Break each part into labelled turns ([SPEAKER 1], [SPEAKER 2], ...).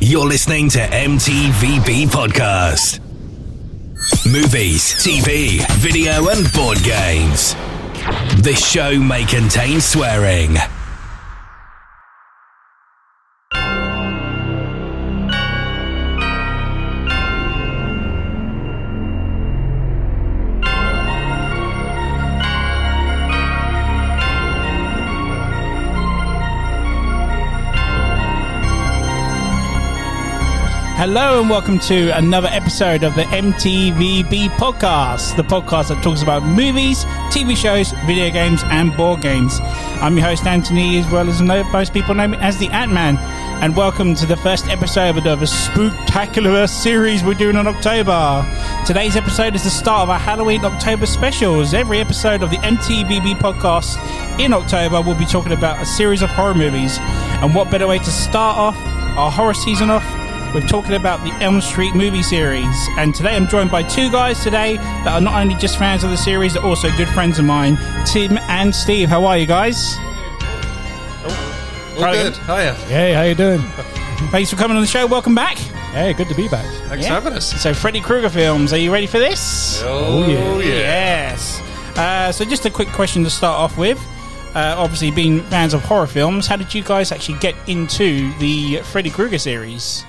[SPEAKER 1] You're listening to MTVB Podcast. Movies, TV, video, and board games. This show may contain swearing.
[SPEAKER 2] Hello and welcome to another episode of the MTVB podcast, the podcast that talks about movies, TV shows, video games, and board games. I'm your host Anthony, as well as no- most people know me as the Ant Man, and welcome to the first episode of a spooktacular series we're doing in October. Today's episode is the start of our Halloween October specials. Every episode of the MTVB podcast in October, we'll be talking about a series of horror movies, and what better way to start off our horror season off? We're talking about the Elm Street movie series, and today I'm joined by two guys today that are not only just fans of the series, but also good friends of mine, Tim and Steve. How are you guys?
[SPEAKER 3] All good. Hiya.
[SPEAKER 4] Hey, how you doing?
[SPEAKER 2] Thanks for coming on the show. Welcome back.
[SPEAKER 4] Hey, good to be back.
[SPEAKER 3] Thanks
[SPEAKER 2] Yeah.
[SPEAKER 3] for having us.
[SPEAKER 2] So, Freddy Krueger films. Are you ready for this?
[SPEAKER 3] Oh, yeah.
[SPEAKER 2] Yes. Uh, so, just a quick question to start off with. Uh, obviously, being fans of horror films, how did you guys actually get into the Freddy Krueger series?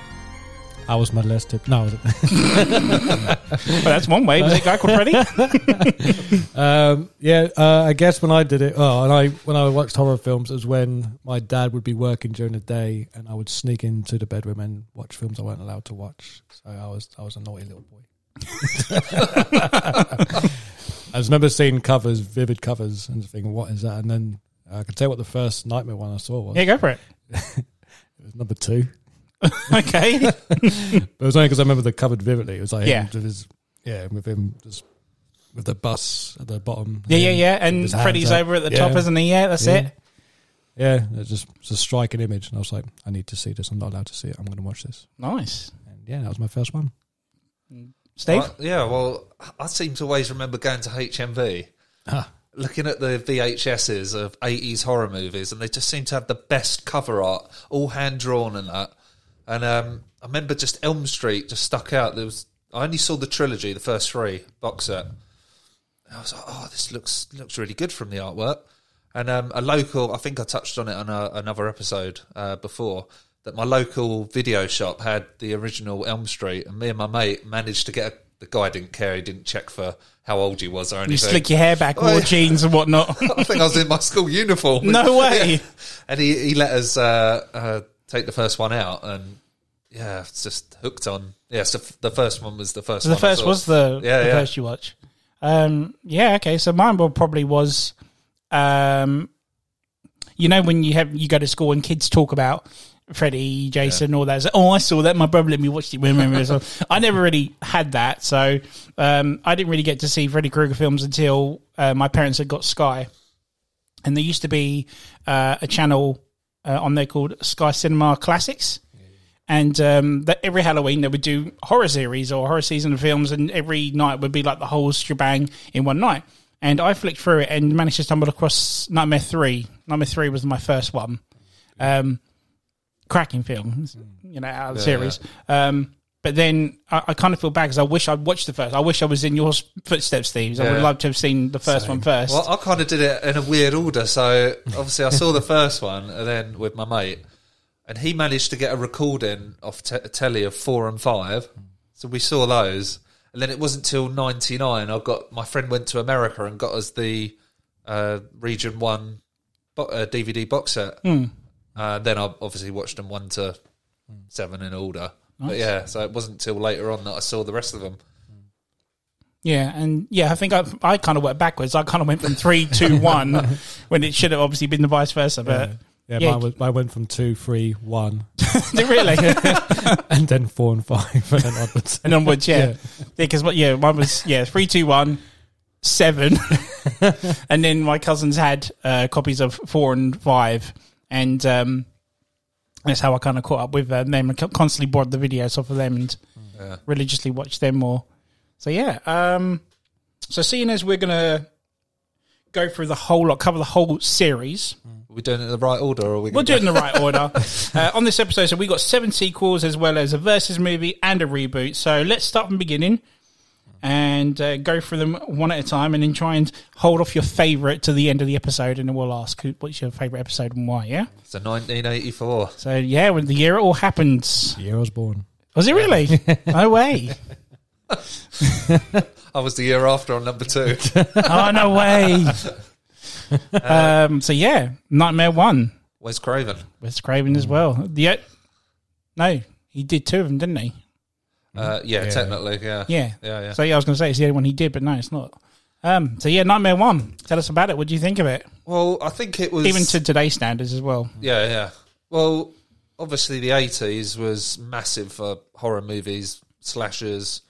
[SPEAKER 4] I was molested. No, I wasn't.
[SPEAKER 2] Well, that's one way. Was it a guy called Freddy?
[SPEAKER 4] um, yeah, uh, I guess when I did it, oh, and I when I watched horror films, it was when my dad would be working during the day, and I would sneak into the bedroom and watch films I weren't allowed to watch. So I was I was a naughty little boy. I just remember seeing covers, vivid covers, and just thinking, "What is that?" And then I could tell what the first nightmare one I saw was.
[SPEAKER 2] yeah, go for it.
[SPEAKER 4] It was number two.
[SPEAKER 2] Okay.
[SPEAKER 4] But it was only because I remember the covered vividly. It was like
[SPEAKER 2] Yeah.
[SPEAKER 4] him with his, yeah, with him just with the bus at the bottom.
[SPEAKER 2] Yeah, yeah, yeah. And
[SPEAKER 4] His hands
[SPEAKER 2] Freddy's
[SPEAKER 4] up.
[SPEAKER 2] over at the
[SPEAKER 4] Yeah.
[SPEAKER 2] top, isn't he? Yeah, that's
[SPEAKER 4] Yeah.
[SPEAKER 2] it.
[SPEAKER 4] Yeah, it's just it's a striking image, and I was like, I need to see this. I'm not allowed to see it. I'm going to watch this.
[SPEAKER 2] Nice.
[SPEAKER 4] And yeah, that was my first one.
[SPEAKER 2] Steve?
[SPEAKER 3] Well, yeah, well, I seem to always remember going to HMV, Ah. looking at the VHSs of 80s horror movies, and they just seem to have the best cover art, all hand drawn and that. And um, I remember just Elm Street just stuck out. There was I only saw the trilogy, the first three box set. And I was like, oh, this looks looks really good from the artwork. And um, a local, I think I touched on it on a, another episode uh, before, that my local video shop had the original Elm Street, and me and my mate managed to get. A, the guy didn't care; he didn't check for how old you was or anything.
[SPEAKER 2] You slick your hair back,
[SPEAKER 3] Oh,
[SPEAKER 2] wore
[SPEAKER 3] yeah.
[SPEAKER 2] jeans and whatnot.
[SPEAKER 3] I think I was in my school uniform.
[SPEAKER 2] No way.
[SPEAKER 3] And he, he let us uh, uh, take the first one out, and yeah, it's just hooked on. Yeah, so f- the first one was the first.
[SPEAKER 2] the
[SPEAKER 3] one I
[SPEAKER 2] first
[SPEAKER 3] saw.
[SPEAKER 2] was the,
[SPEAKER 3] yeah,
[SPEAKER 2] the
[SPEAKER 3] yeah.
[SPEAKER 2] first you watch. Um, yeah, okay. So mine will probably was, um, you know, when you have you go to school and kids talk about Freddy, Jason, all that. It's like, oh, I saw that. My brother let me watch it when we were. little." I never really had that, so um, I didn't really get to see Freddy Krueger films until uh, my parents had got Sky, and there used to be uh, a channel uh, on there called Sky Cinema Classics and um, that every Halloween they would do horror series or horror season of films, and every night would be like the whole shebang in one night. And I flicked through it and managed to stumble across Nightmare Three. Nightmare Three was my first one, um, cracking film, you know, out of the
[SPEAKER 3] Yeah,
[SPEAKER 2] series. Um, but then I, I kind of feel bad because I wish I'd watched the first. I wish I was in your s- footsteps, Steve. I would
[SPEAKER 3] Yeah.
[SPEAKER 2] love to have seen the first one first.
[SPEAKER 3] Well, I kind of did it in a weird order. So obviously, I saw the first one, and then with my mate, and he managed to get a recording off te- telly of four and five. So we saw those, and then it wasn't till ninety nine I got my friend went to America and got us the uh, Region One bo- uh, DVD box set.
[SPEAKER 2] Hmm.
[SPEAKER 3] Uh, then I obviously watched them one to seven in order. But yeah, so it wasn't till later on that I saw the rest of them.
[SPEAKER 2] Yeah, and yeah, I think I, I kind of went backwards. I kind of went from three to one when it should have obviously been the vice versa. But
[SPEAKER 4] Yeah,
[SPEAKER 2] Yeah.
[SPEAKER 4] Mine, was, mine went from two, three, one,
[SPEAKER 2] really,
[SPEAKER 4] and then four and five, and then onwards.
[SPEAKER 2] and onwards, yeah, because what? yeah, one was yeah three, two, one, seven, and then my cousins had uh, copies of four and five, and um, that's how I kind of caught up with uh, them. I co- constantly bought the videos off of them and religiously watched them more. So yeah, um, so seeing as we're gonna go through the whole lot, cover the whole series,
[SPEAKER 3] Are we doing it in the right order? Or are we
[SPEAKER 2] We'll
[SPEAKER 3] gonna
[SPEAKER 2] do it
[SPEAKER 3] go-
[SPEAKER 2] in the right order. Uh, on this episode, so we got seven sequels as well as a versus movie and a reboot. So let's start from the beginning and uh, go through them one at a time, and then try and hold off your favorite to the end of the episode, and then we'll ask who, what's your favorite episode and why. Yeah.
[SPEAKER 3] So 1984.
[SPEAKER 2] So yeah, with the year it all happens.
[SPEAKER 4] The year I was born.
[SPEAKER 2] Was it really? no way.
[SPEAKER 3] I was the year after on number two.
[SPEAKER 2] Oh no way. um, so yeah, Nightmare One.
[SPEAKER 3] Wes Craven.
[SPEAKER 2] Wes Craven as well. Yeah. No, he did two of them, didn't he?
[SPEAKER 3] Uh, yeah,
[SPEAKER 4] Yeah.
[SPEAKER 3] technically, yeah.
[SPEAKER 2] Yeah.
[SPEAKER 3] Yeah, yeah.
[SPEAKER 2] So yeah, I was going to say it's the only one he did, but no, it's not. Um, so yeah, Nightmare One. Tell us about it. What do you think of it?
[SPEAKER 3] Well, I think it was.
[SPEAKER 2] Even to today's standards as well.
[SPEAKER 3] Yeah, yeah. Well, obviously the eighties was massive for horror movies, slashers,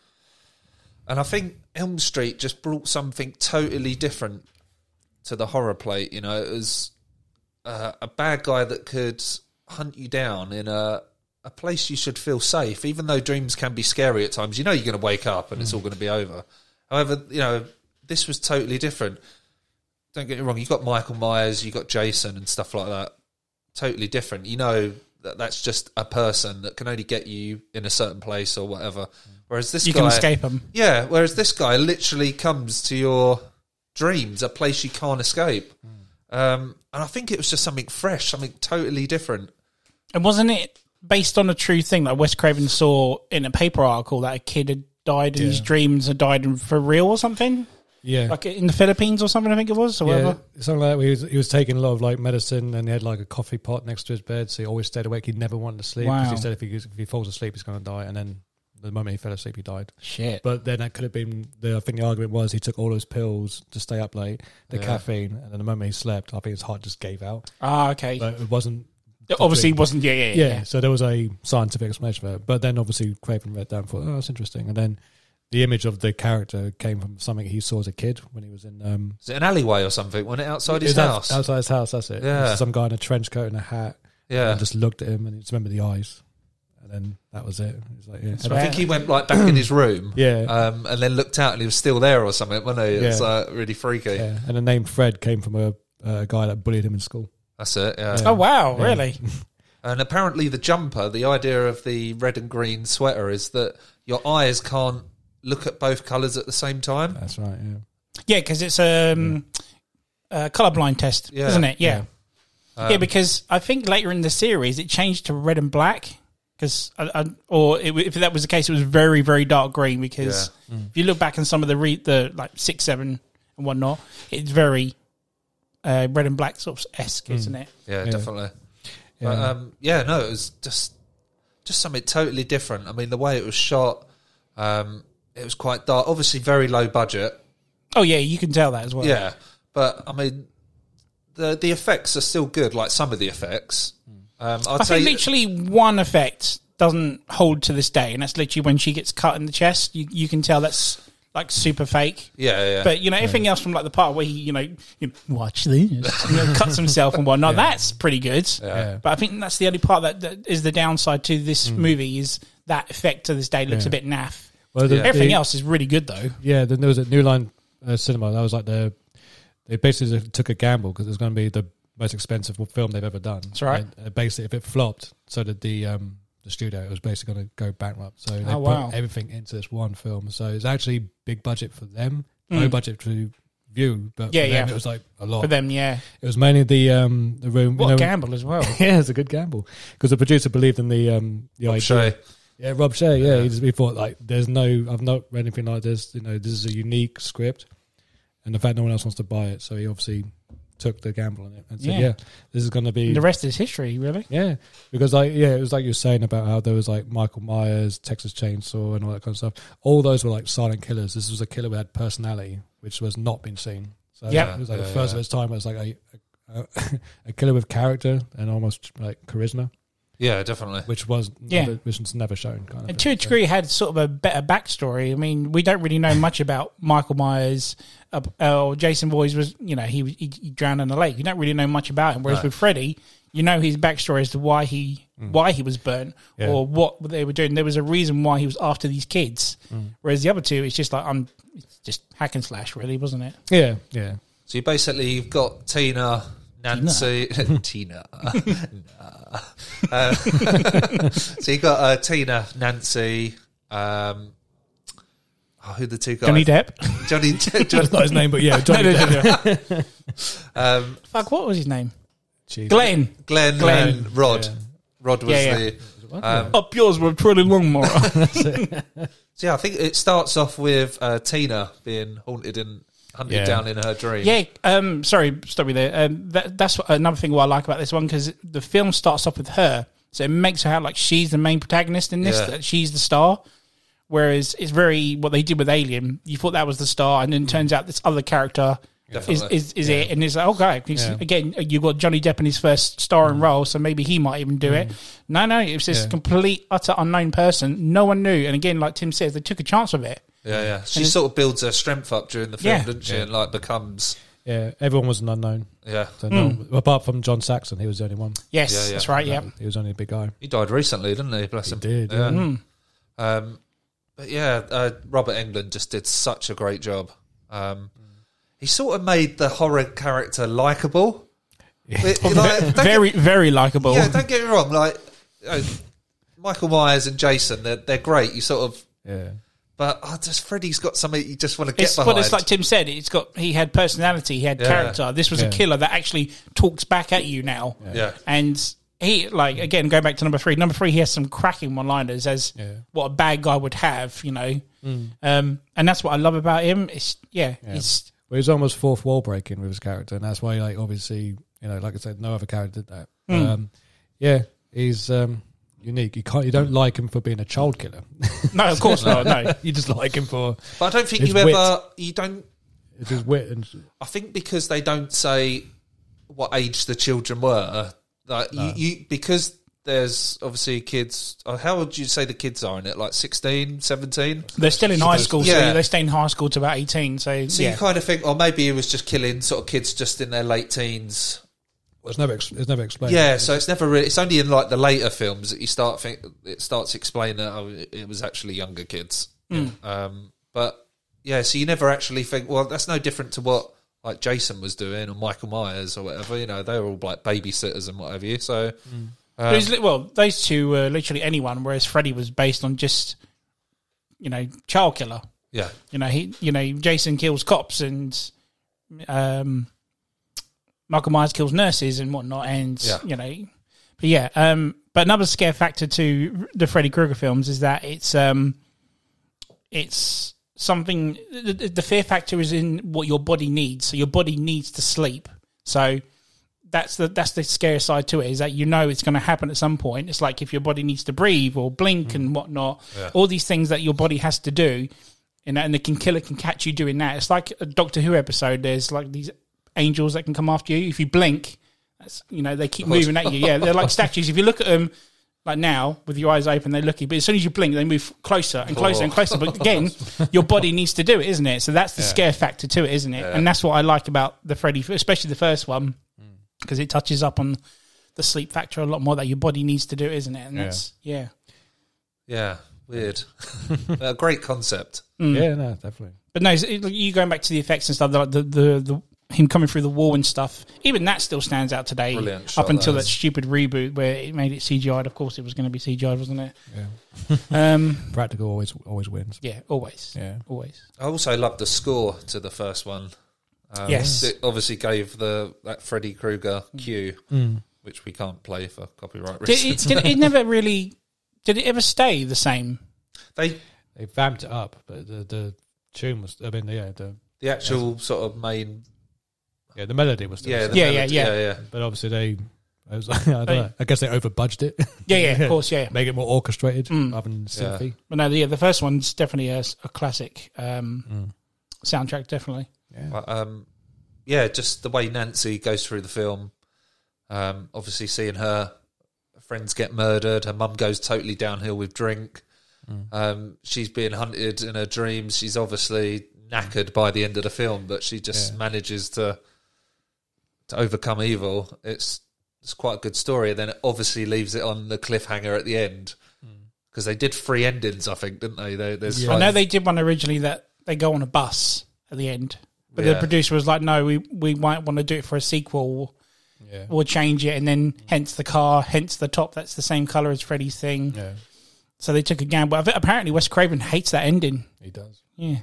[SPEAKER 3] and I think Elm Street just brought something totally different to the horror plate. You know, it was uh, a bad guy that could hunt you down in a a place you should feel safe, even though dreams can be scary at times. You know, you're going to wake up and it's
[SPEAKER 2] Mm.
[SPEAKER 3] all going to be over. However, you know, this was totally different. Don't get me wrong. You got Michael Myers, you got Jason, and stuff like that totally different. You know that that's just a person that can only get you in a certain place or whatever. Whereas this
[SPEAKER 2] Mm. You
[SPEAKER 3] guy,
[SPEAKER 2] can escape them.
[SPEAKER 3] yeah. Whereas this guy literally comes to your dreams, a place you can't escape.
[SPEAKER 4] Hmm.
[SPEAKER 3] Um, and I think it was just something fresh, something totally different.
[SPEAKER 2] And wasn't it based on a true thing that Wes Craven saw in a paper article that a kid had died in his
[SPEAKER 4] Yeah.
[SPEAKER 2] dreams had died in, for real or something?
[SPEAKER 4] Yeah.
[SPEAKER 2] Like in the Philippines or something, I think it was, or
[SPEAKER 4] Yeah,
[SPEAKER 2] whatever.
[SPEAKER 4] something like that. He was, he was taking a lot of like medicine, and he had like a coffee pot next to his bed, so he always stayed awake. He never wanted to sleep because
[SPEAKER 2] Wow.
[SPEAKER 4] he said if he goes- if he falls asleep, he's going to die. And then the moment he fell asleep, he died.
[SPEAKER 2] Shit.
[SPEAKER 4] But then that could have been the. I think the argument was he took all those pills to stay up late, the
[SPEAKER 3] Yeah.
[SPEAKER 4] caffeine, and then the moment he slept, I think his heart just gave out.
[SPEAKER 2] Ah, okay.
[SPEAKER 4] But it wasn't.
[SPEAKER 2] Obviously, it wasn't. Yeah, yeah, yeah.
[SPEAKER 4] Yeah, so there was a scientific explanation for it. But then obviously Craven read that and thought, oh, that's interesting. And then the image of the character came from something he saw as a kid when he was in um,
[SPEAKER 3] Is it an alleyway or something? Wasn't it outside his
[SPEAKER 4] it was out-
[SPEAKER 3] house?
[SPEAKER 4] Outside his house, that's it.
[SPEAKER 3] Yeah.
[SPEAKER 4] Some guy in a trench coat and a hat.
[SPEAKER 3] yeah.
[SPEAKER 4] And just looked at him and just remember the eyes. And then that was it. It was like, yeah.
[SPEAKER 3] And I think he went like back in his room,
[SPEAKER 4] Yeah.
[SPEAKER 3] um, and then looked out and he was still there or something, wasn't he? It's
[SPEAKER 4] Yeah.
[SPEAKER 3] uh, really freaky.
[SPEAKER 4] yeah. And the name Fred came from a uh, guy that bullied him in school.
[SPEAKER 3] That's it. Yeah.
[SPEAKER 2] Oh wow,
[SPEAKER 4] Yeah.
[SPEAKER 2] really?
[SPEAKER 3] And apparently, the jumper, the idea of the red and green sweater is that your eyes can't look at both colours at the same time.
[SPEAKER 4] That's right, yeah.
[SPEAKER 2] Yeah, because it's um, a colorblind test,
[SPEAKER 3] Yeah.
[SPEAKER 2] isn't it? Yeah. Yeah. because I think later in the series it changed to red and black. Because, I, I, or it, if that was the case, it was very, very dark green. Because if you look back in some of the re, the like six, seven, and whatnot, it's very uh, red and black sort of esque, isn't it?
[SPEAKER 3] Yeah,
[SPEAKER 4] Yeah.
[SPEAKER 3] definitely. But
[SPEAKER 4] Yeah.
[SPEAKER 3] um, yeah, no, it was just just something totally different. I mean, the way it was shot, um, it was quite dark. Obviously, very low budget.
[SPEAKER 2] Oh yeah, you can tell that as well.
[SPEAKER 3] Yeah, but I mean, the the effects are still good. Like some of the effects, um, I'd
[SPEAKER 2] I
[SPEAKER 3] say
[SPEAKER 2] think literally one effect doesn't hold to this day, and that's literally when she gets cut in the chest. You you can tell that's like super fake.
[SPEAKER 3] yeah, yeah.
[SPEAKER 2] But you know, everything else from like the part where he, you know, you know, watch this, you know, cuts himself and whatnot, that's pretty good.
[SPEAKER 4] Yeah. Mm.
[SPEAKER 2] But I think that's the only part that, that is the downside to this movie is that effect to this day looks
[SPEAKER 4] Yeah.
[SPEAKER 2] a bit naff.
[SPEAKER 4] Well, the,
[SPEAKER 2] Everything
[SPEAKER 4] the-
[SPEAKER 2] else is really good though.
[SPEAKER 4] Yeah, then there was a New Line uh, Cinema. That was like the. They basically just took a gamble because it was going to be the most expensive film they've ever done. That's
[SPEAKER 2] right.
[SPEAKER 4] And, uh, basically, if it flopped, so did the um, the studio. It was basically going to go bankrupt. So they
[SPEAKER 2] Oh,
[SPEAKER 4] put
[SPEAKER 2] wow.
[SPEAKER 4] everything into this one film. So it's actually big budget for them, no budget to view, but
[SPEAKER 2] Hmm. Yeah,
[SPEAKER 4] for them
[SPEAKER 2] yeah.
[SPEAKER 4] it was like a lot.
[SPEAKER 2] For them, yeah.
[SPEAKER 4] It was mainly the um, the room.
[SPEAKER 2] What
[SPEAKER 4] you know-
[SPEAKER 2] a gamble as well.
[SPEAKER 4] yeah, it's a good gamble because the producer believed in the um, the idea.
[SPEAKER 3] Shea.
[SPEAKER 4] Yeah, Rob Shea. Yeah, He, just, he thought like, "There's no, I've not read anything like this. You know, this is a unique script, and the fact no one else wants to buy it, so he obviously took the gamble on it and said,
[SPEAKER 2] Yeah.
[SPEAKER 4] "Yeah, this is going to be."
[SPEAKER 2] the rest is history, really.
[SPEAKER 4] yeah, because like yeah, it was like you were saying about how there was like Michael Myers, Texas Chainsaw, and all that kind of stuff. All those were like silent killers. This was a killer who had personality, which was not been seen. So
[SPEAKER 2] Yeah.
[SPEAKER 4] it was like
[SPEAKER 3] Yeah,
[SPEAKER 4] the first
[SPEAKER 3] yeah.
[SPEAKER 4] of its time. It was like a, a, a killer with character and almost like charisma,
[SPEAKER 3] yeah, definitely.
[SPEAKER 4] which was
[SPEAKER 2] Yeah.
[SPEAKER 4] never, which was never shown. Kind
[SPEAKER 2] And
[SPEAKER 4] of thing.
[SPEAKER 2] to a
[SPEAKER 4] So-
[SPEAKER 2] degree, it had sort of a better backstory. I mean, we don't really know much about Michael Myers uh, or Jason Voorhees. Was you know he, was- he he drowned in the lake. You don't really know much about him. Whereas
[SPEAKER 3] No.
[SPEAKER 2] with Freddy, you know his backstory as to why he why he was burnt
[SPEAKER 4] Yeah.
[SPEAKER 2] or what they were doing. There was a reason why he was after these kids. Whereas the other two, it's just like I'm it's just hack and slash, really, wasn't it?
[SPEAKER 4] Yeah, yeah,
[SPEAKER 3] So you basically you've got Tina, Nancy Tina. Nah. Uh, so you got uh, Tina, Nancy, um, oh, who the two guys?
[SPEAKER 2] Johnny Depp.
[SPEAKER 3] Johnny, Johnny
[SPEAKER 4] That's not his name, but yeah, Johnny
[SPEAKER 2] No, no, no, no.
[SPEAKER 3] um,
[SPEAKER 2] Fuck, what was his name?
[SPEAKER 4] Depp.
[SPEAKER 2] Glenn.
[SPEAKER 3] Glenn,
[SPEAKER 2] Glenn.
[SPEAKER 3] and Rod.
[SPEAKER 4] Yeah.
[SPEAKER 3] Rod was
[SPEAKER 2] Yeah, yeah.
[SPEAKER 3] the. Um,
[SPEAKER 2] Up yours with Trilly Longmore.
[SPEAKER 3] so yeah, I think it starts off with uh, Tina being haunted and hunted
[SPEAKER 4] Yeah.
[SPEAKER 3] down in her dream.
[SPEAKER 2] yeah, um, sorry, stop me there. Um, that, that's what, another thing what I like about this one because the film starts off with her, so it makes her out like she's the main protagonist in this.
[SPEAKER 3] Yeah.
[SPEAKER 2] That she's the star. Whereas it's very what they did with Alien. You thought that was the star, and then turns out this other character is
[SPEAKER 3] Definitely.
[SPEAKER 2] is, is it, and it's like okay, he's-
[SPEAKER 4] Yeah. Mm.
[SPEAKER 2] again you got Johnny Depp in his first starring role, so maybe he might even do it. No, no, it's this
[SPEAKER 4] Yeah.
[SPEAKER 2] complete utter unknown person. No one knew, and again, like Tim says, they took a chance with it.
[SPEAKER 3] yeah, yeah. She
[SPEAKER 2] And it-
[SPEAKER 3] sort of builds her strength up during the film,
[SPEAKER 2] Yeah.
[SPEAKER 3] doesn't she? And like becomes,
[SPEAKER 4] Yeah, everyone was an unknown.
[SPEAKER 3] yeah.
[SPEAKER 4] So no, apart from John Saxon, he was the only one.
[SPEAKER 2] Yes,
[SPEAKER 3] Yeah, yeah.
[SPEAKER 2] that's right. Yeah,
[SPEAKER 4] He was only a big guy.
[SPEAKER 3] He died recently, didn't he? Bless
[SPEAKER 4] He
[SPEAKER 3] him.
[SPEAKER 4] did,
[SPEAKER 3] Yeah.
[SPEAKER 4] yeah.
[SPEAKER 2] Hmm.
[SPEAKER 3] Um, but yeah, uh, Robert Englund just did such a great job. Um, he sort of made the horror character likable. It- like, don't get-
[SPEAKER 2] very very likable.
[SPEAKER 3] yeah, don't get me wrong. Like uh, Michael Myers and Jason, they're they're great. You sort of,
[SPEAKER 4] Yeah.
[SPEAKER 3] but oh, just Freddy's got something you just want to get
[SPEAKER 2] It's,
[SPEAKER 3] behind.
[SPEAKER 2] but it's like Tim said. It's got he had personality, he had
[SPEAKER 3] Yeah.
[SPEAKER 2] character. This was
[SPEAKER 4] Yeah.
[SPEAKER 2] a killer that actually talks back at you now.
[SPEAKER 3] yeah,
[SPEAKER 2] And he like again going back to number three. Number three, he has some cracking one-liners as
[SPEAKER 4] Yeah.
[SPEAKER 2] what a bad guy would have, you know. Um, and that's what I love about him. It's yeah, he's
[SPEAKER 4] Well, he was almost fourth wall breaking with his character, and that's why, like, obviously, you know, like I said, no other character did that. Um, yeah, he's um, unique. You can't, you don't like him for being a child killer.
[SPEAKER 2] no, of course not. No,
[SPEAKER 4] you just like him for
[SPEAKER 3] but I don't think
[SPEAKER 4] His
[SPEAKER 3] you
[SPEAKER 4] wit.
[SPEAKER 3] ever you don't.
[SPEAKER 4] his wit and
[SPEAKER 3] I think because they don't say what age the children were, like you, you because there's obviously kids. oh, How would you say the kids are in it? Like 16, 17?
[SPEAKER 2] they're still in high school,
[SPEAKER 3] Yeah.
[SPEAKER 2] so they stay in high school to about eighteen. So,
[SPEAKER 3] So
[SPEAKER 2] yeah,
[SPEAKER 3] you kind of think, oh, maybe he was just killing sort of kids just in their late teens.
[SPEAKER 4] it's never ex- it's never explained.
[SPEAKER 3] Yeah, so it's never really. It's only in like the later films that you start think it starts explaining that oh, it it was actually younger kids.
[SPEAKER 2] Hmm.
[SPEAKER 3] Um, but yeah, so you never actually think, well, that's no different to what like Jason was doing or Michael Myers or whatever. You know, they were all like babysitters and what have you. So
[SPEAKER 2] It was li- well, those two were literally anyone, whereas Freddy was based on just you know child killer.
[SPEAKER 3] yeah,
[SPEAKER 2] You know, he, you know, Jason kills cops and um, Michael Myers kills nurses and whatnot, and
[SPEAKER 3] Yeah.
[SPEAKER 2] you know, but yeah. Um, but another scare factor to the Freddy Krueger films is that it's um, it's something. The, the- the fear factor is in what your body needs. So your body needs to sleep. So that's the that's the scary side to it is that you know it's going to happen at some point. It's like if your body needs to breathe or blink and whatnot, all these things that your body has to do, and and the can killer can catch you doing that. It's like a Doctor Who episode. There's like these angels that can come after you if you blink. That's you know they keep moving at you. Yeah, they're like statues. If you look at them. Like now, with your eyes open, they look at you. But as soon as you blink, they move closer and closer and closer. But again, your body needs to do it, isn't it? So that's the scare factor to it, isn't it? And that's what I like about the Freddy, especially the first one because it touches up on the sleep factor a lot more that your body needs to do, isn't it? And that's yeah,
[SPEAKER 3] yeah, weird. a great concept.
[SPEAKER 4] yeah, no, definitely.
[SPEAKER 2] but no, it's- it, like, you going back to the effects and stuff, like the the, the him coming through the wall and stuff, even that still stands out today.
[SPEAKER 3] Brilliant shot,
[SPEAKER 2] Up until
[SPEAKER 3] that
[SPEAKER 2] that
[SPEAKER 3] is.
[SPEAKER 2] stupid reboot where it made it CGI'd. Of course, it was going to be CGI'd, wasn't it? um,
[SPEAKER 4] Practical always always wins.
[SPEAKER 2] yeah, always,
[SPEAKER 4] Yeah.
[SPEAKER 2] always.
[SPEAKER 3] I also loved the score to the first one. Um,
[SPEAKER 2] Yes.
[SPEAKER 3] it obviously gave the that Freddy Krueger cue, which we can't play for copyright
[SPEAKER 2] Hmm. Did it,
[SPEAKER 3] reasons.
[SPEAKER 2] did it never really? Did it ever stay the same?
[SPEAKER 3] they
[SPEAKER 4] They vamped it up, but the the tune was. I mean, yeah, the
[SPEAKER 3] the actual sort of main
[SPEAKER 4] yeah the melody was. Still
[SPEAKER 3] yeah
[SPEAKER 4] yeah,
[SPEAKER 3] the
[SPEAKER 2] Yeah, yeah,
[SPEAKER 3] melody,
[SPEAKER 2] yeah.
[SPEAKER 3] yeah
[SPEAKER 4] but obviously they. I, was, I, don't know, I guess they over budged it,
[SPEAKER 2] Yeah, yeah, of course, yeah.
[SPEAKER 4] make it more orchestrated
[SPEAKER 2] Mm.
[SPEAKER 4] rather than synthy.
[SPEAKER 2] But no, yeah, the first one's definitely a, a classic um, soundtrack, definitely.
[SPEAKER 3] But, um, yeah just the way Nancy goes through the film um, obviously seeing her friends get murdered her mum goes totally downhill with drink
[SPEAKER 2] Mm.
[SPEAKER 3] um, she's being hunted in her dreams she's obviously knackered by the end of the film but she just
[SPEAKER 4] Yeah.
[SPEAKER 3] manages to to overcome evil it's it's quite a good story and then it obviously leaves it on the cliffhanger at the end
[SPEAKER 2] Mm.
[SPEAKER 3] because they did three endings I think didn't they, they there's
[SPEAKER 2] I
[SPEAKER 3] like-
[SPEAKER 2] know they did one originally that they go on a bus at the end, but
[SPEAKER 3] Yeah.
[SPEAKER 2] the producer was like, "No, we we might want to do it for a sequel."
[SPEAKER 5] Yeah.
[SPEAKER 2] We'll change it, and then hence the car, hence the top. That's the same color as Freddy's thing.
[SPEAKER 5] Yeah,
[SPEAKER 2] So they took a gamble. I think Apparently, Wes Craven hates that ending.
[SPEAKER 5] he does.
[SPEAKER 2] Yeah,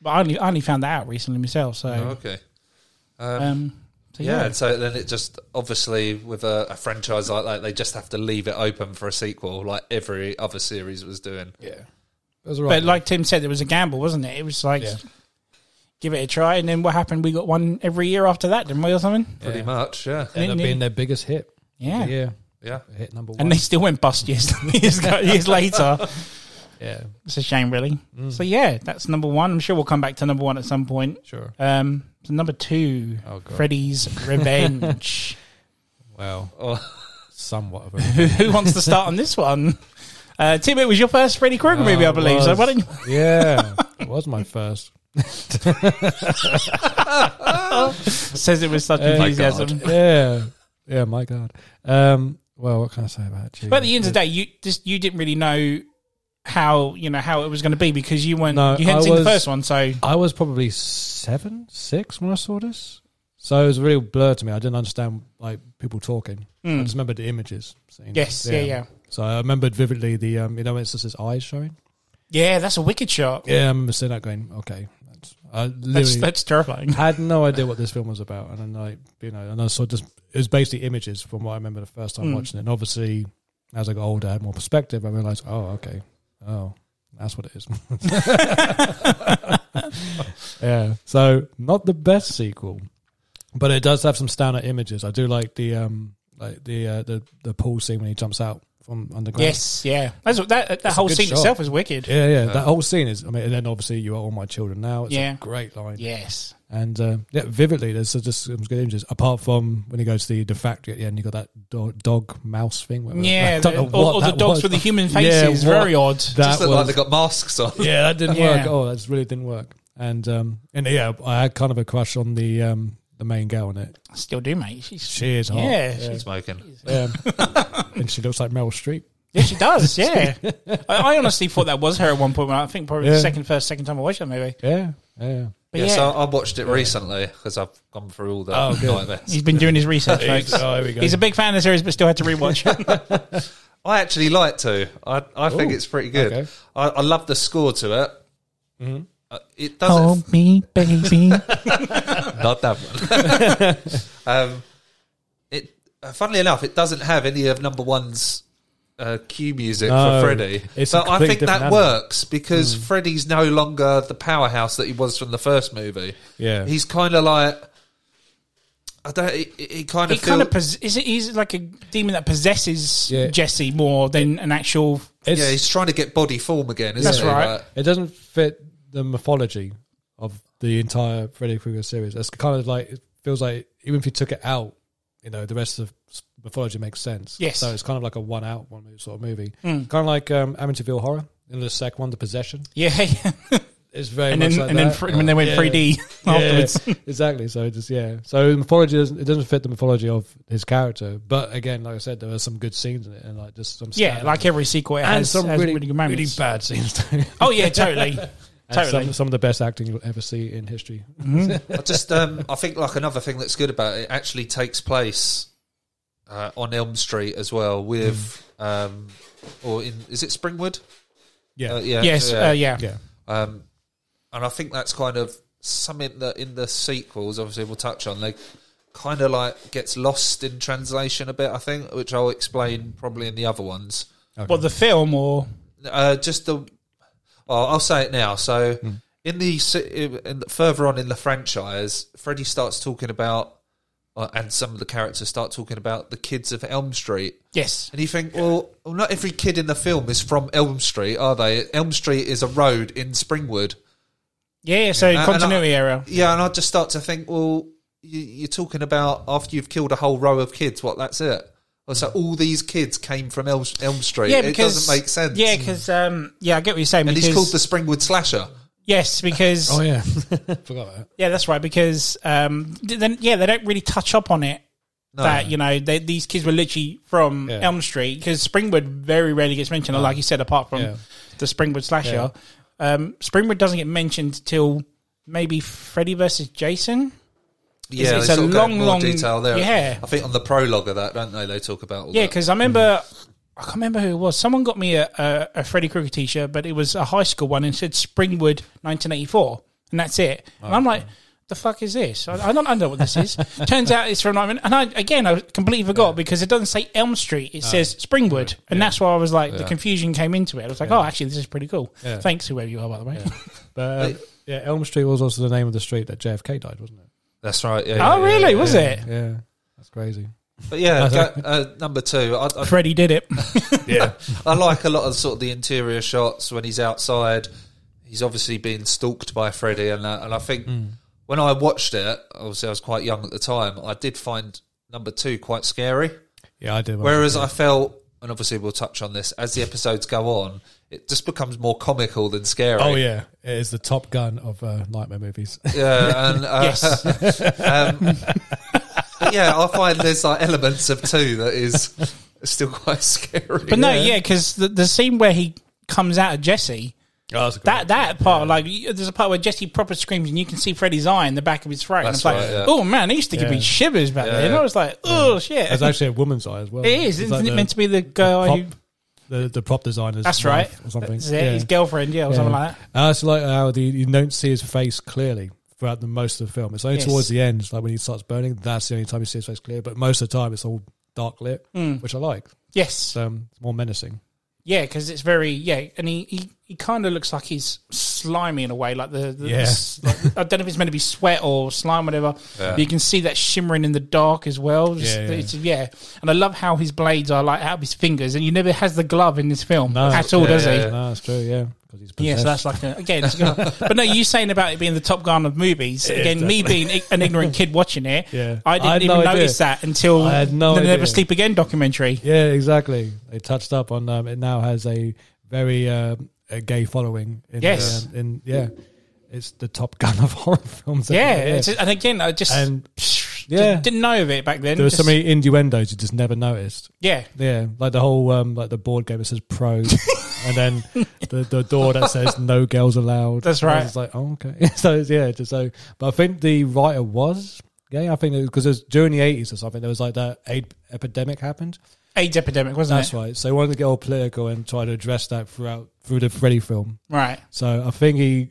[SPEAKER 2] but I only I only found that out recently myself. So,
[SPEAKER 3] Oh, okay.
[SPEAKER 2] um, so
[SPEAKER 3] Yeah,
[SPEAKER 2] yeah,
[SPEAKER 3] and so then it just obviously with a, a franchise like that, they just have to leave it open for a sequel, like every other series was doing.
[SPEAKER 5] Yeah,
[SPEAKER 4] That's all right.
[SPEAKER 2] But like Tim said, it was a gamble, wasn't it? It was like
[SPEAKER 5] Yeah.
[SPEAKER 2] give it a try, and then what happened? We got one every year after that, didn't we, or something?
[SPEAKER 3] Pretty
[SPEAKER 5] Yeah.
[SPEAKER 3] much, yeah,
[SPEAKER 4] ended up being their biggest hit.
[SPEAKER 2] Yeah.
[SPEAKER 4] yeah,
[SPEAKER 3] yeah.
[SPEAKER 4] hit number one.
[SPEAKER 2] And they still went bust years years, ago- years later.
[SPEAKER 4] yeah,
[SPEAKER 2] It's a shame, really. So yeah, that's number one. I'm sure we'll come back to number one at some point.
[SPEAKER 4] sure.
[SPEAKER 2] Um, so number two,
[SPEAKER 4] Oh, God.
[SPEAKER 2] Freddy's Revenge.
[SPEAKER 4] Well,
[SPEAKER 3] Oh,
[SPEAKER 4] somewhat of
[SPEAKER 2] who,
[SPEAKER 4] a
[SPEAKER 2] who wants to start on this one? Uh, Tim, it was your first Freddy Krueger movie,
[SPEAKER 4] Oh,
[SPEAKER 2] I
[SPEAKER 4] it
[SPEAKER 2] believe. So
[SPEAKER 4] was.
[SPEAKER 2] why don't you?
[SPEAKER 4] yeah. It was my first.
[SPEAKER 2] Says it with such
[SPEAKER 4] Oh, my
[SPEAKER 2] enthusiasm.
[SPEAKER 4] Yeah, yeah. My God. Um. Well, what can I say about you?
[SPEAKER 2] But at the end of the day, you just you didn't really know how you know how it was going to be because you weren't
[SPEAKER 4] No,
[SPEAKER 2] you hadn't
[SPEAKER 4] I
[SPEAKER 2] seen the
[SPEAKER 4] was-
[SPEAKER 2] first one, so
[SPEAKER 4] I was probably seven, six when I saw this, so it was a real blur to me. I didn't understand like people talking. I just remembered the images. Seeing
[SPEAKER 2] Mm. Yes, yeah, yeah.
[SPEAKER 4] So I remembered vividly the um, you know, when it's just his eyes showing.
[SPEAKER 2] yeah, that's a wicked shot.
[SPEAKER 4] Yeah, I remember seeing that going. Okay, that's I
[SPEAKER 2] That's
[SPEAKER 4] literally
[SPEAKER 2] that's terrifying.
[SPEAKER 4] had no idea what this film was about, and then like you know, and I saw just it was basically images from what I remember the first time
[SPEAKER 2] Mm.
[SPEAKER 4] watching it. And obviously, as I got older, I had more perspective. I realized, oh, okay, oh, that's what it is. yeah, so not the best sequel, but it does have some standout images. I do like the um, like the uh, the the pool scene when he jumps out from underground.
[SPEAKER 2] Yes, yeah. That's what- that that whole
[SPEAKER 4] good
[SPEAKER 2] scene
[SPEAKER 4] shot.
[SPEAKER 2] itself is wicked.
[SPEAKER 4] Yeah, yeah, that whole scene is. I mean, and then obviously you are all my children now. It's
[SPEAKER 2] Yeah.
[SPEAKER 4] a great line.
[SPEAKER 2] Yes.
[SPEAKER 4] And uh, yeah, vividly, there's just some good images. Apart from when he goes to the, the factory at the end, you got that do- dog mouse thing. whatever.
[SPEAKER 2] Yeah,
[SPEAKER 4] I don't know
[SPEAKER 2] the- or,
[SPEAKER 4] what
[SPEAKER 2] or the
[SPEAKER 4] that
[SPEAKER 2] dogs
[SPEAKER 4] was.
[SPEAKER 2] with the human
[SPEAKER 4] Yeah,
[SPEAKER 2] faces.
[SPEAKER 4] what-
[SPEAKER 2] Very odd.
[SPEAKER 4] That
[SPEAKER 3] just looked like
[SPEAKER 4] was,
[SPEAKER 3] they got masks on.
[SPEAKER 4] yeah, that didn't
[SPEAKER 2] Yeah.
[SPEAKER 4] work. Oh, that really didn't work. And um, and yeah, I had kind of a crush on the um, the main girl in it.
[SPEAKER 2] I still do, mate. She's,
[SPEAKER 4] She is hot.
[SPEAKER 2] yeah, she's-
[SPEAKER 3] Smoking.
[SPEAKER 4] Yeah. and she looks like Meryl Streep.
[SPEAKER 2] yeah, she does. Yeah, I, I honestly thought that was her at one point. When I think probably the
[SPEAKER 4] Yeah.
[SPEAKER 2] second, first, second time I watched that movie.
[SPEAKER 4] Yeah, yeah.
[SPEAKER 2] But
[SPEAKER 3] yeah,
[SPEAKER 2] yeah,
[SPEAKER 3] so I watched it recently because I've gone through all the
[SPEAKER 4] Oh, good.
[SPEAKER 3] nightmares.
[SPEAKER 2] he's been doing his research, folks.
[SPEAKER 4] oh, here we go.
[SPEAKER 2] He's a big fan of the series, but still had to rewatch.
[SPEAKER 3] I actually like to. I I think
[SPEAKER 4] Ooh,
[SPEAKER 3] it's pretty good.
[SPEAKER 4] okay. Mm-hmm.
[SPEAKER 3] I, I love the score to it. Uh, it doesn't
[SPEAKER 2] Hold me, baby.
[SPEAKER 3] not that one. um, it, uh, funnily enough, it doesn't have any of number one's uh, cue music
[SPEAKER 4] No,
[SPEAKER 3] for Freddy.
[SPEAKER 4] it's a
[SPEAKER 3] but I
[SPEAKER 4] completely
[SPEAKER 3] think that
[SPEAKER 4] different animal. Hmm.
[SPEAKER 3] works because Freddy's no longer the powerhouse that he was from the first movie.
[SPEAKER 4] Yeah.
[SPEAKER 3] he's kind of like I don't. He, he kind
[SPEAKER 2] he
[SPEAKER 3] of
[SPEAKER 2] kind of pos- is it, he's like a demon that possesses
[SPEAKER 4] Yeah.
[SPEAKER 2] Jesse more than an actual.
[SPEAKER 4] It's,
[SPEAKER 3] yeah. He's trying to get body form again. Isn't
[SPEAKER 2] That's
[SPEAKER 3] he?
[SPEAKER 2] right.
[SPEAKER 3] Like,
[SPEAKER 4] It doesn't fit the mythology of the entire Freddy Krueger series. It's kind of like it feels like even if you took it out, you know, the rest of s- mythology makes sense.
[SPEAKER 2] Yes. Hmm.
[SPEAKER 4] So it's kind of like a one out, one move sort of movie. Kind of like um, Amityville Horror. In the second one, The Possession.
[SPEAKER 2] Yeah, yeah.
[SPEAKER 4] It's very
[SPEAKER 2] and
[SPEAKER 4] much
[SPEAKER 2] then
[SPEAKER 4] like
[SPEAKER 2] and
[SPEAKER 4] that.
[SPEAKER 2] then fr- when they went
[SPEAKER 4] Yeah.
[SPEAKER 2] 3D
[SPEAKER 4] Yeah,
[SPEAKER 2] afterwards.
[SPEAKER 4] exactly. So just yeah. So mythology doesn't it doesn't fit the mythology of his character. But again, like I said, there are some good scenes in it and like just some
[SPEAKER 2] Yeah,
[SPEAKER 4] standout-
[SPEAKER 2] like every sequel, it
[SPEAKER 4] and
[SPEAKER 2] has,
[SPEAKER 4] some
[SPEAKER 2] has really,
[SPEAKER 4] really, really,
[SPEAKER 2] good moments.
[SPEAKER 4] bad scenes too.
[SPEAKER 2] oh yeah, totally,
[SPEAKER 4] And
[SPEAKER 2] totally.
[SPEAKER 4] Some, some of the best acting you'll ever see in history.
[SPEAKER 3] I just um, I think like another thing that's good about it, it actually takes place uh, on Elm Street as well with
[SPEAKER 2] Mm.
[SPEAKER 3] um, or in is it Springwood?
[SPEAKER 4] Yeah.
[SPEAKER 3] Uh, yeah.
[SPEAKER 2] yes,
[SPEAKER 3] yeah.
[SPEAKER 2] yeah. Uh, yeah.
[SPEAKER 4] yeah.
[SPEAKER 3] Um, and I think that's kind of something that in the sequels, obviously, we'll touch on. Like, kind of like gets lost in translation a bit. I think, which I'll explain probably in the other ones.
[SPEAKER 2] Well, the film or
[SPEAKER 3] Uh, just the, well, I'll say it now. So
[SPEAKER 2] Hmm.
[SPEAKER 3] in the se- in the, further on in the franchise, Freddy starts talking about, uh, and some of the characters start talking about the kids of Elm Street.
[SPEAKER 2] yes,
[SPEAKER 3] And you think, well, well, not every kid in the film is from Elm Street, are they? Elm Street is a road in Springwood.
[SPEAKER 2] yeah. yeah, So
[SPEAKER 3] and
[SPEAKER 2] continuity
[SPEAKER 3] I-
[SPEAKER 2] error.
[SPEAKER 3] Yeah, and I just start to think, well, you, you're talking about after you've killed a whole row of kids, what? That's it. Well, so all these kids came from Elm, Elm Street.
[SPEAKER 2] Yeah,
[SPEAKER 3] it
[SPEAKER 2] because
[SPEAKER 3] doesn't make sense.
[SPEAKER 2] Yeah, because um, yeah, I get what you're saying.
[SPEAKER 3] and
[SPEAKER 2] because,
[SPEAKER 3] he's called the Springwood Slasher.
[SPEAKER 2] yes, because
[SPEAKER 4] Oh yeah, forgot that.
[SPEAKER 2] yeah, that's right. Because um, th- then yeah, they don't really touch up on it
[SPEAKER 3] No,
[SPEAKER 2] that you know they, these kids were literally from
[SPEAKER 4] Yeah.
[SPEAKER 2] Elm Street because Springwood very rarely gets mentioned, like you said, apart from
[SPEAKER 4] Yeah.
[SPEAKER 2] the Springwood slasher. Um, Springwood doesn't get mentioned till maybe Freddy versus Jason.
[SPEAKER 3] yeah,
[SPEAKER 2] it's
[SPEAKER 3] they
[SPEAKER 2] a
[SPEAKER 3] sort of go
[SPEAKER 2] long,
[SPEAKER 3] into more
[SPEAKER 2] long-
[SPEAKER 3] detail there.
[SPEAKER 2] yeah.
[SPEAKER 3] I think on the prologue of that, don't they? They talk about all
[SPEAKER 2] Yeah,
[SPEAKER 3] that.
[SPEAKER 2] because I remember,
[SPEAKER 3] mm.
[SPEAKER 2] I can't remember who it was. Someone got me a, a, a Freddy Krueger t shirt, but it was a high school one and it said Springwood 1984. And that's it. and I'm like, the fuck is this? I, I don't I know what this is. Turns out it's from, and I, again, I completely forgot because it doesn't say Elm Street. It says Springwood. And that's why I was like, the confusion came into it. I was like, oh, actually, this is pretty cool.
[SPEAKER 4] Yeah.
[SPEAKER 2] Thanks, whoever you are, by the way.
[SPEAKER 4] But um, yeah, Elm Street was also the name of the street that JFK died, wasn't it?
[SPEAKER 3] That's right. Yeah,
[SPEAKER 2] oh,
[SPEAKER 3] yeah,
[SPEAKER 2] really? Uh-huh.
[SPEAKER 3] yeah,
[SPEAKER 2] was
[SPEAKER 3] yeah.
[SPEAKER 2] it?
[SPEAKER 4] Yeah, that's crazy.
[SPEAKER 3] But yeah, go, uh, number two. I, I,
[SPEAKER 2] Freddy did it.
[SPEAKER 3] yeah, I like a lot of sort of the interior shots when he's outside. He's obviously being stalked by Freddy, and that, and I think
[SPEAKER 2] Hmm.
[SPEAKER 3] when I watched it, obviously I was quite young at the time. I did find number two quite scary.
[SPEAKER 2] Oh,
[SPEAKER 4] Yeah, I did.
[SPEAKER 3] Whereas I felt, and obviously we'll touch on this as the episodes go on, it just becomes more comical than scary.
[SPEAKER 4] oh yeah, it is the Top Gun of uh, nightmare movies.
[SPEAKER 2] Oh,
[SPEAKER 3] Yeah, and uh,
[SPEAKER 2] Yes.
[SPEAKER 3] um, but yeah, I find there's like elements of two that is still quite scary.
[SPEAKER 2] But no, yeah, because the, the scene where he comes out of Jesse. That that part, like you- there's a part where Jesse proper screams and you can see Freddy's eye in the back of his throat.
[SPEAKER 3] That's
[SPEAKER 2] and it's
[SPEAKER 3] right,
[SPEAKER 2] like,
[SPEAKER 3] yeah.
[SPEAKER 2] oh man, they used to give me
[SPEAKER 4] Yeah.
[SPEAKER 2] shivers back
[SPEAKER 3] Yeah,
[SPEAKER 2] then.
[SPEAKER 3] yeah.
[SPEAKER 2] I was like, oh shit,
[SPEAKER 4] It's actually a woman's eye as well.
[SPEAKER 2] it is.
[SPEAKER 4] It's
[SPEAKER 2] Isn't
[SPEAKER 4] like
[SPEAKER 2] it
[SPEAKER 4] the-
[SPEAKER 2] meant to be the guy
[SPEAKER 4] prop,
[SPEAKER 2] who?
[SPEAKER 4] the, the prop designer's
[SPEAKER 2] That's right.
[SPEAKER 4] wife or something.
[SPEAKER 2] That's it, His girlfriend, yeah, or
[SPEAKER 4] Yeah.
[SPEAKER 2] something like that.
[SPEAKER 4] I also like how the, you don't see his face clearly throughout the most of the film. It's only
[SPEAKER 2] Yes.
[SPEAKER 4] towards the end, like when he starts burning, that's the only time you see his face clear. But most of the time, it's all dark lit,
[SPEAKER 2] Hmm.
[SPEAKER 4] which I like.
[SPEAKER 2] Yes,
[SPEAKER 4] So um, it's more menacing.
[SPEAKER 2] yeah, because it's very yeah, and he he, he kind of looks like he's slimy in a way, like the, the
[SPEAKER 4] Yeah.
[SPEAKER 2] s- like- I don't know if it's meant to be sweat or slime, whatever. But you can see that shimmering in the dark as well. Just-
[SPEAKER 4] Yeah, yeah.
[SPEAKER 2] it's- yeah. and I love how his blades are like out of his fingers, and you never has the glove in this film
[SPEAKER 4] No.
[SPEAKER 2] at all, does he?
[SPEAKER 3] yeah.
[SPEAKER 4] No, that's true. Yeah, because he's
[SPEAKER 2] Yeah,
[SPEAKER 4] possessed.
[SPEAKER 2] so that's like a, again. It's good. but no, you saying about it being the Top Gun of movies again? Me being i- an ignorant kid watching it,
[SPEAKER 4] Yeah.
[SPEAKER 2] I didn't
[SPEAKER 4] I had
[SPEAKER 2] even
[SPEAKER 4] no idea.
[SPEAKER 2] notice that until
[SPEAKER 4] I had no
[SPEAKER 2] the Never
[SPEAKER 4] idea.
[SPEAKER 2] Sleep Again documentary.
[SPEAKER 4] Yeah, exactly. They touched up on um, it. Now has a very um, a gay following. In,
[SPEAKER 2] Yes.
[SPEAKER 4] um, in yeah, it's the Top Gun of horror films.
[SPEAKER 2] Yeah, It's just- and again, I just
[SPEAKER 4] And-
[SPEAKER 2] psh,
[SPEAKER 4] yeah.
[SPEAKER 2] didn't know of it back then.
[SPEAKER 4] there were so
[SPEAKER 2] Just-
[SPEAKER 4] many innuendos you just never noticed.
[SPEAKER 2] yeah,
[SPEAKER 4] Yeah, like the whole um, like the board game that says pro, and then the, the door that says no girls allowed.
[SPEAKER 2] That's
[SPEAKER 4] And I
[SPEAKER 2] right.
[SPEAKER 4] was like, oh okay. so it's- yeah, just so. But I think the writer was gay. I think because during the eighties or something, there was like that aid epidemic happened.
[SPEAKER 2] AIDS epidemic wasn't
[SPEAKER 4] That's
[SPEAKER 2] it?
[SPEAKER 4] right. So he wanted to get all political and try to address that throughout through the Freddy film.
[SPEAKER 2] Right.
[SPEAKER 4] So I think he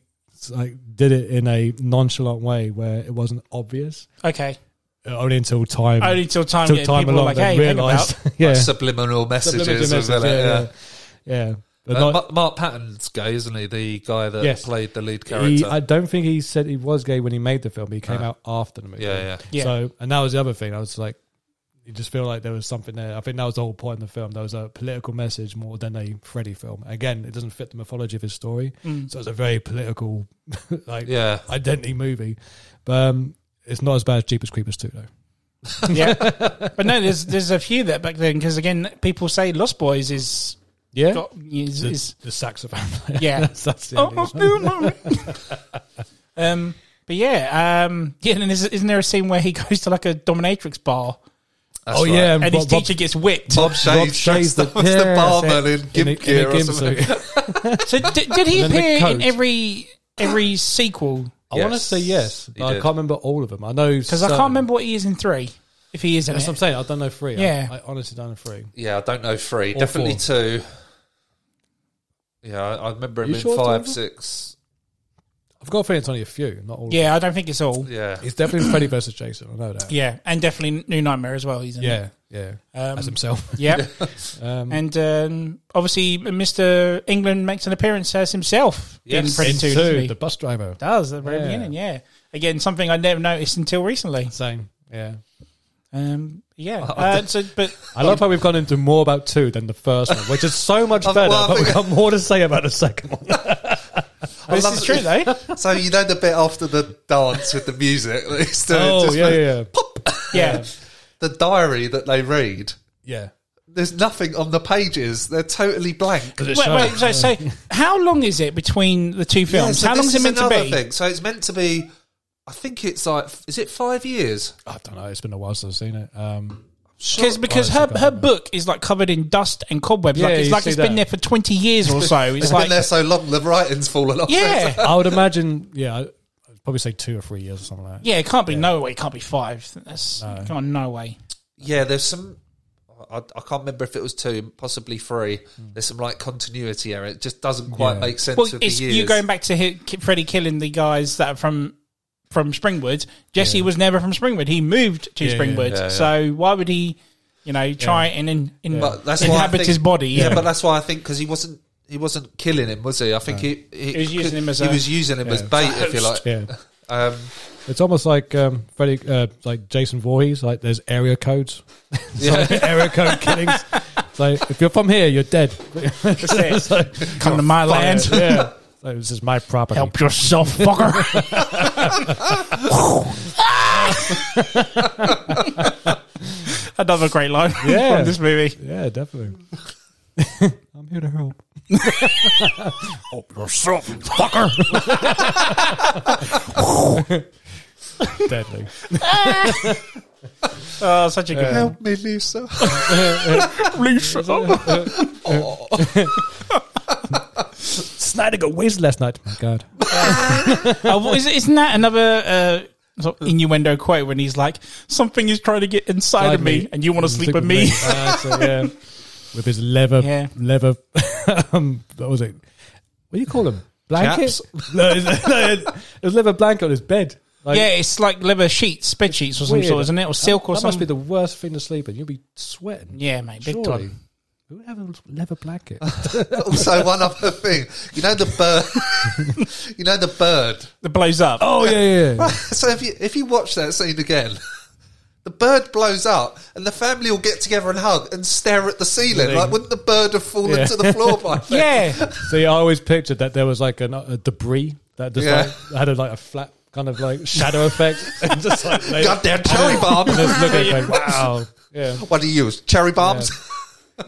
[SPEAKER 4] like did it in a nonchalant way where it wasn't obvious uh,
[SPEAKER 2] Okay.
[SPEAKER 4] only until time
[SPEAKER 2] Only till time.
[SPEAKER 4] until
[SPEAKER 2] yeah,
[SPEAKER 4] time
[SPEAKER 2] people were
[SPEAKER 4] along
[SPEAKER 2] like,
[SPEAKER 4] they
[SPEAKER 2] hey, hang
[SPEAKER 4] realised.
[SPEAKER 2] about.
[SPEAKER 4] yeah.
[SPEAKER 3] Subliminal messages.
[SPEAKER 4] Subliminal
[SPEAKER 3] of it,
[SPEAKER 4] message,
[SPEAKER 3] yeah.
[SPEAKER 4] yeah. yeah. But
[SPEAKER 3] Uh,
[SPEAKER 4] not-
[SPEAKER 3] Ma- Mark Patton's gay, isn't he? The guy that
[SPEAKER 4] Yes.
[SPEAKER 3] played the lead character.
[SPEAKER 4] He, I don't think he said he was gay when he made the film. He came
[SPEAKER 3] Ah.
[SPEAKER 4] out after the movie.
[SPEAKER 3] Yeah, yeah.
[SPEAKER 2] Yeah.
[SPEAKER 4] So, and that was the other thing. I was like, you just feel like there was something there. I think that was the whole point of the film. There was a political message more than a Freddy film. Again, it doesn't fit the mythology of his story,
[SPEAKER 2] Mm.
[SPEAKER 4] so it's a very political, like,
[SPEAKER 3] yeah.
[SPEAKER 4] identity movie. But um, it's not as bad as Jeepers Creepers two, though.
[SPEAKER 2] yeah. But no, there's there's a few that back then because again, people say Lost Boys is
[SPEAKER 4] Yeah,
[SPEAKER 2] got is,
[SPEAKER 4] the,
[SPEAKER 2] is
[SPEAKER 4] the saxophone. player.
[SPEAKER 2] Yeah.
[SPEAKER 4] that's, that's the
[SPEAKER 2] Oh,
[SPEAKER 4] only
[SPEAKER 2] oh,
[SPEAKER 4] one.
[SPEAKER 2] no, no. um, but yeah, um, yeah. And is, isn't there a scene where he goes to like a dominatrix bar
[SPEAKER 3] That's
[SPEAKER 4] Oh,
[SPEAKER 3] right.
[SPEAKER 4] yeah,
[SPEAKER 2] and his
[SPEAKER 4] Rob- Rob-
[SPEAKER 2] teacher gets whipped?
[SPEAKER 3] Bob
[SPEAKER 4] Rob
[SPEAKER 3] Shays dressed
[SPEAKER 4] the-
[SPEAKER 3] up as the
[SPEAKER 4] yeah,
[SPEAKER 3] barman in
[SPEAKER 4] in
[SPEAKER 3] gimp
[SPEAKER 4] a- in a
[SPEAKER 3] gear or
[SPEAKER 4] gimp
[SPEAKER 3] something.
[SPEAKER 4] suit.
[SPEAKER 2] So did, did he
[SPEAKER 4] And then the
[SPEAKER 2] appear in
[SPEAKER 4] coat.
[SPEAKER 2] every every sequel?
[SPEAKER 4] I want to say yes,
[SPEAKER 3] He
[SPEAKER 4] but I
[SPEAKER 3] did.
[SPEAKER 4] can't remember all of them. I know
[SPEAKER 2] Because I can't remember what he is in three. If he is in
[SPEAKER 4] That's what I'm
[SPEAKER 2] it,
[SPEAKER 4] saying. I don't know three. I-
[SPEAKER 2] Yeah.
[SPEAKER 4] I, honestly don't know three.
[SPEAKER 3] Yeah, I don't know three.
[SPEAKER 4] Or
[SPEAKER 3] Definitely
[SPEAKER 4] four.
[SPEAKER 3] two. Yeah, I, I remember him
[SPEAKER 4] You
[SPEAKER 3] in
[SPEAKER 4] sure it's
[SPEAKER 3] five,
[SPEAKER 4] over?
[SPEAKER 3] six.
[SPEAKER 4] I've got a feeling it's only a few, not all. of them.
[SPEAKER 2] yeah, I don't think it's all.
[SPEAKER 3] Yeah.
[SPEAKER 4] it's definitely Freddy versus Jason. I know that.
[SPEAKER 2] Yeah, and definitely New Nightmare as well. He's in
[SPEAKER 4] yeah, yeah.
[SPEAKER 2] Um,
[SPEAKER 4] As himself.
[SPEAKER 2] Yeah,
[SPEAKER 4] Um,
[SPEAKER 2] and um, obviously Mr. England makes an appearance as himself in
[SPEAKER 3] Yes.
[SPEAKER 2] Freddy
[SPEAKER 4] in
[SPEAKER 2] Two.
[SPEAKER 4] two,
[SPEAKER 2] doesn't he?
[SPEAKER 4] the bus driver.
[SPEAKER 2] does at the very
[SPEAKER 4] Yeah.
[SPEAKER 2] beginning. Yeah, again something I never noticed until recently.
[SPEAKER 4] Same. Yeah.
[SPEAKER 2] Um, yeah. Uh, so, but
[SPEAKER 4] I love how we've gone into more about two than the first one, which is so much
[SPEAKER 3] Well,
[SPEAKER 4] better.
[SPEAKER 3] I
[SPEAKER 4] but we've
[SPEAKER 3] think-
[SPEAKER 4] got more to say about the second one.
[SPEAKER 3] I
[SPEAKER 2] this
[SPEAKER 3] love
[SPEAKER 2] is
[SPEAKER 3] it.
[SPEAKER 2] true though.
[SPEAKER 3] So you know the bit after the dance with the music that he's doing?
[SPEAKER 4] Oh
[SPEAKER 3] just
[SPEAKER 4] yeah,
[SPEAKER 3] with
[SPEAKER 4] yeah,
[SPEAKER 2] Yeah,
[SPEAKER 3] The diary that they read.
[SPEAKER 4] yeah.
[SPEAKER 3] There's nothing on the pages. They're totally blank.
[SPEAKER 4] Because
[SPEAKER 2] Wait, wait, so, so how long is it between the two
[SPEAKER 3] Yeah,
[SPEAKER 2] films?
[SPEAKER 3] so
[SPEAKER 2] how long
[SPEAKER 3] this
[SPEAKER 2] is it meant to
[SPEAKER 3] another
[SPEAKER 2] be?
[SPEAKER 3] Thing. So it's meant to be. I think it's like, is it five years?
[SPEAKER 4] I don't know. It's been a while since I've seen it. Um,
[SPEAKER 2] Because because
[SPEAKER 4] Oh,
[SPEAKER 2] her
[SPEAKER 4] it's a
[SPEAKER 2] her
[SPEAKER 4] guy.
[SPEAKER 2] book is like covered in dust and cobwebs.
[SPEAKER 4] Yeah,
[SPEAKER 2] like it's
[SPEAKER 4] you
[SPEAKER 2] like
[SPEAKER 4] see
[SPEAKER 2] it's been
[SPEAKER 4] that.
[SPEAKER 2] there for twenty years or so. It's
[SPEAKER 3] It's
[SPEAKER 2] like
[SPEAKER 3] been there so long, the writing's fallen off.
[SPEAKER 2] yeah,
[SPEAKER 4] I would imagine. Yeah, I- probably say two or three years or something like that.
[SPEAKER 2] Yeah, it can't be no way. It can't be five. That's come on, no way.
[SPEAKER 3] Yeah, there's some. I, I can't remember if it was two, possibly three. There's some like continuity error. It just doesn't quite
[SPEAKER 4] Yeah.
[SPEAKER 3] make sense.
[SPEAKER 2] Hmm. Well,
[SPEAKER 3] with the
[SPEAKER 2] it's
[SPEAKER 3] years.
[SPEAKER 2] you going back to hi- ki- Freddie killing the guys that are from from Springwood. Jesse was never from Springwood. He moved to
[SPEAKER 4] Yeah, yeah,
[SPEAKER 2] Springwood.
[SPEAKER 3] yeah, yeah.
[SPEAKER 2] So why would he, you know, try and in, in,
[SPEAKER 3] But that's why I
[SPEAKER 2] inhabit
[SPEAKER 3] think-
[SPEAKER 2] his body?
[SPEAKER 3] Yeah, but that's why I think because he wasn't he wasn't killing him, was he? I think he, he
[SPEAKER 2] He was using him as
[SPEAKER 3] he
[SPEAKER 2] a-
[SPEAKER 3] was using him as bait, if you like.
[SPEAKER 4] Yeah,
[SPEAKER 3] Um,
[SPEAKER 4] it's almost like um, Freddy, uh, like Jason Voorhees. Like there's area codes,
[SPEAKER 3] yeah,
[SPEAKER 4] area code killings. It's like if you're from here, you're dead.
[SPEAKER 2] That's it. Come to my land.
[SPEAKER 4] yeah. So this is my property.
[SPEAKER 2] Help yourself, fucker. Another great line
[SPEAKER 4] Yeah.
[SPEAKER 2] from this movie.
[SPEAKER 4] Yeah, definitely. I'm here to help.
[SPEAKER 1] Help yourself, fucker.
[SPEAKER 4] Deadly.
[SPEAKER 2] Oh, such a good
[SPEAKER 3] help me, Lisa.
[SPEAKER 2] Lisa.
[SPEAKER 4] Snyder got whizzed last night. My God.
[SPEAKER 2] Oh, what is, it- isn't that another uh, sort of innuendo quote when he's like, something is trying to get inside
[SPEAKER 4] Inside
[SPEAKER 2] of me,
[SPEAKER 4] me.
[SPEAKER 2] and you want to sleep with me?
[SPEAKER 4] Ah, so, yeah. With his leather,
[SPEAKER 2] Yeah.
[SPEAKER 4] leather. um, what was it? What do you call him? Blanket. No, it's- no, it it was leather blanket on his bed. Like,
[SPEAKER 2] yeah, it's like leather sheets, bed sheets or some
[SPEAKER 4] Weird.
[SPEAKER 2] sort, isn't it? Or silk or
[SPEAKER 4] that must
[SPEAKER 2] something.
[SPEAKER 4] be the worst thing to sleep in. You'll be sweating.
[SPEAKER 2] yeah, mate, big
[SPEAKER 4] Surely.
[SPEAKER 2] time.
[SPEAKER 4] Who would have a leather blanket?
[SPEAKER 3] also, one other thing, you know the bird, you know the bird.
[SPEAKER 2] It blows up.
[SPEAKER 4] oh yeah, yeah. yeah.
[SPEAKER 3] So if you if you watch that scene again. The bird blows up, and the family all get together and hug and stare at the ceiling.
[SPEAKER 4] Really?
[SPEAKER 3] Like, wouldn't the bird have fallen
[SPEAKER 4] Yeah.
[SPEAKER 3] to the floor by then?
[SPEAKER 2] yeah.
[SPEAKER 4] So yeah, I always pictured that there was like an, a debris that just
[SPEAKER 3] Yeah.
[SPEAKER 4] like, had a, like a flat kind of like shadow effect, and just like they-
[SPEAKER 3] Goddamn cherry bombs!
[SPEAKER 4] just look at it like, wow. Yeah.
[SPEAKER 3] What do you use? Cherry bombs?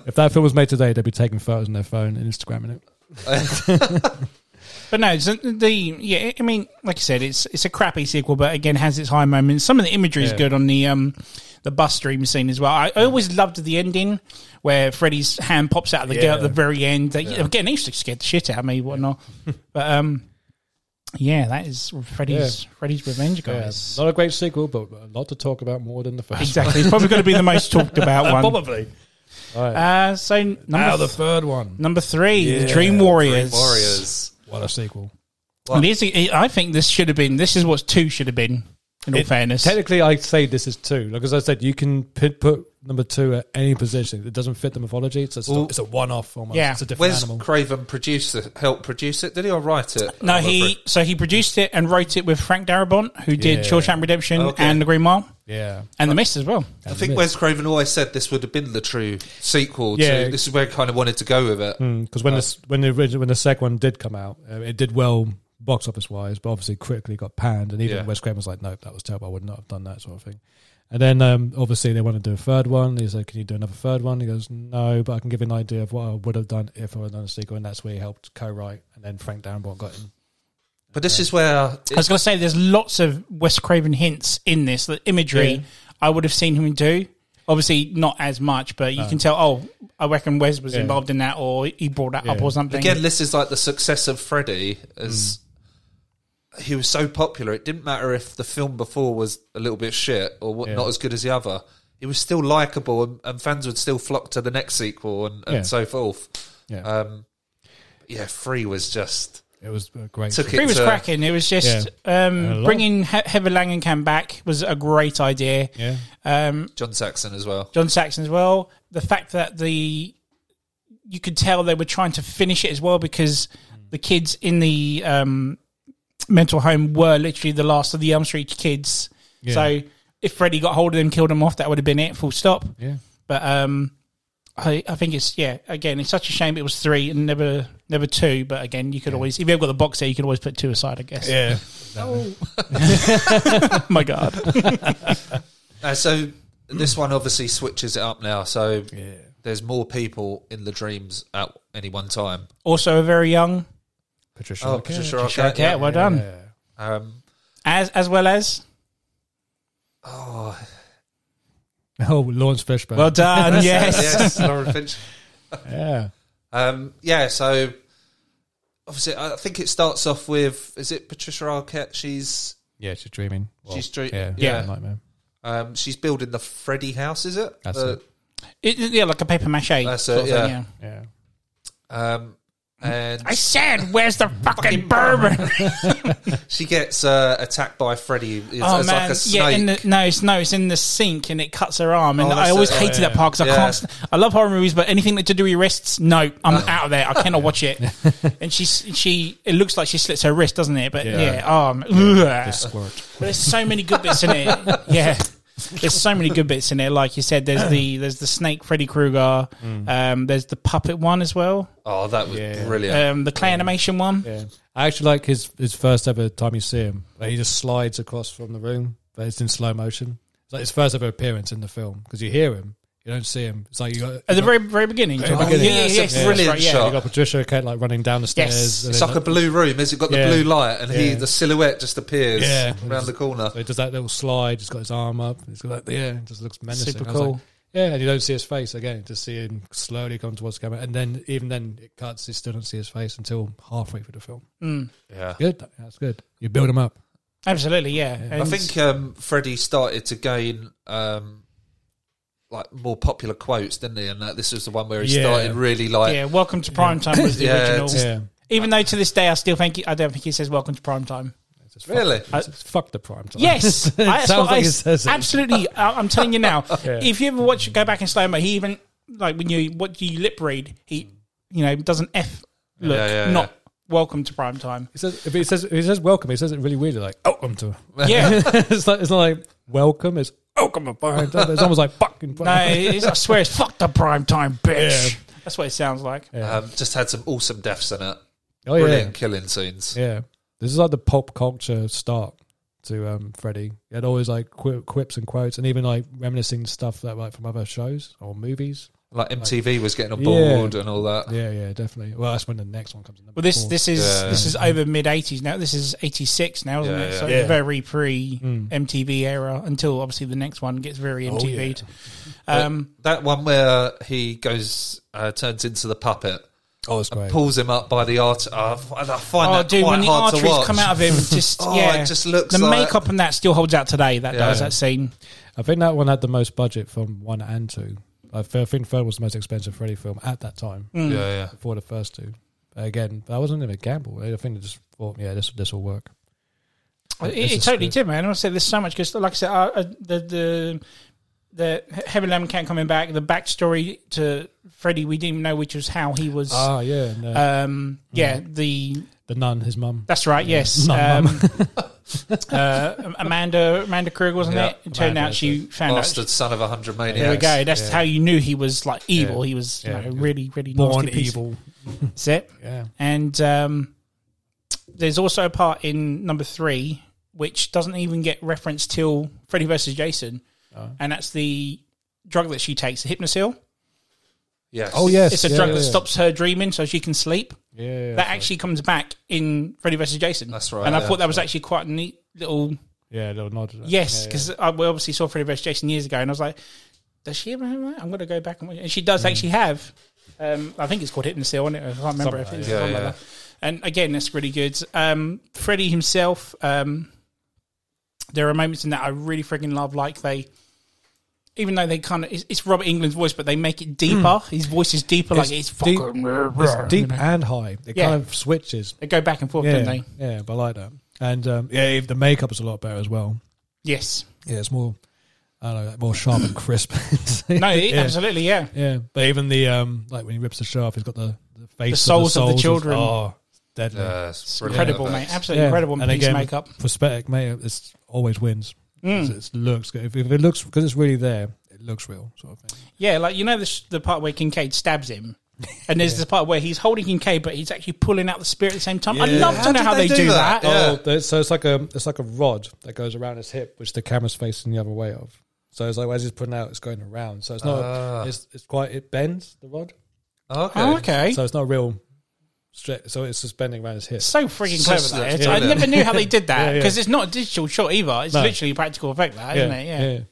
[SPEAKER 4] If that film was made today, they'd be taking photos on their phone and Instagramming it.
[SPEAKER 2] But no, it's- the yeah, I mean, like I said, it's it's a crappy sequel, but again, has its high moments. Some of the imagery is
[SPEAKER 4] Yeah.
[SPEAKER 2] good on the um the bus dream scene as well. I, I always loved the ending where Freddy's hand pops out of the girl at the
[SPEAKER 4] Yeah.
[SPEAKER 2] very end. That, Again, they used to scare the shit out of me, whatnot. but um, yeah, that is Freddy's Freddy's Revenge, guys.
[SPEAKER 4] Not a great sequel, but a lot to talk about more than the first.
[SPEAKER 2] Exactly, it's probably going to be the most talked about
[SPEAKER 4] one.
[SPEAKER 2] one.
[SPEAKER 4] Probably. All right.
[SPEAKER 2] Uh, so number
[SPEAKER 4] now the
[SPEAKER 2] th-
[SPEAKER 4] third one.
[SPEAKER 2] number three, the Dream
[SPEAKER 3] Dream
[SPEAKER 2] Warriors.
[SPEAKER 3] Warriors.
[SPEAKER 4] What a sequel.
[SPEAKER 2] It is, it, I think this should have been. This is what two should have been. In all
[SPEAKER 4] It-
[SPEAKER 2] fairness,
[SPEAKER 4] Technically, I'd say this is two. Like as I said, you can pin, put number two at any position. It doesn't fit the mythology. It's a,
[SPEAKER 3] Well-
[SPEAKER 4] it's a one-off almost.
[SPEAKER 2] Yeah.
[SPEAKER 4] It's a different
[SPEAKER 3] Wes
[SPEAKER 4] animal.
[SPEAKER 3] Craven produced it, helped produce it, did he, or write it?
[SPEAKER 2] No,
[SPEAKER 3] Oh,
[SPEAKER 2] he so he produced it and wrote it with Frank Darabont, who did
[SPEAKER 4] Yeah.
[SPEAKER 2] Shawshank Redemption
[SPEAKER 3] Okay.
[SPEAKER 2] and The Green Mile
[SPEAKER 4] yeah.
[SPEAKER 2] and The Mist as well.
[SPEAKER 3] I think Wes Craven always said this would have been the true sequel.
[SPEAKER 4] Yeah. Hmm.
[SPEAKER 3] to This is where I kind of wanted to go with it.
[SPEAKER 4] Because when, the when the original, when the second one did come out, uh, it did well box office wise, but obviously critically got panned. And even
[SPEAKER 3] Yeah.
[SPEAKER 4] Wes Craven was like, "Nope, that was terrible. I would not have done that sort of thing." And then um, obviously they want to do a third one. He's like, "Can you do another third one?" He goes, "No, but I can give you an idea of what I would have done if I had done a sequel." And that's where he helped co-write. And then Frank Darabont got in.
[SPEAKER 3] But this is where
[SPEAKER 2] I was going to say there's lots of Wes Craven hints in this. The imagery
[SPEAKER 4] Yeah.
[SPEAKER 2] I would have seen him do, obviously not as much, but you can tell. Oh, I reckon Wes was
[SPEAKER 4] Yeah.
[SPEAKER 2] involved in that, or he brought that up,
[SPEAKER 4] Yeah.
[SPEAKER 2] or something.
[SPEAKER 3] again, this is like the success of Freddy as he was so popular. It didn't matter if the film before was a little bit shit or what,
[SPEAKER 4] Yeah.
[SPEAKER 3] not as good as the other. He was still likable, and, and fans would still flock to the next sequel and, and
[SPEAKER 4] Yeah.
[SPEAKER 3] so forth.
[SPEAKER 4] Yeah,
[SPEAKER 3] Um, yeah, Free was just
[SPEAKER 4] Uh, it was a great.
[SPEAKER 3] took it.
[SPEAKER 2] Free was
[SPEAKER 3] to-
[SPEAKER 2] cracking. It was just
[SPEAKER 4] And uh, a
[SPEAKER 2] um,
[SPEAKER 4] lot-
[SPEAKER 2] bringing he- Heather Langenkamp back was a great idea.
[SPEAKER 4] yeah,
[SPEAKER 2] Um,
[SPEAKER 3] John Saxon as well.
[SPEAKER 2] John Saxon as well. The fact that the you could tell they were trying to finish it as well because the kids in the um, mental home were literally the last of the Elm Street kids.
[SPEAKER 4] Yeah.
[SPEAKER 2] So if Freddy got hold of them, killed them off, that would have been it. Full stop.
[SPEAKER 4] yeah.
[SPEAKER 2] But um, I, I think it's yeah. Again, it's such a shame it was three and never never two. But again, you could always if you've got the box there, you could always put two aside. I guess.
[SPEAKER 4] Yeah,
[SPEAKER 2] Oh my god.
[SPEAKER 3] Uh, so this one obviously switches it up now. So
[SPEAKER 4] yeah.
[SPEAKER 3] there's more people in the dreams at any one time.
[SPEAKER 2] also, a very young.
[SPEAKER 4] Patricia.
[SPEAKER 3] Oh,
[SPEAKER 4] Arquette.
[SPEAKER 3] Patricia
[SPEAKER 2] Patricia
[SPEAKER 3] Arquette.
[SPEAKER 2] Arquette, well done.
[SPEAKER 4] Yeah.
[SPEAKER 3] Um,
[SPEAKER 2] As as well as
[SPEAKER 3] oh,
[SPEAKER 4] Oh, Lawrence Fishburne.
[SPEAKER 2] well done. yes.
[SPEAKER 3] yes, Lauren Finch.
[SPEAKER 4] yeah.
[SPEAKER 3] Um, yeah, so obviously, I think it starts off with is it Patricia Arquette? She's
[SPEAKER 5] Yeah, she's dreaming. Well,
[SPEAKER 3] She's dream-
[SPEAKER 5] Yeah,
[SPEAKER 3] yeah.
[SPEAKER 5] nightmare.
[SPEAKER 3] um, she's building the Freddy house, is it? Uh,
[SPEAKER 5] That's
[SPEAKER 3] The-
[SPEAKER 2] It, yeah, like a paper mache.
[SPEAKER 3] That's
[SPEAKER 2] sort
[SPEAKER 3] it,
[SPEAKER 2] of thing,
[SPEAKER 3] yeah.
[SPEAKER 5] Yeah,
[SPEAKER 3] Um, and
[SPEAKER 2] I said, where's the fucking bourbon?
[SPEAKER 3] she gets uh, attacked by Freddy as,
[SPEAKER 2] Oh
[SPEAKER 3] as
[SPEAKER 2] man,
[SPEAKER 3] like a snake.
[SPEAKER 2] yeah. In the, no, it's no, it's in the sink, and it cuts her arm. And
[SPEAKER 3] Oh,
[SPEAKER 2] I
[SPEAKER 3] that's
[SPEAKER 2] always
[SPEAKER 3] it. Oh,
[SPEAKER 2] hated
[SPEAKER 5] yeah.
[SPEAKER 2] that part because
[SPEAKER 3] Yeah. Uh.
[SPEAKER 2] I can't. st- I love horror movies, but anything that to do with your wrists, no, I'm out of there. I cannot watch it. and she, she, it looks like she slits her wrist, doesn't it? But
[SPEAKER 5] Yeah.
[SPEAKER 2] yeah, um, ugh.
[SPEAKER 5] just squirt.
[SPEAKER 2] But there's so many good bits in it. Yeah. There's so many good bits in it. Like you said, there's the there's the snake Freddy Krueger.
[SPEAKER 3] Mm.
[SPEAKER 2] Um, there's the puppet one as well.
[SPEAKER 3] oh, that was
[SPEAKER 5] Yeah.
[SPEAKER 3] brilliant.
[SPEAKER 2] Um, the clay animation one.
[SPEAKER 4] Yeah, I actually like his his first ever time you see him. Like he just slides across from the room, but it's in slow motion. It's like his first ever appearance in the film because you hear him, you don't see him. It's like you got,
[SPEAKER 2] At the
[SPEAKER 4] you
[SPEAKER 2] very very beginning.
[SPEAKER 4] Very
[SPEAKER 2] Oh,
[SPEAKER 4] beginning.
[SPEAKER 2] Yeah, yeah,
[SPEAKER 3] It's a
[SPEAKER 2] yes, that's
[SPEAKER 3] brilliant
[SPEAKER 2] right, yeah.
[SPEAKER 3] shot.
[SPEAKER 4] got Patricia Kent like running down the stairs.
[SPEAKER 2] Yes.
[SPEAKER 4] and
[SPEAKER 3] it's
[SPEAKER 4] then,
[SPEAKER 3] like a blue room, is it? Got the
[SPEAKER 4] Yeah.
[SPEAKER 3] blue light, and he
[SPEAKER 4] Yeah.
[SPEAKER 3] the silhouette just appears
[SPEAKER 4] Yeah.
[SPEAKER 3] around the corner.
[SPEAKER 4] So he does that little slide. He's got his arm up. He's got like, yeah, it just looks menacing.
[SPEAKER 2] Super
[SPEAKER 4] I was like,
[SPEAKER 2] cool.
[SPEAKER 4] yeah, and you don't see his face again. Just see him slowly come towards the camera, and then even then it cuts. You still don't see his face until halfway through the film.
[SPEAKER 2] Mm,
[SPEAKER 3] Yeah,
[SPEAKER 4] Good, that's good. You build him up.
[SPEAKER 2] absolutely, yeah.
[SPEAKER 3] I
[SPEAKER 2] And-
[SPEAKER 3] think um, Freddy started to gain um, like more popular quotes, didn't he? And that this was the one where he
[SPEAKER 4] Yeah.
[SPEAKER 3] started really like
[SPEAKER 2] yeah, Welcome to Primetime was the
[SPEAKER 3] Yeah,
[SPEAKER 2] original.
[SPEAKER 3] just-
[SPEAKER 4] Yeah,
[SPEAKER 2] Even though to this day I still think he, I don't think he says Welcome to Primetime.
[SPEAKER 4] It's just
[SPEAKER 3] really.
[SPEAKER 4] Fuck, it's just fuck the prime time.
[SPEAKER 2] Yes,
[SPEAKER 4] it
[SPEAKER 2] I- that's
[SPEAKER 4] sounds
[SPEAKER 2] what I
[SPEAKER 4] like it
[SPEAKER 2] s-
[SPEAKER 4] says it.
[SPEAKER 2] Absolutely, I, I'm telling you now.
[SPEAKER 4] Yeah.
[SPEAKER 2] If you ever watch, go back in slow mo. He even like when you what you lip read, he you know does an F look,
[SPEAKER 3] yeah, yeah.
[SPEAKER 2] not welcome to prime time.
[SPEAKER 4] It says if it says if it says welcome, it says it really weirdly like welcome to.
[SPEAKER 2] Yeah,
[SPEAKER 4] it's like it's not like welcome. It's welcome to prime time. It's almost like fucking.
[SPEAKER 2] no,
[SPEAKER 4] prime time.
[SPEAKER 2] it's, I swear it's fuck the prime time, bitch.
[SPEAKER 4] Yeah.
[SPEAKER 2] That's what it sounds like.
[SPEAKER 4] Yeah.
[SPEAKER 3] Um, just had some awesome deaths in it.
[SPEAKER 4] oh
[SPEAKER 3] Brilliant
[SPEAKER 4] yeah,
[SPEAKER 3] killing scenes.
[SPEAKER 4] yeah. This is like the pop culture start to um Freddy. He had always like qu- quips and quotes, and even like reminiscing stuff that like from other shows or movies.
[SPEAKER 3] Like MTV was getting on
[SPEAKER 4] Yeah.
[SPEAKER 3] board and all that.
[SPEAKER 4] Yeah, yeah, definitely. Well, that's when the next one comes. in. number
[SPEAKER 2] Well, this
[SPEAKER 4] four.
[SPEAKER 2] this is
[SPEAKER 3] Yeah.
[SPEAKER 2] this is over mid '80s now. This is '86 now, isn't
[SPEAKER 3] Yeah,
[SPEAKER 2] it?
[SPEAKER 3] yeah. Hmm.
[SPEAKER 2] So
[SPEAKER 4] Yeah.
[SPEAKER 2] it's very pre
[SPEAKER 4] Mm.
[SPEAKER 2] MTV era until obviously the next one gets very
[SPEAKER 4] Oh,
[SPEAKER 2] MTV'd.
[SPEAKER 3] yeah.
[SPEAKER 2] Um,
[SPEAKER 3] That one where he goes uh, turns into the puppet,
[SPEAKER 4] oh, it's great.
[SPEAKER 3] pulls him up by the art. Uh, and I find
[SPEAKER 2] Oh,
[SPEAKER 3] that
[SPEAKER 2] dude,
[SPEAKER 3] quite
[SPEAKER 2] when the
[SPEAKER 3] hard to
[SPEAKER 2] arteries
[SPEAKER 3] watch.
[SPEAKER 2] come out of him, just
[SPEAKER 3] Oh,
[SPEAKER 2] yeah,
[SPEAKER 3] it just looks
[SPEAKER 2] the
[SPEAKER 3] like-
[SPEAKER 2] makeup and that still holds out today. That does
[SPEAKER 4] Yeah.
[SPEAKER 2] that scene.
[SPEAKER 4] I think that one had the most budget from one and two. I th- I think third was the most expensive Freddy film at that time
[SPEAKER 2] Mm.
[SPEAKER 3] Yeah, yeah.
[SPEAKER 4] before the first two. Again, that wasn't even a gamble. I think they just thought, yeah, this this will work.
[SPEAKER 2] It,
[SPEAKER 4] It's
[SPEAKER 2] it
[SPEAKER 4] a
[SPEAKER 2] totally did,
[SPEAKER 4] script.
[SPEAKER 2] man. I said there's so much because, like I said, uh, uh, the the the Heavy Lemon Cat coming back, the backstory to Freddy, we didn't know which was how he was.
[SPEAKER 4] Ah, yeah, and, uh,
[SPEAKER 2] um, yeah,
[SPEAKER 3] Hmm.
[SPEAKER 2] the
[SPEAKER 4] the nun, his mum.
[SPEAKER 2] that's right. Yes,
[SPEAKER 4] Mum,
[SPEAKER 2] um, uh, Amanda Amanda Kruger wasn't
[SPEAKER 3] Yeah,
[SPEAKER 2] it? It turned
[SPEAKER 4] Amanda,
[SPEAKER 2] out she found out.
[SPEAKER 3] Bastard son of a hundred maniacs.
[SPEAKER 2] There we go. That's
[SPEAKER 4] Yeah.
[SPEAKER 2] how you knew he was like evil.
[SPEAKER 4] Yeah.
[SPEAKER 2] He was
[SPEAKER 4] Yeah.
[SPEAKER 2] you know, really, really
[SPEAKER 4] Born
[SPEAKER 2] nasty piece.
[SPEAKER 4] evil.
[SPEAKER 2] That's it.
[SPEAKER 4] Yeah,
[SPEAKER 2] And um, there's also a part in number three which doesn't even get referenced till Freddy versus Jason,
[SPEAKER 4] Oh.
[SPEAKER 2] and that's the drug that she takes, the Hypnosil.
[SPEAKER 3] Yes.
[SPEAKER 4] Oh, yes.
[SPEAKER 2] It's a
[SPEAKER 4] yeah,
[SPEAKER 2] drug
[SPEAKER 4] yeah,
[SPEAKER 2] that
[SPEAKER 4] yeah.
[SPEAKER 2] stops her dreaming so she can sleep.
[SPEAKER 4] yeah,
[SPEAKER 2] that actually comes back in Freddy versus Jason.
[SPEAKER 3] That's right,
[SPEAKER 2] And I
[SPEAKER 3] yeah.
[SPEAKER 2] thought that was actually quite a neat little
[SPEAKER 4] yeah. Little nod. to that.
[SPEAKER 2] yes,
[SPEAKER 4] Yeah,
[SPEAKER 2] because I we obviously saw Freddy versus Jason years ago, and I was like, does she ever have that? I'm going to go back and watch it. And she does
[SPEAKER 4] Mm.
[SPEAKER 2] actually have. Um, I think it's called Hypnosil, isn't it? I can't remember if it's
[SPEAKER 3] yeah,
[SPEAKER 2] something like
[SPEAKER 3] yeah.
[SPEAKER 2] that. And again, that's really good. Um, Freddie himself, um, there are moments in that I really freaking love. Like they, even though they kind of, it's, it's Robert England's voice, but they make it deeper. His voice is deeper. like it's
[SPEAKER 4] Mm. deep,
[SPEAKER 2] fucking.
[SPEAKER 4] it's deep and high. It
[SPEAKER 2] Yeah.
[SPEAKER 4] kind of switches.
[SPEAKER 2] They go back and forth, don't
[SPEAKER 4] Yeah,
[SPEAKER 2] they?
[SPEAKER 4] yeah, but I like that. And um, yeah, the makeup is a lot better as well.
[SPEAKER 2] Yes.
[SPEAKER 4] Yeah, it's more, I don't know, more sharp and crisp.
[SPEAKER 2] No. It,
[SPEAKER 4] Yeah.
[SPEAKER 2] Absolutely. Yeah.
[SPEAKER 4] Yeah, but even the um, like when he rips the shirt off, he's got the the face,
[SPEAKER 2] The souls of the
[SPEAKER 4] souls
[SPEAKER 2] children.
[SPEAKER 4] oh, deadly.
[SPEAKER 3] Yeah, it's brilliant.
[SPEAKER 2] Incredible, mate.
[SPEAKER 3] That's-
[SPEAKER 2] Absolutely
[SPEAKER 4] Yeah.
[SPEAKER 2] incredible
[SPEAKER 4] And
[SPEAKER 2] piece
[SPEAKER 4] again,
[SPEAKER 2] of makeup.
[SPEAKER 4] Prosthetic makeup, it's always wins.
[SPEAKER 2] Mm.
[SPEAKER 4] It's- It looks good. If, if it looks because it's really there, it looks real, sort of thing.
[SPEAKER 2] Yeah, like you know the, the part where Kincaid stabs him, and there's the part where he's holding Kincaid, but he's actually pulling out the spirit at the same time. I'd
[SPEAKER 4] Yeah.
[SPEAKER 2] love to
[SPEAKER 3] How
[SPEAKER 2] know
[SPEAKER 3] did
[SPEAKER 2] how
[SPEAKER 3] they
[SPEAKER 2] they,
[SPEAKER 3] do
[SPEAKER 2] do,
[SPEAKER 3] that?
[SPEAKER 2] that.
[SPEAKER 3] Yeah.
[SPEAKER 4] Oh, there- so it's like a it's like a rod that goes around his hip, which the camera's facing the other way of. So it's like as he's putting out, it's going around. So it's not.
[SPEAKER 3] Ah.
[SPEAKER 4] It's it's quite. It bends the rod,
[SPEAKER 3] Okay.
[SPEAKER 2] Oh, okay.
[SPEAKER 4] so it's not real. Straight, so it's just bending around his hip.
[SPEAKER 2] So freaking
[SPEAKER 3] So
[SPEAKER 2] clever
[SPEAKER 3] slick,
[SPEAKER 2] that is.
[SPEAKER 3] isn't
[SPEAKER 2] I
[SPEAKER 3] it?
[SPEAKER 2] never knew how they did that
[SPEAKER 4] Yeah, yeah.
[SPEAKER 2] because it's not a digital shot either. It's
[SPEAKER 4] No.
[SPEAKER 2] literally a practical effect, that not it?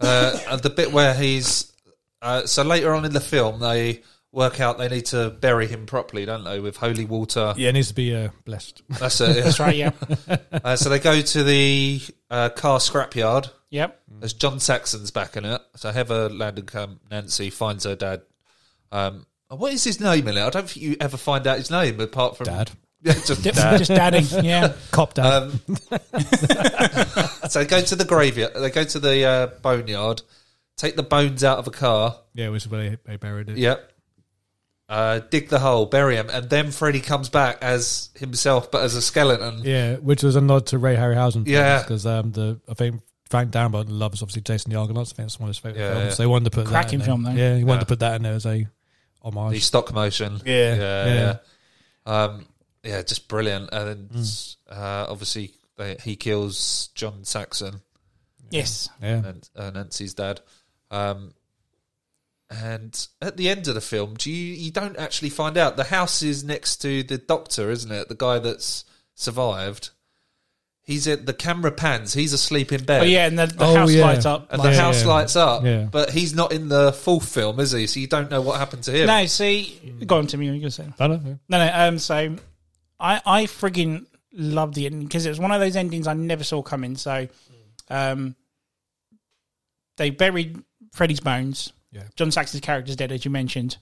[SPEAKER 2] Yeah.
[SPEAKER 3] uh, and the bit where he's uh, so later on in the film they work out they need to bury him properly, don't they, with holy water.
[SPEAKER 4] Yeah, it needs to be uh, blessed.
[SPEAKER 3] That's it.
[SPEAKER 2] That's right. Yeah.
[SPEAKER 3] Uh, so they go to the uh, car scrapyard.
[SPEAKER 2] yep.
[SPEAKER 3] There's John Saxon's back in it. So Heather Landencamp, Nancy finds her dad. Um, and what is his name in it? I don't think you ever find out his name apart from
[SPEAKER 4] Dad.
[SPEAKER 3] Yeah, just
[SPEAKER 2] Yep,
[SPEAKER 3] dad.
[SPEAKER 2] Just daddy. Yeah.
[SPEAKER 4] Cop down.
[SPEAKER 3] Um, so they go to the graveyard. They go to the uh, boneyard. Take the bones out of a car.
[SPEAKER 4] yeah, which is where they, they buried it.
[SPEAKER 3] Yep. Uh, dig the hole, bury him, and then Freddy comes back as himself, but as a skeleton.
[SPEAKER 4] Yeah, which was a nod to Ray Harryhausen.
[SPEAKER 3] Yeah.
[SPEAKER 4] because um, the I think Frank Darabont loves obviously Jason the Argonauts. I think that's one of his favorite
[SPEAKER 3] Yeah,
[SPEAKER 4] films.
[SPEAKER 3] yeah.
[SPEAKER 4] So he wanted to put
[SPEAKER 2] Cracking
[SPEAKER 4] that in
[SPEAKER 2] film,
[SPEAKER 4] there.
[SPEAKER 2] though.
[SPEAKER 4] Yeah, he wanted
[SPEAKER 3] Yeah.
[SPEAKER 4] to put that in there as a homage.
[SPEAKER 3] The stock motion.
[SPEAKER 4] Yeah,
[SPEAKER 3] Yeah.
[SPEAKER 4] yeah.
[SPEAKER 3] Yeah, um, yeah just brilliant. And then
[SPEAKER 4] Hmm.
[SPEAKER 3] uh, obviously they, he kills John Saxon
[SPEAKER 2] Yes.
[SPEAKER 4] yeah,
[SPEAKER 3] and uh, Nancy's dad. Um, and at the end of the film, do you, you don't actually find out. The house is next to the doctor, isn't it? The guy that's survived. He's at the camera pans. He's asleep in bed.
[SPEAKER 2] Oh yeah, and the, the
[SPEAKER 4] Oh,
[SPEAKER 2] house
[SPEAKER 4] yeah.
[SPEAKER 2] lights up.
[SPEAKER 3] and
[SPEAKER 2] like-
[SPEAKER 3] the
[SPEAKER 4] Yeah,
[SPEAKER 3] house
[SPEAKER 4] yeah.
[SPEAKER 3] lights up.
[SPEAKER 4] Yeah.
[SPEAKER 3] But he's not in the full film, is he? So you don't know what happened to him.
[SPEAKER 2] no, see, go on to me. You're gonna say
[SPEAKER 4] I don't know.
[SPEAKER 2] no, no. Um, so I I friggin' loved the ending because it was one of those endings I never saw coming. So, um, they buried Freddy's bones.
[SPEAKER 4] Yeah.
[SPEAKER 2] John Saxon's character's dead, as you mentioned.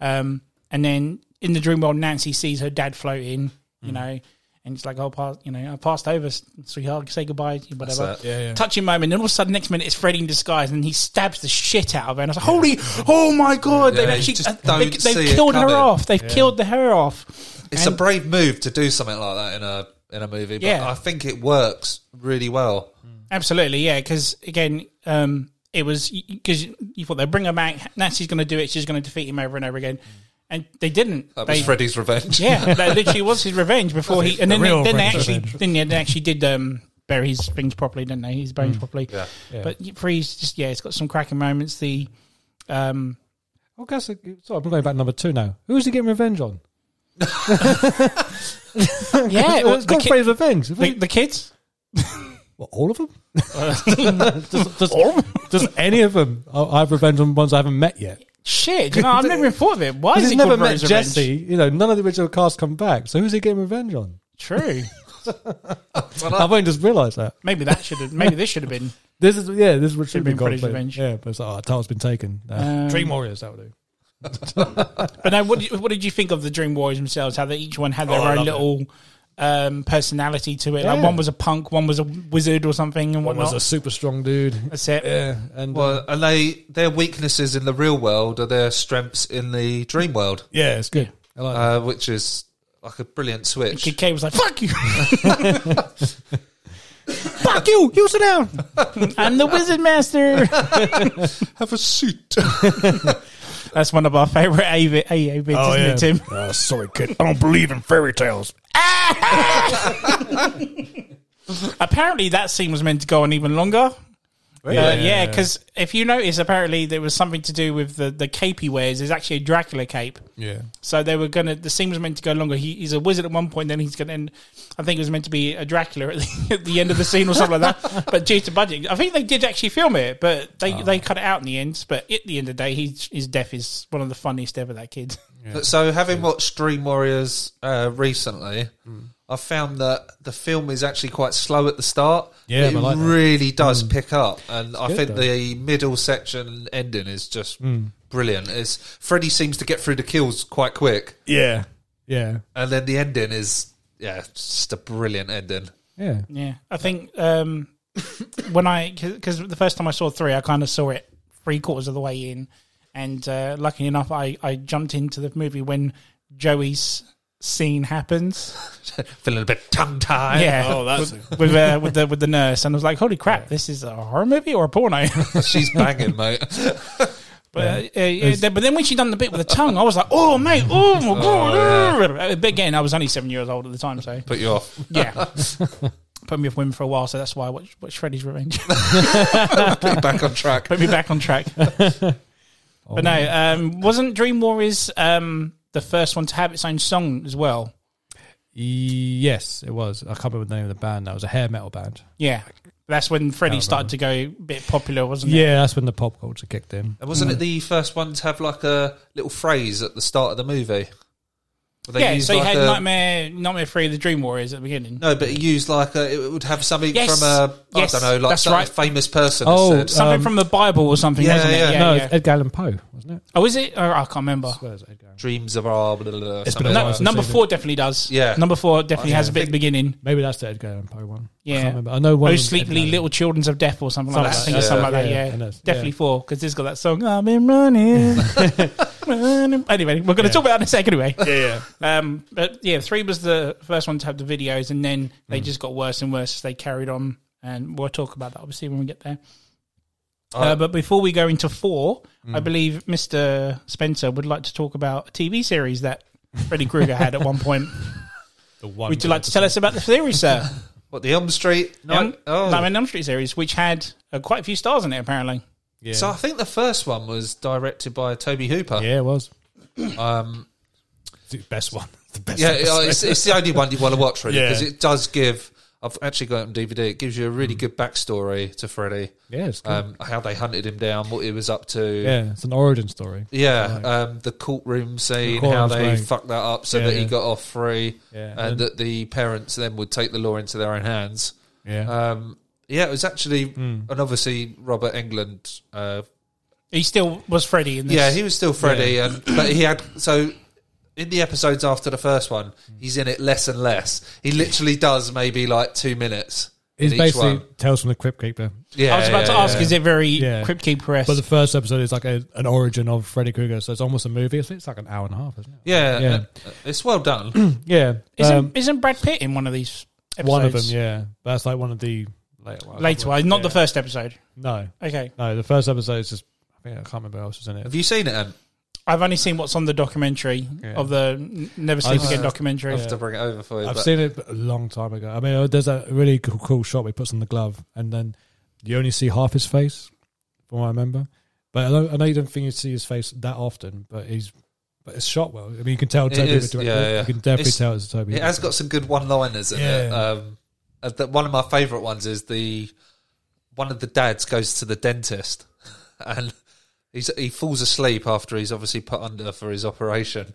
[SPEAKER 2] Um, and then in the dream world, Nancy sees her dad floating. You
[SPEAKER 3] Mm.
[SPEAKER 2] know, and it's like, oh, pass, you know, I passed over, sweetheart. Say goodbye,
[SPEAKER 3] That's
[SPEAKER 2] whatever.
[SPEAKER 3] it.
[SPEAKER 4] Yeah, yeah.
[SPEAKER 2] touching moment, and all of a sudden, next minute, it's Freddy in disguise, and he stabs the shit out of her. And I was like, "Holy, oh my god!"
[SPEAKER 3] Yeah,
[SPEAKER 2] they've
[SPEAKER 3] you
[SPEAKER 2] actually
[SPEAKER 3] just
[SPEAKER 2] uh, they,
[SPEAKER 3] don't see
[SPEAKER 2] they've
[SPEAKER 3] it
[SPEAKER 2] killed her
[SPEAKER 3] coming.
[SPEAKER 2] off. They've killed the hair off.
[SPEAKER 3] It's
[SPEAKER 2] And-
[SPEAKER 3] a brave move to do something like that in a in a movie, but
[SPEAKER 2] Yeah.
[SPEAKER 3] I think it works really well.
[SPEAKER 2] Absolutely, yeah. Because again, um, it was because you thought they'd bring her back. Nancy's going to do it. She's going to defeat him over and over again, and they didn't.
[SPEAKER 3] Mm. That was
[SPEAKER 2] they,
[SPEAKER 3] Freddy's revenge.
[SPEAKER 2] yeah, that literally was his revenge before he. And
[SPEAKER 4] The
[SPEAKER 2] then, they,
[SPEAKER 4] real
[SPEAKER 2] then they
[SPEAKER 4] Freddy's
[SPEAKER 2] actually,
[SPEAKER 4] revenge.
[SPEAKER 2] then yeah, they actually did um, bury his things properly, didn't they? His bones properly.
[SPEAKER 3] Mm. Yeah.
[SPEAKER 4] Yeah.
[SPEAKER 2] But Freeze just yeah, it's got some cracking moments. The um,
[SPEAKER 4] I guess I- sorry, I'm going back to number two now. Who is he getting revenge on?
[SPEAKER 2] yeah,
[SPEAKER 4] it was
[SPEAKER 2] the,
[SPEAKER 4] God
[SPEAKER 2] ki-
[SPEAKER 4] Freddy's revenge.
[SPEAKER 2] the, the kids.
[SPEAKER 4] What, all of them? just, just, just any of them? I, I have revenge on ones I haven't met yet.
[SPEAKER 2] Shit, you know, I've never even thought of it. Why is
[SPEAKER 4] He's
[SPEAKER 2] it
[SPEAKER 4] never
[SPEAKER 2] called
[SPEAKER 4] met
[SPEAKER 2] Rose Revenge?
[SPEAKER 4] Jesse. You know, none of the original cast come back. So who's he getting revenge on?
[SPEAKER 2] True. Um,
[SPEAKER 4] I've only just realised that.
[SPEAKER 2] Maybe that should have. Maybe this should have been.
[SPEAKER 4] This is yeah, this would should
[SPEAKER 2] been
[SPEAKER 4] be God's
[SPEAKER 2] Freddy's
[SPEAKER 4] Revenge.
[SPEAKER 2] Revenge.
[SPEAKER 4] Yeah, but it's like, oh, Tart's been taken. No.
[SPEAKER 2] Um,
[SPEAKER 4] Dream Warriors, that would do.
[SPEAKER 2] But now, what did, you, what did you think of the Dream Warriors themselves? How they each one had their
[SPEAKER 4] Oh, I
[SPEAKER 2] own
[SPEAKER 4] love
[SPEAKER 2] little um, personality to it. Like
[SPEAKER 4] Yeah.
[SPEAKER 2] one was a punk, one was a wizard or something, and
[SPEAKER 4] One was
[SPEAKER 2] whatnot.
[SPEAKER 4] a super strong dude.
[SPEAKER 2] That's it.
[SPEAKER 4] Yeah, and uh,
[SPEAKER 3] Well, and they their weaknesses in the real world are their strengths in the dream world,
[SPEAKER 4] yeah, it's good. I like
[SPEAKER 3] uh, which is like a brilliant switch.
[SPEAKER 2] Kid K was like, "Fuck you!"
[SPEAKER 4] Fuck you! You sit down.
[SPEAKER 2] I'm the wizard master.
[SPEAKER 3] Have a suit.
[SPEAKER 2] That's one of our favorite AV, AAV, isn't it, Tim?
[SPEAKER 4] Oh, sorry, kid. I don't believe in fairy tales.
[SPEAKER 2] Apparently, that scene was meant to go on even longer. Uh, yeah,
[SPEAKER 4] yeah.
[SPEAKER 2] because if you notice, apparently there was something to do with the, the cape he wears is actually a Dracula cape.
[SPEAKER 4] Yeah.
[SPEAKER 2] So they were gonna the scene was meant to go longer. He, he's a wizard at one point, then he's gonna end. I think it was meant to be a Dracula at the, at the end of the scene or something like that. But due to budget, I think they did actually film it, but they, they cut it out in the end. But at the end of the day, he's his death is one of the funniest ever. That kid.
[SPEAKER 3] So, having watched Dream Warriors uh, recently, I found that the film is actually quite slow at the start.
[SPEAKER 4] Yeah,
[SPEAKER 3] it
[SPEAKER 4] I like that.
[SPEAKER 3] really does pick up, and I
[SPEAKER 4] good,
[SPEAKER 3] think
[SPEAKER 4] though.
[SPEAKER 3] the middle section ending is just brilliant. It's Freddy seems to get through the kills quite quick,
[SPEAKER 4] Yeah. Yeah.
[SPEAKER 3] and then the ending is yeah, it's just a brilliant ending.
[SPEAKER 4] Yeah.
[SPEAKER 2] Yeah, I think um, when I because the first time I saw three, I kind of saw it three quarters of the way in, and uh, luckily enough, I I jumped into the movie when Joey's scene happens.
[SPEAKER 3] Feeling a bit tongue tied.
[SPEAKER 2] Yeah, with with, uh, with the with the nurse, and I was like, "Holy crap, this is a horror movie or a porno."
[SPEAKER 3] she's banging, mate.
[SPEAKER 2] But, uh, uh, then- but then when she done the bit with the tongue, I was like, "Oh mate, oh my god!" Uh, But again, I was only seven years old at the time, so
[SPEAKER 3] Put you off.
[SPEAKER 2] yeah. Put me off women for a while, so that's why I watched, watched Freddy's Revenge.
[SPEAKER 3] Put you back on track.
[SPEAKER 2] Put me back on track. but no, um, wasn't Dream Warriors um, the first one to have its own song as well?
[SPEAKER 4] Yes, it was. I can't remember the name of the band. That was a hair metal band.
[SPEAKER 2] Yeah. That's when Freddy started to go a bit popular, wasn't it?
[SPEAKER 4] Yeah, that's when the pop culture kicked in.
[SPEAKER 3] And wasn't it the first one to have like a little phrase at the start of the movie? Where they
[SPEAKER 2] Yeah,
[SPEAKER 3] used
[SPEAKER 2] so you
[SPEAKER 3] like
[SPEAKER 2] had
[SPEAKER 3] a-
[SPEAKER 2] Nightmare, Nightmare Three, The Dream Warriors at the beginning.
[SPEAKER 3] No, but it used like a, it would have something
[SPEAKER 2] Yes.
[SPEAKER 3] from a I
[SPEAKER 2] Yes,
[SPEAKER 3] don't know, like
[SPEAKER 2] that's
[SPEAKER 3] some
[SPEAKER 2] right.
[SPEAKER 3] famous person.
[SPEAKER 4] Oh,
[SPEAKER 3] Oh, said.
[SPEAKER 2] Something
[SPEAKER 4] um,
[SPEAKER 2] from the Bible or something,
[SPEAKER 3] yeah,
[SPEAKER 2] wasn't
[SPEAKER 3] yeah.
[SPEAKER 2] it? Yeah,
[SPEAKER 4] no,
[SPEAKER 2] yeah.
[SPEAKER 4] it's Edgar Allan Poe, wasn't it?
[SPEAKER 2] oh, is it? Oh, I can't remember.
[SPEAKER 4] I swear it's Edgar Allan Poe.
[SPEAKER 3] dreams of our blah, blah, blah,
[SPEAKER 4] It's
[SPEAKER 3] something
[SPEAKER 4] been a
[SPEAKER 3] like
[SPEAKER 4] while
[SPEAKER 3] that.
[SPEAKER 4] since-
[SPEAKER 2] Number four definitely does.
[SPEAKER 3] Yeah.
[SPEAKER 2] Number four definitely
[SPEAKER 3] I
[SPEAKER 2] has a bit at the beginning.
[SPEAKER 4] Maybe that's the Edgar Allan Poe one. I
[SPEAKER 2] Yeah.
[SPEAKER 4] can't remember. I know one.
[SPEAKER 2] Oh,
[SPEAKER 4] of them's Edgar
[SPEAKER 2] sleepily
[SPEAKER 4] Allan-
[SPEAKER 2] little children's of death or something like that. I
[SPEAKER 4] Something
[SPEAKER 2] think
[SPEAKER 3] like
[SPEAKER 2] it's something
[SPEAKER 3] that.
[SPEAKER 2] like that.
[SPEAKER 4] Yeah,
[SPEAKER 2] Yeah,
[SPEAKER 4] yeah, I know.
[SPEAKER 2] definitely
[SPEAKER 4] Yeah.
[SPEAKER 2] four because it's got that song. I've been running, running. Anyway, we're going to
[SPEAKER 4] Yeah.
[SPEAKER 2] talk about that in a second. Anyway, yeah, yeah. Um, but yeah, three was the first one to have the videos, and then they
[SPEAKER 4] Mm.
[SPEAKER 2] just got worse and worse as they carried on. And we'll talk about that obviously when we get there. Uh,
[SPEAKER 3] Uh,
[SPEAKER 2] but before we go into four, I
[SPEAKER 4] Mm.
[SPEAKER 2] believe Mr. Spencer would like to talk about a TV series that Freddy Krueger had at one point.
[SPEAKER 4] Oh, The one
[SPEAKER 2] Would you like to tell us about the series, sir?
[SPEAKER 3] What the Elm Street? No,
[SPEAKER 2] Elm,
[SPEAKER 3] oh.
[SPEAKER 2] Nightmare on Elm Street series, which had uh, quite a few stars in it, apparently.
[SPEAKER 4] Yeah.
[SPEAKER 3] So I think the first one was directed by Toby Hooper.
[SPEAKER 4] yeah, it was.
[SPEAKER 3] Um,
[SPEAKER 4] It's the best one. It's the best.
[SPEAKER 3] yeah,
[SPEAKER 4] episode.
[SPEAKER 3] it's, it's the only one you want to watch really
[SPEAKER 4] Yeah.
[SPEAKER 3] because it does give. I've actually got it on DVD. It gives you a
[SPEAKER 4] Hmm.
[SPEAKER 3] really good backstory to Freddy,
[SPEAKER 4] yeah, it's good.
[SPEAKER 3] um, how they hunted him down, what he was up to.
[SPEAKER 4] yeah, it's an origin story.
[SPEAKER 3] Yeah, um, the courtroom scene,
[SPEAKER 4] courtroom
[SPEAKER 3] how they
[SPEAKER 4] scene.
[SPEAKER 3] fucked that up so
[SPEAKER 4] Yeah,
[SPEAKER 3] that he
[SPEAKER 4] yeah.
[SPEAKER 3] got off free,
[SPEAKER 4] Yeah,
[SPEAKER 3] and,
[SPEAKER 4] and-
[SPEAKER 3] that the parents then would take the law into their own hands.
[SPEAKER 4] Yeah,
[SPEAKER 3] Um, yeah, it was actually, and obviously Robert England. Uh,
[SPEAKER 2] He still was Freddy in this.
[SPEAKER 3] yeah, he was still Freddy, and but he had so in the episodes after the first one, he's in it less and less. He literally does maybe like two minutes.
[SPEAKER 4] it's
[SPEAKER 3] in
[SPEAKER 4] basically
[SPEAKER 3] each one.
[SPEAKER 4] Tales from the Crypt Keeper.
[SPEAKER 3] Yeah,
[SPEAKER 2] I was about to
[SPEAKER 3] yeah,
[SPEAKER 2] ask,
[SPEAKER 3] yeah.
[SPEAKER 2] is it very
[SPEAKER 4] Yeah.
[SPEAKER 2] Crypt Keeper-esque?
[SPEAKER 4] But the first episode is like a, an origin of Freddy Krueger, so it's almost a movie. It's, it's like an hour and a half, isn't it?
[SPEAKER 3] Yeah,
[SPEAKER 4] Yeah.
[SPEAKER 3] uh, it's well done.
[SPEAKER 4] Yeah,
[SPEAKER 2] isn't,
[SPEAKER 4] um,
[SPEAKER 2] isn't Brad Pitt in one of these episodes?
[SPEAKER 4] one of them. Yeah, that's like one of the later ones.
[SPEAKER 2] Later one, not the
[SPEAKER 4] Yeah.
[SPEAKER 2] first episode.
[SPEAKER 4] No,
[SPEAKER 2] Okay.
[SPEAKER 4] no, the first episode is just. I think I can't remember who else was in it.
[SPEAKER 3] Have you seen it? Em?
[SPEAKER 2] I've only seen what's on the documentary
[SPEAKER 4] Yeah.
[SPEAKER 2] of the N- Never Sleep
[SPEAKER 4] I've-
[SPEAKER 2] Again
[SPEAKER 4] uh,
[SPEAKER 2] documentary.
[SPEAKER 3] I have to bring it over for you.
[SPEAKER 4] I've
[SPEAKER 3] but-
[SPEAKER 4] seen it a long time ago. I mean, uh, there's a really cool, cool shot where he puts on the glove, and then you only see half his face, from what I remember. But I, don't, I know you don't think you see his face that often, but he's but it's shot well. I mean, you can tell
[SPEAKER 3] It
[SPEAKER 4] Toby.
[SPEAKER 3] is,
[SPEAKER 4] directed-
[SPEAKER 3] yeah, yeah.
[SPEAKER 4] You can definitely
[SPEAKER 3] It's-
[SPEAKER 4] tell it's Toby.
[SPEAKER 3] It has got some good one-liners in it.
[SPEAKER 4] Yeah.
[SPEAKER 3] Um, uh, the, one of my favourite ones is the one of the dads goes to the dentist, and he's, he falls asleep after he's obviously put under for his operation,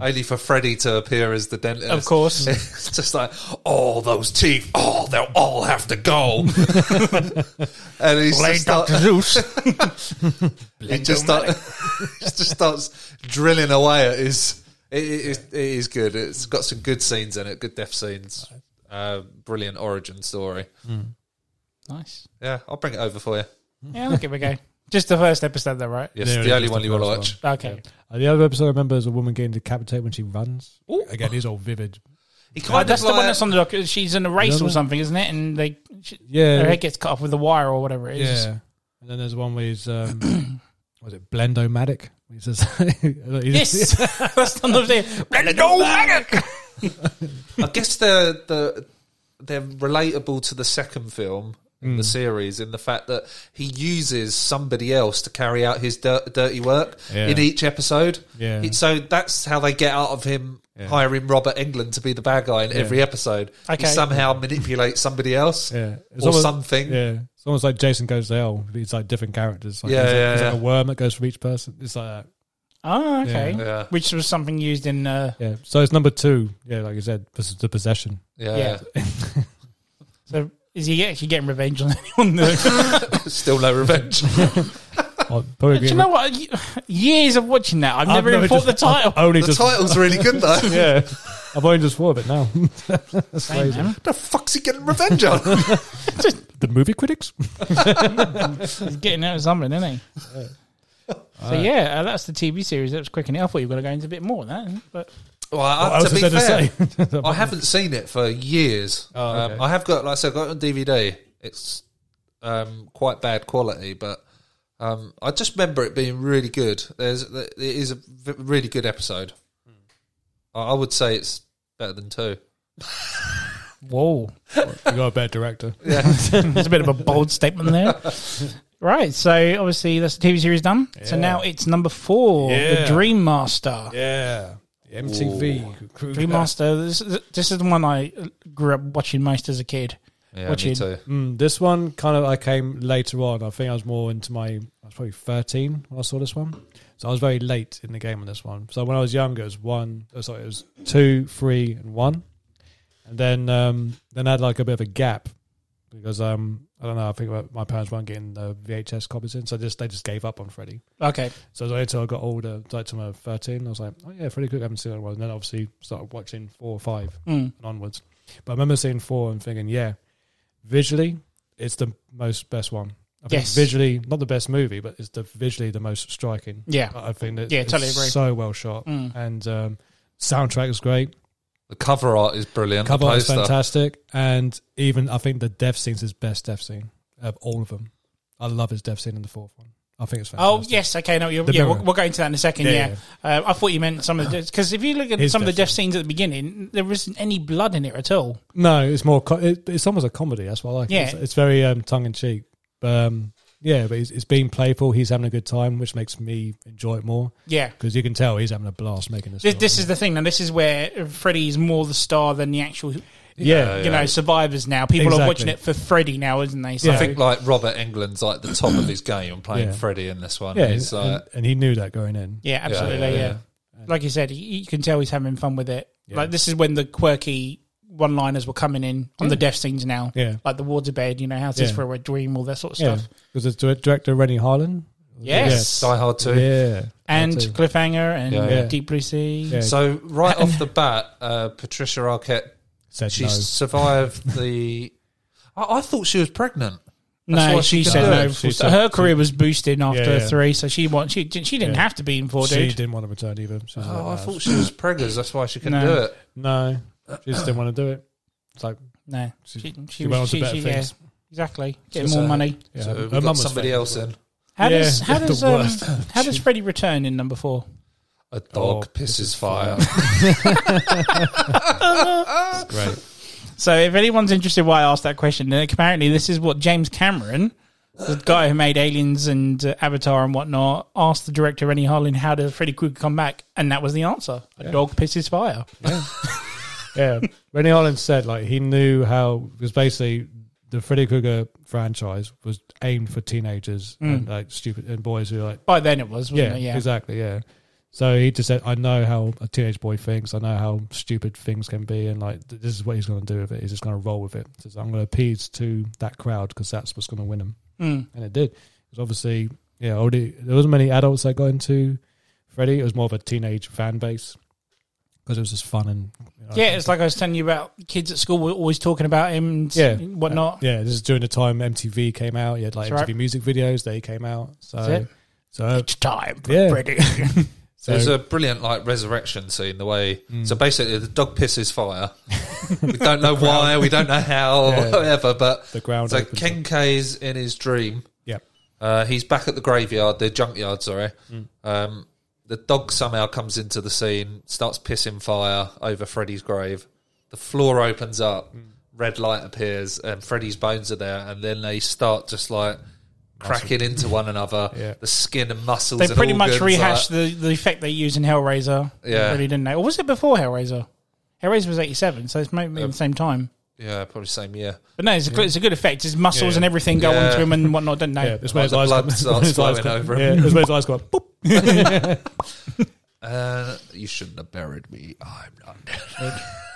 [SPEAKER 3] only for Freddy to appear as the dentist.
[SPEAKER 2] Of course.
[SPEAKER 3] it's just like, oh, those teeth, oh, they'll all have to go. and he's just start-
[SPEAKER 2] Zeus.
[SPEAKER 3] he just, start, he just starts drilling away at his. It, it, it is good. It's got some good scenes in it, good death scenes. Uh, brilliant origin story.
[SPEAKER 2] nice.
[SPEAKER 3] Yeah, I'll bring it over for you.
[SPEAKER 2] Yeah, I'll give it a go. Just the first episode, though, right?
[SPEAKER 3] Yes,
[SPEAKER 4] Yeah,
[SPEAKER 3] the
[SPEAKER 4] it
[SPEAKER 3] only
[SPEAKER 4] is
[SPEAKER 3] one
[SPEAKER 4] the
[SPEAKER 3] you want to
[SPEAKER 4] first
[SPEAKER 3] watch.
[SPEAKER 2] Okay.
[SPEAKER 4] Uh, the other episode I remember is a woman getting decapitated when she runs. Again, he's all vivid.
[SPEAKER 3] He
[SPEAKER 2] Uh,
[SPEAKER 3] kind of
[SPEAKER 2] that's the one
[SPEAKER 3] like-
[SPEAKER 2] that's on the doc. She's in a race
[SPEAKER 4] Another-
[SPEAKER 2] or something, isn't it? And they, she,
[SPEAKER 4] Yeah.
[SPEAKER 2] her head gets cut off with a wire or whatever it is.
[SPEAKER 4] Yeah. And then there's one where he's um, was it Blendomatic? He says,
[SPEAKER 2] Yes, that's the other thing. Let go, maggot!
[SPEAKER 3] I guess they're the they're relatable to the second film in the
[SPEAKER 4] Mm.
[SPEAKER 3] series in the fact that he uses somebody else to carry out his dir- dirty work
[SPEAKER 4] Yeah.
[SPEAKER 3] in each episode.
[SPEAKER 4] Yeah.
[SPEAKER 3] He- so that's how they get out of him hiring Robert England to be the bad guy in every episode.
[SPEAKER 2] Okay.
[SPEAKER 3] He somehow manipulates somebody else
[SPEAKER 4] Yeah,
[SPEAKER 3] or something.
[SPEAKER 4] Yeah, it's almost like Jason goes to hell. It's like different characters. Like,
[SPEAKER 3] Yeah,
[SPEAKER 4] it's like,
[SPEAKER 3] yeah,
[SPEAKER 4] it's like
[SPEAKER 3] yeah.
[SPEAKER 4] a worm that goes from each person. It's like that.
[SPEAKER 2] Oh, okay.
[SPEAKER 3] Yeah.
[SPEAKER 2] Which was something used in. Uh,
[SPEAKER 4] Yeah. So it's number two. Yeah, like you said, this is the possession.
[SPEAKER 3] Yeah.
[SPEAKER 2] Yeah. so is he actually getting revenge on anyone? though?
[SPEAKER 3] Still no revenge.
[SPEAKER 4] I'll probably
[SPEAKER 2] Do
[SPEAKER 4] get
[SPEAKER 2] you know what? Y- Years of watching that, I've
[SPEAKER 4] I've
[SPEAKER 2] never even
[SPEAKER 4] never
[SPEAKER 2] thought the
[SPEAKER 4] just-
[SPEAKER 2] title.
[SPEAKER 4] I've only
[SPEAKER 3] the
[SPEAKER 4] just
[SPEAKER 3] title's really good though.
[SPEAKER 4] yeah. I've only just thought of it now. That's
[SPEAKER 2] Same,
[SPEAKER 4] crazy.
[SPEAKER 2] man.
[SPEAKER 3] the fuck's he getting revenge on?
[SPEAKER 4] The movie critics.
[SPEAKER 2] He's getting out of something, isn't he? So yeah, uh, that's the TV series. That was quick enough. I thought you were going to go into a bit more than that, but
[SPEAKER 3] well, I,
[SPEAKER 4] What
[SPEAKER 3] to
[SPEAKER 4] else
[SPEAKER 3] be
[SPEAKER 4] is
[SPEAKER 3] fair,
[SPEAKER 4] there to say?
[SPEAKER 3] I haven't seen it for years.
[SPEAKER 4] Oh, okay.
[SPEAKER 3] um, I have got, like I said, I got it on DVD. It's um, quite bad quality, but um, I just remember it being really good. There's, it is a v- really good episode. I I would say it's better than two.
[SPEAKER 2] whoa,
[SPEAKER 4] you got a bad director.
[SPEAKER 2] That's a bit of a bold statement there. Right, so obviously that's the TV series done. So
[SPEAKER 4] Yeah.
[SPEAKER 2] now it's number four,
[SPEAKER 4] Yeah.
[SPEAKER 2] the Dream Master.
[SPEAKER 4] Yeah. MTV.
[SPEAKER 2] Dream Master. This, this is the one I grew up watching most as a kid.
[SPEAKER 3] Yeah,
[SPEAKER 2] Watching.
[SPEAKER 3] me too.
[SPEAKER 4] Mm, this one kind of I came later on. I think I was more into my I was probably thirteen when I saw this one, so I was very late in the game on this one. So when I was younger, it was one. Oh, sorry, it was two, three, and one, and then um, then I had like a bit of a gap because um, I don't know. I think my- my parents weren't getting the VHS copies in, so just they just gave up on Freddy.
[SPEAKER 2] Okay.
[SPEAKER 4] So it was only until I got older, like till I was thirteen, I was like, oh yeah, Freddy Cook, I haven't seen that one. And then obviously started watching four or five
[SPEAKER 2] Mm.
[SPEAKER 4] and onwards. But I remember seeing four and thinking, yeah, visually, it's the most best one. I think
[SPEAKER 2] Yes.
[SPEAKER 4] visually, not the best movie, but it's the visually the most striking.
[SPEAKER 2] Yeah.
[SPEAKER 4] I I think that
[SPEAKER 2] Yeah,
[SPEAKER 4] it's
[SPEAKER 2] totally agree.
[SPEAKER 4] so well shot,
[SPEAKER 2] Mm.
[SPEAKER 4] and um, soundtrack is great.
[SPEAKER 3] The cover art is brilliant.
[SPEAKER 4] Cover
[SPEAKER 3] the
[SPEAKER 4] art is
[SPEAKER 3] poster.
[SPEAKER 4] fantastic, and even I think the death scene's his best death scene of all of them. I love his death scene in the fourth one. I think it's
[SPEAKER 2] Oh
[SPEAKER 4] fantastic.
[SPEAKER 2] yes, okay. No, you're,
[SPEAKER 4] The
[SPEAKER 2] yeah,
[SPEAKER 4] mirror.
[SPEAKER 2] we'll, we'll go into that in a second.
[SPEAKER 4] Yeah,
[SPEAKER 2] Yeah, Uh, I thought you meant some of the because if you look at
[SPEAKER 4] His
[SPEAKER 2] some of the
[SPEAKER 4] death
[SPEAKER 2] death scenes at the beginning, there isn't any blood in it at all.
[SPEAKER 4] No, it's more. Co- it, it's almost a comedy. That's what I like.
[SPEAKER 2] Yeah.
[SPEAKER 4] It's, it's very um, tongue in cheek. Um, yeah, but it's, it's being playful. He's having a good time, which makes me enjoy it more
[SPEAKER 2] Yeah,
[SPEAKER 4] because you can tell he's having a blast making this.
[SPEAKER 2] this,
[SPEAKER 4] film.
[SPEAKER 2] this is the thing, and this is where Freddy's more the star than the actual you
[SPEAKER 4] yeah,
[SPEAKER 3] Yeah.
[SPEAKER 2] know survivors. Now people
[SPEAKER 4] Exactly.
[SPEAKER 2] are watching it for Freddy now, isn't they? So
[SPEAKER 3] I
[SPEAKER 4] Yeah.
[SPEAKER 3] think like Robert England's like the top of his game playing
[SPEAKER 4] Yeah.
[SPEAKER 3] Freddy in this one.
[SPEAKER 4] yeah,
[SPEAKER 3] He's
[SPEAKER 4] and,
[SPEAKER 3] like,
[SPEAKER 4] and he knew that going in.
[SPEAKER 2] yeah, absolutely.
[SPEAKER 3] yeah,
[SPEAKER 2] Yeah,
[SPEAKER 3] yeah.
[SPEAKER 2] like you said, you you can tell he's having fun with it.
[SPEAKER 4] Yeah.
[SPEAKER 2] Like this is when the quirky one-liners were coming in on the death scenes now.
[SPEAKER 4] Yeah,
[SPEAKER 2] Like the waterbed, you know, houses
[SPEAKER 4] Yeah.
[SPEAKER 2] for a dream, all that sort of
[SPEAKER 4] yeah,
[SPEAKER 2] stuff.
[SPEAKER 4] because it's dir- director Rennie Harlan.
[SPEAKER 2] Yes.
[SPEAKER 3] Die Hard 2.
[SPEAKER 4] Yeah,
[SPEAKER 2] And
[SPEAKER 4] That too.
[SPEAKER 2] Cliffhanger and uh,
[SPEAKER 3] Yeah,
[SPEAKER 4] yeah.
[SPEAKER 2] Deep Blue Sea.
[SPEAKER 4] Yeah.
[SPEAKER 3] So right off the bat, uh, Patricia Arquette,
[SPEAKER 4] said
[SPEAKER 3] she
[SPEAKER 4] no.
[SPEAKER 3] survived the. I, I thought she was pregnant. That's
[SPEAKER 2] No,
[SPEAKER 3] what
[SPEAKER 2] she
[SPEAKER 3] she
[SPEAKER 2] said
[SPEAKER 3] can
[SPEAKER 2] no.
[SPEAKER 4] do. She
[SPEAKER 2] So
[SPEAKER 4] said-
[SPEAKER 2] her career was boosted after
[SPEAKER 4] Yeah, yeah.
[SPEAKER 2] three, so she want, she didn't- she didn't
[SPEAKER 4] Yeah.
[SPEAKER 2] have to be in four,
[SPEAKER 4] She
[SPEAKER 2] dude.
[SPEAKER 4] didn't want to return either. She was like,
[SPEAKER 3] Oh, I
[SPEAKER 4] "No,
[SPEAKER 3] thought she was preggers. That's why she couldn't
[SPEAKER 2] No.
[SPEAKER 3] do it.
[SPEAKER 4] no, she just didn't want to do it. It's like
[SPEAKER 2] No,
[SPEAKER 4] she,
[SPEAKER 2] she, she,
[SPEAKER 4] went on
[SPEAKER 2] was
[SPEAKER 4] to
[SPEAKER 2] she,
[SPEAKER 4] better
[SPEAKER 2] she- yeah,
[SPEAKER 4] things.
[SPEAKER 2] exactly. Get
[SPEAKER 3] So-
[SPEAKER 2] more money.
[SPEAKER 4] Yeah,
[SPEAKER 3] So
[SPEAKER 4] her
[SPEAKER 3] we
[SPEAKER 4] mum
[SPEAKER 3] got
[SPEAKER 4] was
[SPEAKER 3] somebody
[SPEAKER 4] famous.
[SPEAKER 3] else in.
[SPEAKER 2] How
[SPEAKER 4] Yeah,
[SPEAKER 2] does how
[SPEAKER 4] the
[SPEAKER 2] does um,
[SPEAKER 4] worst.
[SPEAKER 2] how does Freddy return in number four?
[SPEAKER 3] A dog pisses Oh, fire.
[SPEAKER 4] Great.
[SPEAKER 2] So if anyone's interested why I asked that question, then apparently this is what James Cameron, the guy who made Aliens and uh, Avatar and whatnot, asked the director Rennie Harlan how does Freddy Krueger come back, and that was the answer: a dog pisses fire.
[SPEAKER 4] yeah. Rennie Harlan said like he knew how because basically the Freddy Krueger franchise was aimed for teenagers and like stupid and boys Mm. who like
[SPEAKER 2] By then it was, wasn't
[SPEAKER 4] yeah,
[SPEAKER 2] it? Yeah,
[SPEAKER 4] exactly yeah. So he just said, "I know how a teenage boy thinks. I know how stupid things can be, and like th- this is what he's going to do with it. He's just going to roll with it. He says, I'm going to appease to that crowd because that's what's going to win him,
[SPEAKER 2] Mm.
[SPEAKER 4] and it did. Because obviously, yeah, already there wasn't many adults that got into Freddy. It was more of a teenage fan base because it was just fun and you know,
[SPEAKER 2] Yeah, it's like I was telling you about kids at school were always talking about him and
[SPEAKER 4] yeah,
[SPEAKER 2] whatnot.
[SPEAKER 4] Yeah, this is during the time MTV came out. You had like
[SPEAKER 2] That's
[SPEAKER 4] MTV
[SPEAKER 2] right.
[SPEAKER 4] music videos; they came out.
[SPEAKER 2] That's
[SPEAKER 4] So,
[SPEAKER 2] it.
[SPEAKER 4] so,
[SPEAKER 2] It's time for
[SPEAKER 4] Yeah.
[SPEAKER 2] Freddy.
[SPEAKER 4] so
[SPEAKER 3] There's a brilliant like resurrection scene. The way
[SPEAKER 4] Mm.
[SPEAKER 3] so basically the dog pisses fire. we don't know why. We don't know how.
[SPEAKER 4] Yeah.
[SPEAKER 3] Whatever. But
[SPEAKER 4] the ground.
[SPEAKER 3] so
[SPEAKER 4] opens
[SPEAKER 3] Ken
[SPEAKER 4] up.
[SPEAKER 3] K's in his dream.
[SPEAKER 4] Yep.
[SPEAKER 3] Uh, he's back at the graveyard, the junkyard, sorry.
[SPEAKER 2] Mm.
[SPEAKER 3] Um, the dog somehow comes into the scene, starts pissing fire over Freddy's grave. The floor opens up,
[SPEAKER 2] Mm.
[SPEAKER 3] red light appears, and Freddy's bones are there, and then they start just like cracking into one another.
[SPEAKER 4] Yeah.
[SPEAKER 3] The skin and muscles.
[SPEAKER 2] they
[SPEAKER 3] and
[SPEAKER 2] pretty much
[SPEAKER 3] organs are-
[SPEAKER 2] rehashed the, the effect they used in Hellraiser.
[SPEAKER 3] Yeah.
[SPEAKER 2] really didn't they? Or was it before Hellraiser? Hellraiser was eighty seven, so it's maybe
[SPEAKER 3] Uh,
[SPEAKER 2] at the same time.
[SPEAKER 3] yeah, probably same year.
[SPEAKER 2] But no, it's a, good- it's a good effect. His muscles
[SPEAKER 4] Yeah.
[SPEAKER 2] and everything go
[SPEAKER 3] Yeah.
[SPEAKER 2] onto him and whatnot, don't they?
[SPEAKER 4] Yeah, this
[SPEAKER 3] Like
[SPEAKER 4] way his
[SPEAKER 3] the
[SPEAKER 4] eyes
[SPEAKER 3] blood
[SPEAKER 4] come-
[SPEAKER 3] starts
[SPEAKER 4] his eyes
[SPEAKER 3] flowing
[SPEAKER 4] come-
[SPEAKER 3] over
[SPEAKER 4] Yeah,
[SPEAKER 3] him.
[SPEAKER 4] this way his eyes go. up, Boop.
[SPEAKER 3] Uh, you shouldn't have buried me. I'm not.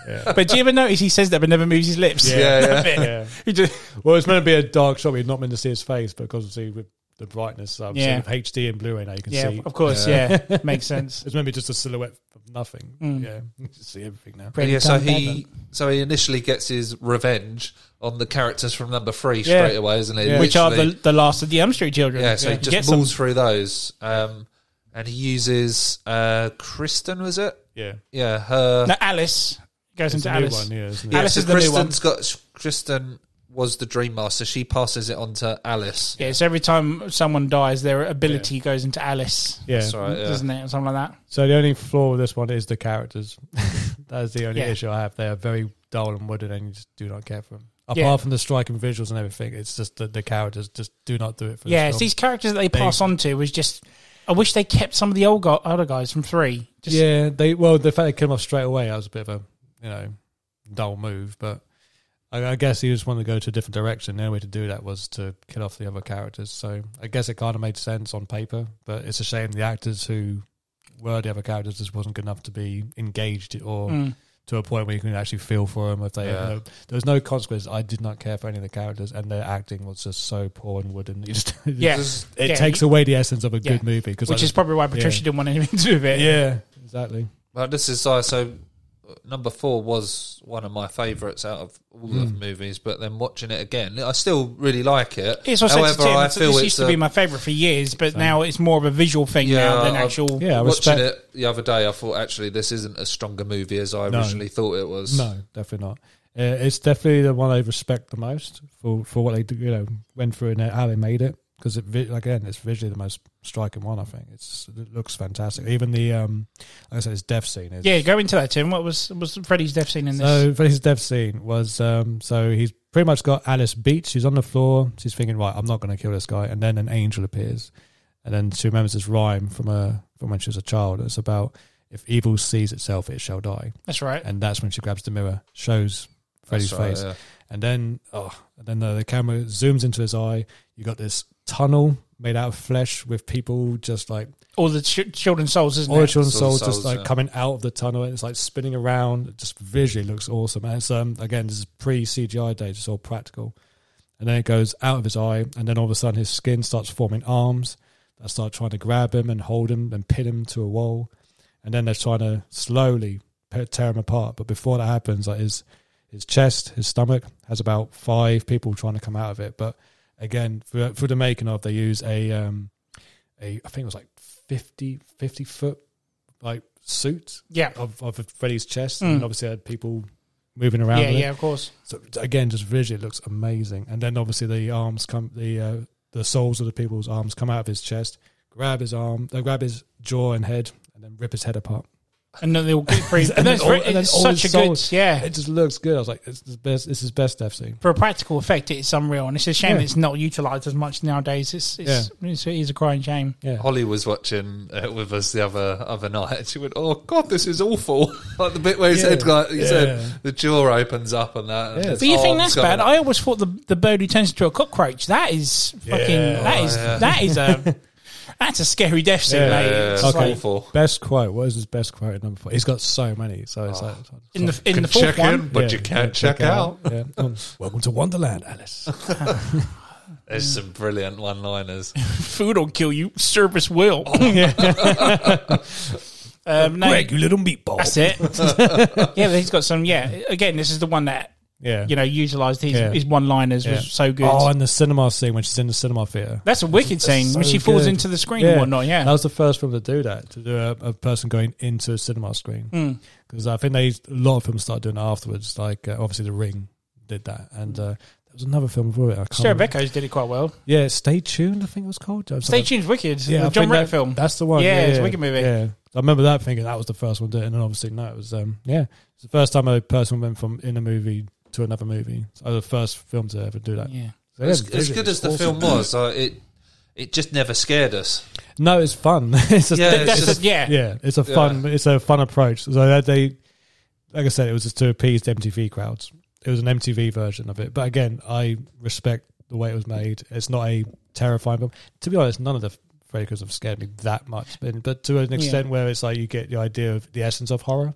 [SPEAKER 4] Yeah.
[SPEAKER 2] But do you ever notice he says that but never moves his lips?
[SPEAKER 3] Yeah, yeah.
[SPEAKER 4] yeah.
[SPEAKER 2] He just-
[SPEAKER 4] Well, it's meant to be a dark shot. We're not meant to see his face, but obviously with the brightness, um,
[SPEAKER 2] Yeah.
[SPEAKER 4] yeah. with HD and Blu-ray now you can
[SPEAKER 2] yeah,
[SPEAKER 4] see.
[SPEAKER 2] of course, yeah, makes sense.
[SPEAKER 4] It's meant to be just a silhouette of nothing.
[SPEAKER 2] Mm.
[SPEAKER 4] Yeah, you can see everything now.
[SPEAKER 2] Freddy
[SPEAKER 3] yeah, so
[SPEAKER 2] come back.
[SPEAKER 3] he so he initially gets his revenge on the characters from number three
[SPEAKER 2] Yeah.
[SPEAKER 3] straight away, isn't he?
[SPEAKER 2] which are the,
[SPEAKER 3] Literally.
[SPEAKER 2] the last of the Elm Street children.
[SPEAKER 3] yeah. So
[SPEAKER 2] He
[SPEAKER 3] he just
[SPEAKER 2] gets
[SPEAKER 3] moves
[SPEAKER 2] them.
[SPEAKER 3] through those, um, and he uses uh, Kristen. Was it?
[SPEAKER 4] Yeah,
[SPEAKER 3] Yeah, her.
[SPEAKER 2] No, Alice goes
[SPEAKER 4] it's
[SPEAKER 2] into
[SPEAKER 4] a new
[SPEAKER 2] Alice.
[SPEAKER 4] one. Yeah, isn't it?
[SPEAKER 3] yeah,
[SPEAKER 2] Alice
[SPEAKER 3] so
[SPEAKER 2] is the new one.
[SPEAKER 3] Kristen's got Kristen was the Dream Master. She passes it on to Alice.
[SPEAKER 2] Yeah, so every time someone dies, their ability goes into Alice,
[SPEAKER 4] yeah.
[SPEAKER 3] That's right. Yeah.
[SPEAKER 2] doesn't it, or something like that?
[SPEAKER 4] So the only flaw with this one is the characters. that is the only
[SPEAKER 2] Yeah.
[SPEAKER 4] issue I have. They are very dull and wooden, and you just do not care for them. Apart
[SPEAKER 2] Yeah.
[SPEAKER 4] from the striking visuals and everything, it's just that the characters just do not do it for.
[SPEAKER 2] yeah,
[SPEAKER 4] this
[SPEAKER 2] it's
[SPEAKER 4] film.
[SPEAKER 2] these characters that they pass on to was just. I wish they kept some of the old guy, other guys from three. Just,
[SPEAKER 4] yeah. They well, the fact they killed him off straight away, that was a bit of a you know dull move, but I, I guess he just wanted to go to a different direction. The only way to do that was to kill off the other characters. So I guess it kind of made sense on paper, but it's a shame the actors who were the other characters just wasn't good enough to be engaged or
[SPEAKER 2] Mm.
[SPEAKER 4] to a point where you can actually feel for them. If they,
[SPEAKER 3] Yeah.
[SPEAKER 4] uh, there was no consequence. I did not care for any of the characters, and their acting was just so poor and wooden. It just, it
[SPEAKER 2] Yeah.
[SPEAKER 4] just- it
[SPEAKER 2] Yeah,
[SPEAKER 4] takes
[SPEAKER 2] you-
[SPEAKER 4] away the essence of a
[SPEAKER 2] Yeah.
[SPEAKER 4] good movie. Cause I
[SPEAKER 2] Which is
[SPEAKER 4] just-
[SPEAKER 2] probably why Patricia
[SPEAKER 4] yeah.
[SPEAKER 2] didn't want anything to do with it.
[SPEAKER 4] yeah, exactly.
[SPEAKER 3] Well, this is uh, so. uh, Number four was one of my favourites out of all of
[SPEAKER 2] Hmm.
[SPEAKER 3] the movies, but then watching it again, I still really like it.
[SPEAKER 2] It's also
[SPEAKER 3] However,
[SPEAKER 2] Tim,
[SPEAKER 3] I
[SPEAKER 2] it's-
[SPEAKER 3] feel
[SPEAKER 2] this
[SPEAKER 3] it's
[SPEAKER 2] used to be
[SPEAKER 3] a-
[SPEAKER 2] my favourite for years, but now it's more of a visual thing
[SPEAKER 3] Yeah,
[SPEAKER 2] now than
[SPEAKER 3] I've-
[SPEAKER 2] actual.
[SPEAKER 4] Yeah, I
[SPEAKER 3] watching
[SPEAKER 4] respect.
[SPEAKER 3] it the other day. I thought actually this isn't as strong a movie as I
[SPEAKER 4] No.
[SPEAKER 3] originally thought it was.
[SPEAKER 4] No, definitely not. Uh, it's definitely the one I respect the most for, for what they do, you know went through and how they made it because it vi- again it's visually the most striking one. I think it's it looks fantastic. Even the um, like I said, his death scene is
[SPEAKER 2] Yeah, go into that, Tim. What was was Freddy's death scene in this?
[SPEAKER 4] So for his death scene was um, so he's pretty much got Alice beat. She's on the floor. She's thinking, right, I'm not going to kill this guy. And then an angel appears, and then she remembers this rhyme from a from when she was a child. It's about if evil sees itself, it shall die.
[SPEAKER 2] That's right.
[SPEAKER 4] And that's when she grabs the mirror, shows Freddy's
[SPEAKER 3] That's right,
[SPEAKER 4] face,
[SPEAKER 3] yeah.
[SPEAKER 4] and then oh, and then the, the camera zooms into his eye. You got this tunnel made out of flesh with people just like
[SPEAKER 2] All the ch- children's souls, isn't
[SPEAKER 4] all the
[SPEAKER 2] it?
[SPEAKER 4] children's
[SPEAKER 3] Sort of
[SPEAKER 4] souls just
[SPEAKER 3] souls,
[SPEAKER 4] like
[SPEAKER 3] yeah.
[SPEAKER 4] coming out of the tunnel and it's like spinning around. It just visually looks awesome. And it's um again this is pre CGI days, it's all practical. And then it goes out of his eye and then all of a sudden his skin starts forming arms that start trying to grab him and hold him and pin him to a wall. And then they're trying to slowly pe- tear him apart. But before that happens, like his his chest, his stomach has about five people trying to come out of it. But again, for, for the making of, they use a um a I think it was like 50, 50 foot like suit
[SPEAKER 2] Yeah,
[SPEAKER 4] of, of Freddy's chest,
[SPEAKER 2] Mm.
[SPEAKER 4] and obviously had people moving around.
[SPEAKER 2] yeah,
[SPEAKER 4] with it.
[SPEAKER 2] yeah. Of course.
[SPEAKER 4] So again, just visually, it looks amazing. And then obviously the arms come, the uh, the soles of the people's arms come out of his chest, grab his arm, they grab his jaw and head, and then rip his head apart.
[SPEAKER 2] And then they all get free. and
[SPEAKER 4] then
[SPEAKER 2] that's
[SPEAKER 4] all-
[SPEAKER 2] very-
[SPEAKER 4] and then
[SPEAKER 2] it's
[SPEAKER 4] all
[SPEAKER 2] such
[SPEAKER 4] the
[SPEAKER 2] a good.
[SPEAKER 4] souls-
[SPEAKER 2] Yeah,
[SPEAKER 4] It just looks good. I was like, it's the best. It's his best death scene.
[SPEAKER 2] for a practical effect, it's unreal, and it's a shame
[SPEAKER 4] Yeah.
[SPEAKER 2] it's not utilized as much nowadays. It's it's, it's, it is a crying shame.
[SPEAKER 4] Yeah.
[SPEAKER 3] Holly was watching uh, with us the other other night, and she went, "Oh God, this is awful!" like the bit where he
[SPEAKER 4] Yeah.
[SPEAKER 3] said, "Like you
[SPEAKER 4] Yeah.
[SPEAKER 3] said, the jaw opens up and that." and
[SPEAKER 4] Yeah.
[SPEAKER 3] his
[SPEAKER 2] But you think
[SPEAKER 3] arms
[SPEAKER 2] that's bad?
[SPEAKER 3] coming out.
[SPEAKER 2] I always thought the the bird who turns into a cockroach. That is fucking.
[SPEAKER 4] Yeah.
[SPEAKER 2] That is
[SPEAKER 3] Oh, yeah.
[SPEAKER 2] that is a. That's a scary death scene,
[SPEAKER 4] Yeah,
[SPEAKER 2] mate.
[SPEAKER 3] yeah,
[SPEAKER 2] It's
[SPEAKER 3] yeah.
[SPEAKER 2] like-
[SPEAKER 3] Okay. awful.
[SPEAKER 4] Best quote. What is his best quote? at Number four. He's got so many. So it's like
[SPEAKER 2] in the
[SPEAKER 3] You
[SPEAKER 2] in
[SPEAKER 3] can
[SPEAKER 2] the fourth
[SPEAKER 3] check
[SPEAKER 2] one,
[SPEAKER 3] in, Oh. but
[SPEAKER 4] Yeah,
[SPEAKER 3] you can't
[SPEAKER 4] yeah,
[SPEAKER 3] check out.
[SPEAKER 4] Yeah. Um, Welcome to Wonderland, Alice.
[SPEAKER 3] There's some brilliant one-liners.
[SPEAKER 2] food will kill you. Service will.
[SPEAKER 3] Oh.
[SPEAKER 2] um, no,
[SPEAKER 4] you little meatball.
[SPEAKER 2] that's it. yeah, he's got some. Yeah, again, this is the one that
[SPEAKER 4] Yeah.
[SPEAKER 2] you know utilised his
[SPEAKER 4] Yeah.
[SPEAKER 2] his one liners
[SPEAKER 4] Yeah.
[SPEAKER 2] was so good.
[SPEAKER 4] Oh, and the cinema scene when she's in the cinema theater.
[SPEAKER 2] that's a wicked scene when
[SPEAKER 4] so
[SPEAKER 2] she falls
[SPEAKER 4] good.
[SPEAKER 2] into the screen and whatnot. Yeah,
[SPEAKER 4] That was the first film to do that, to do a, a person going into a cinema
[SPEAKER 2] Mm. Hmm.
[SPEAKER 4] screen. Because I think they a lot of films started doing it afterwards. Like uh, obviously, The Ring did that, and uh, there was another film before it. I can't
[SPEAKER 2] Mm. Sarah
[SPEAKER 4] remember.
[SPEAKER 2] Beckos did it quite well.
[SPEAKER 4] Yeah, Stay Tuned. I think it was called. Or
[SPEAKER 2] Stay
[SPEAKER 4] something.
[SPEAKER 2] tuned, wicked.
[SPEAKER 4] Yeah, I
[SPEAKER 2] the John
[SPEAKER 4] think
[SPEAKER 2] Ritter
[SPEAKER 4] that-
[SPEAKER 2] film.
[SPEAKER 4] That's the one.
[SPEAKER 2] Yeah,
[SPEAKER 4] Yeah,
[SPEAKER 2] it's a
[SPEAKER 4] yeah,
[SPEAKER 2] wicked movie.
[SPEAKER 4] Yeah, I remember that thinking that was the first one to it, and then obviously no, it was um yeah, it's the first time a person went from in a movie to another movie. So the first film to ever do that.
[SPEAKER 2] Yeah.
[SPEAKER 4] So, yeah,
[SPEAKER 3] As, as
[SPEAKER 4] visually,
[SPEAKER 3] good
[SPEAKER 4] it's
[SPEAKER 3] as the
[SPEAKER 4] awesome.
[SPEAKER 3] film was, uh, it it just never scared us.
[SPEAKER 4] No, it's fun. it's just,
[SPEAKER 3] Yeah,
[SPEAKER 4] it's
[SPEAKER 2] That's
[SPEAKER 4] just-
[SPEAKER 3] just-
[SPEAKER 2] a, yeah.
[SPEAKER 4] yeah, it's a fun, it's a fun approach. So that they, like I said, it was just to appease the MTV crowds. It was an MTV version of it, but again, I respect the way it was made. It's not a terrifying film. To be honest, none of the Freddy Krueger's have scared me that much, but, but to an extent where it's like you get the idea of the essence of horror,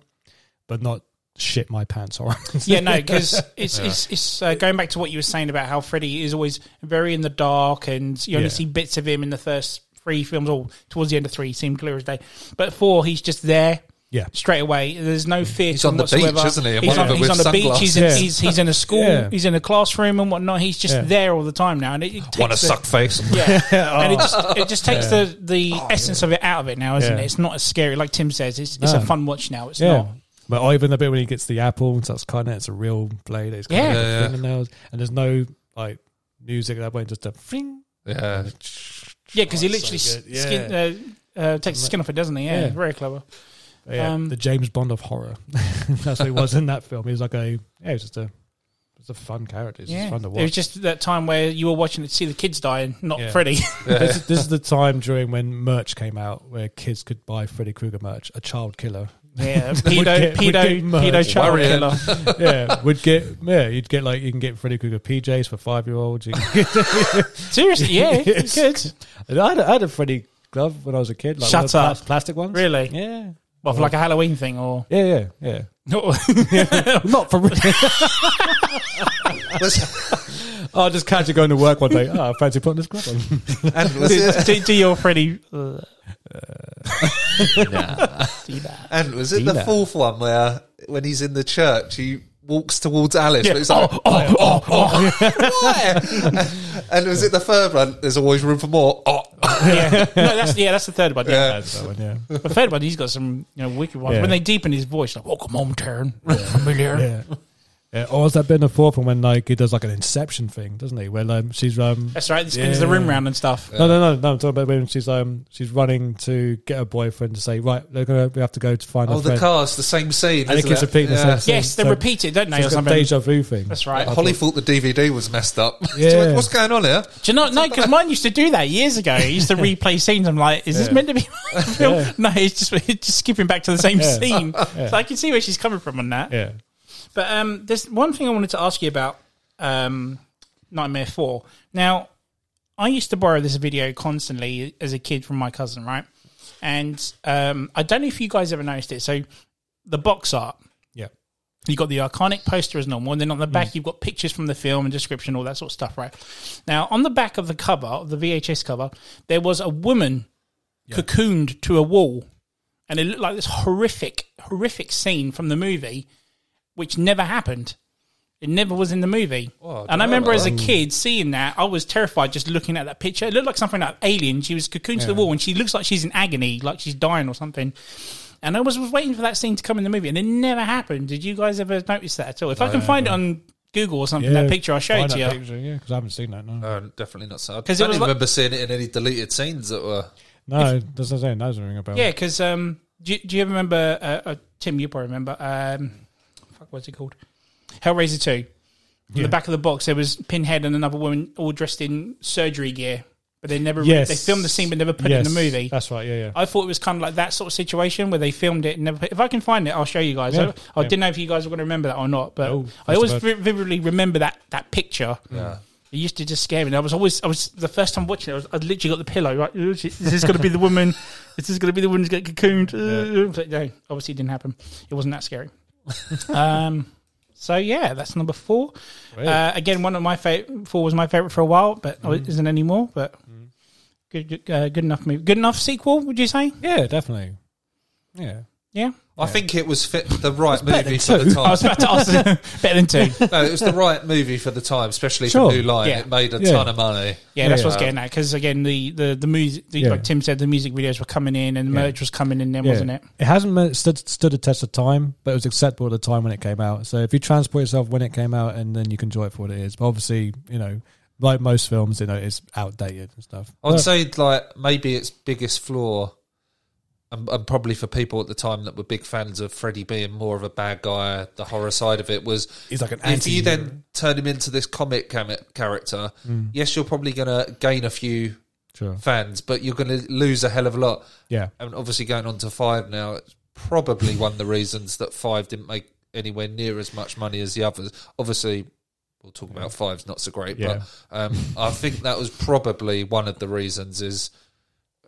[SPEAKER 4] but not shit my pants horror.
[SPEAKER 2] Yeah, no, because it's, it's it's uh, going back to what you were saying about how Freddy is always very in the dark, and you only
[SPEAKER 4] Yeah.
[SPEAKER 2] see bits of him in the first three films, or towards the end of three, seem clear as day. But four, he's just there
[SPEAKER 4] yeah,
[SPEAKER 2] straight away. There's no fear. He's
[SPEAKER 3] on the beach,
[SPEAKER 2] whatsoever.
[SPEAKER 3] isn't he? And
[SPEAKER 2] He's
[SPEAKER 3] one of
[SPEAKER 2] on,
[SPEAKER 3] them
[SPEAKER 2] he's on
[SPEAKER 3] with
[SPEAKER 2] the beach. He's in,
[SPEAKER 4] sunglasses.
[SPEAKER 2] he's, he's in a school.
[SPEAKER 4] Yeah.
[SPEAKER 2] He's in a classroom and whatnot. He's just
[SPEAKER 4] Yeah.
[SPEAKER 2] there all the time now, and it, it takes
[SPEAKER 3] Want a
[SPEAKER 2] the-
[SPEAKER 3] suck face?
[SPEAKER 2] yeah,
[SPEAKER 4] Oh.
[SPEAKER 2] and it just it just takes the the
[SPEAKER 3] Oh,
[SPEAKER 2] essence of it out of it now, isn't
[SPEAKER 4] Yeah.
[SPEAKER 2] it? It's not as scary, like Tim says. It's it's a
[SPEAKER 4] No.
[SPEAKER 2] fun watch now. It's
[SPEAKER 4] yeah.
[SPEAKER 2] not.
[SPEAKER 4] But oh, even the bit when he gets the apple, so that's kind of it's a real blade. It's kind
[SPEAKER 2] Yeah.
[SPEAKER 4] of
[SPEAKER 3] Yeah, yeah.
[SPEAKER 4] fingernails, and there's no like music at that point. Just a fling.
[SPEAKER 3] Yeah,
[SPEAKER 2] Yeah, because he
[SPEAKER 4] Oh, it's
[SPEAKER 2] literally
[SPEAKER 4] so
[SPEAKER 2] s
[SPEAKER 4] good. Yeah.
[SPEAKER 2] skin, uh, uh, takes the skin off it, doesn't he? Yeah,
[SPEAKER 4] Yeah.
[SPEAKER 2] very clever.
[SPEAKER 4] Yeah,
[SPEAKER 2] Um,
[SPEAKER 4] the James Bond of horror. That's what he was in that film. He was like a yeah, he was just a it's a fun character. It's
[SPEAKER 2] yeah,
[SPEAKER 4] just fun to
[SPEAKER 2] it was
[SPEAKER 4] watch.
[SPEAKER 2] just that time where you were watching it to see the kids die and not
[SPEAKER 4] Yeah.
[SPEAKER 2] Freddy.
[SPEAKER 4] this, is, this is the time during when merch came out where kids could buy Freddy Krueger merch, a child killer
[SPEAKER 2] Yeah, pedo,
[SPEAKER 4] get- would
[SPEAKER 2] pedo,
[SPEAKER 4] get merged.
[SPEAKER 2] pedo child
[SPEAKER 3] Worrying.
[SPEAKER 2] killer.
[SPEAKER 4] yeah, would get yeah, you'd get like you can get Freddy Krueger PJs for five year olds. You can get-
[SPEAKER 2] Seriously, yeah, you
[SPEAKER 4] Yes.
[SPEAKER 2] could.
[SPEAKER 4] And I, had, a- I had a Freddy glove when I was a kid, like
[SPEAKER 2] Shut
[SPEAKER 4] one of the pla-
[SPEAKER 2] up.
[SPEAKER 4] plastic ones.
[SPEAKER 2] Really?
[SPEAKER 4] Yeah,
[SPEAKER 2] Well, for like a Halloween thing or.
[SPEAKER 4] yeah, yeah, yeah.
[SPEAKER 2] yeah,
[SPEAKER 4] Not for real.
[SPEAKER 3] Was,
[SPEAKER 4] I'll just catch you going to work one day. Oh, I fancy putting this glove on.
[SPEAKER 3] and was it,
[SPEAKER 2] do, do your Freddy. Uh, do that.
[SPEAKER 3] and was it the
[SPEAKER 4] Dina.
[SPEAKER 3] fourth one where when he's in the church he walks towards Alice, but it's like,
[SPEAKER 2] Oh, oh, oh, oh.
[SPEAKER 3] why? and was it the third one? There's always room for more. Oh,
[SPEAKER 2] yeah. No, that's, yeah, that's the third one. Yeah.
[SPEAKER 3] Yeah.
[SPEAKER 4] That's that one, yeah.
[SPEAKER 2] The third one, he's got some you know wicked ones.
[SPEAKER 4] Yeah.
[SPEAKER 2] When they deepen his voice, like, welcome home, turn. Familiar.
[SPEAKER 4] Yeah. Yeah, or has that been the fourth one when like he does like an inception thing, doesn't he? Where um, she's um
[SPEAKER 2] That's right. He spins the
[SPEAKER 4] Yeah.
[SPEAKER 2] room round and stuff.
[SPEAKER 4] no no no no I'm talking about when she's um she's running to get her boyfriend to say right they're gonna we have to go to find
[SPEAKER 3] oh
[SPEAKER 4] her
[SPEAKER 3] the
[SPEAKER 4] friend.
[SPEAKER 3] cars, the same scene.
[SPEAKER 4] and it
[SPEAKER 3] isn't
[SPEAKER 4] keeps repeating the same thing.
[SPEAKER 2] Yes, they
[SPEAKER 4] So
[SPEAKER 2] repeat it, don't they,
[SPEAKER 4] she's
[SPEAKER 2] or
[SPEAKER 4] got Oh,
[SPEAKER 2] something?
[SPEAKER 4] deja vu thing.
[SPEAKER 2] That's right.
[SPEAKER 3] Holly thought the DVD was messed up. She
[SPEAKER 4] Yeah.
[SPEAKER 3] went, What's going on here?
[SPEAKER 2] Do you know? No, because mine used to do that years ago. It used to replay scenes. I'm like, is this meant to be? No, it's just it's just skipping back to the same
[SPEAKER 4] Yeah.
[SPEAKER 2] scene. So I can see where she's coming from on that.
[SPEAKER 4] Yeah.
[SPEAKER 2] But um, there's one thing I wanted to ask you about um, Nightmare Four. Now, I used to borrow this video constantly as a kid from my cousin, right? And um, I don't know if you guys ever noticed it. So the box art,
[SPEAKER 4] Yeah.
[SPEAKER 2] you've got the iconic poster as normal, and then on the back you've got pictures from the film and description, all that sort of stuff, right? Now, on the back of the cover, of the VHS cover, there was a woman cocooned to a wall, and it looked like this horrific, horrific scene from the movie, which never happened. It never was in the movie. and I remember as a kid seeing that, I was terrified just looking at that picture. It looked like something like Alien. She was cocooned to the wall, and she looks like she's in agony, like she's dying or something. And I was, was waiting for that scene to come in the movie, and it never happened. Did you guys ever notice that at all? If I can find it on Google or something, that picture I showed
[SPEAKER 4] find
[SPEAKER 2] to
[SPEAKER 4] that
[SPEAKER 2] you.
[SPEAKER 4] picture, yeah, because I haven't seen that. No,
[SPEAKER 3] No, Uh, definitely not. So I
[SPEAKER 2] 'Cause
[SPEAKER 3] don't
[SPEAKER 2] it was
[SPEAKER 3] even
[SPEAKER 2] like-
[SPEAKER 3] remember seeing it in any deleted scenes that were.
[SPEAKER 4] no, that's not saying. That doesn't ring a bell.
[SPEAKER 2] Yeah, because um, do, you- do you ever remember uh, uh, Tim? You probably remember. Um, fuck, what's it called? Hellraiser Two. On the back of the box, there was Pinhead and another woman all dressed in surgery gear, but they never.
[SPEAKER 4] Yes.
[SPEAKER 2] They filmed the scene but never put it in the
[SPEAKER 4] Yes,
[SPEAKER 2] movie.
[SPEAKER 4] That's right. Yeah, yeah.
[SPEAKER 2] I thought it was kind of like that sort of situation where they filmed it and never. Put, if I can find it, I'll show you guys.
[SPEAKER 4] Yeah,
[SPEAKER 2] I, I
[SPEAKER 4] yeah.
[SPEAKER 2] didn't know if you guys were going to remember that or not, but
[SPEAKER 4] No,
[SPEAKER 2] I
[SPEAKER 4] that's
[SPEAKER 2] always
[SPEAKER 4] about-
[SPEAKER 2] vi- vividly remember that that picture.
[SPEAKER 3] Yeah.
[SPEAKER 2] It used to just scare me. I was always, I was the first time watching it. I, was, I literally got the pillow. Right, "Ooh, shit, is this going to be the woman? Is this going to be the woman who's get cocooned? Uh, But no, obviously it didn't happen. It wasn't that scary. um, so yeah, that's number four. Uh, again, one of my favorite four was my favorite for a while, but
[SPEAKER 4] Mm.
[SPEAKER 2] it isn't anymore. But good, good, uh, good enough movie. Good enough sequel, would you say?
[SPEAKER 4] yeah, definitely. Yeah.
[SPEAKER 2] Yeah,
[SPEAKER 3] I think it was fit the right
[SPEAKER 4] better
[SPEAKER 3] movie for
[SPEAKER 4] than
[SPEAKER 3] the
[SPEAKER 4] two.
[SPEAKER 2] I
[SPEAKER 3] time.
[SPEAKER 2] was about to ask. better than two.
[SPEAKER 3] no, it was the right movie for the time, especially
[SPEAKER 4] Sure.
[SPEAKER 3] for New Line.
[SPEAKER 2] Yeah.
[SPEAKER 3] It made a
[SPEAKER 4] Yeah.
[SPEAKER 3] ton of money.
[SPEAKER 2] Yeah, that's
[SPEAKER 4] Yeah.
[SPEAKER 2] what's getting at. Because again, the the the music, the,
[SPEAKER 4] Yeah.
[SPEAKER 2] like Tim said, the music videos were coming in, and the merch was coming in. Then
[SPEAKER 4] Yeah.
[SPEAKER 2] wasn't it?
[SPEAKER 4] hasn't ma- stood, stood a test of time, but it was acceptable at the time when it came out. So if you transport yourself when it came out, and then you can enjoy it for what it is. But obviously, you know, like most films, you know, it's outdated and stuff.
[SPEAKER 3] I'd
[SPEAKER 4] But-
[SPEAKER 3] say like maybe its biggest flaw, and, and probably for people at the time that were big fans of Freddy being more of a bad guy, the horror side of it was
[SPEAKER 4] He's like an
[SPEAKER 3] if you
[SPEAKER 4] anti-hero.
[SPEAKER 3] then turn him into this comic cam- character, yes, you're probably going to gain a few
[SPEAKER 4] sure.
[SPEAKER 3] fans, but you're going to lose a hell of a lot.
[SPEAKER 4] yeah,
[SPEAKER 3] And obviously, going on to five now, it's probably one of the reasons that five didn't make anywhere near as much money as the others. Obviously, we'll talk about five's not so great,
[SPEAKER 4] Yeah.
[SPEAKER 3] but um, I think that was probably one of the reasons is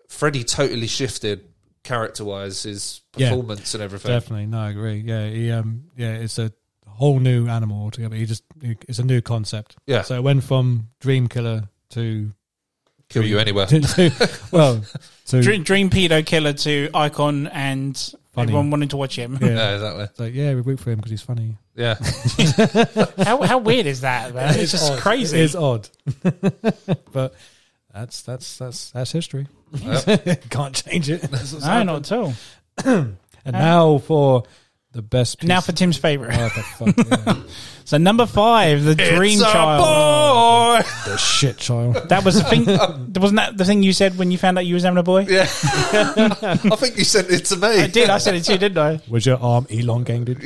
[SPEAKER 3] Freddie totally shifted character wise his
[SPEAKER 4] Yeah.
[SPEAKER 3] performance and everything.
[SPEAKER 4] definitely. No, I agree. Yeah, he, um, yeah, it's a whole new animal altogether. He just, it's a new concept.
[SPEAKER 3] Yeah.
[SPEAKER 4] So it went from dream killer to,
[SPEAKER 3] Kill you anywhere.
[SPEAKER 4] to, to well, to
[SPEAKER 2] Dream, Dream Pedo Killer to Icon and
[SPEAKER 4] Funny.
[SPEAKER 2] everyone wanting to watch him.
[SPEAKER 4] yeah.
[SPEAKER 3] Yeah, exactly.
[SPEAKER 4] It's like, yeah, we root for him because he's funny.
[SPEAKER 3] Yeah.
[SPEAKER 2] how, how weird is that? Man? It's, just
[SPEAKER 4] odd.
[SPEAKER 2] crazy.
[SPEAKER 4] It is odd, but that's that's that's that's history. Can't change it. That's what's
[SPEAKER 2] no,
[SPEAKER 4] happened.
[SPEAKER 2] not at all.
[SPEAKER 4] And now for the best. Piece
[SPEAKER 2] Now for Tim's favorite.
[SPEAKER 4] Oh, for fuck, yeah.
[SPEAKER 2] So number five, the Dream Child.
[SPEAKER 3] Boy!
[SPEAKER 4] the shit child.
[SPEAKER 2] That was the thing. Wasn't that the thing you said when you found out you was having a boy?
[SPEAKER 3] Yeah. I think you sent it to me.
[SPEAKER 2] I did. I said it too, didn't I?
[SPEAKER 4] Was your arm elongated?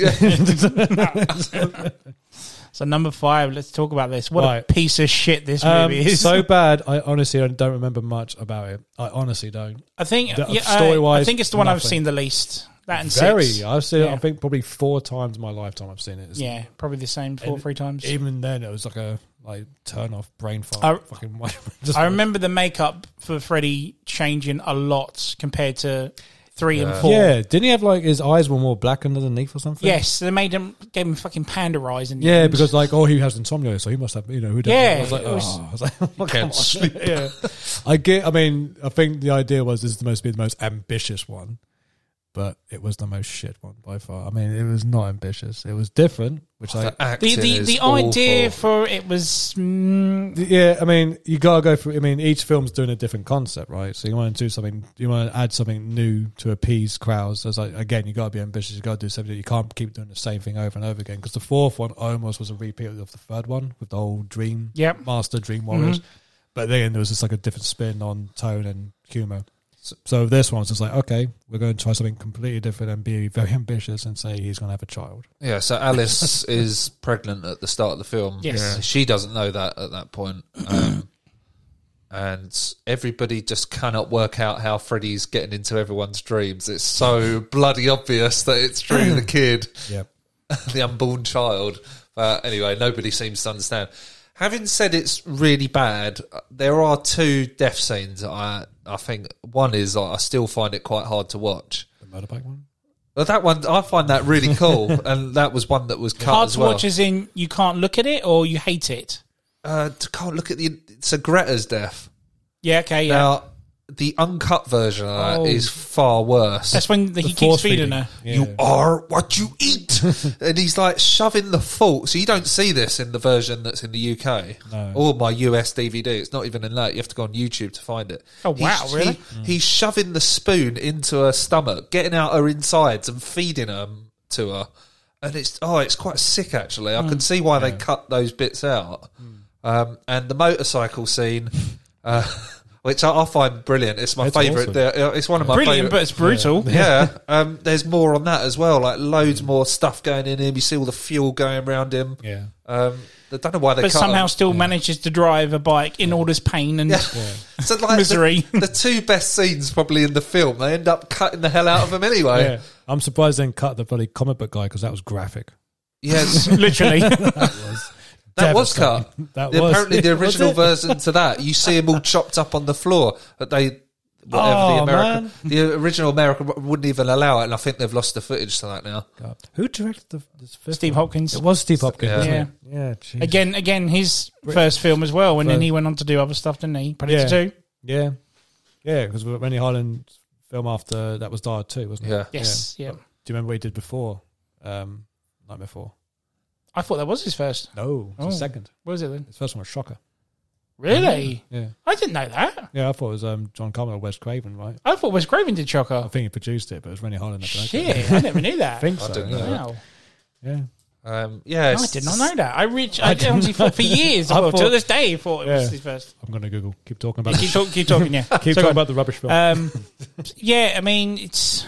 [SPEAKER 2] So number five, let's talk about this. What a
[SPEAKER 4] Right.
[SPEAKER 2] piece of shit this
[SPEAKER 4] Um,
[SPEAKER 2] movie is.
[SPEAKER 4] so bad. I honestly don't remember much about it. I honestly don't.
[SPEAKER 2] I think
[SPEAKER 4] The-
[SPEAKER 2] yeah, I- I
[SPEAKER 4] story-wise,
[SPEAKER 2] think it's the one I've
[SPEAKER 4] nothing.
[SPEAKER 2] seen the least. That and
[SPEAKER 4] Very.
[SPEAKER 2] six.
[SPEAKER 4] I've seen it.
[SPEAKER 2] Yeah.
[SPEAKER 4] I think probably four times in my lifetime. I've seen it. It's-
[SPEAKER 2] yeah, probably the same four or
[SPEAKER 4] And
[SPEAKER 2] three times.
[SPEAKER 4] Even then, it was like a like turn off brain fart.
[SPEAKER 2] I-
[SPEAKER 4] fucking watch- just-
[SPEAKER 2] I remember the makeup for Freddy changing a lot compared to three and
[SPEAKER 3] Yeah.
[SPEAKER 2] four.
[SPEAKER 4] Yeah, didn't he have like his eyes were more black underneath or something?
[SPEAKER 2] Yes, they made him gave him fucking panda eyes and
[SPEAKER 4] Yeah, because like, oh, he has insomnia, so he must have, you know, who does
[SPEAKER 2] Yeah,
[SPEAKER 4] I was like,
[SPEAKER 2] it
[SPEAKER 4] oh,
[SPEAKER 2] was-
[SPEAKER 4] I was like, oh,
[SPEAKER 3] Can't
[SPEAKER 4] come on.
[SPEAKER 3] sleep.
[SPEAKER 4] yeah, I get. I mean, I think the idea was this is the most be the most ambitious one, but it was the most shit one by far. I mean, it was not ambitious. It was different, which like,
[SPEAKER 3] the acting
[SPEAKER 2] the the,
[SPEAKER 3] is
[SPEAKER 2] the idea
[SPEAKER 3] awful.
[SPEAKER 2] for it was mm,
[SPEAKER 4] yeah. I mean, you gotta go through. I mean, each film's doing a different concept, right? So you want to do something, you want to add something new to appease crowds. So it's like again, you gotta be ambitious. You gotta do something. You can't keep doing the same thing over and over again because the fourth one almost was a repeat of the third one with the whole dream
[SPEAKER 2] Yep. Mm-hmm.
[SPEAKER 4] master dream warriors. But then there was just like a different spin on tone and humor. So, so this one's just like, okay, we're going to try something completely different and be very ambitious and say he's going to have a child.
[SPEAKER 3] Yeah, so Alice is pregnant at the start of the film.
[SPEAKER 2] Yes. Yeah.
[SPEAKER 3] She doesn't know that at that point. Um, and everybody just cannot work out how Freddy's getting into everyone's dreams. It's so bloody obvious that it's through the kid,
[SPEAKER 4] Yeah.
[SPEAKER 3] the unborn child. But anyway, nobody seems to understand. Having said it's really bad, there are two death scenes. I I think one is I still find it quite hard to watch.
[SPEAKER 4] The motorbike one?
[SPEAKER 3] But that one I find that really cool, and that was one that was cut
[SPEAKER 2] hard
[SPEAKER 3] as
[SPEAKER 2] to
[SPEAKER 3] well.
[SPEAKER 2] watch as in you can't look at it or you hate it.
[SPEAKER 3] uh, t- can't look at the so Greta's death.
[SPEAKER 2] Yeah, okay, yeah.
[SPEAKER 3] Now the uncut version of that is
[SPEAKER 4] Oh.
[SPEAKER 3] far worse.
[SPEAKER 2] That's when the, he keeps
[SPEAKER 4] force
[SPEAKER 2] feeding
[SPEAKER 4] feeding.
[SPEAKER 2] her.
[SPEAKER 4] Yeah.
[SPEAKER 3] You are what you eat, and he's like shoving the fork. So you don't see this in the version that's in the UK
[SPEAKER 4] No.
[SPEAKER 3] or my US DVD. It's not even in that. You have to go on YouTube to find it.
[SPEAKER 2] Oh, wow,
[SPEAKER 3] He's-
[SPEAKER 2] really?
[SPEAKER 3] he- he's shoving the spoon into her stomach, getting out her insides, and feeding them to her. And it's oh, it's quite sick actually. I
[SPEAKER 2] Hmm.
[SPEAKER 3] can see why they cut those bits out. Um, and the motorcycle scene, uh, which I, I find brilliant. It's my
[SPEAKER 4] It's
[SPEAKER 3] favorite. uh,
[SPEAKER 4] awesome.
[SPEAKER 3] It's one of my
[SPEAKER 2] Brilliant,
[SPEAKER 3] favorite
[SPEAKER 2] but it's brutal.
[SPEAKER 3] yeah. Um, there's more on that as well. Like
[SPEAKER 4] Hmm.
[SPEAKER 3] loads more stuff going in him. You see all the fuel going around him.
[SPEAKER 4] Yeah.
[SPEAKER 3] Um, I don't know why they
[SPEAKER 2] But
[SPEAKER 3] cut
[SPEAKER 2] somehow
[SPEAKER 3] him.
[SPEAKER 2] still manages to drive a bike in all this pain and
[SPEAKER 3] so like the-
[SPEAKER 2] Misery.
[SPEAKER 3] The, two best scenes probably in the film. They end up cutting the hell out of him anyway.
[SPEAKER 4] Yeah. I'm surprised they didn't cut the bloody comic book guy because that was graphic.
[SPEAKER 3] Yes,
[SPEAKER 2] literally.
[SPEAKER 3] that was cut.
[SPEAKER 4] Devastating. That
[SPEAKER 3] The-
[SPEAKER 4] was.
[SPEAKER 3] apparently the
[SPEAKER 4] Was
[SPEAKER 3] original
[SPEAKER 4] it?
[SPEAKER 3] version to that. You see him all chopped up on the floor. That they. Whatever the
[SPEAKER 4] Oh,
[SPEAKER 3] American,
[SPEAKER 4] man.
[SPEAKER 3] the original American wouldn't even allow it, and I think they've lost the footage to that now.
[SPEAKER 4] God. Who directed the, this fifth
[SPEAKER 2] Steve
[SPEAKER 4] one?
[SPEAKER 2] Hopkins.
[SPEAKER 4] It was Steve Hopkins.
[SPEAKER 3] Yeah.
[SPEAKER 4] wasn't
[SPEAKER 2] Yeah.
[SPEAKER 4] it? Yeah. Jesus.
[SPEAKER 2] Again, again, his first film as well, and then
[SPEAKER 4] First.
[SPEAKER 2] he went on to do other stuff, didn't he?
[SPEAKER 4] Yeah.
[SPEAKER 2] Predator Two.
[SPEAKER 4] Yeah. Yeah, because Rennie Harlan's film after that was Dire 2, wasn't it?
[SPEAKER 3] Yeah,
[SPEAKER 2] Yes, yeah.
[SPEAKER 4] Do you remember what he did before? Um, Night Before.
[SPEAKER 2] I thought that was his first.
[SPEAKER 4] No, it was
[SPEAKER 2] Oh.
[SPEAKER 4] the second.
[SPEAKER 2] What was it then?
[SPEAKER 4] His first one was Shocker.
[SPEAKER 2] Really?
[SPEAKER 4] Yeah.
[SPEAKER 2] I didn't know that.
[SPEAKER 4] Yeah, I thought it was um, John Carmel or Wes Craven, right?
[SPEAKER 2] I thought Wes Craven did
[SPEAKER 4] I
[SPEAKER 2] Shocker.
[SPEAKER 4] think he produced it, but it was Rennie Harlan that directed it.
[SPEAKER 2] Shit, I never knew
[SPEAKER 4] I
[SPEAKER 2] that.
[SPEAKER 4] think
[SPEAKER 3] I
[SPEAKER 4] so.
[SPEAKER 3] don't know.
[SPEAKER 2] Wow.
[SPEAKER 4] Yeah.
[SPEAKER 3] um, yeah.
[SPEAKER 2] No, I
[SPEAKER 3] it's-
[SPEAKER 2] did not know that. I reached. I,
[SPEAKER 4] didn't
[SPEAKER 2] honestly
[SPEAKER 4] know.
[SPEAKER 2] thought for years.
[SPEAKER 4] I
[SPEAKER 2] well, till
[SPEAKER 4] thought-
[SPEAKER 2] this day, I thought it was
[SPEAKER 4] Yeah.
[SPEAKER 2] his first.
[SPEAKER 4] I'm going to Google. Keep talking about
[SPEAKER 2] Keep,
[SPEAKER 4] it.
[SPEAKER 2] talk, keep talking. Yeah, So
[SPEAKER 4] Keep
[SPEAKER 2] go
[SPEAKER 4] talking
[SPEAKER 2] on.
[SPEAKER 4] about the rubbish film.
[SPEAKER 2] Um, yeah, I mean it's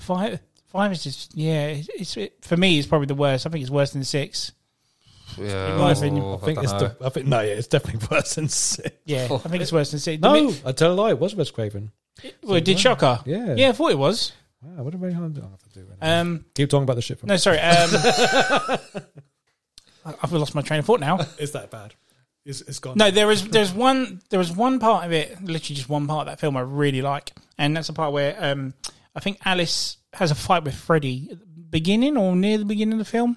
[SPEAKER 2] five. Five is just yeah. It's, it's it, for me. It's probably the worst. I think it's worse than six.
[SPEAKER 3] Yeah,
[SPEAKER 2] In my opinion,
[SPEAKER 3] oh,
[SPEAKER 4] I think
[SPEAKER 3] don't
[SPEAKER 4] it's
[SPEAKER 3] know.
[SPEAKER 4] the, I think no, yeah, it's definitely worse than six.
[SPEAKER 2] Yeah,
[SPEAKER 3] Oh.
[SPEAKER 2] I think it's worse than six. The
[SPEAKER 4] No,
[SPEAKER 2] mi-
[SPEAKER 4] I tell a lie. It was Wes Craven.
[SPEAKER 2] well, it did shocker.
[SPEAKER 4] Yeah.
[SPEAKER 2] yeah, I thought it was.
[SPEAKER 4] Wow, what did Ray Harlan do? I'll have to do it.
[SPEAKER 2] Um,
[SPEAKER 4] Keep talking about the shit. From
[SPEAKER 2] no, sorry. Um, I- I've lost my train of thought now.
[SPEAKER 4] Is that bad? It's, it's gone.
[SPEAKER 2] No, there is there's one there was one part of it, literally just one part of that film I really like, and that's the part where um, I think Alice has a fight with Freddy at the beginning or near the beginning of the film,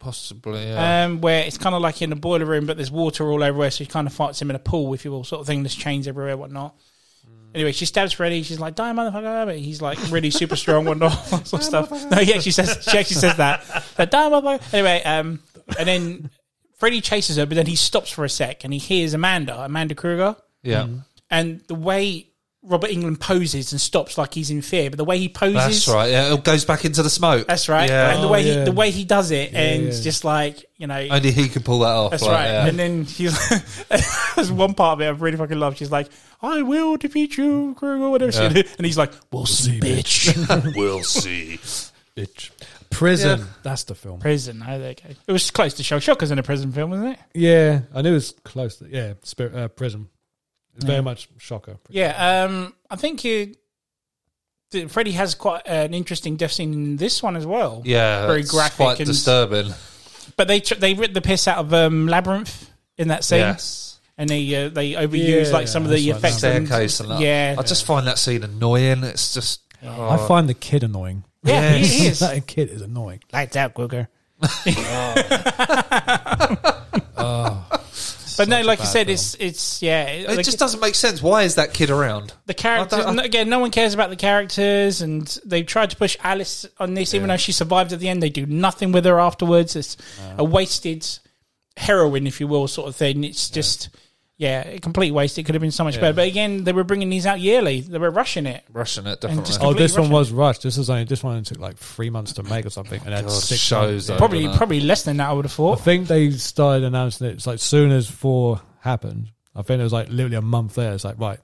[SPEAKER 3] possibly.
[SPEAKER 4] Uh,
[SPEAKER 3] Yeah.
[SPEAKER 2] um, where it's kind of like in a boiler room, but there's water all everywhere, so she kind of fights him in a pool, if you will, sort of thing. There's chains everywhere, whatnot.
[SPEAKER 3] Mm.
[SPEAKER 2] Anyway, she stabs Freddy. She's like, "Die, motherfucker!" But he's like really super strong, whatnot, all that sort of stuff. No, he actually says she actually says that. Like, Die, motherfucker. Anyway, um, and then Freddy chases her, but then he stops for a sec and he hears Amanda, Amanda Kruger
[SPEAKER 3] yeah.
[SPEAKER 4] hmm.
[SPEAKER 2] and the way Robert England poses and stops like he's in fear, but the way he poses,
[SPEAKER 3] That's right. Yeah, it goes back into the smoke.
[SPEAKER 2] that's right,
[SPEAKER 3] Yeah.
[SPEAKER 2] and the way
[SPEAKER 4] Oh,
[SPEAKER 2] he
[SPEAKER 4] yeah.
[SPEAKER 2] the way he does it, and
[SPEAKER 4] yeah.
[SPEAKER 2] just like you know,
[SPEAKER 3] Only he could pull that off.
[SPEAKER 2] that's
[SPEAKER 3] like,
[SPEAKER 2] right.
[SPEAKER 3] yeah.
[SPEAKER 2] And then she's there's one part of it I really fucking love. She's like, "I will defeat you, Kruger," whatever, she did. and he's like, "We'll see, bitch."
[SPEAKER 1] We'll see.
[SPEAKER 4] bitch. Prison.
[SPEAKER 3] Yeah.
[SPEAKER 4] That's the film.
[SPEAKER 2] prison. Oh, there you go. It was close to Shock. Shocker's in a prison film, wasn't it?
[SPEAKER 4] Yeah, I knew it was close. To, yeah, spirit, uh, Prison. It's
[SPEAKER 2] Yeah.
[SPEAKER 4] very much shocker.
[SPEAKER 2] Yeah. Um, I think you. th- Freddy has quite an interesting death scene in this one as well.
[SPEAKER 3] Yeah,
[SPEAKER 2] very
[SPEAKER 3] it's
[SPEAKER 2] graphic
[SPEAKER 3] quite
[SPEAKER 2] and
[SPEAKER 3] disturbing.
[SPEAKER 2] But they tr- they ripped the piss out of um, labyrinth in that scene,
[SPEAKER 3] Yes,
[SPEAKER 2] and they uh, they overuse
[SPEAKER 4] Yeah,
[SPEAKER 2] like some of the
[SPEAKER 4] that's like
[SPEAKER 2] effects. and-
[SPEAKER 3] staircase and that.
[SPEAKER 2] Yeah,
[SPEAKER 3] I just find that scene annoying. It's just
[SPEAKER 4] I find the kid annoying.
[SPEAKER 2] yeah,
[SPEAKER 3] Yes.
[SPEAKER 2] he is.
[SPEAKER 4] that kid is annoying.
[SPEAKER 2] Lights out, Cougar.
[SPEAKER 3] Oh.
[SPEAKER 2] Oh. but no, like I said, it's it's yeah.
[SPEAKER 3] it
[SPEAKER 2] like-
[SPEAKER 3] just doesn't make sense. Why is that kid around?
[SPEAKER 2] the characters
[SPEAKER 3] I don't- I-
[SPEAKER 2] again. No one cares about the characters, and they tried to push Alice on this, even though she survived at the end. They do nothing with her afterwards. It's a wasted heroine, if you will, sort of thing. It's just. Yeah, a complete waste. It could have been so much better. But again, they were bringing these out yearly. They were rushing it.
[SPEAKER 3] Rushing it definitely.
[SPEAKER 2] just-
[SPEAKER 4] Oh,
[SPEAKER 2] Completely
[SPEAKER 4] this one
[SPEAKER 2] rushed.
[SPEAKER 4] was rushed. This is only this one took like three months to make or something, and had
[SPEAKER 3] God,
[SPEAKER 4] six
[SPEAKER 3] shows
[SPEAKER 4] months.
[SPEAKER 3] though.
[SPEAKER 2] Probably,
[SPEAKER 3] dunno.
[SPEAKER 2] probably less than that. I would have
[SPEAKER 4] I
[SPEAKER 2] thought.
[SPEAKER 4] think they started announcing it. It's like soon as four happened. I think it was like literally a month there. It's like right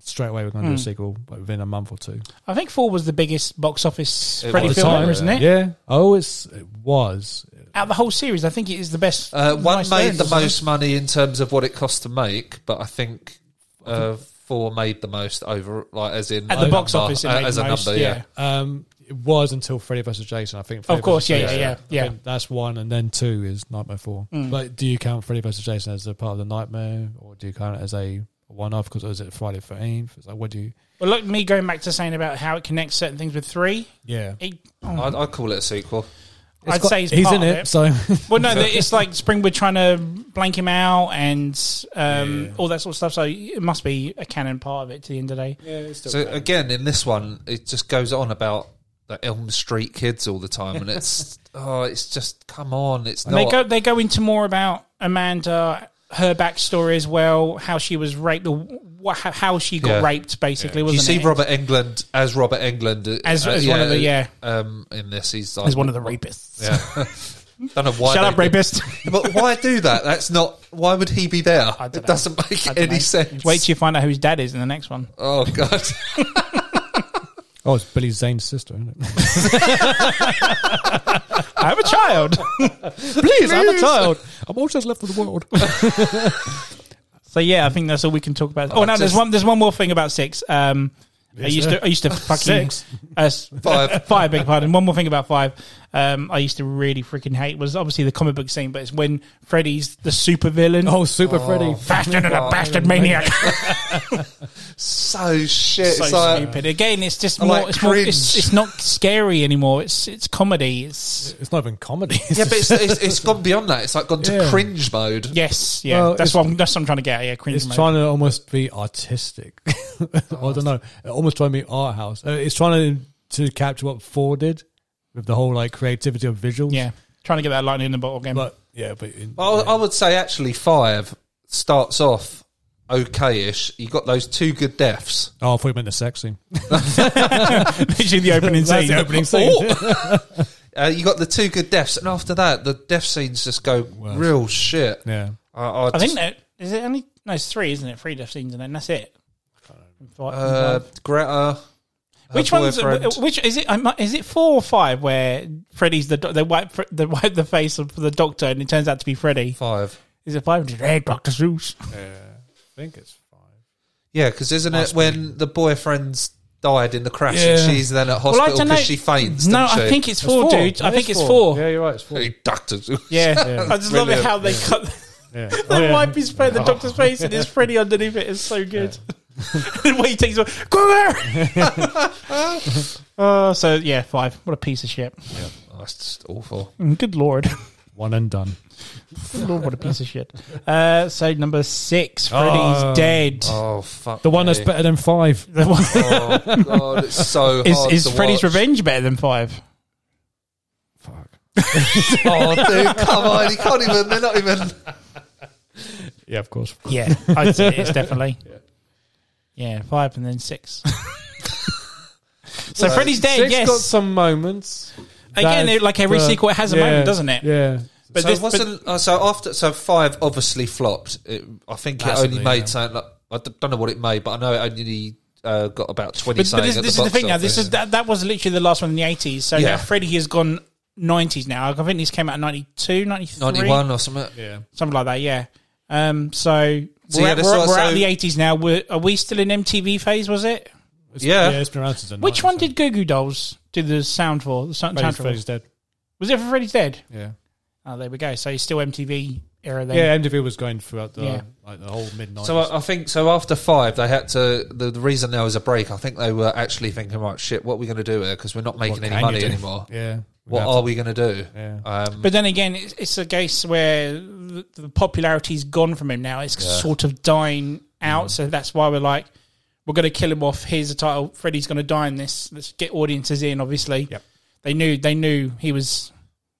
[SPEAKER 4] straight away we're going to do a sequel, but within a month or two.
[SPEAKER 2] I think four was the biggest box office
[SPEAKER 3] It
[SPEAKER 2] Freddy
[SPEAKER 3] was.
[SPEAKER 2] film,
[SPEAKER 3] Time,
[SPEAKER 2] ever, isn't it?
[SPEAKER 4] Yeah. Oh, it's it was.
[SPEAKER 2] Out of the whole series, I think it is the best.
[SPEAKER 3] Uh, one
[SPEAKER 2] nice
[SPEAKER 3] made
[SPEAKER 2] variant,
[SPEAKER 3] the
[SPEAKER 2] wasn't it?
[SPEAKER 3] most money in terms of what it cost to make, but I think uh, four made the most over, like as in
[SPEAKER 2] at the
[SPEAKER 3] a
[SPEAKER 2] box
[SPEAKER 3] number,
[SPEAKER 2] office. It
[SPEAKER 3] uh,
[SPEAKER 2] made
[SPEAKER 3] as
[SPEAKER 2] the
[SPEAKER 3] a
[SPEAKER 2] most,
[SPEAKER 3] number. Yeah,
[SPEAKER 2] yeah.
[SPEAKER 4] Um, it was until Freddy vs Jason. I think. Freddy
[SPEAKER 2] course,
[SPEAKER 4] versus
[SPEAKER 2] yeah, yeah,
[SPEAKER 4] Jason.
[SPEAKER 2] yeah,
[SPEAKER 4] I
[SPEAKER 2] yeah.
[SPEAKER 4] think That's one, and then two is Nightmare Four. But do you count Freddy vs Jason as a part of the Nightmare, or do you count it as a one-off? Because was it Friday Thirteenth? It's like what do you?
[SPEAKER 2] Well, like me going back to saying about how it connects certain things with three.
[SPEAKER 4] Yeah.
[SPEAKER 2] It,
[SPEAKER 3] I, I call it a sequel.
[SPEAKER 2] I'd say it's
[SPEAKER 4] he's
[SPEAKER 2] part
[SPEAKER 4] in
[SPEAKER 2] of
[SPEAKER 4] it, so
[SPEAKER 2] Well, no, the- it's like Springwood trying to blank him out and um, all that sort of stuff. So it must be a canon part of it. To the end of the day,
[SPEAKER 3] So again, in this one, it just goes on about the Elm Street kids all the time, and it's oh, it's just come on, it's
[SPEAKER 2] they
[SPEAKER 3] not.
[SPEAKER 2] go they go into more about Amanda, her backstory as well, how she was raped, or wha- how she got
[SPEAKER 3] Yeah.
[SPEAKER 2] raped, basically.
[SPEAKER 3] you
[SPEAKER 2] Wasn't
[SPEAKER 3] see
[SPEAKER 2] it?
[SPEAKER 3] Robert England as Robert England uh,
[SPEAKER 2] As-
[SPEAKER 3] uh,
[SPEAKER 2] as one of the- yeah.
[SPEAKER 3] um, in this he's like,
[SPEAKER 2] as one of the rapists.
[SPEAKER 3] yeah. Don't know why.
[SPEAKER 2] Shut
[SPEAKER 3] they
[SPEAKER 2] up,
[SPEAKER 3] did-
[SPEAKER 2] rapist.
[SPEAKER 3] But why do that? That's not. Why would he be there?
[SPEAKER 2] I don't
[SPEAKER 3] It
[SPEAKER 2] know.
[SPEAKER 3] doesn't make any sense.
[SPEAKER 2] Wait till you find out who his dad is in the next one.
[SPEAKER 3] Oh god.
[SPEAKER 4] oh, it's Billy Zane's sister, isn't it?
[SPEAKER 2] I have a child.
[SPEAKER 4] Please, I'm a child. I'm all just left of the world.
[SPEAKER 2] So yeah, I think that's all we can talk about. Oh, no, there's
[SPEAKER 3] just-
[SPEAKER 2] one. There's one more thing about six. Um, I used
[SPEAKER 4] sir.
[SPEAKER 2] to. I used to fucking
[SPEAKER 4] Six.
[SPEAKER 2] uh, s-
[SPEAKER 3] Five.
[SPEAKER 2] five. Beg your pardon. One more thing about five. Um, I used to really freaking hate was obviously the comic book scene, but it's when Freddy's the super villain.
[SPEAKER 4] Oh, Super Freddy.
[SPEAKER 2] faster than a bastard maniac.
[SPEAKER 3] so shit.
[SPEAKER 2] so
[SPEAKER 3] it's like,
[SPEAKER 2] stupid. Again, it's just
[SPEAKER 3] I
[SPEAKER 2] more.
[SPEAKER 3] like
[SPEAKER 2] it's, more it's,
[SPEAKER 3] cringe.
[SPEAKER 2] it's not scary anymore. It's it's comedy. It's
[SPEAKER 4] It's not even comedy.
[SPEAKER 3] Yeah, but it's, it's, it's gone beyond that. It's like gone to
[SPEAKER 4] Yeah.
[SPEAKER 3] cringe mode.
[SPEAKER 2] yes, yeah.
[SPEAKER 4] Well,
[SPEAKER 2] that's
[SPEAKER 4] it's-
[SPEAKER 2] what I'm, that's what I'm trying to get. At, yeah, cringe.
[SPEAKER 4] It's
[SPEAKER 2] mode.
[SPEAKER 4] trying to almost be artistic. I don't know. It almost trying to be art house. Uh, It's trying to to capture what Four did with the whole like creativity of visuals.
[SPEAKER 2] yeah, trying to get that lightning in the bottle game.
[SPEAKER 4] but yeah, but in, oh,
[SPEAKER 3] Well,
[SPEAKER 4] yeah.
[SPEAKER 3] I would say actually five starts off okay-ish. You got those two good deaths.
[SPEAKER 4] oh, I thought you meant the sex scene.
[SPEAKER 2] Literally the opening
[SPEAKER 4] That's
[SPEAKER 2] scene.
[SPEAKER 4] the opening scene.
[SPEAKER 3] Uh, you got the two good deaths, and after that, the death scenes just go real shit.
[SPEAKER 4] yeah,
[SPEAKER 3] I, I,
[SPEAKER 2] I
[SPEAKER 3] just-
[SPEAKER 2] think that is it. Only no, it's three, isn't it? Three death scenes, and then that's it. Five-
[SPEAKER 3] uh,
[SPEAKER 2] five.
[SPEAKER 3] Greta. her
[SPEAKER 2] which one's
[SPEAKER 3] boyfriend.
[SPEAKER 2] which is it? I might- Is it four or five where Freddy's the doc- they wipe Fre- they wipe the face of the doctor, and it turns out to be Freddy?
[SPEAKER 3] five?
[SPEAKER 2] Is it five? Hey, Doctor Zeus.
[SPEAKER 4] I think it's five.
[SPEAKER 3] Yeah, because isn't it when the boyfriend's died in the crash
[SPEAKER 4] Yeah.
[SPEAKER 3] and she's then at
[SPEAKER 2] Well, I
[SPEAKER 3] hospital
[SPEAKER 2] don't
[SPEAKER 3] because
[SPEAKER 2] know.
[SPEAKER 3] she faints?
[SPEAKER 2] No,
[SPEAKER 3] didn't
[SPEAKER 2] I
[SPEAKER 3] she?
[SPEAKER 2] think it's four, dude. I think it's four.
[SPEAKER 4] Yeah, you're right. It's four.
[SPEAKER 3] Hey, doctors. Oh,
[SPEAKER 2] Yeah, I just love it
[SPEAKER 3] Brilliant.
[SPEAKER 2] how they cut.
[SPEAKER 4] Yeah.
[SPEAKER 2] They wipe his face, the doctor's face, and it's Freddy underneath it. It's so good. the way he takes it, Quiver! uh, so yeah, five. What a piece of shit.
[SPEAKER 3] Oh, that's just awful.
[SPEAKER 2] Mm, Good lord.
[SPEAKER 4] One and done.
[SPEAKER 2] Good Lord, what a piece of shit. Uh, so number six, Freddy's
[SPEAKER 4] Oh.
[SPEAKER 2] dead.
[SPEAKER 3] Oh fuck.
[SPEAKER 4] The one
[SPEAKER 3] me.
[SPEAKER 4] that's better than five.
[SPEAKER 2] The one-
[SPEAKER 3] Oh god, it's so
[SPEAKER 2] is
[SPEAKER 3] hard
[SPEAKER 2] is
[SPEAKER 3] to
[SPEAKER 2] Freddy's
[SPEAKER 3] watch.
[SPEAKER 2] revenge better than five?
[SPEAKER 3] Oh, dude, come on. You can't even. They're not even.
[SPEAKER 4] Yeah, of course.
[SPEAKER 2] Yeah, I'd say it's definitely. Yeah. five and then six. so
[SPEAKER 3] Right.
[SPEAKER 2] Freddy's dead.
[SPEAKER 4] Six
[SPEAKER 2] yes,
[SPEAKER 4] got some moments.
[SPEAKER 2] Again,
[SPEAKER 4] That-
[SPEAKER 2] it- like every
[SPEAKER 4] but-
[SPEAKER 2] sequel, it has a
[SPEAKER 4] yeah,
[SPEAKER 2] moment, doesn't it?
[SPEAKER 4] Yeah.
[SPEAKER 2] but
[SPEAKER 3] so
[SPEAKER 2] this
[SPEAKER 3] it
[SPEAKER 2] but-
[SPEAKER 3] wasn't. uh, so after. So five obviously flopped. It, I think it
[SPEAKER 4] Massively,
[SPEAKER 3] only made
[SPEAKER 4] yeah.
[SPEAKER 3] something. Like, I d- don't know what it made, but I know it only uh, got about twenty.
[SPEAKER 2] but, but
[SPEAKER 3] something
[SPEAKER 2] this,
[SPEAKER 3] at
[SPEAKER 2] this is
[SPEAKER 3] the
[SPEAKER 2] the
[SPEAKER 3] box
[SPEAKER 2] thing now. This
[SPEAKER 3] office.
[SPEAKER 2] is that, that was literally the last one in the eighties. So now
[SPEAKER 3] Yeah.
[SPEAKER 2] Freddy has gone nineties now. I think this came out in 92, 93?
[SPEAKER 3] ninety-one or something.
[SPEAKER 4] Yeah.
[SPEAKER 2] something like that. Yeah. Um. So,
[SPEAKER 3] So
[SPEAKER 2] we're,
[SPEAKER 3] yeah,
[SPEAKER 2] at-
[SPEAKER 3] this
[SPEAKER 2] we're,
[SPEAKER 3] was-
[SPEAKER 2] we're out of
[SPEAKER 3] so-
[SPEAKER 2] the eighties now. We're, are we still in MTV phase? Was it?
[SPEAKER 4] It's-
[SPEAKER 3] Yeah.
[SPEAKER 4] it's been around since the
[SPEAKER 2] Which
[SPEAKER 4] 90s,
[SPEAKER 2] one
[SPEAKER 4] so.
[SPEAKER 2] did Goo Goo Dolls do the sound for? The sound,
[SPEAKER 4] Freddy's,
[SPEAKER 2] soundtrack for?
[SPEAKER 4] Freddy's Dead?
[SPEAKER 2] Was it for Freddy's Dead?
[SPEAKER 4] Yeah,
[SPEAKER 2] Oh, there we go. So he's still MTV era then.
[SPEAKER 4] yeah. MTV was going throughout the
[SPEAKER 2] Yeah.
[SPEAKER 4] like the whole mid nineties.
[SPEAKER 3] So uh, I, I think so. After five, they had to. The, the reason there was a break, I think they were actually thinking, right, shit, what are we going to do here? Because we're not making any money anymore.
[SPEAKER 4] Yeah.
[SPEAKER 3] What
[SPEAKER 4] Yeah.
[SPEAKER 3] are we going to do?
[SPEAKER 4] Yeah.
[SPEAKER 3] Um,
[SPEAKER 2] But then again, it's, it's a case where the, the popularity's gone from him now. It's sort of dying
[SPEAKER 3] Mm.
[SPEAKER 2] out. So that's why we're like, we're going to kill him off. Here's a title. Freddy's going to die in this. Let's get audiences in. Obviously,
[SPEAKER 4] Yep.
[SPEAKER 2] they knew they knew he was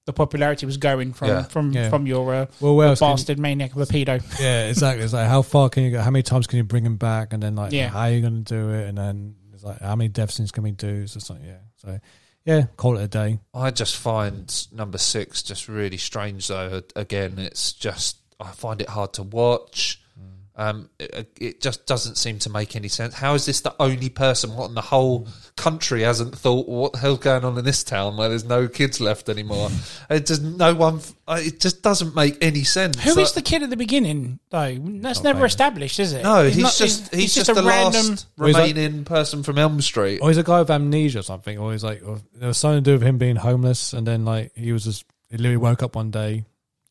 [SPEAKER 2] the popularity was going from
[SPEAKER 3] Yeah.
[SPEAKER 2] from
[SPEAKER 4] Yeah.
[SPEAKER 2] from your uh,
[SPEAKER 4] Well, where else can-
[SPEAKER 2] bastard maniac of a pedo.
[SPEAKER 4] Yeah, exactly. It's like how far can you go? How many times can you bring him back? And then like,
[SPEAKER 2] Yeah.
[SPEAKER 4] how are you going to do it? And then it's like, how many death scenes can we do? It's just like, yeah. So yeah, call it a day.
[SPEAKER 3] I just find number six just really strange, though. Again, it's just I find it hard to watch.
[SPEAKER 2] Hmm.
[SPEAKER 3] Um, it, it just doesn't seem to make any sense. How is this the only person what in the whole country hasn't thought what the hell's going on in this town where there's no kids left anymore? it just no one. uh, It just doesn't make any sense. Uh,
[SPEAKER 2] Who is
[SPEAKER 3] Like-
[SPEAKER 2] the kid at the beginning though? That's never
[SPEAKER 4] famous.
[SPEAKER 2] established, is it?
[SPEAKER 3] No, he's,
[SPEAKER 2] not-
[SPEAKER 3] just he's, just, the last
[SPEAKER 4] Well, he's like-
[SPEAKER 3] remaining person from Elm Street.
[SPEAKER 4] Or he's a guy with amnesia or something. Or he's like, or, there was something to do with him being homeless. And then like, he was just, he literally woke up one day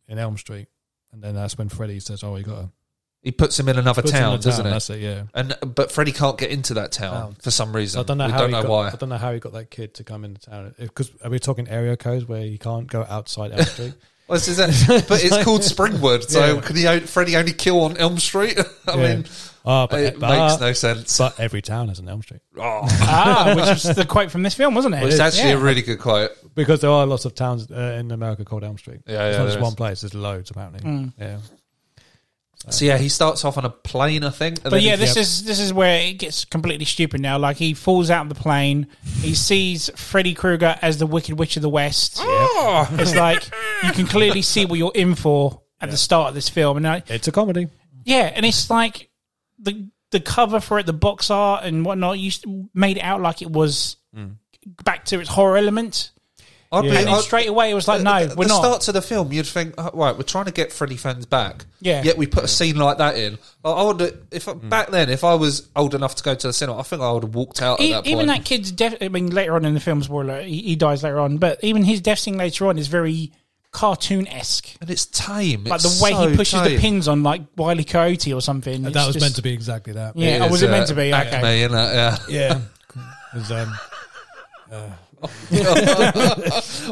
[SPEAKER 4] in Elm Street. And then that's when Freddy says, oh, you got to
[SPEAKER 3] He puts him in another
[SPEAKER 4] put him in
[SPEAKER 3] town,
[SPEAKER 4] a
[SPEAKER 3] doesn't it?
[SPEAKER 4] That's it, yeah.
[SPEAKER 3] And but Freddy can't get into that town
[SPEAKER 4] Town.
[SPEAKER 3] for some reason.
[SPEAKER 4] So I don't know
[SPEAKER 3] we
[SPEAKER 4] how
[SPEAKER 3] don't
[SPEAKER 4] he
[SPEAKER 3] know
[SPEAKER 4] got,
[SPEAKER 3] why.
[SPEAKER 4] I don't know how he got that kid to come into town because are we talking area codes where you can't go outside Elm Street?
[SPEAKER 3] Well, it's- it's- but it's called Springwood, so
[SPEAKER 4] Yeah.
[SPEAKER 3] can he o- Freddy only kill on Elm Street? I
[SPEAKER 4] Yeah.
[SPEAKER 3] mean,
[SPEAKER 4] oh, but,
[SPEAKER 3] it
[SPEAKER 4] but-
[SPEAKER 3] makes no sense.
[SPEAKER 4] but every town has an Elm Street.
[SPEAKER 3] Oh,
[SPEAKER 2] ah, which was the quote from this film, wasn't it?
[SPEAKER 3] it's actually
[SPEAKER 2] Yeah.
[SPEAKER 3] a really good quote.
[SPEAKER 4] because there are lots of towns uh, in America called Elm Street.
[SPEAKER 3] Yeah,
[SPEAKER 4] it's
[SPEAKER 3] yeah,
[SPEAKER 4] not
[SPEAKER 3] there
[SPEAKER 4] just
[SPEAKER 3] is.
[SPEAKER 4] one place. There's loads apparently. Yeah,
[SPEAKER 3] So yeah, he starts off on a plane, I think. and
[SPEAKER 2] But
[SPEAKER 3] then
[SPEAKER 2] yeah,
[SPEAKER 3] he-
[SPEAKER 2] this
[SPEAKER 4] yeah.
[SPEAKER 2] is this is where it gets completely stupid now. Like he falls out of the plane, he sees Freddy Krueger as the Wicked Witch of the West. It's like you can clearly see what you're in for at the start of this film, and I,
[SPEAKER 4] it's a comedy.
[SPEAKER 2] yeah, and it's like the the cover for it, the box art and whatnot, you s- made it out like it was
[SPEAKER 3] Mm.
[SPEAKER 2] back to its horror element,
[SPEAKER 3] I'd be-
[SPEAKER 2] and then
[SPEAKER 3] I'd-
[SPEAKER 2] straight away it was like, no,
[SPEAKER 3] the,
[SPEAKER 2] we're
[SPEAKER 3] Uh, the
[SPEAKER 2] not.
[SPEAKER 3] start to the film, you'd think, oh, right, we're trying to get Freddy fans back.
[SPEAKER 2] Yeah. Hmm.
[SPEAKER 3] Yet we put a scene like that in. I, I would if I back then, if I was old enough to go to the cinema, I think I would have walked out
[SPEAKER 2] E-
[SPEAKER 3] at that
[SPEAKER 2] even
[SPEAKER 3] point.
[SPEAKER 2] that kid's death. I mean, later on in the film, spoiler, he, he dies later on. But even his death scene later on is very cartoon esque.
[SPEAKER 3] and it's tame.
[SPEAKER 2] Like
[SPEAKER 3] It's
[SPEAKER 2] the way he
[SPEAKER 3] so
[SPEAKER 2] pushes the
[SPEAKER 3] tame.
[SPEAKER 2] pins on like Wile E. Coyote or something.
[SPEAKER 4] that was meant to be exactly that.
[SPEAKER 2] Yeah, oh,
[SPEAKER 3] is,
[SPEAKER 2] was it
[SPEAKER 3] uh,
[SPEAKER 2] meant to be?
[SPEAKER 3] Acme,
[SPEAKER 2] Okay.
[SPEAKER 3] innit? Yeah.
[SPEAKER 4] yeah. 'Cause, um,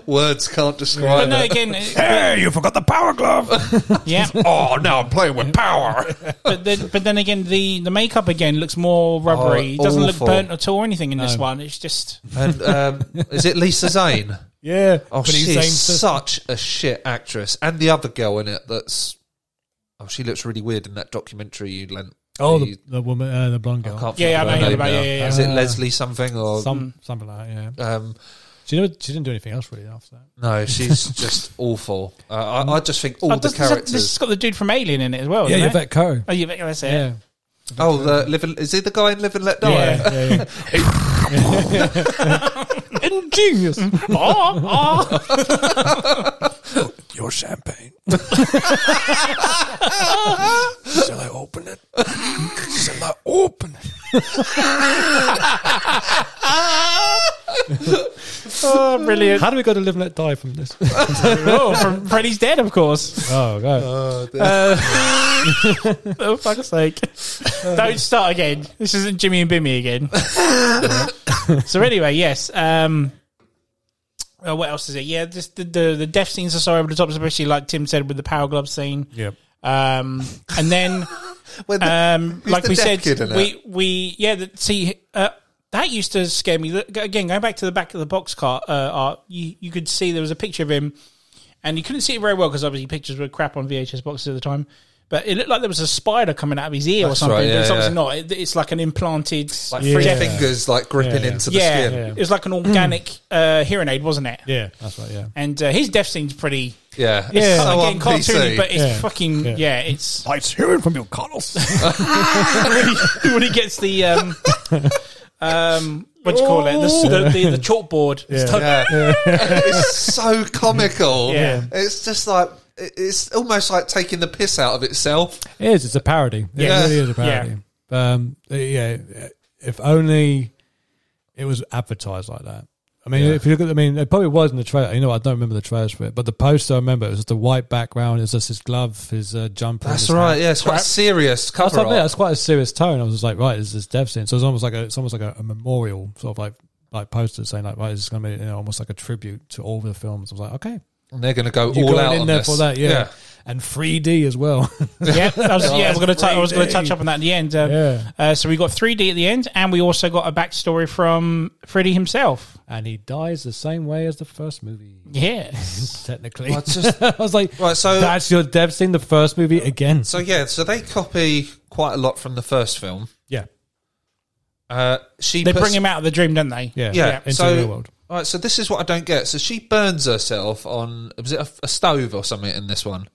[SPEAKER 3] Words can't
[SPEAKER 2] But
[SPEAKER 3] describe
[SPEAKER 2] no,
[SPEAKER 3] it.
[SPEAKER 2] again, it-
[SPEAKER 1] Hey, you forgot the power glove!
[SPEAKER 2] yeah.
[SPEAKER 3] Oh, now I'm playing with power.
[SPEAKER 2] But then, but then again, the the makeup again looks more rubbery.
[SPEAKER 3] Oh,
[SPEAKER 2] it doesn't look
[SPEAKER 3] awful.
[SPEAKER 2] burnt at all or anything in this one. It's just
[SPEAKER 3] and um, is it Lisa Zane?
[SPEAKER 4] yeah.
[SPEAKER 3] Oh,
[SPEAKER 4] But he's
[SPEAKER 3] she is
[SPEAKER 4] saying-
[SPEAKER 3] such a shit actress. And the other girl in it that's. Oh, she looks really weird in that documentary you lent.
[SPEAKER 4] oh,
[SPEAKER 3] you-
[SPEAKER 4] the, the woman, uh, the blonde
[SPEAKER 3] I
[SPEAKER 4] girl,
[SPEAKER 3] can't
[SPEAKER 2] Yeah, yeah, I
[SPEAKER 3] think of
[SPEAKER 2] know
[SPEAKER 3] her
[SPEAKER 2] about-
[SPEAKER 3] name
[SPEAKER 2] yeah,
[SPEAKER 3] now.
[SPEAKER 2] yeah, yeah.
[SPEAKER 3] Is it Leslie something or
[SPEAKER 4] some something like that. Yeah,
[SPEAKER 3] um,
[SPEAKER 4] she never, she didn't do anything else really after that.
[SPEAKER 3] No, she's just awful. Uh, I, I just think all
[SPEAKER 2] Oh,
[SPEAKER 3] the
[SPEAKER 2] doesn't-
[SPEAKER 3] characters.
[SPEAKER 2] This has got the dude from Alien in it as well. isn't it?
[SPEAKER 4] Co.
[SPEAKER 2] Oh, Yvette, that's it.
[SPEAKER 4] Yeah,
[SPEAKER 3] oh, the live and, is he the guy in Live and Let Die?
[SPEAKER 2] Yeah.
[SPEAKER 4] yeah, yeah.
[SPEAKER 2] Ingenious. oh, oh.
[SPEAKER 4] Your champagne. Shall I open it? Shall I open it?
[SPEAKER 2] oh, brilliant.
[SPEAKER 4] How do we go to live and let die from this?
[SPEAKER 2] oh, from Freddy's Dead, of course.
[SPEAKER 4] oh god.
[SPEAKER 3] Uh, the-
[SPEAKER 2] Oh, fuck's sake. Don't start again. This isn't Jimmy and Bimmy again. so anyway, yes. Um, uh, what else is it? Yeah, just the, the the death scenes are so over the top, especially like Tim said with the power glove scene.
[SPEAKER 4] Yep.
[SPEAKER 2] Um, and then,
[SPEAKER 3] when the-
[SPEAKER 2] um,
[SPEAKER 3] Who's
[SPEAKER 2] like
[SPEAKER 3] the
[SPEAKER 2] we
[SPEAKER 3] deaf
[SPEAKER 2] said,
[SPEAKER 3] kid in
[SPEAKER 2] we we yeah. The, see, uh, that used to scare me. Look, Again, going back to the back of the box car uh, art, you you could see there was a picture of him, and you couldn't see it very well because obviously pictures were crap on VHS boxes at the time. But it looked like there was a spider coming out of his ear or
[SPEAKER 3] That's
[SPEAKER 2] something.
[SPEAKER 3] right,
[SPEAKER 2] but it's
[SPEAKER 3] yeah,
[SPEAKER 2] obviously
[SPEAKER 3] yeah.
[SPEAKER 2] not. It, it's like an implanted.
[SPEAKER 3] like three
[SPEAKER 4] Yeah.
[SPEAKER 3] fingers like gripping
[SPEAKER 4] Yeah, yeah.
[SPEAKER 3] into the
[SPEAKER 2] yeah,
[SPEAKER 3] skin.
[SPEAKER 2] it was like an organic uh, hearing aid, wasn't it?
[SPEAKER 4] Yeah, that's right. Yeah.
[SPEAKER 2] And uh, his death scene's pretty.
[SPEAKER 3] Yeah,
[SPEAKER 4] Yeah.
[SPEAKER 3] It's
[SPEAKER 4] Oh,
[SPEAKER 3] so
[SPEAKER 2] again, cartoony,
[SPEAKER 3] un-PC.
[SPEAKER 2] but it's
[SPEAKER 4] Yeah.
[SPEAKER 2] fucking
[SPEAKER 4] Yeah.
[SPEAKER 2] yeah. It's
[SPEAKER 1] I've hearing from your coddles.
[SPEAKER 2] when he, when he gets the um, um, what do you call it? The, the, the, the chalkboard.
[SPEAKER 4] Yeah.
[SPEAKER 2] stuff.
[SPEAKER 3] yeah. it's so comical.
[SPEAKER 2] Yeah.
[SPEAKER 3] It's just like it- it's almost like taking the piss out of itself.
[SPEAKER 4] It is. It's a parody. It
[SPEAKER 2] Yeah.
[SPEAKER 4] really is a parody. Um, yeah. If only it was advertised like that. I mean, if you look at, I mean, it probably was in the trailer. You know, I don't remember the trailers for it, but the poster I remember it was just a white background. It's just his glove, his uh, jumper. and
[SPEAKER 3] That's
[SPEAKER 4] his
[SPEAKER 3] right.
[SPEAKER 4] hat.
[SPEAKER 3] Yeah, it's quite a serious
[SPEAKER 4] That's,
[SPEAKER 3] cover.
[SPEAKER 4] what I mean,
[SPEAKER 3] art.
[SPEAKER 4] that's quite a serious tone. I was just like, right, this is death scene. So it's almost like a, it's almost like a, a memorial sort of like like poster saying like, right, this is going to be you know, almost like a tribute to all the films. I was like, okay,
[SPEAKER 3] And they're going to go
[SPEAKER 4] you
[SPEAKER 3] all
[SPEAKER 4] going
[SPEAKER 3] out
[SPEAKER 4] in
[SPEAKER 3] on
[SPEAKER 4] there
[SPEAKER 3] this.
[SPEAKER 4] for that, yeah. and 3D as well.
[SPEAKER 2] yeah, I was, yeah, we're gonna tou- I was going to
[SPEAKER 4] 3D.
[SPEAKER 2] touch up on that in the end. Um,
[SPEAKER 4] Yeah.
[SPEAKER 2] uh, so we got 3D at the end, and we also got a backstory from Freddy himself.
[SPEAKER 4] and he dies the same way as the first movie.
[SPEAKER 2] Yes.
[SPEAKER 4] Technically,
[SPEAKER 3] Well, it's just-
[SPEAKER 4] I was like,
[SPEAKER 3] Right, so-
[SPEAKER 4] that's your dev scene, the first movie again.
[SPEAKER 3] So yeah, so they copy quite a lot from the first film.
[SPEAKER 4] yeah,
[SPEAKER 3] Uh, she
[SPEAKER 2] they
[SPEAKER 3] puts-
[SPEAKER 2] bring him out of the dream, don't they?
[SPEAKER 4] yeah,
[SPEAKER 3] Yeah,
[SPEAKER 4] Into
[SPEAKER 3] so,
[SPEAKER 4] the real world.
[SPEAKER 3] All right, so this is what I don't get. So she burns herself on was it a, a stove or something in this one?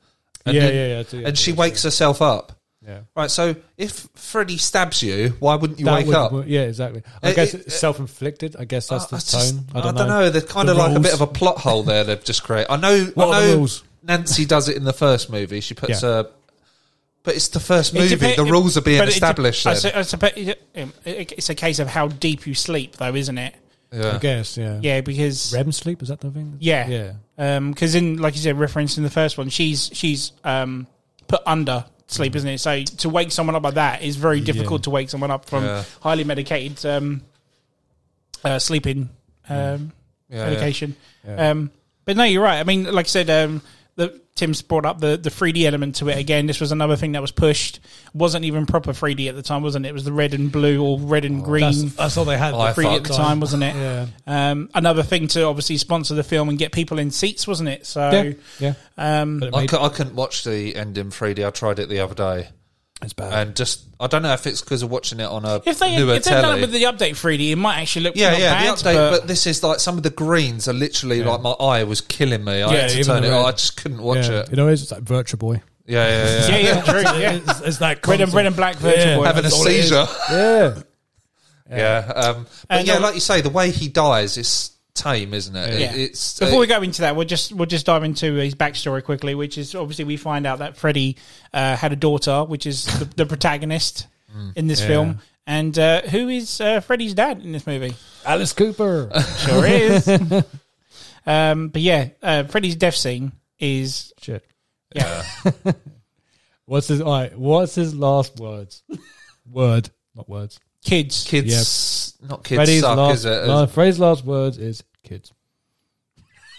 [SPEAKER 4] Yeah,
[SPEAKER 3] then-
[SPEAKER 4] yeah, yeah, I do, yeah,
[SPEAKER 3] and she
[SPEAKER 4] yeah,
[SPEAKER 3] wakes herself up.
[SPEAKER 4] Yeah.
[SPEAKER 3] Right, so if Freddy stabs you, why wouldn't you
[SPEAKER 4] That
[SPEAKER 3] wake
[SPEAKER 4] would-
[SPEAKER 3] up?
[SPEAKER 4] would- Yeah, exactly. I
[SPEAKER 3] It-
[SPEAKER 4] guess
[SPEAKER 3] it- Uh,
[SPEAKER 4] it's self-inflicted. I guess that's the
[SPEAKER 3] I
[SPEAKER 4] tone.
[SPEAKER 3] just-
[SPEAKER 4] I don't know.
[SPEAKER 3] They're kind
[SPEAKER 4] The
[SPEAKER 3] of like a bit of
[SPEAKER 4] rules.
[SPEAKER 3] a plot hole there. They've just created. I know.
[SPEAKER 4] What
[SPEAKER 3] I
[SPEAKER 4] are the
[SPEAKER 3] know.
[SPEAKER 4] rules?
[SPEAKER 3] Nancy does it in the first movie. She puts
[SPEAKER 4] Yeah.
[SPEAKER 3] her. But it's the first
[SPEAKER 2] It
[SPEAKER 3] movie.
[SPEAKER 2] depe-
[SPEAKER 3] the
[SPEAKER 2] it-
[SPEAKER 3] rules are being
[SPEAKER 2] but it de-
[SPEAKER 3] established.
[SPEAKER 2] I
[SPEAKER 3] then.
[SPEAKER 2] su- I suppo- it- it- it's a case of how deep you sleep, though, isn't it?
[SPEAKER 4] I guess. Yeah.
[SPEAKER 2] Yeah, because
[SPEAKER 4] REM sleep is that the thing?
[SPEAKER 2] yeah,
[SPEAKER 4] Yeah.
[SPEAKER 2] because Um, in like you said, reference in the first one, she's she's um put under sleep, isn't it? So to wake someone up like that is very difficult to wake someone up from
[SPEAKER 3] Yeah.
[SPEAKER 2] highly medicated um uh, sleeping um
[SPEAKER 3] Yeah, yeah.
[SPEAKER 2] medication. Um, but no, you're right. I mean, like I said, um, the, Tim's brought up the, the 3D element to it again. This was another thing that was pushed. wasn't even proper 3D at the time, wasn't it? It was the red and blue or red and
[SPEAKER 3] Oh,
[SPEAKER 4] That's,
[SPEAKER 2] green
[SPEAKER 4] that's all they had.
[SPEAKER 3] I
[SPEAKER 4] the
[SPEAKER 2] 3D at
[SPEAKER 3] fucked
[SPEAKER 2] the time, wasn't it?
[SPEAKER 4] Yeah.
[SPEAKER 2] Um, another thing to obviously sponsor the film and get people in seats, wasn't it? So
[SPEAKER 4] Yeah. Yeah.
[SPEAKER 2] um,
[SPEAKER 4] But it
[SPEAKER 3] I,
[SPEAKER 4] made,
[SPEAKER 3] cou- I couldn't watch the end in 3D. I tried it the other day,
[SPEAKER 4] it's bad.
[SPEAKER 3] and just I don't know if it's because of watching it on a
[SPEAKER 2] if they
[SPEAKER 3] newer
[SPEAKER 2] if they've
[SPEAKER 3] telly.
[SPEAKER 2] done it with the update 3D, it might actually look
[SPEAKER 3] yeah,
[SPEAKER 2] not
[SPEAKER 3] yeah,
[SPEAKER 2] bad,
[SPEAKER 3] the update. But,
[SPEAKER 2] but,
[SPEAKER 3] this is like some of the greens are literally like my eye was killing me. I
[SPEAKER 4] Yeah,
[SPEAKER 3] had to
[SPEAKER 4] even
[SPEAKER 3] turn
[SPEAKER 4] the
[SPEAKER 3] it.
[SPEAKER 4] red.
[SPEAKER 3] off. I just couldn't watch
[SPEAKER 4] yeah.
[SPEAKER 3] it.
[SPEAKER 4] You know, it's like Virtua Boy.
[SPEAKER 3] Yeah, yeah, yeah.
[SPEAKER 2] yeah, yeah, true, yeah.
[SPEAKER 4] It's, it's like
[SPEAKER 2] Red and red and black virtual
[SPEAKER 4] Yeah.
[SPEAKER 2] boy.
[SPEAKER 3] Having a
[SPEAKER 4] That's all it is.
[SPEAKER 3] seizure.
[SPEAKER 4] Yeah.
[SPEAKER 3] Yeah. Um, but
[SPEAKER 2] And
[SPEAKER 3] yeah,
[SPEAKER 2] al-
[SPEAKER 3] like you say, the way he dies is tame, isn't it? It-
[SPEAKER 2] Yeah.
[SPEAKER 3] It's uh,
[SPEAKER 2] Before we
[SPEAKER 3] it-
[SPEAKER 2] go into that, we'll just we'll just dive into his backstory quickly, which is obviously we find out that Freddy uh, had a daughter, which is the, the protagonist
[SPEAKER 3] Mm.
[SPEAKER 2] in this film, and uh, who is uh, Freddy's dad in this movie?
[SPEAKER 4] Alice Cooper.
[SPEAKER 2] Sure is. um, but yeah, uh, Freddy's death scene is
[SPEAKER 4] Shit.
[SPEAKER 2] yeah.
[SPEAKER 4] What's his? All right, what's his last words? Word, not words.
[SPEAKER 2] kids.
[SPEAKER 3] kids. Not kids
[SPEAKER 4] Freddy's
[SPEAKER 3] suck,
[SPEAKER 4] last.
[SPEAKER 3] is it?
[SPEAKER 4] no, Freddy's last words is kids.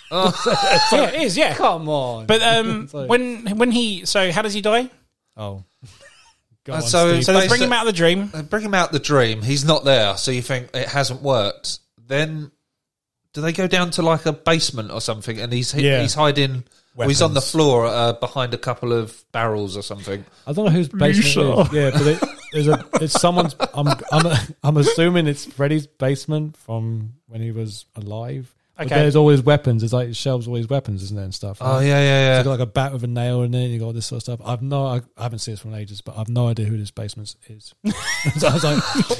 [SPEAKER 2] Yeah, it is. Yeah.
[SPEAKER 4] Come on.
[SPEAKER 2] But um,
[SPEAKER 4] Sorry.
[SPEAKER 2] when when he so how does he die?
[SPEAKER 4] oh, Go
[SPEAKER 3] Uh, so-
[SPEAKER 4] Steve.
[SPEAKER 2] So they bring
[SPEAKER 3] Basi-
[SPEAKER 2] him out of the dream.
[SPEAKER 3] They Uh, bring him out the dream. He's not there, so you think it hasn't worked. Then do they go down to like a basement or something? And he's
[SPEAKER 4] Yeah.
[SPEAKER 3] he's hiding. well, he's on the
[SPEAKER 4] Weapons.
[SPEAKER 3] floor uh, behind a couple of barrels or something.
[SPEAKER 4] I don't know whose basement. It is. Yeah, but it, there's a. It's someone's. I'm. I'm. I'm assuming it's Freddy's basement from when he was alive. But
[SPEAKER 2] Okay.
[SPEAKER 4] there's always weapons. It's like shelves always weapons, isn't there, and stuff.
[SPEAKER 3] Oh
[SPEAKER 4] right?
[SPEAKER 3] yeah, yeah,
[SPEAKER 4] It's
[SPEAKER 3] yeah.
[SPEAKER 4] got like a bat with a nail in it. And you got all this sort of stuff. I've no, I, I haven't seen this for ages, but I've no idea who this basement is. so I was like,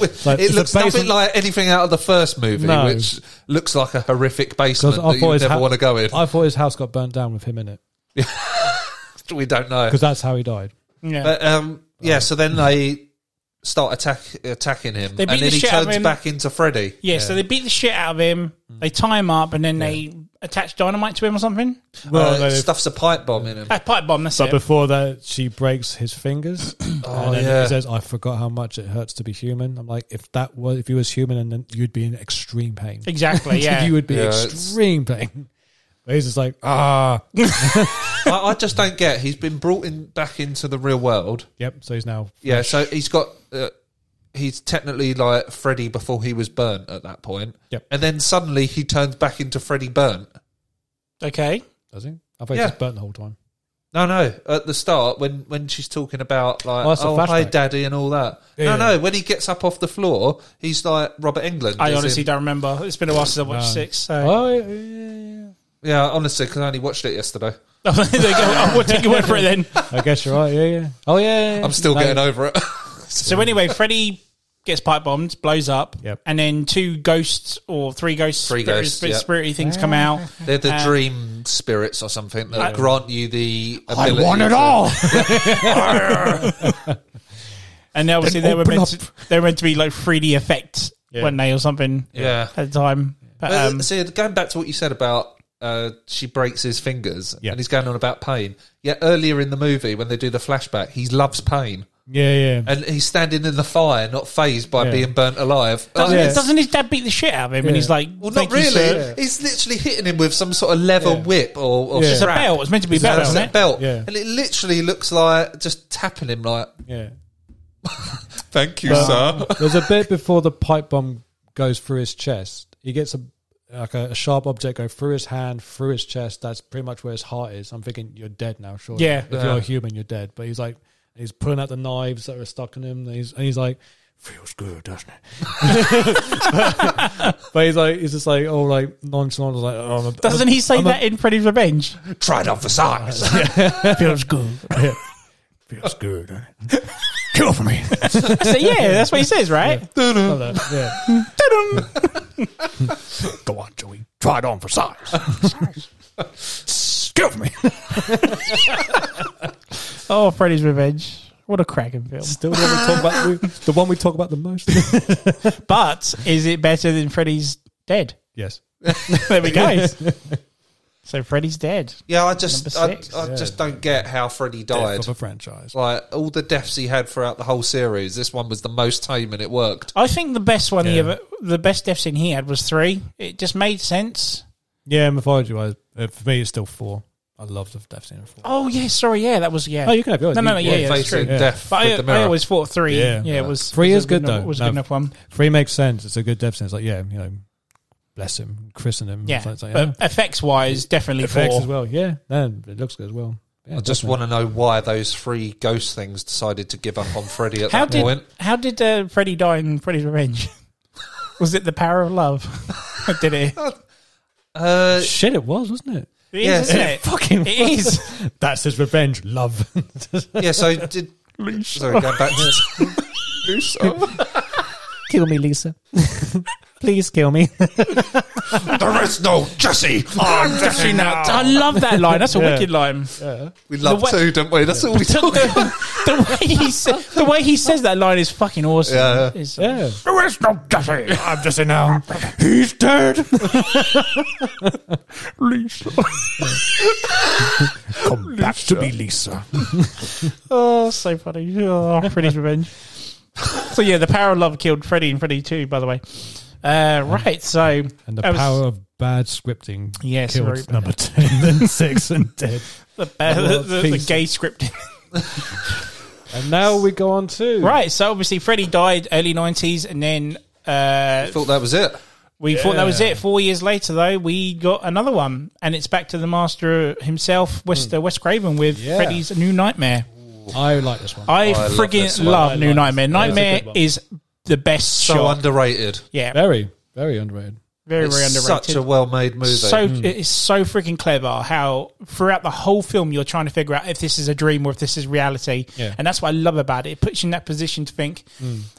[SPEAKER 4] like,
[SPEAKER 3] it
[SPEAKER 4] it's a
[SPEAKER 3] looks nothing
[SPEAKER 4] basement-
[SPEAKER 3] like anything out of the first movie,
[SPEAKER 4] No.
[SPEAKER 3] which looks like a horrific basement
[SPEAKER 4] Because
[SPEAKER 3] that
[SPEAKER 4] I
[SPEAKER 3] you
[SPEAKER 4] thought his
[SPEAKER 3] never
[SPEAKER 4] hou-
[SPEAKER 3] want to go in.
[SPEAKER 4] I thought his house got burnt down with him in it
[SPEAKER 3] we don't know.
[SPEAKER 4] because that's how he died.
[SPEAKER 2] Yeah.
[SPEAKER 3] But um, yeah, so
[SPEAKER 4] Mm.
[SPEAKER 3] then they start attack attacking him,
[SPEAKER 2] They
[SPEAKER 3] and
[SPEAKER 2] beat
[SPEAKER 3] then
[SPEAKER 2] the
[SPEAKER 3] he
[SPEAKER 2] shit out of
[SPEAKER 3] turns
[SPEAKER 2] him.
[SPEAKER 3] back into Freddy.
[SPEAKER 2] yeah, so they beat the shit out of him. They tie him up, and then they attach dynamite to him or something.
[SPEAKER 4] Well,
[SPEAKER 3] uh,
[SPEAKER 4] no,
[SPEAKER 3] stuffs a pipe bomb in him.
[SPEAKER 2] A pipe bomb. That's
[SPEAKER 4] but
[SPEAKER 2] it.
[SPEAKER 4] before that, she breaks his fingers, and then
[SPEAKER 3] yeah.
[SPEAKER 4] he says, "I forgot how much it hurts to be human." I'm like, if that was if you was human, and then you'd be in extreme pain.
[SPEAKER 2] Exactly. Yeah.
[SPEAKER 4] you would be
[SPEAKER 3] Yeah, it's-
[SPEAKER 4] extreme pain. But he's just like, ah,
[SPEAKER 3] I, I just don't get. He's been brought in back into the real world.
[SPEAKER 4] yep. So he's now
[SPEAKER 3] Yeah, so he's got. Uh, he's technically like Freddy before he was burnt at that point.
[SPEAKER 4] Yep.
[SPEAKER 3] And then suddenly he turns back into Freddy burnt.
[SPEAKER 2] okay.
[SPEAKER 4] does he? I thought he
[SPEAKER 3] Yeah.
[SPEAKER 4] was burnt the whole time.
[SPEAKER 3] No, no. At the start, when when she's talking about like,
[SPEAKER 4] Oh,
[SPEAKER 3] oh,
[SPEAKER 4] that's a
[SPEAKER 3] hi,
[SPEAKER 4] flashback.
[SPEAKER 3] daddy, and all that.
[SPEAKER 4] Yeah.
[SPEAKER 3] No, no. When he gets up off the floor, he's like Robert England.
[SPEAKER 2] I
[SPEAKER 3] is
[SPEAKER 2] honestly
[SPEAKER 3] in-
[SPEAKER 2] don't remember. It's been a while since I watched
[SPEAKER 4] No.
[SPEAKER 2] six. So.
[SPEAKER 4] Oh, yeah, yeah, yeah.
[SPEAKER 3] yeah, honestly, because I only watched it yesterday.
[SPEAKER 2] There you go. I will take your word for it then.
[SPEAKER 4] I guess you're right. Yeah, yeah. Oh, yeah. yeah, yeah.
[SPEAKER 3] I'm still
[SPEAKER 4] No,
[SPEAKER 3] getting over it.
[SPEAKER 2] So anyway, Freddy gets pipe bombed, blows up,
[SPEAKER 4] Yep.
[SPEAKER 2] and then two ghosts or three ghosts,
[SPEAKER 3] Three
[SPEAKER 2] spirit-
[SPEAKER 3] ghosts,
[SPEAKER 2] spirit-
[SPEAKER 3] yep.
[SPEAKER 2] spirity things come out.
[SPEAKER 3] They're the
[SPEAKER 4] Um,
[SPEAKER 2] Uh,
[SPEAKER 3] dream spirits or something that grant you the
[SPEAKER 4] I
[SPEAKER 3] ability.
[SPEAKER 4] want it
[SPEAKER 3] to-
[SPEAKER 4] all.
[SPEAKER 2] and obviously they were
[SPEAKER 4] open
[SPEAKER 2] meant to, they were meant to be like 3D effects
[SPEAKER 5] Yeah.
[SPEAKER 2] weren't they, or something?
[SPEAKER 3] Yeah.
[SPEAKER 2] at the time. But,
[SPEAKER 3] Well,
[SPEAKER 2] um,
[SPEAKER 3] see, going back to what you said about uh, she breaks his fingers
[SPEAKER 5] Yeah.
[SPEAKER 3] and he's going on about pain. Yet earlier in the movie, when they do the flashback, he loves pain
[SPEAKER 4] Yeah, yeah.
[SPEAKER 3] and he's standing in the fire, not phased by
[SPEAKER 4] Yeah.
[SPEAKER 3] being burnt alive.
[SPEAKER 2] doesn't,
[SPEAKER 3] Uh,
[SPEAKER 4] Yeah.
[SPEAKER 2] doesn't his dad beat the shit out of him? And
[SPEAKER 4] Yeah.
[SPEAKER 2] he's like,
[SPEAKER 3] well, not
[SPEAKER 2] "Thank you,
[SPEAKER 3] really.
[SPEAKER 2] sir."
[SPEAKER 4] sir.
[SPEAKER 3] He's literally hitting him with some sort of leather
[SPEAKER 4] Yeah.
[SPEAKER 3] whip or, or
[SPEAKER 4] Yeah. It's
[SPEAKER 2] It's a
[SPEAKER 3] strap.
[SPEAKER 2] belt. It's meant to be a
[SPEAKER 3] It's a
[SPEAKER 2] belt, isn't
[SPEAKER 3] leather
[SPEAKER 2] it?
[SPEAKER 3] belt.
[SPEAKER 4] Yeah.
[SPEAKER 3] And it literally looks like just tapping him like, uh,
[SPEAKER 4] yeah.
[SPEAKER 3] thank you,
[SPEAKER 4] Well-
[SPEAKER 3] sir.
[SPEAKER 4] There's a bit before the pipe bomb goes through his chest. He gets a like a, a sharp object go through his hand, through his chest. That's pretty much where his heart is. I'm thinking you're dead now, sure.
[SPEAKER 2] Yeah.
[SPEAKER 4] If
[SPEAKER 3] Yeah.
[SPEAKER 4] you're a human, you're dead. But he's like, he's pulling out the knives that are stuck in him. And he's and he's like, feels good, doesn't it? but he's like, he's just like, oh, like nonchalant, like, oh, I'm a-
[SPEAKER 2] Doesn't he say
[SPEAKER 4] I'm a-
[SPEAKER 2] that in Freddy's Revenge?
[SPEAKER 3] Tried on for size.
[SPEAKER 2] Feels good.
[SPEAKER 4] feels good. eh? doesn't it?
[SPEAKER 2] Kill for me. so, yeah, that's what he says, right?
[SPEAKER 4] Like that, yeah.
[SPEAKER 5] Go on, Joey. Try it on for size. Excuse me.
[SPEAKER 2] Oh, Freddy's Revenge. What a cracking film.
[SPEAKER 4] Still the one we talk about, we- the one we talk about the most.
[SPEAKER 2] But is it better than Freddy's Dead?
[SPEAKER 4] yes.
[SPEAKER 2] There we go. so Freddy's dead.
[SPEAKER 3] Yeah, I just
[SPEAKER 2] Number
[SPEAKER 3] I,
[SPEAKER 2] six.
[SPEAKER 3] I
[SPEAKER 4] Yeah.
[SPEAKER 3] just don't get how Freddy
[SPEAKER 4] Death
[SPEAKER 3] died.
[SPEAKER 4] of a franchise.
[SPEAKER 3] Like all the deaths he had throughout the whole series, this one was the most tame and it worked.
[SPEAKER 2] I think the best one he
[SPEAKER 4] Yeah.
[SPEAKER 2] ever, the best death scene he had was three. It just made sense.
[SPEAKER 4] Yeah, mythology wise, uh, for me, it's still four. I love the death scene in four.
[SPEAKER 2] Oh yeah, sorry, yeah, that was yeah.
[SPEAKER 4] Oh, you can have yours.
[SPEAKER 2] No, no, no,
[SPEAKER 4] You-
[SPEAKER 2] yeah, yeah, that's
[SPEAKER 3] Facing
[SPEAKER 2] true.
[SPEAKER 4] Yeah.
[SPEAKER 3] death
[SPEAKER 2] But
[SPEAKER 3] with
[SPEAKER 2] I,
[SPEAKER 3] the
[SPEAKER 2] I
[SPEAKER 3] mirror.
[SPEAKER 2] always thought three. Yeah,
[SPEAKER 4] Yeah.
[SPEAKER 2] it was
[SPEAKER 4] Three
[SPEAKER 2] was
[SPEAKER 4] is
[SPEAKER 2] a
[SPEAKER 4] good,
[SPEAKER 2] enough-
[SPEAKER 4] though.
[SPEAKER 2] Was a
[SPEAKER 4] No.
[SPEAKER 2] good enough one.
[SPEAKER 4] Three makes sense. It's a good death scene. It's like, yeah, you know, bless him, christen him.
[SPEAKER 2] Yeah,
[SPEAKER 4] It's like- it's like,
[SPEAKER 2] but effects wise, definitely
[SPEAKER 4] effects
[SPEAKER 2] four.
[SPEAKER 4] as well. Yeah, no, it looks good as well. Yeah,
[SPEAKER 3] I just
[SPEAKER 4] definitely.
[SPEAKER 3] want to know why those three ghost things decided to give up on Freddy at
[SPEAKER 2] How
[SPEAKER 3] that
[SPEAKER 2] did
[SPEAKER 3] point.
[SPEAKER 2] how did uh, Freddy die in Freddy's Revenge? was it the power of love? did it?
[SPEAKER 3] Uh,
[SPEAKER 4] Shit, it was, wasn't it?
[SPEAKER 2] It is,
[SPEAKER 3] Yeah.
[SPEAKER 2] isn't it?
[SPEAKER 4] Fucking
[SPEAKER 2] It is.
[SPEAKER 4] That's his revenge, love.
[SPEAKER 3] yeah, so did sorry going back to
[SPEAKER 4] kill me, Lisa. Please kill me.
[SPEAKER 3] there is no Jesse. I'm Jesse now.
[SPEAKER 2] I love that line. That's a
[SPEAKER 4] Yeah.
[SPEAKER 2] wicked line.
[SPEAKER 3] We love
[SPEAKER 2] The way-
[SPEAKER 3] two, don't we? That's all we talk.
[SPEAKER 2] the, the way he sa- the way he says that line is fucking awesome.
[SPEAKER 3] Yeah.
[SPEAKER 2] It's-
[SPEAKER 4] Yeah,
[SPEAKER 5] There is no Jesse. I'm Jesse now.
[SPEAKER 4] he's dead.
[SPEAKER 5] Lisa. Come back to me, Lisa.
[SPEAKER 2] Oh, so funny. Oh, Freddy's Revenge. So yeah, the power of love killed Freddy and Freddy too. By the way, uh, right. So
[SPEAKER 4] And the
[SPEAKER 2] that was
[SPEAKER 4] power of bad scripting
[SPEAKER 2] Yes,
[SPEAKER 4] killed
[SPEAKER 2] very bad.
[SPEAKER 4] number ten, then six, and dead.
[SPEAKER 2] the, uh, the, the, the
[SPEAKER 4] Feast.
[SPEAKER 2] gay script.
[SPEAKER 4] And now we go on to
[SPEAKER 2] right. So obviously Freddy died early nineties, and then uh,
[SPEAKER 3] I thought that was it.
[SPEAKER 2] we thought that was
[SPEAKER 4] Yeah.
[SPEAKER 2] it. Four years later, though, we got another one, and it's back to the master himself, West uh, Wes Craven, with
[SPEAKER 4] Yeah.
[SPEAKER 2] Freddy's New Nightmare.
[SPEAKER 4] I like this one.
[SPEAKER 2] I,
[SPEAKER 3] love this
[SPEAKER 2] friggin'
[SPEAKER 3] one.
[SPEAKER 2] love,
[SPEAKER 4] I
[SPEAKER 2] New
[SPEAKER 4] like
[SPEAKER 2] Nightmare.
[SPEAKER 4] this one. It's a
[SPEAKER 2] Nightmare
[SPEAKER 4] good one.
[SPEAKER 2] is the best
[SPEAKER 3] So
[SPEAKER 2] shot.
[SPEAKER 3] underrated.
[SPEAKER 2] yeah, very,
[SPEAKER 4] Very, very underrated.
[SPEAKER 2] very
[SPEAKER 3] It's
[SPEAKER 2] underrated.
[SPEAKER 3] Such a well-made movie.
[SPEAKER 2] so it's so freaking clever how throughout the whole film you're trying to figure out if this is a dream or if this is reality
[SPEAKER 4] Yeah.
[SPEAKER 2] and that's what i love about it it puts you in that position to think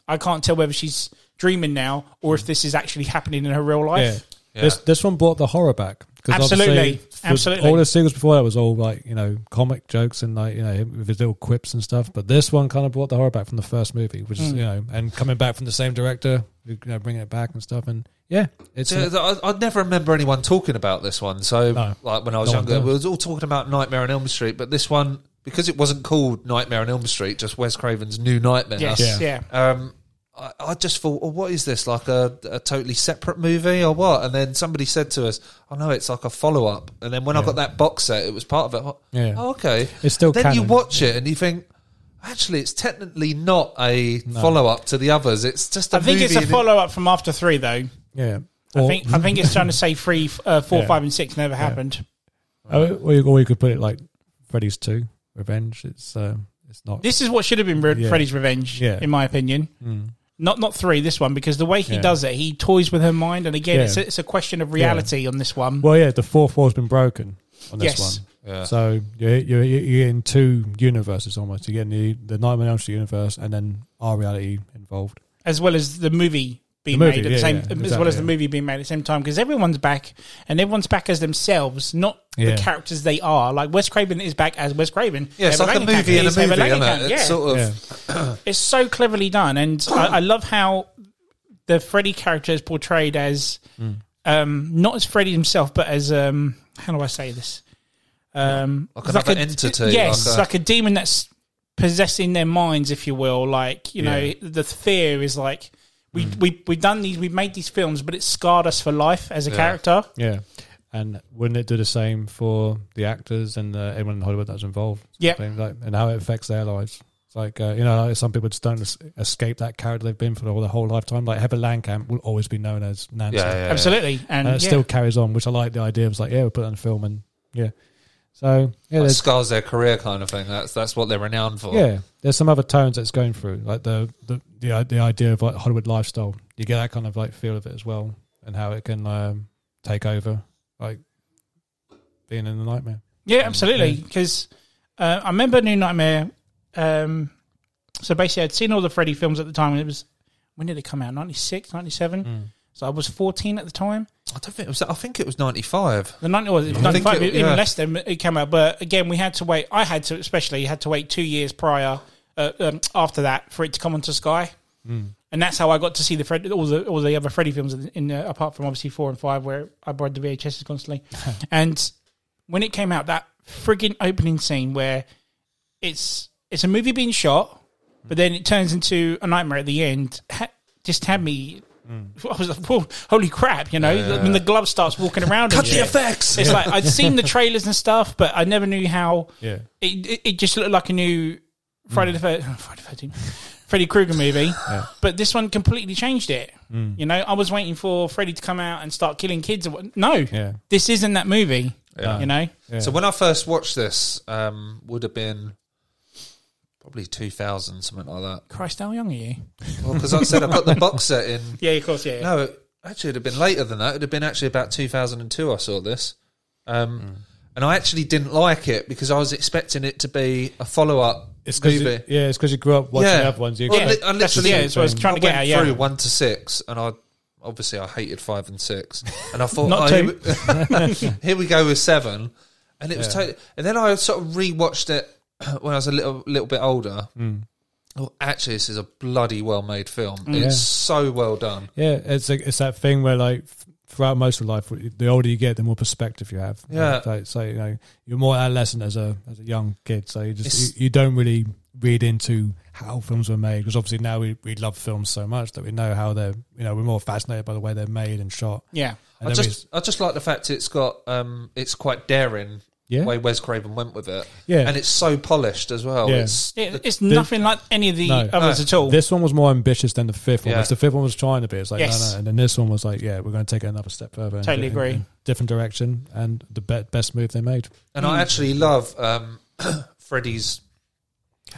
[SPEAKER 2] i can't tell whether she's dreaming now or if this is actually happening in her real
[SPEAKER 4] Yeah.
[SPEAKER 2] life
[SPEAKER 4] This this one brought the horror back. 'Cause
[SPEAKER 2] Absolutely.
[SPEAKER 4] obviously with
[SPEAKER 2] Absolutely.
[SPEAKER 4] All the sequels before that was all like, you know, comic jokes and like, you know, him with his little quips and stuff. But this one kind of brought the horror back from the first movie, which
[SPEAKER 2] Hmm.
[SPEAKER 4] is, you know, and coming back from the same director, you know, bringing it back and stuff. And yeah, it's
[SPEAKER 3] Yeah, I, I never remember anyone talking about this one. So,
[SPEAKER 4] No.
[SPEAKER 3] like when I was
[SPEAKER 4] No one
[SPEAKER 3] younger,
[SPEAKER 4] does.
[SPEAKER 3] we was all talking about Nightmare on Elm Street, but this one because it wasn't called Nightmare on Elm Street, just Wes Craven's New Nightmare.
[SPEAKER 2] yes yeah,
[SPEAKER 4] Yeah.
[SPEAKER 3] Um, I, I just thought, oh, what is this? Like a, a totally separate movie or what? And then somebody said to us, oh no, it's like a follow up. And then when I got that box set, it was part of it. Oh,
[SPEAKER 4] Yeah.
[SPEAKER 3] oh, okay.
[SPEAKER 4] It's still
[SPEAKER 3] Then you
[SPEAKER 4] canon.
[SPEAKER 3] watch it and you think. Actually, it's technically not a follow up to the others. It's just a
[SPEAKER 2] i think it's
[SPEAKER 3] movie
[SPEAKER 2] a
[SPEAKER 3] in-
[SPEAKER 2] follow-up from after three though
[SPEAKER 4] yeah.
[SPEAKER 2] I
[SPEAKER 4] Or-
[SPEAKER 2] think I think it's trying to say three, f- uh, four,
[SPEAKER 4] Yeah.
[SPEAKER 2] five, and six never happened.
[SPEAKER 4] or, or you, or you could put it like Freddy's Two Revenge. It's uh, it's not.
[SPEAKER 2] This is what should have been Re-
[SPEAKER 4] Yeah.
[SPEAKER 2] Freddy's Revenge,
[SPEAKER 4] Yeah. Mm.
[SPEAKER 2] in my opinion. Not not three. This one because the way he
[SPEAKER 4] Yeah.
[SPEAKER 2] does it, he toys with her mind, and again,
[SPEAKER 4] Yeah.
[SPEAKER 2] it's, a, it's a question of reality on this one.
[SPEAKER 4] well, yeah, the fourth wall's been broken on this
[SPEAKER 2] Yes.
[SPEAKER 4] one. So you're, you're, you're in two universes almost. You're getting the, the Nightmare on Elm Street universe and then our reality involved.
[SPEAKER 2] as well as the movie being
[SPEAKER 4] The movie,
[SPEAKER 2] made at the
[SPEAKER 4] yeah,
[SPEAKER 2] same,
[SPEAKER 4] yeah,
[SPEAKER 2] as well
[SPEAKER 4] exactly,
[SPEAKER 2] as the
[SPEAKER 4] yeah.
[SPEAKER 2] movie being made at the same time, because everyone's back and everyone's back as themselves, not
[SPEAKER 4] Yeah.
[SPEAKER 2] the characters they are. Like Wes Craven is back as Wes Craven.
[SPEAKER 3] Yeah, it's
[SPEAKER 2] Ava
[SPEAKER 3] like a
[SPEAKER 2] Langenkamp
[SPEAKER 3] movie in a
[SPEAKER 2] is Ava
[SPEAKER 3] movie, isn't
[SPEAKER 2] Langenkamp,
[SPEAKER 3] it? It's
[SPEAKER 2] yeah.
[SPEAKER 3] sort of
[SPEAKER 4] Yeah.
[SPEAKER 2] it's so cleverly done, and I, I love how the Freddy character is portrayed as
[SPEAKER 3] Hmm.
[SPEAKER 2] um, not as Freddy himself, but as um, how do I say this? Um,
[SPEAKER 3] Like another entity,
[SPEAKER 2] Yes,
[SPEAKER 3] like
[SPEAKER 2] like
[SPEAKER 3] a-
[SPEAKER 2] a, demon that's possessing their minds, if you will. Like you know, the fear is like. We,
[SPEAKER 3] Hmm.
[SPEAKER 2] we, we've done these, we've made these films, but it scarred us for life as a character.
[SPEAKER 4] Yeah. And wouldn't it do the same for the actors and uh, anyone in Hollywood that's involved?
[SPEAKER 2] Yeah.
[SPEAKER 4] Things Like, and how it affects their lives. It's like, uh, you know, like some people just don't es- escape that character they've been for their whole, their whole lifetime. Like Heather Lankamp will always be known as Nancy.
[SPEAKER 3] Yeah, yeah, yeah.
[SPEAKER 2] Absolutely. And
[SPEAKER 4] And
[SPEAKER 2] yeah.
[SPEAKER 4] it Uh, still carries on, which I like the idea. It was like, yeah, we'll put it on film and yeah. So, yeah,
[SPEAKER 3] Like
[SPEAKER 4] there's,
[SPEAKER 3] scars their career kind of thing. That's that's what they're renowned for.
[SPEAKER 4] yeah, there's some other tones that's going through, like the the the, i- the idea of like Hollywood lifestyle. You get that kind of like feel of it as well, and how it can um, take over, like being in the nightmare.
[SPEAKER 2] Yeah, absolutely. Because uh, I remember New Nightmare. Um, so basically, I'd seen all the Freddy films at the time, and it was when did it come out? 96, 97? So I was 14 at the time.
[SPEAKER 3] I don't think it was. I think it was ninety five.
[SPEAKER 2] The 90, well, it was 95,
[SPEAKER 3] it-
[SPEAKER 2] even
[SPEAKER 3] yeah.
[SPEAKER 2] less than it came out. But again, we had to wait. I had to, especially, had to wait two years prior, uh, um, after that, for it to come onto Sky. And that's how I got to see the Fred, all the all the other Freddy films in, in uh, apart from obviously four and five, where I borrowed the VHSs constantly. and when it came out, that frigging opening scene where it's it's a movie being shot, but then it turns into a nightmare at the end. Ha- just had me. I was like, "Whoa, holy crap! You know, when the glove starts walking around, cut the effects. It's like I'd seen the trailers and stuff, but I never knew how.
[SPEAKER 4] Yeah.
[SPEAKER 2] It, it, it just looked like a new Friday the
[SPEAKER 4] Mm.
[SPEAKER 2] Thir- Friday the Thirteenth, Freddy Krueger movie. But this one completely changed it.
[SPEAKER 4] Mm.
[SPEAKER 2] You know, I was waiting for Freddy to come out and start killing kids. Or what. No,
[SPEAKER 4] Yeah.
[SPEAKER 2] this isn't that movie. You know,
[SPEAKER 3] So when I first watched this, um, would have been probably two thousand something like that.
[SPEAKER 2] Christ, how young are you?
[SPEAKER 3] Well, because I said I've got the box set in.
[SPEAKER 2] Yeah, of course, yeah.
[SPEAKER 3] No, it, actually, it'd have been later than that. It'd have been actually about 2002. I saw this, um, and I actually didn't like it because I was expecting it to be a follow-up
[SPEAKER 4] It's because
[SPEAKER 3] movie.
[SPEAKER 4] yeah, it's because you grew up watching
[SPEAKER 3] Yeah.
[SPEAKER 4] the other ones. You
[SPEAKER 3] Well,
[SPEAKER 2] yeah,
[SPEAKER 3] li- I
[SPEAKER 2] that's-
[SPEAKER 3] literally-
[SPEAKER 2] yeah, that's what I was
[SPEAKER 3] I
[SPEAKER 2] trying to
[SPEAKER 3] went
[SPEAKER 2] get at. Yeah,
[SPEAKER 3] through one to six, and I obviously I hated five and six, and I thought,
[SPEAKER 2] Not
[SPEAKER 3] oh,
[SPEAKER 2] two.
[SPEAKER 3] Here, we, here we go with seven, and it was totally. And then I sort of rewatched it when I was a little little bit older.
[SPEAKER 4] Mm.
[SPEAKER 3] Oh, actually, this is a bloody well made film. It's
[SPEAKER 4] Yeah.
[SPEAKER 3] so well done.
[SPEAKER 4] yeah, it's like, it's that thing where like f- throughout most of life, the older you get, the more perspective you have.
[SPEAKER 3] Yeah.
[SPEAKER 4] Like, so you know you're more adolescent as a as a young kid, so you
[SPEAKER 3] It's-
[SPEAKER 4] just you, you don't really read into how films were made because obviously now we, we love films so much that we know how they're you know we're more fascinated by the way they're made and shot.
[SPEAKER 2] yeah.
[SPEAKER 4] And
[SPEAKER 3] I
[SPEAKER 4] then we-
[SPEAKER 3] just I just like the fact it's got um it's quite daring
[SPEAKER 4] Yeah.
[SPEAKER 3] the way Wes Craven went with it.
[SPEAKER 4] Yeah.
[SPEAKER 3] And it's so polished as well.
[SPEAKER 4] Yeah.
[SPEAKER 3] It's
[SPEAKER 2] It, it's nothing like any of the
[SPEAKER 4] No.
[SPEAKER 2] others
[SPEAKER 3] No.
[SPEAKER 2] at all.
[SPEAKER 4] This one was more ambitious than the fifth one.
[SPEAKER 3] Yeah.
[SPEAKER 4] which The fifth one was trying to be. It's like
[SPEAKER 2] Yes.
[SPEAKER 4] no, no, and then this one was like, yeah, we're going to take it another step further. and
[SPEAKER 2] Totally
[SPEAKER 4] do it in-
[SPEAKER 2] agree.
[SPEAKER 4] in different direction and the be- best move they made.
[SPEAKER 3] and
[SPEAKER 2] Mm.
[SPEAKER 3] I actually love um Freddy's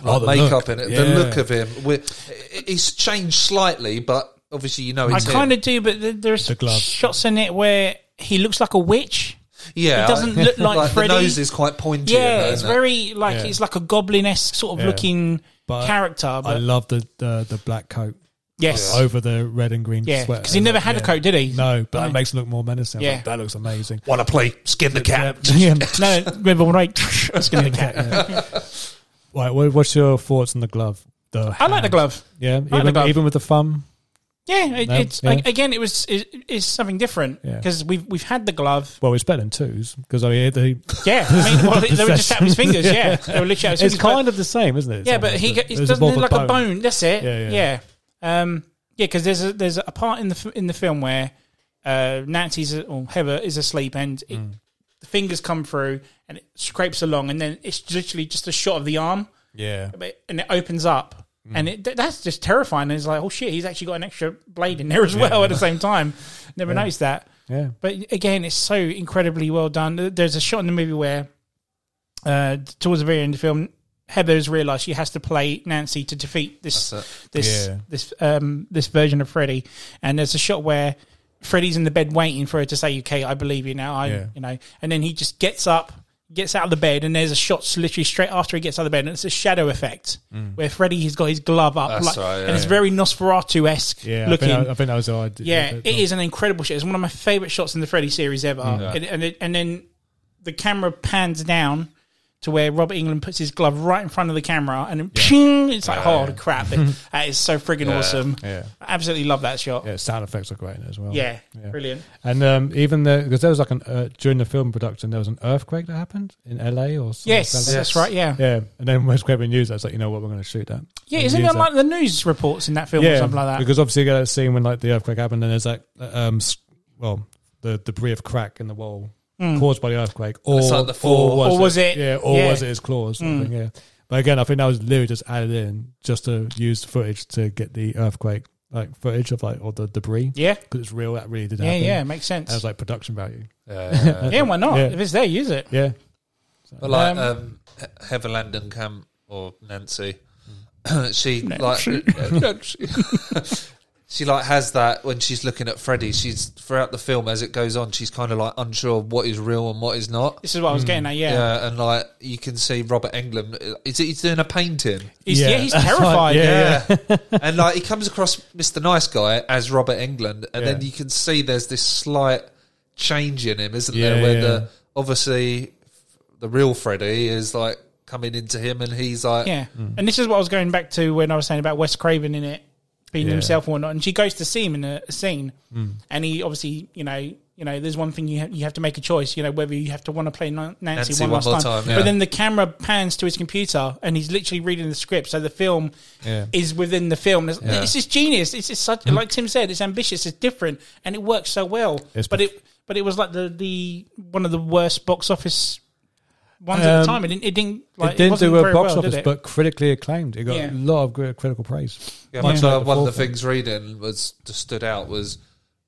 [SPEAKER 4] Oh,
[SPEAKER 3] like,
[SPEAKER 4] the
[SPEAKER 3] makeup
[SPEAKER 4] look.
[SPEAKER 3] in it.
[SPEAKER 4] Yeah.
[SPEAKER 3] The look of him. With, he's changed slightly, but obviously you know
[SPEAKER 2] I
[SPEAKER 3] it's
[SPEAKER 2] kind
[SPEAKER 3] him.
[SPEAKER 2] of do, but th- there's
[SPEAKER 4] The glove.
[SPEAKER 2] shots in it where he looks like a witch.
[SPEAKER 3] yeah.
[SPEAKER 2] it doesn't
[SPEAKER 3] I-
[SPEAKER 2] look like
[SPEAKER 3] the
[SPEAKER 2] Freddy.
[SPEAKER 3] nose is quite pointy. in
[SPEAKER 2] Yeah,
[SPEAKER 3] there,
[SPEAKER 2] it's
[SPEAKER 3] isn't it?
[SPEAKER 2] very like
[SPEAKER 4] Yeah.
[SPEAKER 2] it's like a goblin esque sort of
[SPEAKER 4] Yeah.
[SPEAKER 2] looking
[SPEAKER 4] But
[SPEAKER 2] character.
[SPEAKER 4] I
[SPEAKER 2] But
[SPEAKER 4] love the, the the black coat
[SPEAKER 2] yes,
[SPEAKER 4] over the red and green
[SPEAKER 2] yeah,
[SPEAKER 4] sweater.
[SPEAKER 2] because he never had
[SPEAKER 4] Yeah.
[SPEAKER 2] a coat, did he?
[SPEAKER 4] No, but
[SPEAKER 2] No.
[SPEAKER 4] that makes it look more menacing.
[SPEAKER 2] Yeah.
[SPEAKER 4] Yeah. that looks amazing.
[SPEAKER 5] Wanna play skin the cat?
[SPEAKER 4] yeah.
[SPEAKER 2] no. Remember when I was going to the cat?
[SPEAKER 4] Right, what- what's your thoughts on the glove? The
[SPEAKER 2] I like the glove.
[SPEAKER 4] Yeah,
[SPEAKER 2] the
[SPEAKER 4] even,
[SPEAKER 2] glove.
[SPEAKER 4] even with the thumb.
[SPEAKER 2] Yeah, it,
[SPEAKER 4] No,
[SPEAKER 2] it's
[SPEAKER 4] yeah.
[SPEAKER 2] a- again, it was it, it's something different
[SPEAKER 4] Yeah.
[SPEAKER 2] because we've we've had the glove.
[SPEAKER 4] Well, it's better than twos because I mean, they,
[SPEAKER 2] Yeah, I mean, well, they they were just out of his fingers. Yeah, they were literally out of his
[SPEAKER 4] it's
[SPEAKER 2] fingers. but-
[SPEAKER 4] kind of the same, isn't it?
[SPEAKER 2] Yeah, but he it
[SPEAKER 4] There's
[SPEAKER 2] doesn't
[SPEAKER 4] more
[SPEAKER 2] look like
[SPEAKER 4] of
[SPEAKER 2] a bone. That's it.
[SPEAKER 4] Yeah,
[SPEAKER 2] Yeah,
[SPEAKER 4] yeah.
[SPEAKER 2] yeah. Um, yeah, because there's a there's a part in the f- in the film where uh, Nancy's or Heather is asleep and it, the fingers come through and it scrapes along and then it's literally just a shot of the arm
[SPEAKER 4] Yeah,
[SPEAKER 2] but- and it opens up and it, th- that's just terrifying. And it's like, oh shit, he's actually got an extra blade in there as well at the same time. Never noticed that.
[SPEAKER 4] yeah.
[SPEAKER 2] But again, it's so incredibly well done. There's a shot in the movie where, uh, towards the very end of the film, Heather's realised she has to play Nancy to defeat this this
[SPEAKER 4] Yeah.
[SPEAKER 2] this um, this version of Freddy. And there's a shot where Freddy's in the bed waiting for her to say, "Okay, I believe you now." I
[SPEAKER 4] Yeah.
[SPEAKER 2] you know, and then he just gets up. Gets out of the bed and there's a shot literally straight after he gets out of the bed and it's a shadow effect
[SPEAKER 4] Mm.
[SPEAKER 2] where Freddy has got his glove up
[SPEAKER 3] That's right,
[SPEAKER 2] and
[SPEAKER 3] yeah.
[SPEAKER 2] it's very Nosferatu esque
[SPEAKER 4] Yeah,
[SPEAKER 2] looking.
[SPEAKER 4] I, think, I think that was the idea.
[SPEAKER 2] Yeah,
[SPEAKER 4] the-
[SPEAKER 2] it is an incredible shot. It's one of my favorite shots in the Freddy series ever. And, and, it, and then the camera pans down to where Robert England puts his glove right in front of the camera and then ching, it's like, oh, crap. That is so friggin' awesome.
[SPEAKER 4] Yeah.
[SPEAKER 2] I absolutely love that shot. Yeah,
[SPEAKER 4] Yeah, sound effects are great in it as well.
[SPEAKER 2] brilliant.
[SPEAKER 4] And um, even the because there was like an uh, during the film production there was an earthquake that happened in LA or something.
[SPEAKER 2] Yes,
[SPEAKER 4] like that.
[SPEAKER 2] that's right, yeah. Yeah,
[SPEAKER 4] Yeah, and then when Square News, I was like, you know what, we're going to shoot that. And
[SPEAKER 2] isn't
[SPEAKER 4] use
[SPEAKER 2] it like the news reports in that film or something like that?
[SPEAKER 4] Because obviously you got that scene when like the earthquake happened and there's like uh, um s- well the debris of crack in the wall caused by the earthquake or
[SPEAKER 3] It's like the fall.
[SPEAKER 4] or was,
[SPEAKER 2] Hmm. Or was it-
[SPEAKER 4] it, yeah or
[SPEAKER 2] yeah. Hmm.
[SPEAKER 4] was it his claws sort of thing, yeah. But again, I think that was literally just added in just to use footage to get the earthquake like footage of like all the debris
[SPEAKER 2] Yeah.
[SPEAKER 4] because it's real that really did
[SPEAKER 2] Yeah,
[SPEAKER 4] happen.
[SPEAKER 2] yeah, makes sense.
[SPEAKER 4] That was like production value.
[SPEAKER 3] Uh,
[SPEAKER 2] yeah, why not?
[SPEAKER 4] Yeah.
[SPEAKER 2] If it's there, use it.
[SPEAKER 4] Yeah.
[SPEAKER 3] but like um, He- Heather Landon Camp or Nancy, she like uh, she like has that when she's looking at Freddy. She's throughout the film as it goes on, she's kind of like unsure of what is real and what is not.
[SPEAKER 2] This is what I was getting at, yeah.
[SPEAKER 4] Mm.
[SPEAKER 3] Yeah, and like you can see Robert Englund, uh, he's, he's doing a painting,
[SPEAKER 2] He's, yeah.
[SPEAKER 4] Yeah.
[SPEAKER 2] he's terrified.
[SPEAKER 4] Yeah,
[SPEAKER 2] yeah.
[SPEAKER 3] and like he comes across Mr. Nice Guy as Robert Englund, and then
[SPEAKER 4] Yeah.
[SPEAKER 3] you can see there's this slight change in him, isn't
[SPEAKER 4] Yeah,
[SPEAKER 3] there? Where
[SPEAKER 4] yeah.
[SPEAKER 3] the obviously the real Freddy is like coming into him, and he's like,
[SPEAKER 2] Yeah. And this is what I was going back to when I was saying about Wes Craven in it being
[SPEAKER 4] Yeah.
[SPEAKER 2] himself or not. And she goes to see him in a, a scene, and he obviously, you know, you know, there's one thing you ha- you have to make a choice, you know, whether you have to want to play Nan- Nancy,
[SPEAKER 3] Nancy
[SPEAKER 2] one,
[SPEAKER 3] one
[SPEAKER 2] last
[SPEAKER 3] more
[SPEAKER 2] time.
[SPEAKER 3] time, yeah.
[SPEAKER 2] But then the camera pans to his computer, and he's literally reading the script. So the film
[SPEAKER 4] Yeah.
[SPEAKER 2] is within the film. It's,
[SPEAKER 3] Yeah.
[SPEAKER 2] it's just genius. It's just such, like Tim said, it's ambitious, it's different, and it works so well.
[SPEAKER 4] It's
[SPEAKER 2] but
[SPEAKER 4] perf-
[SPEAKER 2] it but it was like the the one of the worst box office. Ones at the
[SPEAKER 4] Um,
[SPEAKER 2] time, it didn't. It didn't, like,
[SPEAKER 4] it didn't
[SPEAKER 2] wasn't
[SPEAKER 4] do a
[SPEAKER 2] very
[SPEAKER 4] box
[SPEAKER 2] well, did
[SPEAKER 4] office,
[SPEAKER 2] it?
[SPEAKER 4] but critically acclaimed. It got
[SPEAKER 2] Yeah.
[SPEAKER 4] a lot of gr- critical praise.
[SPEAKER 3] Yeah,
[SPEAKER 4] Much
[SPEAKER 3] but,
[SPEAKER 4] like
[SPEAKER 3] uh,
[SPEAKER 4] the
[SPEAKER 3] one of the
[SPEAKER 4] fourth
[SPEAKER 3] things reading was just stood out was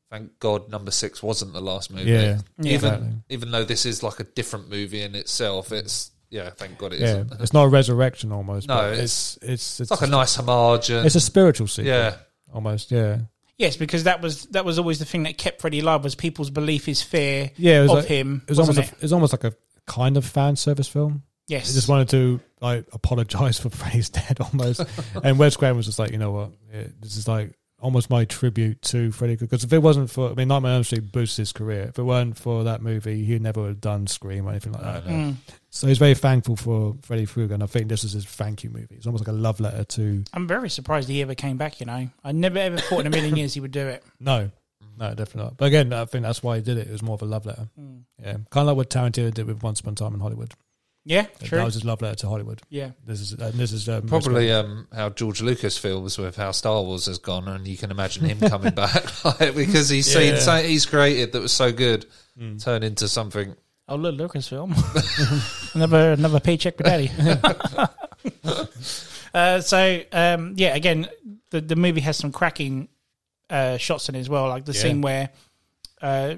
[SPEAKER 3] thank God number six wasn't the last movie.
[SPEAKER 4] Yeah.
[SPEAKER 2] Yeah.
[SPEAKER 3] even
[SPEAKER 4] Exactly.
[SPEAKER 3] even though this is like a different movie in itself, it's yeah, thank God it
[SPEAKER 4] Yeah,
[SPEAKER 3] not
[SPEAKER 4] it's not a resurrection almost.
[SPEAKER 3] No,
[SPEAKER 4] but
[SPEAKER 3] it's-
[SPEAKER 4] it's it's
[SPEAKER 3] It's
[SPEAKER 4] it's,
[SPEAKER 3] like a nice homage. And,
[SPEAKER 4] it's a spiritual sequel.
[SPEAKER 3] yeah,
[SPEAKER 4] almost. Yeah,
[SPEAKER 2] Yes, because that was that was always the thing that kept Freddie alive was people's belief is fear
[SPEAKER 4] yeah. It was
[SPEAKER 2] of
[SPEAKER 4] like,
[SPEAKER 2] him.
[SPEAKER 4] It was
[SPEAKER 2] wasn't
[SPEAKER 4] almost
[SPEAKER 2] it?
[SPEAKER 4] A, it was almost like a kind of fan service film. I
[SPEAKER 2] yes.
[SPEAKER 4] just wanted to like apologize for Freddy's dead almost, and Wes Graham was just like, you know what, it, this is like almost my tribute to Freddy because if it wasn't for, I mean, Nightmare on Elm Street boosted his career. If it weren't for that movie, he never would have done Scream or anything like that.
[SPEAKER 2] Mm.
[SPEAKER 4] So he's very thankful for Freddy Krueger, and I think this is his thank you movie. It's almost like a love letter to
[SPEAKER 2] I'm very surprised he ever came back. You know, I never ever thought in a million years he would do it.
[SPEAKER 4] No, no,
[SPEAKER 2] Mm.
[SPEAKER 4] definitely not. But again, I think that's why he did it. It was more of a love letter. Yeah, kind of like what Tarantino did with Once Upon a Time in Hollywood.
[SPEAKER 2] Yeah,
[SPEAKER 4] That
[SPEAKER 2] true.
[SPEAKER 4] was his love letter to Hollywood.
[SPEAKER 2] Yeah,
[SPEAKER 4] This is uh, this is um,
[SPEAKER 3] probably um, how George Lucas feels with how Star Wars has gone, and you can imagine him coming back like, because he's
[SPEAKER 4] Yeah.
[SPEAKER 3] seen something he's created that was so good turn into something.
[SPEAKER 2] oh look, Lucasfilm, another another paycheck for daddy. uh, so um, yeah, again, the the movie has some cracking uh, shots in it as well, like the
[SPEAKER 4] Yeah.
[SPEAKER 2] scene where. Uh,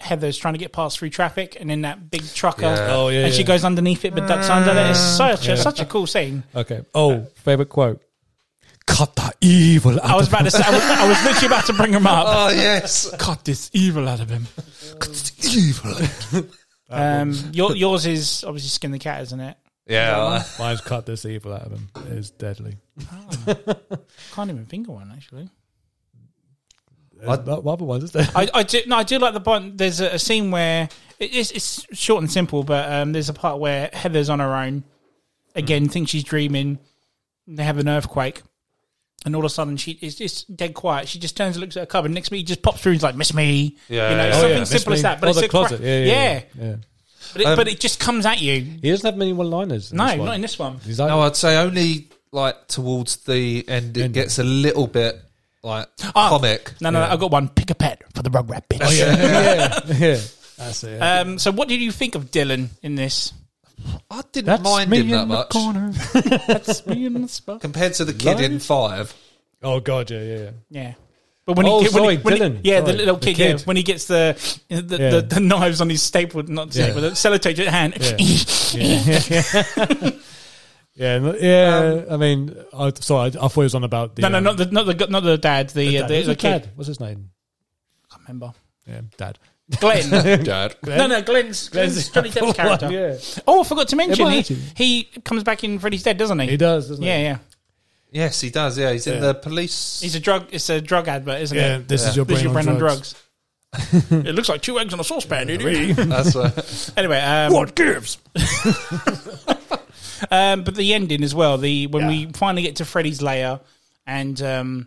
[SPEAKER 2] Heather's trying to get past through traffic, and then that big trucker.
[SPEAKER 3] Yeah. Oh,
[SPEAKER 4] yeah,
[SPEAKER 2] And she
[SPEAKER 4] yeah. Ah.
[SPEAKER 2] goes underneath it, but ducks under it. It's such a,
[SPEAKER 4] Yeah.
[SPEAKER 2] such a cool scene.
[SPEAKER 4] okay. Oh, favorite quote. Cut that evil. Out
[SPEAKER 2] I was
[SPEAKER 4] of
[SPEAKER 2] about to say, I was, I was literally about to bring him up.
[SPEAKER 3] Oh yes,
[SPEAKER 4] cut this evil out of him.
[SPEAKER 3] evil.
[SPEAKER 2] Um, your, yours is obviously skin the cat, isn't it?
[SPEAKER 3] Yeah,
[SPEAKER 4] Mine's cut this evil out of him. It is deadly.
[SPEAKER 2] Can't even think of one actually.
[SPEAKER 4] There's no other ones, is there?
[SPEAKER 2] I, I do no, I do like the point. There's a, a scene where it- it's, it's short and simple, but um, there's a part where Heather's on her own again, thinks she's dreaming. and They have an earthquake, and all of a sudden she is just dead quiet. She just turns and looks at her cupboard. And next minute, he just pops through. and He's like, "Miss me,"
[SPEAKER 3] Yeah,
[SPEAKER 2] you know,
[SPEAKER 3] yeah.
[SPEAKER 2] something
[SPEAKER 4] Miss
[SPEAKER 2] simple
[SPEAKER 4] Me.
[SPEAKER 2] as that. But
[SPEAKER 4] oh,
[SPEAKER 2] it's
[SPEAKER 4] the
[SPEAKER 2] a cra-
[SPEAKER 4] closet. yeah, yeah, yeah, yeah.
[SPEAKER 2] But, it,
[SPEAKER 3] Um,
[SPEAKER 2] but it just comes at you.
[SPEAKER 4] He doesn't have many one-liners. in this
[SPEAKER 2] No,
[SPEAKER 4] one.
[SPEAKER 2] not in this one.
[SPEAKER 4] He's like,
[SPEAKER 3] No, I'd say only like towards the end it
[SPEAKER 4] End.
[SPEAKER 3] gets a little bit like
[SPEAKER 2] Ah,
[SPEAKER 3] comic.
[SPEAKER 2] No, no, no, I got one. Pick a pet for the Rugrat bitch.
[SPEAKER 4] oh, yeah, yeah, yeah. That's it. yeah.
[SPEAKER 2] Um, so, what did you think of Dylan in this?
[SPEAKER 3] I didn't
[SPEAKER 4] That's
[SPEAKER 3] mind
[SPEAKER 4] me
[SPEAKER 3] him that
[SPEAKER 4] in the
[SPEAKER 3] much
[SPEAKER 4] corner.
[SPEAKER 2] That's me in the spot.
[SPEAKER 3] compared to the kid in five.
[SPEAKER 4] Oh god, yeah, yeah, yeah.
[SPEAKER 2] Yeah. But when he
[SPEAKER 4] Oh,
[SPEAKER 2] get- when
[SPEAKER 4] sorry,
[SPEAKER 2] he- when he-
[SPEAKER 4] Dylan.
[SPEAKER 2] yeah, the
[SPEAKER 4] Sorry,
[SPEAKER 2] little
[SPEAKER 4] the
[SPEAKER 2] kid, yeah,
[SPEAKER 4] kid.
[SPEAKER 2] when he gets the the,
[SPEAKER 4] Yeah.
[SPEAKER 2] the, the knives on his staple, not
[SPEAKER 4] Yeah.
[SPEAKER 2] staple, the sellotape at hand.
[SPEAKER 4] Yeah, no- yeah. I mean, I, sorry, I, I thought it was on about the
[SPEAKER 2] Um, no, no, not
[SPEAKER 4] um,
[SPEAKER 2] the not the not the dad, the the,
[SPEAKER 4] dad.
[SPEAKER 2] uh, the,
[SPEAKER 4] Who's
[SPEAKER 2] the
[SPEAKER 4] his dad?
[SPEAKER 2] kid.
[SPEAKER 4] What's his name?
[SPEAKER 2] I can't remember.
[SPEAKER 4] Yeah, dad.
[SPEAKER 2] Glenn.
[SPEAKER 3] Dad,
[SPEAKER 2] no, no, Glenn's, Glenn's Johnny Depp's character.
[SPEAKER 4] Yeah,
[SPEAKER 2] Oh, I forgot to mention,
[SPEAKER 4] might
[SPEAKER 2] he,
[SPEAKER 4] actually.
[SPEAKER 2] he comes back in Freddy's Dead, doesn't he?
[SPEAKER 4] he does, doesn't
[SPEAKER 2] Yeah,
[SPEAKER 4] he?
[SPEAKER 2] yeah.
[SPEAKER 3] yes, he does. Yeah, he's in the police.
[SPEAKER 2] He's a drug. It's a drug advert, isn't
[SPEAKER 4] Yeah,
[SPEAKER 2] it?
[SPEAKER 4] this is your brain,
[SPEAKER 2] This is your brain on
[SPEAKER 4] drugs.
[SPEAKER 2] drugs. it looks like two eggs on a saucepan. Did
[SPEAKER 3] That's uh,
[SPEAKER 2] Anyway, um,
[SPEAKER 5] What gives?
[SPEAKER 2] Um, but the ending as well. The when we finally get to Freddy's lair, and um,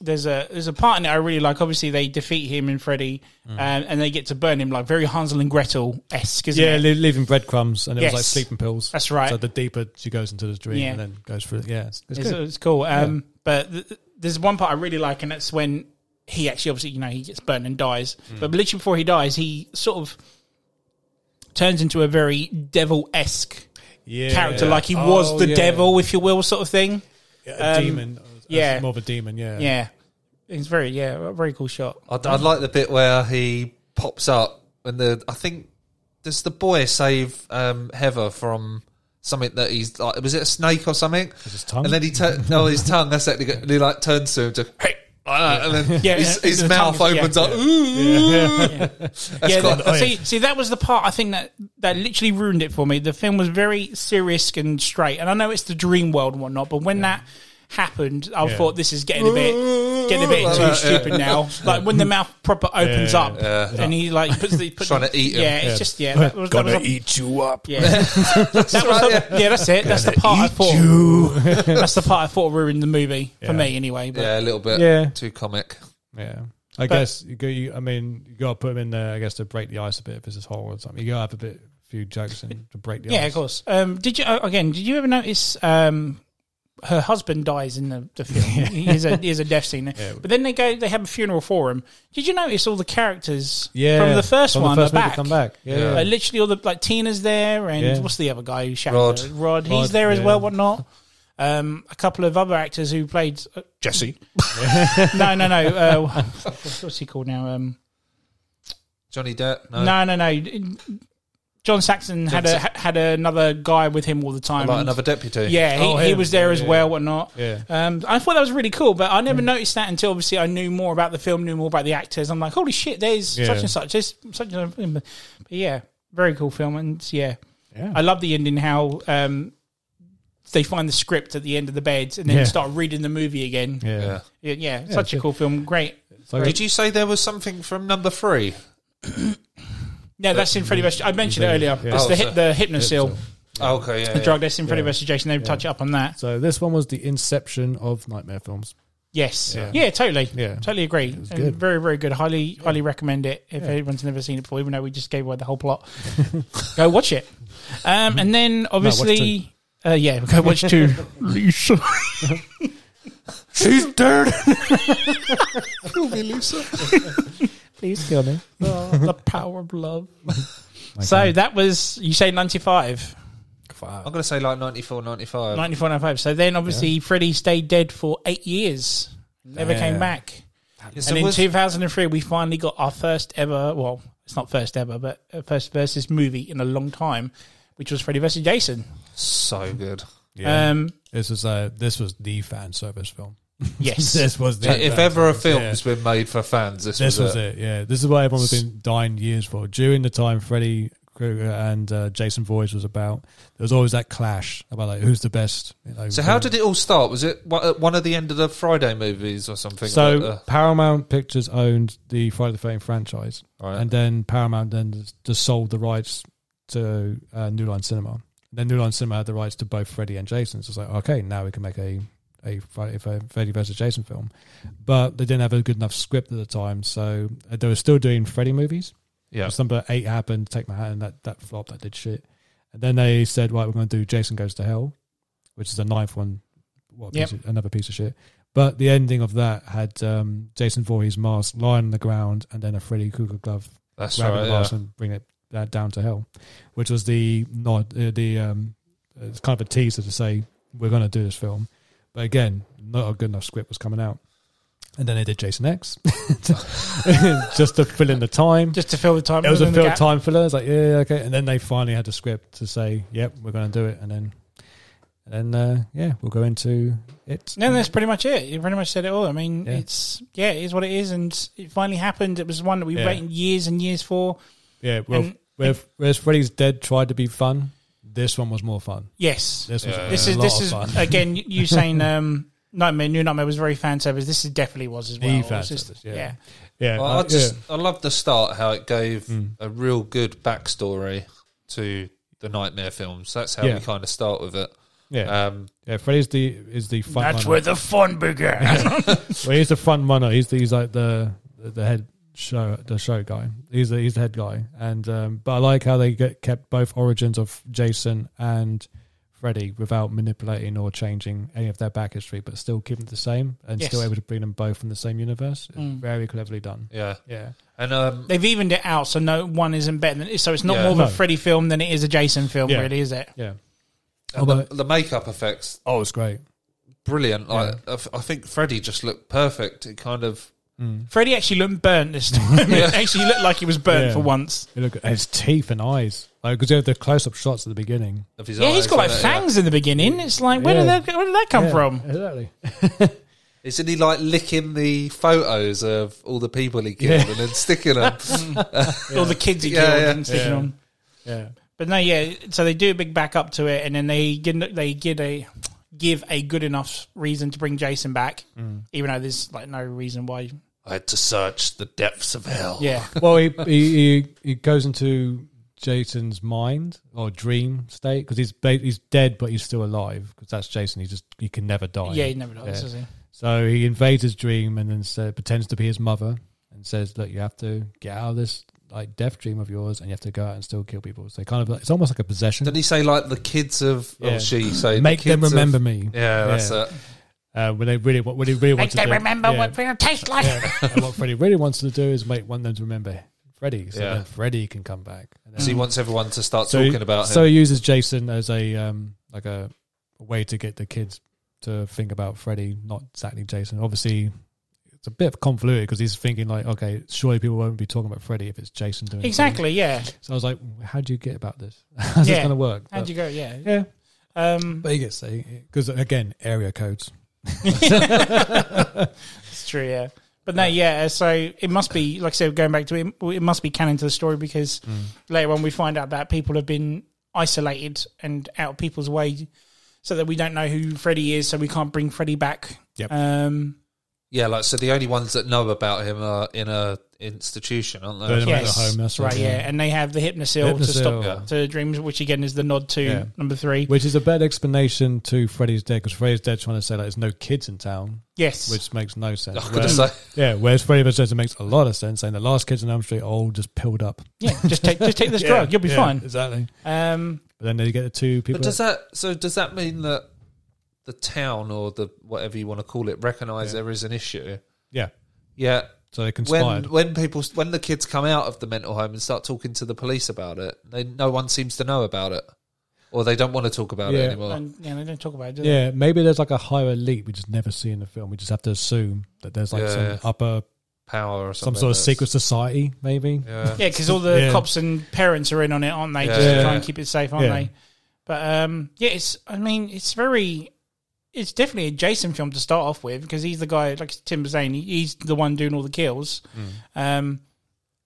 [SPEAKER 2] there's a there's a part in it I really like. Obviously, they defeat him and Freddy,
[SPEAKER 4] Mm.
[SPEAKER 2] um, and they get to burn him like very Hansel and Gretel esque.
[SPEAKER 4] Yeah,
[SPEAKER 2] it?
[SPEAKER 4] le- leaving breadcrumbs, and it was like
[SPEAKER 2] Yes.
[SPEAKER 4] sleeping pills.
[SPEAKER 2] That's right.
[SPEAKER 4] So the deeper she goes into the dream,
[SPEAKER 2] Yeah.
[SPEAKER 4] and then goes through. Yeah, it's, it's
[SPEAKER 2] It's,
[SPEAKER 4] good.
[SPEAKER 2] it's cool. Um, But th- th- there's one part I really like, and that's when he actually, obviously, you know, he gets burned and dies.
[SPEAKER 4] Mm.
[SPEAKER 2] But literally before he dies, he sort of turns into a very devil esque
[SPEAKER 4] yeah,
[SPEAKER 2] character, like he
[SPEAKER 4] Oh,
[SPEAKER 2] was the
[SPEAKER 4] yeah.
[SPEAKER 2] devil, if you will, sort of thing.
[SPEAKER 4] Yeah, a
[SPEAKER 2] um,
[SPEAKER 4] demon.
[SPEAKER 2] yeah.
[SPEAKER 4] Yeah, more of a demon. Yeah,
[SPEAKER 2] Yeah, it's very yeah, a very cool shot.
[SPEAKER 3] I'd, I'd like the bit where he pops up and the I think does the boy save um, Heather from something that he's like was it a snake or something?
[SPEAKER 4] his tongue?
[SPEAKER 3] And then he tur- no his tongue. That's it. He, go- and he like turns to him to hey. Like that, and then
[SPEAKER 2] Yeah,
[SPEAKER 3] his,
[SPEAKER 2] yeah,
[SPEAKER 3] his
[SPEAKER 2] the
[SPEAKER 3] mouth
[SPEAKER 2] tongue is-
[SPEAKER 3] opens
[SPEAKER 2] yeah,
[SPEAKER 3] up. Ooh, that's
[SPEAKER 2] yeah,
[SPEAKER 3] quite
[SPEAKER 2] that-
[SPEAKER 3] nice.
[SPEAKER 2] see, see, that was the part I think that that literally ruined it for me. The film was very serious and straight, and I know it's the dream world and whatnot, but when that happened, I
[SPEAKER 4] Yeah.
[SPEAKER 2] thought this is getting a bit getting a bit
[SPEAKER 3] Like
[SPEAKER 2] too
[SPEAKER 3] that, yeah.
[SPEAKER 2] stupid now. Like when the mouth proper opens
[SPEAKER 4] Yeah.
[SPEAKER 2] up, and he like puts the puts,
[SPEAKER 3] Trying to eat him.
[SPEAKER 2] Yeah, it's just yeah, that was, that was
[SPEAKER 5] Gonna
[SPEAKER 2] a-
[SPEAKER 5] eat you up.
[SPEAKER 2] yeah. that was the, yeah, that's it. That's the part I thought. That's the part I thought ruined the movie for me, anyway. But
[SPEAKER 3] yeah, a little bit.
[SPEAKER 4] Yeah.
[SPEAKER 3] too comic.
[SPEAKER 4] yeah. I guess you go. You, I mean, you got to put him in there. I guess to break the ice a bit if it's horror or something. You got to have a bit, few jokes in to break the ice.
[SPEAKER 2] Yeah, of course. Um, did you uh, again? Did you ever notice um, her husband dies in the, the film? Here's a here's a death scene. But then they go. They have a funeral for him. Did you notice all the characters?
[SPEAKER 4] Yeah,
[SPEAKER 2] from the first
[SPEAKER 4] from the
[SPEAKER 2] one
[SPEAKER 4] first
[SPEAKER 2] are
[SPEAKER 4] movie
[SPEAKER 2] back.
[SPEAKER 4] come back. Yeah, yeah.
[SPEAKER 2] Like, literally all the like Tina's there, and
[SPEAKER 4] Yeah.
[SPEAKER 2] what's the other guy who shot
[SPEAKER 3] Rod.
[SPEAKER 2] her? Rod. He's
[SPEAKER 4] Rod,
[SPEAKER 2] there as
[SPEAKER 4] yeah.
[SPEAKER 2] well. Whatnot. Um, a couple of other actors who played. Uh,
[SPEAKER 5] Jesse.
[SPEAKER 2] no, no, no. Uh, what's, what's he called now? Um,
[SPEAKER 3] Johnny Depp.
[SPEAKER 4] Uh,
[SPEAKER 3] No,
[SPEAKER 2] no, no, no. John Saxon had a
[SPEAKER 3] John
[SPEAKER 2] had another guy with him all the time.
[SPEAKER 3] like
[SPEAKER 2] and-
[SPEAKER 3] another deputy.
[SPEAKER 2] yeah, he,
[SPEAKER 4] Oh,
[SPEAKER 2] he
[SPEAKER 4] him.
[SPEAKER 2] was there
[SPEAKER 4] Yeah,
[SPEAKER 2] as
[SPEAKER 4] yeah. Hmm.
[SPEAKER 2] well, whatnot.
[SPEAKER 4] Yeah.
[SPEAKER 2] Um, I thought that was really cool, but I never noticed that until obviously I knew more about the film, knew more about the actors. I'm like, holy shit, there's
[SPEAKER 4] Yeah.
[SPEAKER 2] such and such, there's such and such. But yeah, very cool film, and yeah,
[SPEAKER 4] Yeah.
[SPEAKER 2] I love the ending how um, they find the script at the end of the bed and then
[SPEAKER 4] Yeah.
[SPEAKER 2] start reading the movie again. Yeah,
[SPEAKER 4] yeah.
[SPEAKER 3] yeah.
[SPEAKER 2] yeah, such a cool film, great.
[SPEAKER 4] So
[SPEAKER 3] Did you say there was something from number three?
[SPEAKER 2] No, that's in Freddy vs. I mentioned it earlier.
[SPEAKER 4] Yeah.
[SPEAKER 2] It's
[SPEAKER 3] Oh,
[SPEAKER 2] the
[SPEAKER 3] so-
[SPEAKER 2] hit, the Hypnosil
[SPEAKER 3] Oh, okay, yeah,
[SPEAKER 2] the
[SPEAKER 3] yeah.
[SPEAKER 2] drug that's in Freddy vs. Jason. They touch up on that.
[SPEAKER 4] So this one was the inception of nightmare films.
[SPEAKER 2] Yes. Yeah,
[SPEAKER 4] Yeah.
[SPEAKER 2] totally.
[SPEAKER 4] Yeah.
[SPEAKER 2] Totally agree. And
[SPEAKER 4] good.
[SPEAKER 2] Very, very good. Highly, highly recommend it if anyone's never seen it before, even though we just gave away the whole plot. go watch it. Um, and then obviously, uh, yeah, go watch two. Lisa.
[SPEAKER 5] She's dead.
[SPEAKER 2] Please kill me. Oh, the power of love. so that was, you say 95.
[SPEAKER 3] I'm going to say like 94, 95.
[SPEAKER 2] 94, 95. So then obviously, Freddy stayed dead for eight years, never came back.
[SPEAKER 3] Yeah, so
[SPEAKER 2] and in
[SPEAKER 3] was-
[SPEAKER 2] 2003, we finally got our first ever, well, it's not first ever, but uh, first versus movie in a long time, which was Freddy versus Jason.
[SPEAKER 3] so
[SPEAKER 4] Mm-hmm.
[SPEAKER 3] good.
[SPEAKER 4] Yeah.
[SPEAKER 2] Um,
[SPEAKER 4] this was uh, this was the fan service film.
[SPEAKER 2] yes.
[SPEAKER 4] This was the
[SPEAKER 3] If
[SPEAKER 4] fan
[SPEAKER 3] ever a
[SPEAKER 4] service,
[SPEAKER 3] film
[SPEAKER 4] yeah.
[SPEAKER 3] has been made for fans, this,
[SPEAKER 4] This
[SPEAKER 3] was,
[SPEAKER 4] was it. Yeah, this is what everyone's been dying years for. During the time Freddy Krueger and uh, Jason Voorhees was about, there was always that clash about like who's the best. you know,
[SPEAKER 3] So how
[SPEAKER 4] um,
[SPEAKER 3] did it all start? Was it one- at one of the end of the Friday movies or something?
[SPEAKER 4] So
[SPEAKER 3] Like, uh,
[SPEAKER 4] Paramount Pictures owned the Friday the Thirteenth franchise,
[SPEAKER 3] Right.
[SPEAKER 4] and then Paramount then just- just sold the rights to uh, New Line Cinema. Then New Line Cinema had the rights to both Freddy and Jason. So it's like, okay, now we can make a a Friday, a Freddy versus Jason film, but they didn't have a good enough script at the time, so uh, they were still doing Freddy movies.
[SPEAKER 3] yeah,
[SPEAKER 4] Just number eight happened, Take My Hat, and that, that flopped, that did shit. And then they said, right, we're going to do Jason Goes to Hell, which is the ninth one, what a piece of- another piece of shit. But the ending of that had um, Jason Voorhees' mask lying on the ground and then a Freddy Krueger glove
[SPEAKER 3] that's
[SPEAKER 4] grabbing
[SPEAKER 3] right.
[SPEAKER 4] the mask
[SPEAKER 3] Yeah.
[SPEAKER 4] and bringing it uh, down to hell, which was the nod, uh, the um, it's kind of a teaser to say we're going to do this film. But again, not a good enough script was coming out. And then they did Jason X just to fill in the time.
[SPEAKER 2] Just to fill the time.
[SPEAKER 4] It was a
[SPEAKER 2] within the
[SPEAKER 4] fill
[SPEAKER 2] gap.
[SPEAKER 4] time filler. It's like, yeah, okay. And then they finally had the script to say, yep, we're going to do it. And then, and then, uh, yeah, we'll go into it.
[SPEAKER 2] No, that's pretty much it. You pretty much said it all. I mean,
[SPEAKER 4] Yeah.
[SPEAKER 2] it's, yeah, it is what it is. And it finally happened. It was one that we
[SPEAKER 4] Yeah.
[SPEAKER 2] waited years and years for.
[SPEAKER 4] yeah. Well,
[SPEAKER 2] and-
[SPEAKER 4] where- whereas Freddy's Dead tried to be fun, this one was more fun.
[SPEAKER 2] Yes.
[SPEAKER 4] This was
[SPEAKER 3] Yeah.
[SPEAKER 2] This
[SPEAKER 4] a
[SPEAKER 2] is
[SPEAKER 4] lot
[SPEAKER 2] this
[SPEAKER 4] of
[SPEAKER 2] is
[SPEAKER 4] fun.
[SPEAKER 2] again you- you saying um, Nightmare New Nightmare was very fan service. This is definitely was as
[SPEAKER 4] The
[SPEAKER 2] well. It was
[SPEAKER 4] fan
[SPEAKER 2] just-
[SPEAKER 4] service, yeah.
[SPEAKER 2] yeah.
[SPEAKER 4] yeah,
[SPEAKER 3] Well, I
[SPEAKER 4] uh,
[SPEAKER 3] just
[SPEAKER 4] yeah. Mm.
[SPEAKER 3] I love the start how it gave a real good backstory to the nightmare films. That's how
[SPEAKER 4] Yeah.
[SPEAKER 3] we kind of start with it.
[SPEAKER 4] Yeah,
[SPEAKER 3] Um,
[SPEAKER 4] yeah. Freddy's the is the front.
[SPEAKER 5] That's
[SPEAKER 4] runner.
[SPEAKER 5] where the fun began.
[SPEAKER 4] Well, he's the front runner. He's the, he's like the the head show the show guy. He's the he's the head guy. And um, but I like how they get kept both origins of Jason and Freddy without manipulating or changing any of their back history, but still keeping it the same and
[SPEAKER 2] Yes.
[SPEAKER 4] still able to bring them both from the same universe. It's
[SPEAKER 2] Mm.
[SPEAKER 4] Very cleverly done.
[SPEAKER 3] yeah,
[SPEAKER 4] Yeah,
[SPEAKER 3] and um,
[SPEAKER 2] They've evened it out, so no one isn't better than So it's not
[SPEAKER 3] Yeah.
[SPEAKER 2] more of
[SPEAKER 4] No.
[SPEAKER 2] a Freddy film than it is a Jason film,
[SPEAKER 4] Yeah.
[SPEAKER 2] really, is it?
[SPEAKER 4] yeah.
[SPEAKER 3] and the,
[SPEAKER 4] Although-
[SPEAKER 3] the makeup effects
[SPEAKER 4] Oh, it's great.
[SPEAKER 3] brilliant. Like I f I I think Freddy just looked perfect. It kind of
[SPEAKER 2] Freddy actually looked burnt this time. it actually looked like he was burnt
[SPEAKER 4] Yeah.
[SPEAKER 2] for once.
[SPEAKER 4] You look at his teeth and eyes, like because you have the close-up shots at the beginning.
[SPEAKER 3] of his
[SPEAKER 2] Yeah,
[SPEAKER 3] eyes,
[SPEAKER 2] he's got like
[SPEAKER 3] isn't it? Yeah.
[SPEAKER 2] fangs in the beginning. It's like, where,
[SPEAKER 4] Yeah.
[SPEAKER 2] did, that, where did that come
[SPEAKER 4] Yeah,
[SPEAKER 2] from?
[SPEAKER 4] exactly.
[SPEAKER 3] Isn't he like licking the photos of all the people he killed and then sticking them?
[SPEAKER 2] All the kids he
[SPEAKER 3] Yeah,
[SPEAKER 2] killed
[SPEAKER 3] yeah.
[SPEAKER 2] and sticking
[SPEAKER 4] Yeah.
[SPEAKER 2] on.
[SPEAKER 4] Yeah,
[SPEAKER 2] But no, yeah. So they do a big back up to it, and then they give, they give a give a good enough reason to bring Jason back,
[SPEAKER 4] Mm.
[SPEAKER 2] even though there's like no reason why.
[SPEAKER 3] I had to search the depths of hell.
[SPEAKER 2] Yeah,
[SPEAKER 4] well, he, he he he goes into Jason's mind or dream state because he's ba- he's dead, but he's still alive because that's Jason. He just he can never die.
[SPEAKER 2] yeah. He never does,
[SPEAKER 4] Yeah.
[SPEAKER 2] does he?
[SPEAKER 4] So he invades his dream and then sa pretends to be his mother and says, "Look, you have to get out of this like death dream of yours, and you have to go out and still kill people." So kind of like, it's almost like a possession.
[SPEAKER 3] Didn't he say like the kids of?
[SPEAKER 4] Yeah.
[SPEAKER 3] Or she say the
[SPEAKER 4] Make them
[SPEAKER 3] kids of-
[SPEAKER 4] remember me.
[SPEAKER 3] yeah, that's
[SPEAKER 4] Yeah.
[SPEAKER 3] it.
[SPEAKER 4] Uh, when they really what, what he really
[SPEAKER 2] Like
[SPEAKER 4] wants to
[SPEAKER 2] they
[SPEAKER 4] do.
[SPEAKER 2] remember
[SPEAKER 4] yeah.
[SPEAKER 2] what freedom tastes like.
[SPEAKER 4] and what Freddy really wants to do is make one of them to remember Freddy, so
[SPEAKER 3] Yeah.
[SPEAKER 4] then Freddy can come back. And then
[SPEAKER 3] So he wants everyone to start
[SPEAKER 4] so
[SPEAKER 3] talking
[SPEAKER 4] he,
[SPEAKER 3] about
[SPEAKER 4] so
[SPEAKER 3] him.
[SPEAKER 4] he uses Jason as a um, like a way to get the kids to think about Freddy, not exactly Jason. Obviously, it's a bit convoluted because he's thinking like, okay, surely people won't be talking about Freddy if it's Jason doing it.
[SPEAKER 2] Exactly. Yeah.
[SPEAKER 4] So I was like, how do you get about this? How's
[SPEAKER 2] Yeah.
[SPEAKER 4] this going to work?
[SPEAKER 2] How'd
[SPEAKER 4] But-
[SPEAKER 2] you go? Yeah.
[SPEAKER 4] yeah,
[SPEAKER 2] Um,
[SPEAKER 4] but he gets because again, area codes.
[SPEAKER 2] it's true. Yeah. But no, yeah. So it must be like I said, going back to it, it must be canon to the story because
[SPEAKER 4] Mm.
[SPEAKER 2] later on we find out that people have been isolated and out of people's way, so that we don't know who Freddy is, so we can't bring Freddy back.
[SPEAKER 4] Yep.
[SPEAKER 2] Um,
[SPEAKER 3] yeah, like so the only ones that know about him are in a institution, aren't they?
[SPEAKER 4] They're in a-
[SPEAKER 2] yes,
[SPEAKER 4] at home, that's
[SPEAKER 2] right.
[SPEAKER 4] right,
[SPEAKER 2] Yeah.
[SPEAKER 4] yeah.
[SPEAKER 2] and they have the hypnosil, to stop
[SPEAKER 4] Hypnosil.
[SPEAKER 2] to dreams, which again is the nod to
[SPEAKER 4] Yeah.
[SPEAKER 2] number three.
[SPEAKER 4] Which is a better explanation to Freddy's dead because Freddy's dead trying to say like there's no kids in town,
[SPEAKER 2] yes,
[SPEAKER 4] which makes no sense.
[SPEAKER 3] I could
[SPEAKER 4] Whereas-
[SPEAKER 3] have said-
[SPEAKER 4] Yeah, whereas Freddy vs. Jason makes a lot of sense, saying the last kids in Elm Street are all just pilled up.
[SPEAKER 2] yeah, just take just take this drug, you'll be fine.
[SPEAKER 4] Exactly.
[SPEAKER 2] Um,
[SPEAKER 4] But then they get the two people.
[SPEAKER 3] But does that so does that mean that the town or the whatever you want to call it recognise there is an issue?
[SPEAKER 4] yeah,
[SPEAKER 3] Yeah.
[SPEAKER 4] so they
[SPEAKER 3] When
[SPEAKER 4] conspired.
[SPEAKER 3] when people when the kids come out of the mental home and start talking to the police about it, they no one seems to know about it, or they don't want to talk about
[SPEAKER 4] Yeah.
[SPEAKER 3] it anymore.
[SPEAKER 2] and, yeah, they don't talk about it. Do they?
[SPEAKER 4] yeah, maybe there's like a higher elite we just never see in the film. We just have to assume that there's like
[SPEAKER 3] Yeah,
[SPEAKER 4] some
[SPEAKER 3] yeah.
[SPEAKER 4] upper,
[SPEAKER 3] Power or
[SPEAKER 4] some
[SPEAKER 3] something
[SPEAKER 4] sort of
[SPEAKER 3] that's-
[SPEAKER 4] secret society, maybe.
[SPEAKER 3] Yeah.
[SPEAKER 2] Yeah, because all the
[SPEAKER 4] Yeah.
[SPEAKER 2] cops and parents are in on it, aren't they?
[SPEAKER 3] Yeah.
[SPEAKER 2] Just to
[SPEAKER 4] Yeah.
[SPEAKER 2] try and keep it safe, aren't
[SPEAKER 4] Yeah.
[SPEAKER 2] they? But um, yeah, it's. I mean, it's very. It's definitely a Jason film to start off with because he's the guy, like Tim was saying, he- he's the one doing all the kills. Um,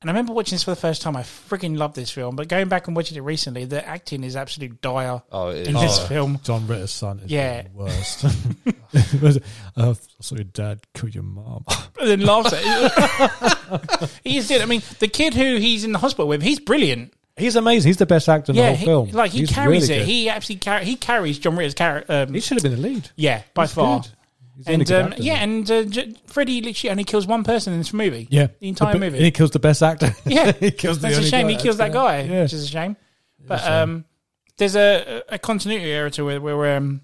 [SPEAKER 2] and I remember watching this for the first time. I freaking love this film, but going back and watching it recently, the acting is absolute dire
[SPEAKER 3] Oh, it
[SPEAKER 2] in
[SPEAKER 3] is.
[SPEAKER 2] this
[SPEAKER 3] Oh.
[SPEAKER 2] film.
[SPEAKER 4] John Ritter's son is
[SPEAKER 2] Yeah.
[SPEAKER 4] the worst. It was- oh, I saw your dad kill your mom.
[SPEAKER 2] and then laughs at it. he is good. I mean, the kid who he's in the hospital with, he's brilliant.
[SPEAKER 4] He's amazing. He's the best actor in
[SPEAKER 2] yeah,
[SPEAKER 4] the
[SPEAKER 2] he,
[SPEAKER 4] whole film.
[SPEAKER 2] like he
[SPEAKER 4] He's
[SPEAKER 2] carries
[SPEAKER 4] really
[SPEAKER 2] it.
[SPEAKER 4] good.
[SPEAKER 2] He actually car- he carries John Ritter's character. Um,
[SPEAKER 4] He should have been the lead.
[SPEAKER 2] yeah, by far.
[SPEAKER 4] good. He's the only
[SPEAKER 2] And
[SPEAKER 4] good
[SPEAKER 2] um,
[SPEAKER 4] actor.
[SPEAKER 2] yeah, and uh, J- Freddy literally only kills one person in this movie.
[SPEAKER 4] Yeah,
[SPEAKER 2] the entire
[SPEAKER 4] b-
[SPEAKER 2] movie.
[SPEAKER 4] And he kills the best actor.
[SPEAKER 2] Yeah,
[SPEAKER 4] he kills. the
[SPEAKER 2] That's a
[SPEAKER 4] only
[SPEAKER 2] shame.
[SPEAKER 4] guy
[SPEAKER 2] He kills that
[SPEAKER 4] that's
[SPEAKER 2] guy,
[SPEAKER 4] there. Yeah.
[SPEAKER 2] which is a shame. But um, there's a, a continuity error to where, where um,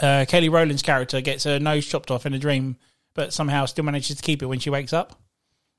[SPEAKER 2] uh, Kelly Rowland's character gets her nose chopped off in a dream, but somehow still manages to keep it when she wakes up.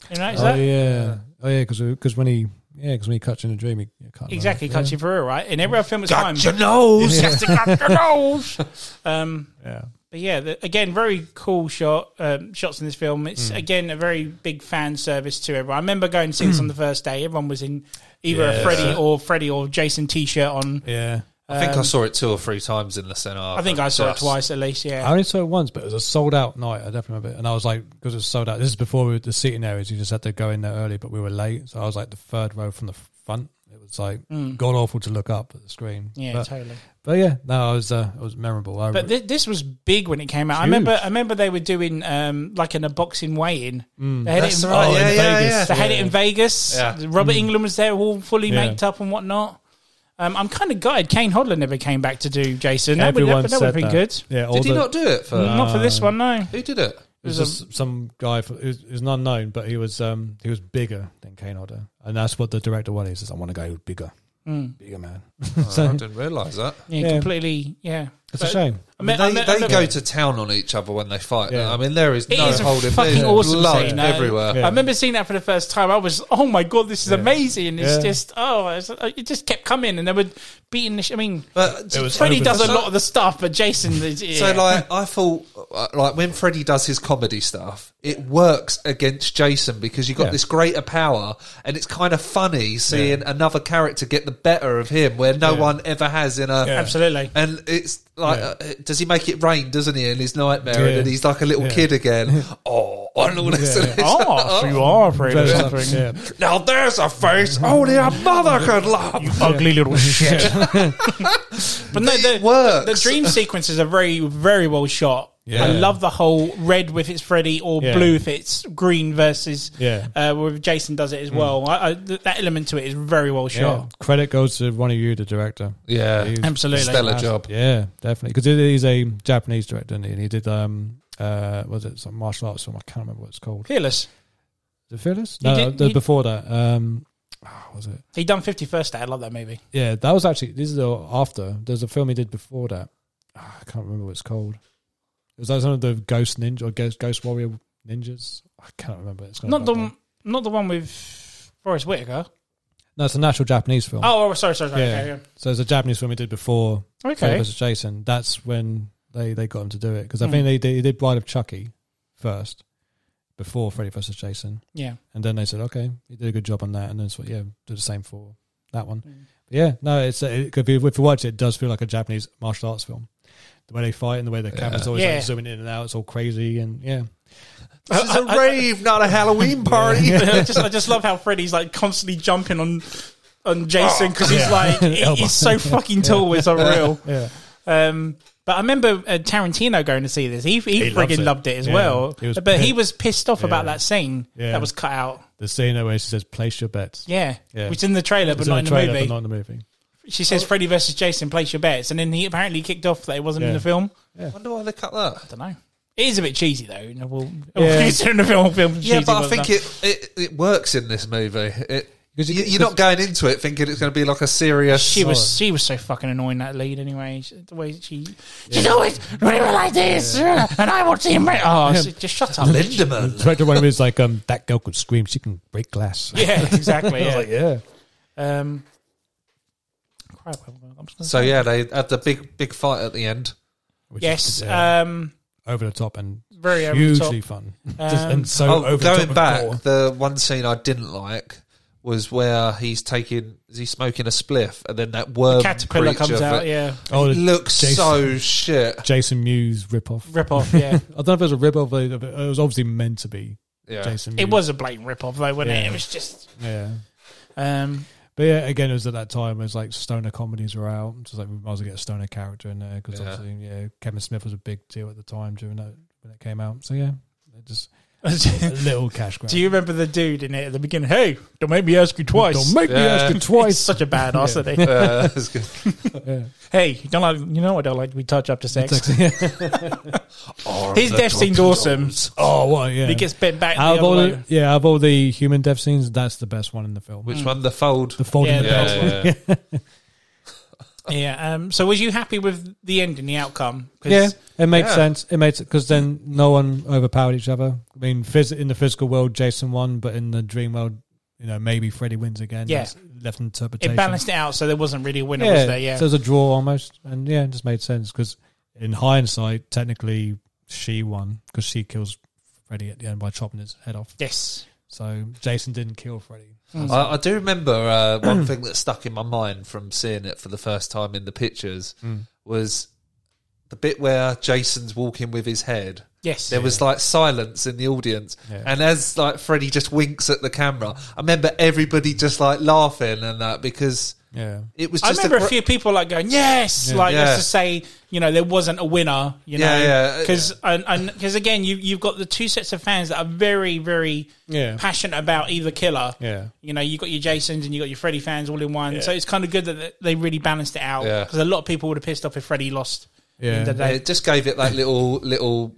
[SPEAKER 2] You know, is
[SPEAKER 4] oh
[SPEAKER 2] that
[SPEAKER 4] yeah, oh yeah, because when he yeah, because when he cuts you in a dream, he you can't
[SPEAKER 2] exactly
[SPEAKER 4] remember.
[SPEAKER 2] cuts you through, right? In every other film, it's time.
[SPEAKER 3] Got your nose.
[SPEAKER 2] Yes, they got your nose. Um,
[SPEAKER 4] Yeah,
[SPEAKER 2] But yeah, the, again, very cool shot um, shots in this film. It's
[SPEAKER 3] Hmm.
[SPEAKER 2] again a very big fan service to everyone. I remember going to see this on
[SPEAKER 3] Hmm.
[SPEAKER 2] the first day. Everyone was in either a
[SPEAKER 4] Yeah.
[SPEAKER 2] Freddy or Freddy or Jason T-shirt on.
[SPEAKER 4] yeah.
[SPEAKER 3] I think I saw it two or three times in the cinema.
[SPEAKER 2] Um, I think I saw it twice at least.
[SPEAKER 4] I
[SPEAKER 2] Yeah,
[SPEAKER 4] only saw it once, but it was a sold out night. I definitely remember it, and I was like, because it was sold out. This is before we, the seating areas. You just had to go in there early, but we were late, so I was like the third row from the front. It was like god awful to look up at the screen.
[SPEAKER 2] Hmm. yeah,
[SPEAKER 4] but,
[SPEAKER 2] totally.
[SPEAKER 4] but yeah, no, it was uh, it was memorable. I
[SPEAKER 2] But
[SPEAKER 4] re-
[SPEAKER 2] th- this was big when it came out. I
[SPEAKER 4] Huge.
[SPEAKER 2] remember. I remember they were doing um, like in a boxing weigh-in. They had
[SPEAKER 3] Hmm. That's
[SPEAKER 2] it in,
[SPEAKER 3] right.
[SPEAKER 2] oh,
[SPEAKER 3] yeah,
[SPEAKER 4] in
[SPEAKER 3] yeah,
[SPEAKER 4] Vegas.
[SPEAKER 3] yeah.
[SPEAKER 2] they had it in Vegas.
[SPEAKER 3] Yeah. Hmm.
[SPEAKER 2] Robert England was there, all fully
[SPEAKER 4] Yeah.
[SPEAKER 2] made up and whatnot. Um, I'm kind of gutted Kane Hodler never came back to do Jason. That would,
[SPEAKER 4] Everyone
[SPEAKER 2] that, that would
[SPEAKER 4] said
[SPEAKER 2] have been
[SPEAKER 4] that.
[SPEAKER 2] good.
[SPEAKER 4] Yeah, all
[SPEAKER 3] Did he
[SPEAKER 4] the-
[SPEAKER 3] not do it for?
[SPEAKER 4] Mm.
[SPEAKER 2] Not for this one, no.
[SPEAKER 3] Who did it?
[SPEAKER 4] It was
[SPEAKER 2] There's a-
[SPEAKER 4] just some guy for, who's, who's not known, but he was um, he was bigger than Kane Hodder, and that's what the director wanted. He says, "I want a guy who's bigger,
[SPEAKER 2] Hmm.
[SPEAKER 4] bigger man."
[SPEAKER 3] Oh, I
[SPEAKER 4] so
[SPEAKER 3] didn't realise that.
[SPEAKER 2] Yeah,
[SPEAKER 4] Yeah.
[SPEAKER 2] completely. Yeah,
[SPEAKER 4] it's a
[SPEAKER 2] But-
[SPEAKER 4] shame.
[SPEAKER 2] I
[SPEAKER 3] I mean,
[SPEAKER 2] mean,
[SPEAKER 3] they
[SPEAKER 2] I mean, I
[SPEAKER 3] they
[SPEAKER 2] mean-
[SPEAKER 3] go to town on each other when they fight.
[SPEAKER 4] Yeah.
[SPEAKER 3] I mean, there is
[SPEAKER 2] It
[SPEAKER 3] no
[SPEAKER 2] is a
[SPEAKER 3] holding
[SPEAKER 2] fucking
[SPEAKER 3] back.
[SPEAKER 2] awesome
[SPEAKER 3] blood
[SPEAKER 2] scene, uh,
[SPEAKER 3] everywhere.
[SPEAKER 4] Yeah.
[SPEAKER 2] I remember seeing that for the first time. I was, oh my god, this is
[SPEAKER 4] Yeah.
[SPEAKER 2] amazing. It's
[SPEAKER 4] Yeah.
[SPEAKER 2] just, oh, it's, it just kept coming, and they were beating the. Sh- I mean,
[SPEAKER 3] But
[SPEAKER 4] was
[SPEAKER 2] Freddie
[SPEAKER 4] over
[SPEAKER 2] does
[SPEAKER 4] the
[SPEAKER 2] a lot of the stuff, but Jason, is, yeah.
[SPEAKER 3] So like I thought, uh, like when Freddie does his comedy stuff, it works against Jason because you got
[SPEAKER 4] Yeah.
[SPEAKER 3] this greater power, and it's kind of funny seeing another character get the better of him where no one ever has in a
[SPEAKER 2] absolutely.
[SPEAKER 3] And it's like,
[SPEAKER 4] Yeah.
[SPEAKER 3] uh, does he make it rain? Doesn't he? In his nightmare,
[SPEAKER 4] Yeah.
[SPEAKER 3] and then he's like a little
[SPEAKER 4] Yeah.
[SPEAKER 3] kid again. oh, and all this.
[SPEAKER 4] Yeah.
[SPEAKER 3] And it's like,
[SPEAKER 2] Oh, you are afraid of
[SPEAKER 4] Yeah.
[SPEAKER 2] something.
[SPEAKER 4] Yeah.
[SPEAKER 3] now there's a face only a mother could love.
[SPEAKER 2] Ugly little shit. but no, the,
[SPEAKER 3] It works.
[SPEAKER 2] the dream sequences are very, very well shot.
[SPEAKER 4] Yeah.
[SPEAKER 2] I love the whole red with its Freddy or
[SPEAKER 4] Yeah.
[SPEAKER 2] blue if it's green versus
[SPEAKER 4] Yeah. Mm.
[SPEAKER 2] uh, with Jason does it as well. I, I, th- that element to it is very well
[SPEAKER 4] Yeah.
[SPEAKER 2] shot.
[SPEAKER 4] Credit goes to one of you, the director.
[SPEAKER 3] Yeah,
[SPEAKER 4] He was-
[SPEAKER 2] Absolutely.
[SPEAKER 3] stellar job.
[SPEAKER 4] Yeah, definitely. Because he's a Japanese director, isn't he? and he did um uh was it some martial arts film? I can't remember what it's called.
[SPEAKER 2] Fearless.
[SPEAKER 4] The Fearless?
[SPEAKER 2] He
[SPEAKER 4] No,
[SPEAKER 2] did-
[SPEAKER 4] the,
[SPEAKER 2] he-
[SPEAKER 4] before that. Um, oh, was it?
[SPEAKER 2] He done Fifty First Day. I love that movie.
[SPEAKER 4] Yeah, that was actually this is the after. There's a film he did before that. Ah, I can't remember what it's called. It was like some of the Ghost Ninja or Ghost Ghost Warrior Ninjas. I can't remember. It's
[SPEAKER 2] Not the
[SPEAKER 4] one.
[SPEAKER 2] not the one with Forrest Whitaker.
[SPEAKER 4] No, it's a natural Japanese film.
[SPEAKER 2] Oh, oh, sorry, sorry, sorry.
[SPEAKER 4] yeah.
[SPEAKER 2] Okay,
[SPEAKER 4] So it's a Japanese film he did before
[SPEAKER 2] yeah.
[SPEAKER 4] Freddy
[SPEAKER 2] okay. Hmm.
[SPEAKER 4] vs. Jason. That's when they, they got him to do it because I think they did, he did Bride of Chucky first before Freddy vs. Jason.
[SPEAKER 2] yeah.
[SPEAKER 4] And then they said, okay, you did a good job on that. And then, so, yeah, do the same for that one.
[SPEAKER 2] Hmm.
[SPEAKER 4] But yeah, no, it's uh, it could be, if you watch it, it does feel like a Japanese martial arts film. The way they fight and the way the camera's always
[SPEAKER 2] Yeah.
[SPEAKER 4] like zooming in and out, it's all crazy. And yeah,
[SPEAKER 3] This is a rave, not a Halloween party.
[SPEAKER 2] I just I just love how Freddy's like constantly jumping on on Jason because he's like he-
[SPEAKER 4] Oh, Elbow.
[SPEAKER 2] he's so fucking tall. It's unreal.
[SPEAKER 4] yeah.
[SPEAKER 2] Um, but I remember uh, Tarantino going to see this. He he,
[SPEAKER 4] He loves
[SPEAKER 2] friggin'
[SPEAKER 4] it.
[SPEAKER 2] loved it as
[SPEAKER 4] Yeah.
[SPEAKER 2] well.
[SPEAKER 4] He was
[SPEAKER 2] but he
[SPEAKER 4] pissed.
[SPEAKER 2] was pissed off about
[SPEAKER 4] Yeah.
[SPEAKER 2] that scene
[SPEAKER 4] Yeah.
[SPEAKER 2] that was cut out.
[SPEAKER 4] The scene where she says, place your bets.
[SPEAKER 2] Yeah,
[SPEAKER 4] Yeah.
[SPEAKER 2] which is in the trailer, but
[SPEAKER 4] It's
[SPEAKER 2] not in
[SPEAKER 4] in the
[SPEAKER 2] the
[SPEAKER 4] trailer,
[SPEAKER 2] movie.
[SPEAKER 4] but not in the movie.
[SPEAKER 2] She says Freddy versus Jason, place your bets, and then he apparently kicked off that it wasn't in
[SPEAKER 4] Yeah.
[SPEAKER 2] the film.
[SPEAKER 3] wonder why they cut that.
[SPEAKER 2] don't know. It is a bit cheesy though. You know, we'll,
[SPEAKER 4] Yeah.
[SPEAKER 2] considering the film, film
[SPEAKER 3] Yeah,
[SPEAKER 2] cheesy
[SPEAKER 3] but I
[SPEAKER 2] was
[SPEAKER 3] think
[SPEAKER 2] done.
[SPEAKER 3] it, it it works in this movie. It,
[SPEAKER 4] 'Cause
[SPEAKER 3] you,
[SPEAKER 4] you-
[SPEAKER 3] you're not going into it thinking it's going to be like a serious.
[SPEAKER 2] she
[SPEAKER 4] solid.
[SPEAKER 2] was she was so fucking annoying that lead anyway. She, the way that she she's always really like this, uh, and I want to see him. re- Oh, so just shut up, bitch.
[SPEAKER 3] Lindemann.
[SPEAKER 4] The director one of it is like, um, that girl could scream, she can break glass.
[SPEAKER 2] Yeah, exactly.
[SPEAKER 4] I was
[SPEAKER 2] Yeah.
[SPEAKER 4] like, yeah.
[SPEAKER 2] Um, quite well, I'm just gonna
[SPEAKER 3] So
[SPEAKER 2] say-
[SPEAKER 3] yeah, they had the big big fight at the end.
[SPEAKER 4] Which
[SPEAKER 2] yes,
[SPEAKER 4] is, uh,
[SPEAKER 2] um,
[SPEAKER 4] over the top and
[SPEAKER 2] very over the top. Um,
[SPEAKER 4] hugely fun. Just- and so
[SPEAKER 3] Oh,
[SPEAKER 4] over the top
[SPEAKER 3] going
[SPEAKER 4] and
[SPEAKER 3] back,
[SPEAKER 4] gore.
[SPEAKER 3] the one scene I didn't like was where he's taking is he smoking a spliff and then that worm
[SPEAKER 2] Caterpillar comes
[SPEAKER 3] creature
[SPEAKER 2] out.
[SPEAKER 3] that
[SPEAKER 2] Yeah,
[SPEAKER 4] Oh, the
[SPEAKER 3] looks
[SPEAKER 4] Jason-
[SPEAKER 3] so shit.
[SPEAKER 4] Jason Mewes ripoff.
[SPEAKER 2] rip off. Yeah,
[SPEAKER 4] I don't know if it was a ripoff, but it it was obviously meant to be
[SPEAKER 3] Yeah.
[SPEAKER 4] Jason.
[SPEAKER 2] it
[SPEAKER 4] Mewes.
[SPEAKER 2] was a blatant rip off though, wasn't it?
[SPEAKER 4] Yeah.
[SPEAKER 2] It was just.
[SPEAKER 4] yeah.
[SPEAKER 2] Um,
[SPEAKER 4] But yeah, again, it was at that time. It was like stoner comedies were out. Just like we might as well get a stoner character in there because
[SPEAKER 3] Yeah.
[SPEAKER 4] obviously, yeah, Kevin Smith was a big deal at the time during that when it came out. So yeah, it just a little cash grab.
[SPEAKER 2] do you remember the dude in it at the beginning? Hey, don't make me ask you twice.
[SPEAKER 4] Don't make me
[SPEAKER 3] Yeah.
[SPEAKER 4] ask you
[SPEAKER 2] It's
[SPEAKER 4] twice.
[SPEAKER 2] such a bad ass, isn't it?
[SPEAKER 3] Uh, that's good.
[SPEAKER 4] yeah.
[SPEAKER 2] Hey, you don't like you know I don't like to be touched up to sex.
[SPEAKER 3] Arm
[SPEAKER 2] His
[SPEAKER 3] the
[SPEAKER 2] death scene's awesome.
[SPEAKER 3] torpedoes.
[SPEAKER 4] Oh, what? Yeah.
[SPEAKER 2] He gets bent back. The
[SPEAKER 4] out of
[SPEAKER 2] other
[SPEAKER 4] all
[SPEAKER 2] way.
[SPEAKER 4] the, yeah, out of all the human death scenes, that's the best one in the film.
[SPEAKER 3] Which one? The fold.
[SPEAKER 4] the folding
[SPEAKER 2] Yeah,
[SPEAKER 4] the
[SPEAKER 2] yeah,
[SPEAKER 4] belt.
[SPEAKER 3] yeah,
[SPEAKER 2] yeah. Um, so was you happy with the ending, the outcome? 'Cause-
[SPEAKER 4] Yeah, it makes
[SPEAKER 3] Yeah.
[SPEAKER 4] sense. It makes because then no one overpowered each other. I mean, phys- in the physical world, Jason won, but in the dream world, you know, maybe Freddy wins again.
[SPEAKER 2] Yeah.
[SPEAKER 4] That's left interpretation.
[SPEAKER 2] It balanced it out, so there wasn't really a winner,
[SPEAKER 4] yeah,
[SPEAKER 2] was there? Yeah.
[SPEAKER 4] So it was a draw almost, and yeah, it just made sense because in hindsight, technically, she won because she kills Freddy at the end by chopping his head off.
[SPEAKER 2] yes.
[SPEAKER 4] So Jason didn't kill Freddy.
[SPEAKER 2] Hmm.
[SPEAKER 3] I, I do remember uh, one thing that stuck in my mind from seeing it for the first time in the pictures
[SPEAKER 2] Mm.
[SPEAKER 3] was the bit where Jason's walking with his head.
[SPEAKER 2] Yes.
[SPEAKER 3] There was like silence in the audience,
[SPEAKER 4] Yeah.
[SPEAKER 3] and as like Freddie just winks at the camera, I remember everybody just like laughing and that because
[SPEAKER 4] Yeah.
[SPEAKER 3] It was
[SPEAKER 2] I
[SPEAKER 3] just
[SPEAKER 2] remember a,
[SPEAKER 3] gr-
[SPEAKER 2] few people like going, yes,
[SPEAKER 4] Yeah.
[SPEAKER 2] like
[SPEAKER 3] Yeah.
[SPEAKER 2] just to say, you know, there wasn't a winner, you know,
[SPEAKER 3] Yeah, uh, yeah.
[SPEAKER 2] because and because again, you you've got the two sets of fans that are very very
[SPEAKER 4] Yeah.
[SPEAKER 2] passionate about either killer.
[SPEAKER 4] Yeah.
[SPEAKER 2] You know, you got your Jasons and you got your Freddy fans all in one, so it's kind of good that they really balanced it out
[SPEAKER 3] Yeah.
[SPEAKER 2] because a lot of people would have pissed off if Freddy lost.
[SPEAKER 4] Yeah.
[SPEAKER 2] in the
[SPEAKER 3] Yeah,
[SPEAKER 2] day.
[SPEAKER 3] it just gave it that little little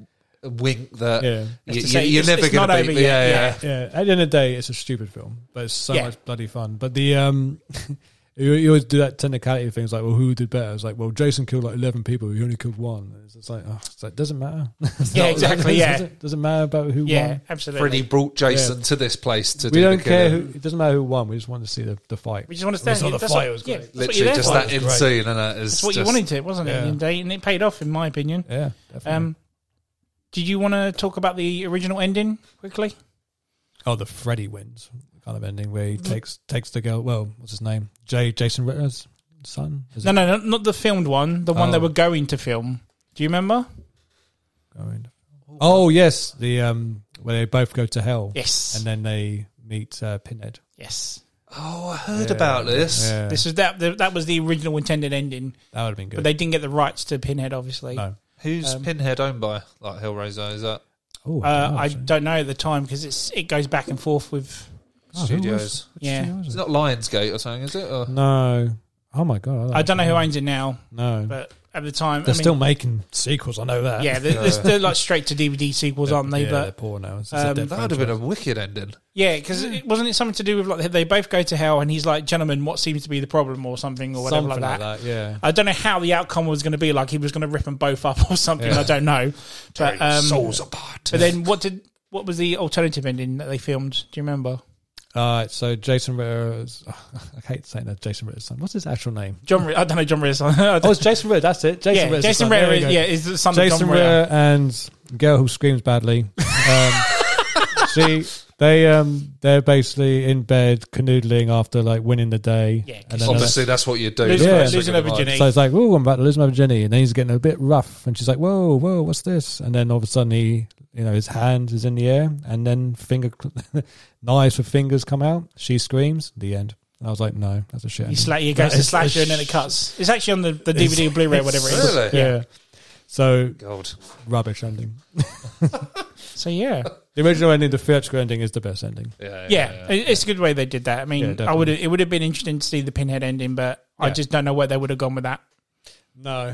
[SPEAKER 3] wink that
[SPEAKER 4] Yeah.
[SPEAKER 3] you,
[SPEAKER 2] Just to say,
[SPEAKER 3] you, are
[SPEAKER 2] it's-
[SPEAKER 3] never
[SPEAKER 2] it's
[SPEAKER 3] going
[SPEAKER 2] not
[SPEAKER 3] to
[SPEAKER 2] over
[SPEAKER 3] beat. me.
[SPEAKER 2] yet,
[SPEAKER 3] Yeah,
[SPEAKER 2] yeah.
[SPEAKER 3] yeah.
[SPEAKER 4] Yeah, at the end of the day, it's a stupid film, but it's so
[SPEAKER 2] Yeah.
[SPEAKER 4] much bloody fun. But the um, you, you always do that technicality thing. It's like, well, who did better? It's like, well, Jason killed like eleven people. He only killed one. It's just like, oh, it's like doesn't matter. It's
[SPEAKER 2] Yeah,
[SPEAKER 4] not-
[SPEAKER 2] exactly,
[SPEAKER 4] it
[SPEAKER 2] yeah.
[SPEAKER 4] doesn't, doesn't matter about who
[SPEAKER 2] yeah,
[SPEAKER 4] won.
[SPEAKER 2] absolutely.
[SPEAKER 3] Freddie brought Jason to this place to
[SPEAKER 4] We
[SPEAKER 3] do
[SPEAKER 4] don't
[SPEAKER 3] the
[SPEAKER 4] care
[SPEAKER 3] killing.
[SPEAKER 4] who. It doesn't matter who won. We just want to see the the fight.
[SPEAKER 2] We just want to stand.
[SPEAKER 4] saw the
[SPEAKER 2] that's what-
[SPEAKER 4] fight, it was
[SPEAKER 2] yeah,
[SPEAKER 4] great.
[SPEAKER 2] that's what
[SPEAKER 3] Literally
[SPEAKER 2] you're there
[SPEAKER 3] just
[SPEAKER 2] for.
[SPEAKER 3] that
[SPEAKER 4] It
[SPEAKER 3] in
[SPEAKER 4] was
[SPEAKER 3] scene, and it is
[SPEAKER 2] That's what you
[SPEAKER 3] just-
[SPEAKER 2] wanted to, wasn't it?
[SPEAKER 4] Yeah.
[SPEAKER 2] in the day? And it paid off, in my opinion.
[SPEAKER 4] Yeah, definitely.
[SPEAKER 2] Um, did you want to talk about the original ending quickly?
[SPEAKER 4] oh, the Freddy wins kind of ending where he
[SPEAKER 2] Mm.
[SPEAKER 4] takes takes the girl. Well, what's his name? Jay Jason Ritter's son. Is
[SPEAKER 2] No,
[SPEAKER 4] it
[SPEAKER 2] no, no, not the filmed one. The one they
[SPEAKER 4] Oh.
[SPEAKER 2] were going to film. Do you remember?
[SPEAKER 4] going? Oh yes, the um, where they both go to hell.
[SPEAKER 2] Yes.
[SPEAKER 4] and then they meet uh, Pinhead.
[SPEAKER 2] yes.
[SPEAKER 3] Oh, I heard about this.
[SPEAKER 4] Yeah,
[SPEAKER 2] This was that. that was the original intended ending,
[SPEAKER 4] that would have been good.
[SPEAKER 2] but they didn't get the rights to Pinhead. Obviously, Uh,
[SPEAKER 4] No.
[SPEAKER 3] Who's
[SPEAKER 2] Um,
[SPEAKER 3] Pinhead owned by? Like Hellraiser? Is that
[SPEAKER 4] oh,
[SPEAKER 2] uh,
[SPEAKER 4] wow,
[SPEAKER 2] I
[SPEAKER 4] sorry.
[SPEAKER 2] don't know at the time because it's it goes back and forth with.
[SPEAKER 4] Oh, who was-
[SPEAKER 3] Studios?
[SPEAKER 4] which
[SPEAKER 2] Yeah.
[SPEAKER 4] studio was
[SPEAKER 3] It's
[SPEAKER 4] it?
[SPEAKER 3] not Lionsgate or something, is it? Or-
[SPEAKER 4] No. Oh my god.
[SPEAKER 2] I don't know who owns it now,
[SPEAKER 4] No.
[SPEAKER 2] but at the time,
[SPEAKER 4] they're
[SPEAKER 2] I mean,
[SPEAKER 4] still making sequels. I know that.
[SPEAKER 2] yeah, they're, they're still like straight to DVD sequels, aren't they?
[SPEAKER 4] yeah,
[SPEAKER 2] but
[SPEAKER 4] they're poor now. It's,
[SPEAKER 2] um,
[SPEAKER 4] a dead
[SPEAKER 3] that would have been a
[SPEAKER 4] franchise.
[SPEAKER 3] wicked ending.
[SPEAKER 2] Yeah, because
[SPEAKER 4] Hmm.
[SPEAKER 2] it, wasn't it something to do with like they both go to hell and he's like, gentlemen, what seems to be the problem or something or whatever
[SPEAKER 4] something
[SPEAKER 2] like that.
[SPEAKER 4] Yeah.
[SPEAKER 2] I don't know how the outcome was going to be. Like he was going to rip them both up or something.
[SPEAKER 4] Yeah.
[SPEAKER 2] I don't know. But um,
[SPEAKER 3] Souls apart.
[SPEAKER 2] but then what did what was the alternative ending that they filmed? Do you remember?
[SPEAKER 4] Uh, so Jason Ritter's. I hate saying that. Jason Ritter's son. What's his actual name?
[SPEAKER 2] John, Re- I don't know John Ritter. I
[SPEAKER 4] Oh,
[SPEAKER 2] don't-
[SPEAKER 4] it's Jason Ritter. That's it. Jason
[SPEAKER 2] yeah,
[SPEAKER 4] Ritter's
[SPEAKER 2] Jason
[SPEAKER 4] son. There
[SPEAKER 2] Ritter.
[SPEAKER 4] we
[SPEAKER 2] Is,
[SPEAKER 4] go.
[SPEAKER 2] yeah, is the son of
[SPEAKER 4] Jason
[SPEAKER 2] John Ritter.
[SPEAKER 4] Ritter and girl who screams badly. Um, she they um they're basically in bed canoodling after like winning the day.
[SPEAKER 2] Yeah,
[SPEAKER 4] and then
[SPEAKER 3] Obviously, that's what you do.
[SPEAKER 2] Losing,
[SPEAKER 4] Yeah.
[SPEAKER 2] losing her virginity.
[SPEAKER 4] so it's like, oh, I'm about to lose my virginity, and then he's getting a bit rough, and she's like, whoa, whoa, what's this? And then all of a sudden, he, you know, his hand is in the air, and then finger knives with fingers come out. She screams. The end. And I was like, no, that's a shit.
[SPEAKER 2] He
[SPEAKER 4] ending.
[SPEAKER 2] sla- he goes
[SPEAKER 4] That
[SPEAKER 2] to
[SPEAKER 4] is
[SPEAKER 2] slash
[SPEAKER 4] a
[SPEAKER 2] her and then it cuts. It's actually on the, the DVD, or Blu-ray, whatever it is.
[SPEAKER 3] Really?
[SPEAKER 4] Yeah. So
[SPEAKER 3] God.
[SPEAKER 4] rubbish ending.
[SPEAKER 2] So yeah.
[SPEAKER 4] The original ending, the theatrical ending, is the best ending.
[SPEAKER 3] Yeah.
[SPEAKER 2] yeah, it- it's a good way they did that. I mean,
[SPEAKER 4] Yeah,
[SPEAKER 2] I would it would have been interesting to see the pinhead ending, but I
[SPEAKER 4] Yeah.
[SPEAKER 2] just don't know where they would have gone with that.
[SPEAKER 4] No,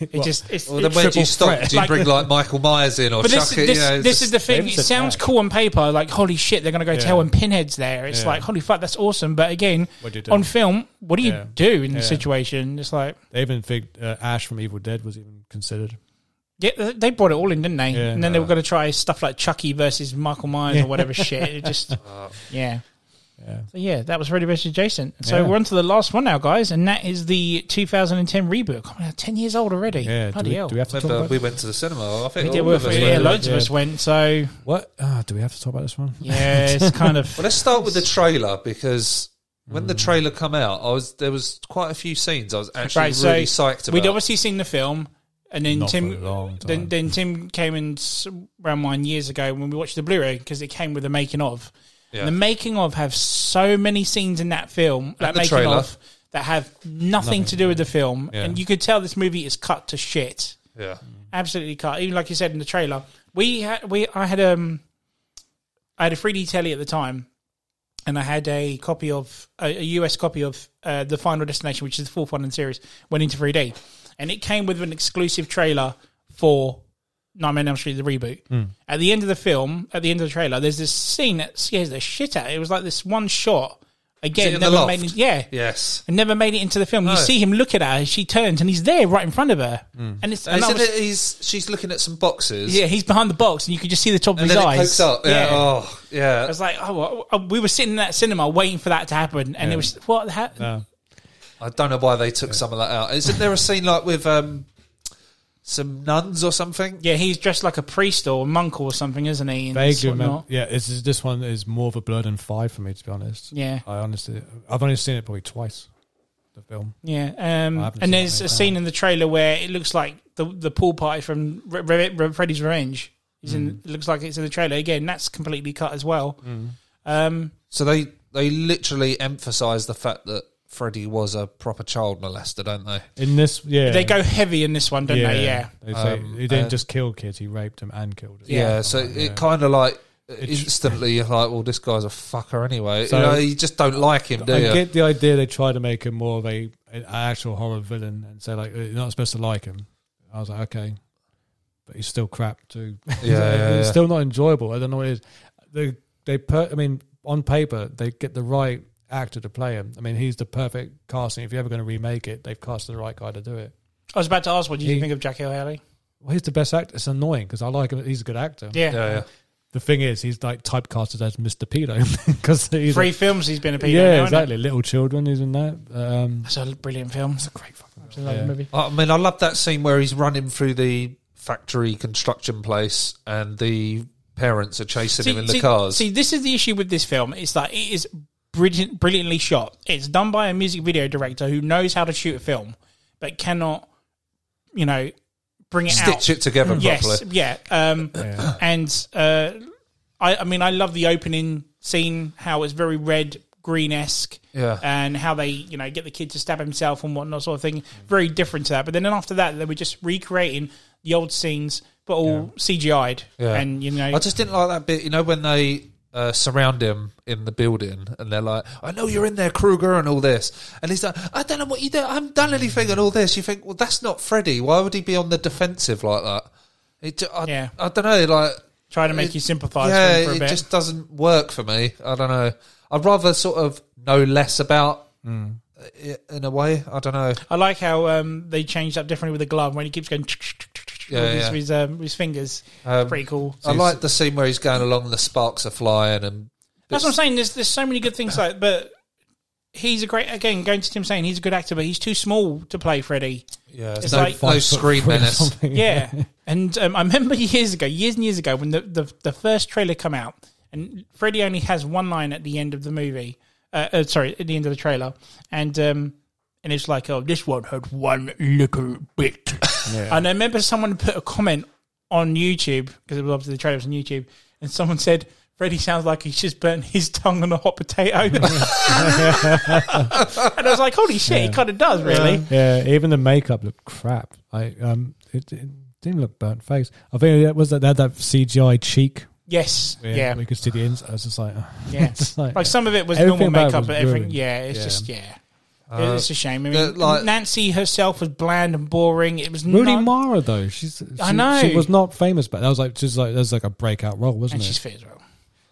[SPEAKER 2] It just it's,
[SPEAKER 3] Well,
[SPEAKER 2] it's
[SPEAKER 3] then where do
[SPEAKER 2] triple
[SPEAKER 3] you stop?
[SPEAKER 2] threat.
[SPEAKER 3] Do you
[SPEAKER 2] Like-
[SPEAKER 3] bring like Michael Myers in or
[SPEAKER 2] But this,
[SPEAKER 3] Chuck? it?
[SPEAKER 2] this,
[SPEAKER 3] you know,
[SPEAKER 2] this is
[SPEAKER 3] just-
[SPEAKER 2] the thing.
[SPEAKER 4] They
[SPEAKER 2] It
[SPEAKER 4] said
[SPEAKER 2] sounds
[SPEAKER 4] that.
[SPEAKER 2] cool on paper, like holy shit, they're going to go to hell
[SPEAKER 4] Yeah.
[SPEAKER 2] and Pinhead's there. It's
[SPEAKER 4] Yeah.
[SPEAKER 2] like holy fuck, that's awesome. But again,
[SPEAKER 4] What uh, do you do?
[SPEAKER 2] on film, what do you
[SPEAKER 4] Yeah.
[SPEAKER 2] do in
[SPEAKER 4] Yeah.
[SPEAKER 2] the situation? It's like
[SPEAKER 4] they even think uh, Ash from Evil Dead was even considered.
[SPEAKER 2] yeah, th- they brought it all in, didn't they?
[SPEAKER 4] Yeah.
[SPEAKER 2] and then they were going to try stuff like Chucky versus Michael Myers or whatever shit. It just yeah.
[SPEAKER 4] Uh, Yeah.
[SPEAKER 2] So yeah, that was Freddy vs. Jason. So
[SPEAKER 4] Yeah.
[SPEAKER 2] we're on to the last one now, guys, and that is the 2010 reboot. God, we're ten years old already.
[SPEAKER 4] Yeah, do
[SPEAKER 2] bloody
[SPEAKER 4] we,
[SPEAKER 2] hell.
[SPEAKER 4] do we have to talk
[SPEAKER 3] Remember,
[SPEAKER 4] about
[SPEAKER 3] we went to the cinema. I think
[SPEAKER 2] We did
[SPEAKER 3] all
[SPEAKER 2] work
[SPEAKER 3] of
[SPEAKER 2] for
[SPEAKER 3] us
[SPEAKER 2] it.
[SPEAKER 3] went.
[SPEAKER 2] yeah, loads
[SPEAKER 4] Yeah.
[SPEAKER 2] of us went. So
[SPEAKER 4] what? Ah, do we have to talk about this one?
[SPEAKER 2] yeah, it's kind
[SPEAKER 3] Well,
[SPEAKER 2] of
[SPEAKER 3] let's start with the trailer because when
[SPEAKER 2] Mm.
[SPEAKER 3] the trailer come out, I was there was quite a few scenes I was actually
[SPEAKER 2] right.
[SPEAKER 3] really
[SPEAKER 2] so
[SPEAKER 3] psyched about.
[SPEAKER 2] we'd obviously seen the film, and then
[SPEAKER 4] Not
[SPEAKER 2] Tim
[SPEAKER 4] for a long
[SPEAKER 2] then
[SPEAKER 4] time.
[SPEAKER 2] then Tim came in s- around mine years ago when we watched the Blu-ray because it came with the making of.
[SPEAKER 3] Yeah.
[SPEAKER 2] The making of have so many scenes in that film that
[SPEAKER 3] the
[SPEAKER 2] making
[SPEAKER 3] trailer.
[SPEAKER 2] of that have nothing, to do with the film,
[SPEAKER 4] Yeah.
[SPEAKER 2] and you could tell this movie is cut to shit.
[SPEAKER 3] yeah,
[SPEAKER 2] absolutely cut. Even like you said in the trailer, we had we I had um I had a 3D telly at the time, and I had a copy of a, a US copy of uh, the Final Destination, which is the fourth one in the series, went into 3D, and it came with an exclusive trailer for Nightmare on Elm Street the reboot.
[SPEAKER 3] Hmm.
[SPEAKER 2] At the end of the film, at the end of the trailer, there's this scene that scares the shit out. of you. It was like this one shot. Again,
[SPEAKER 3] it in the
[SPEAKER 2] never
[SPEAKER 3] loft? Oh.
[SPEAKER 2] made it, yeah,
[SPEAKER 3] yes.
[SPEAKER 2] and never made it into the film.
[SPEAKER 3] No.
[SPEAKER 2] You see him looking at her, she turns, and he's there right in front of her.
[SPEAKER 3] Hmm.
[SPEAKER 2] And it's and I
[SPEAKER 3] Isn't
[SPEAKER 2] was-
[SPEAKER 3] it? He's she's looking at some boxes.
[SPEAKER 2] yeah, he's behind the box, and you could just see the top of
[SPEAKER 3] and
[SPEAKER 2] his
[SPEAKER 3] then it
[SPEAKER 2] eyes.
[SPEAKER 3] pokes up. Yeah. Oh,
[SPEAKER 2] I
[SPEAKER 3] yeah.
[SPEAKER 2] was like, oh, well, uh, we were sitting in that cinema waiting for that to happen, and it was what happened.
[SPEAKER 4] No.
[SPEAKER 3] I don't know why they took some of that out. Isn't there a scene like with um some nuns or something?
[SPEAKER 2] Yeah, he's dressed like a priest or a monk or something, isn't he? And
[SPEAKER 4] Vaguely
[SPEAKER 2] sort of
[SPEAKER 4] remember.
[SPEAKER 2] not-
[SPEAKER 4] Yeah, this is this one is more of a blur than five for me, to be honest.
[SPEAKER 2] Yeah.
[SPEAKER 4] I honestly, I've only seen it probably twice. The film.
[SPEAKER 2] Yeah,
[SPEAKER 4] I
[SPEAKER 2] um,
[SPEAKER 4] haven't seen
[SPEAKER 2] and there's a
[SPEAKER 4] that many
[SPEAKER 2] scene in the trailer where it looks like the the pool party from Re- Re- Re- Freddy's Revenge. Is in,
[SPEAKER 4] Mm.
[SPEAKER 2] it looks like it's in the trailer again. That's completely cut as well. Um,
[SPEAKER 3] So they they literally emphasise the fact that Freddy was a proper child molester, don't they?
[SPEAKER 4] In this, yeah,
[SPEAKER 2] They go heavy in this one, don't they? Yeah.
[SPEAKER 4] They say
[SPEAKER 3] Um,
[SPEAKER 4] he didn't
[SPEAKER 3] uh,
[SPEAKER 4] just kill kids; he raped them and killed. them.
[SPEAKER 3] Yeah, so
[SPEAKER 4] Something like
[SPEAKER 3] it
[SPEAKER 4] that.
[SPEAKER 3] kind of like instantly you're like, well, this guy's a fucker anyway.
[SPEAKER 4] So-
[SPEAKER 3] you know, you just don't like him, do
[SPEAKER 4] I
[SPEAKER 3] you?
[SPEAKER 4] get the idea they try to make him more of a an actual horror villain and say like you're not supposed to like him. I was like, okay, but he's still crap too.
[SPEAKER 3] Yeah, yeah,
[SPEAKER 4] it's
[SPEAKER 3] yeah.
[SPEAKER 4] still not enjoyable. I don't know what it is. They they put. I mean, on paper they get the right actor to play him. I mean, he's the perfect casting. If you're ever going to remake it, they've cast the right guy to do it.
[SPEAKER 2] I was about to ask, what do you
[SPEAKER 4] He-
[SPEAKER 2] think of Jackie O'Haley?
[SPEAKER 4] Well, he's the best actor. It's annoying because I like him. He's a good actor.
[SPEAKER 2] Yeah.
[SPEAKER 3] yeah, yeah.
[SPEAKER 4] The thing is, he's like typecasted as Mr. Pedo because he's
[SPEAKER 2] Three
[SPEAKER 4] a,
[SPEAKER 2] films he's been a pedo. now,
[SPEAKER 4] yeah,
[SPEAKER 2] isn't
[SPEAKER 4] exactly. Little children, he's in that. Um,
[SPEAKER 2] it? That's a er brilliant film. er It's a great fucking movie.
[SPEAKER 4] Yeah.
[SPEAKER 2] movie.
[SPEAKER 3] I mean, I love that scene where he's running through the factory construction place and the parents are chasing him in the cars.
[SPEAKER 2] see, this is the issue with this film. It's like it is brilliant, brilliantly shot. It's done by a music video director who knows how to shoot a film, but cannot, you know, bring it out. Mm.
[SPEAKER 3] Stitch it together
[SPEAKER 2] Yes,
[SPEAKER 3] properly.
[SPEAKER 2] yeah. Um, And uh, I, I mean, I love the opening scene, how it's very red, green esque,
[SPEAKER 3] Yeah.
[SPEAKER 2] and how they, you know, get the kid to stab himself and whatnot, sort of thing. Very different to that. But then after that, they were just recreating the old scenes, but all CGI'd.
[SPEAKER 3] Yeah.
[SPEAKER 2] And, you know,
[SPEAKER 3] I just didn't like that bit, you know, when they uh, surround him in the building and they're like, I know you're in there, Kruger, and all this. And he's like, I don't know what you do. I haven't done anything and all this. You think, well, that's not Freddy. Why would he be on the defensive like that? It, ju- I,
[SPEAKER 2] Yeah.
[SPEAKER 3] I don't know. Like,
[SPEAKER 2] trying to make
[SPEAKER 3] it-
[SPEAKER 2] you sympathise
[SPEAKER 3] Uh,
[SPEAKER 2] with
[SPEAKER 3] yeah,
[SPEAKER 2] him for a
[SPEAKER 3] it
[SPEAKER 2] bit.
[SPEAKER 3] just doesn't work for me. I don't know. I'd rather sort of know less about
[SPEAKER 2] Hmm.
[SPEAKER 3] it in a way. I don't know.
[SPEAKER 2] I like how um, they changed up differently with the glove when he keeps going
[SPEAKER 3] Yeah,
[SPEAKER 2] with, his,
[SPEAKER 3] yeah.
[SPEAKER 2] with his, um, with his fingers.
[SPEAKER 3] Um,
[SPEAKER 2] it's pretty cool.
[SPEAKER 3] I like the scene where he's going along and the sparks are flying and
[SPEAKER 2] That's what I'm saying. There's there's so many good things like, but he's a great again. Going to Tim saying he's a good actor, but he's too small to play Freddy.
[SPEAKER 3] yeah,
[SPEAKER 2] It's
[SPEAKER 3] no,
[SPEAKER 2] like-
[SPEAKER 3] no screen
[SPEAKER 4] Five foot three or
[SPEAKER 3] menace.
[SPEAKER 4] something.
[SPEAKER 2] Yeah, and um, I remember years ago, years and years ago, when the, the the first trailer come out, and Freddy only has one line at the end of the movie. Uh, uh, sorry, at the end of the trailer, and um, and it's like, oh, this one had one little bit. And I remember someone put a comment on YouTube because it was obviously the trailer was on YouTube, and someone said. Freddy sounds like he's just burnt his tongue on a hot potato. and I was like, holy shit, he kind of does, really.
[SPEAKER 4] Yeah, even the makeup looked crap. I um, it, it didn't look burnt face. I think it was that they had that CGI cheek.
[SPEAKER 2] Yes. yeah.
[SPEAKER 4] we could see the ins. I was just like, uh, ugh.
[SPEAKER 2] Yeah,
[SPEAKER 4] It's like-
[SPEAKER 2] like, some of it was
[SPEAKER 4] Everything
[SPEAKER 2] normal
[SPEAKER 4] about it
[SPEAKER 2] makeup,
[SPEAKER 4] was
[SPEAKER 2] but everything,
[SPEAKER 4] ruined.
[SPEAKER 2] yeah, it's
[SPEAKER 4] Yeah. Uh,
[SPEAKER 2] just yeah. it's a shame. I mean,
[SPEAKER 3] the- like-
[SPEAKER 2] Nancy herself was bland and boring. It was
[SPEAKER 4] Rooney
[SPEAKER 2] not,
[SPEAKER 4] Mara though. She's she,
[SPEAKER 2] I know.
[SPEAKER 4] she was not famous, but that was like just like there's like a breakout role, wasn't
[SPEAKER 2] and
[SPEAKER 4] it?
[SPEAKER 2] she's fit as well.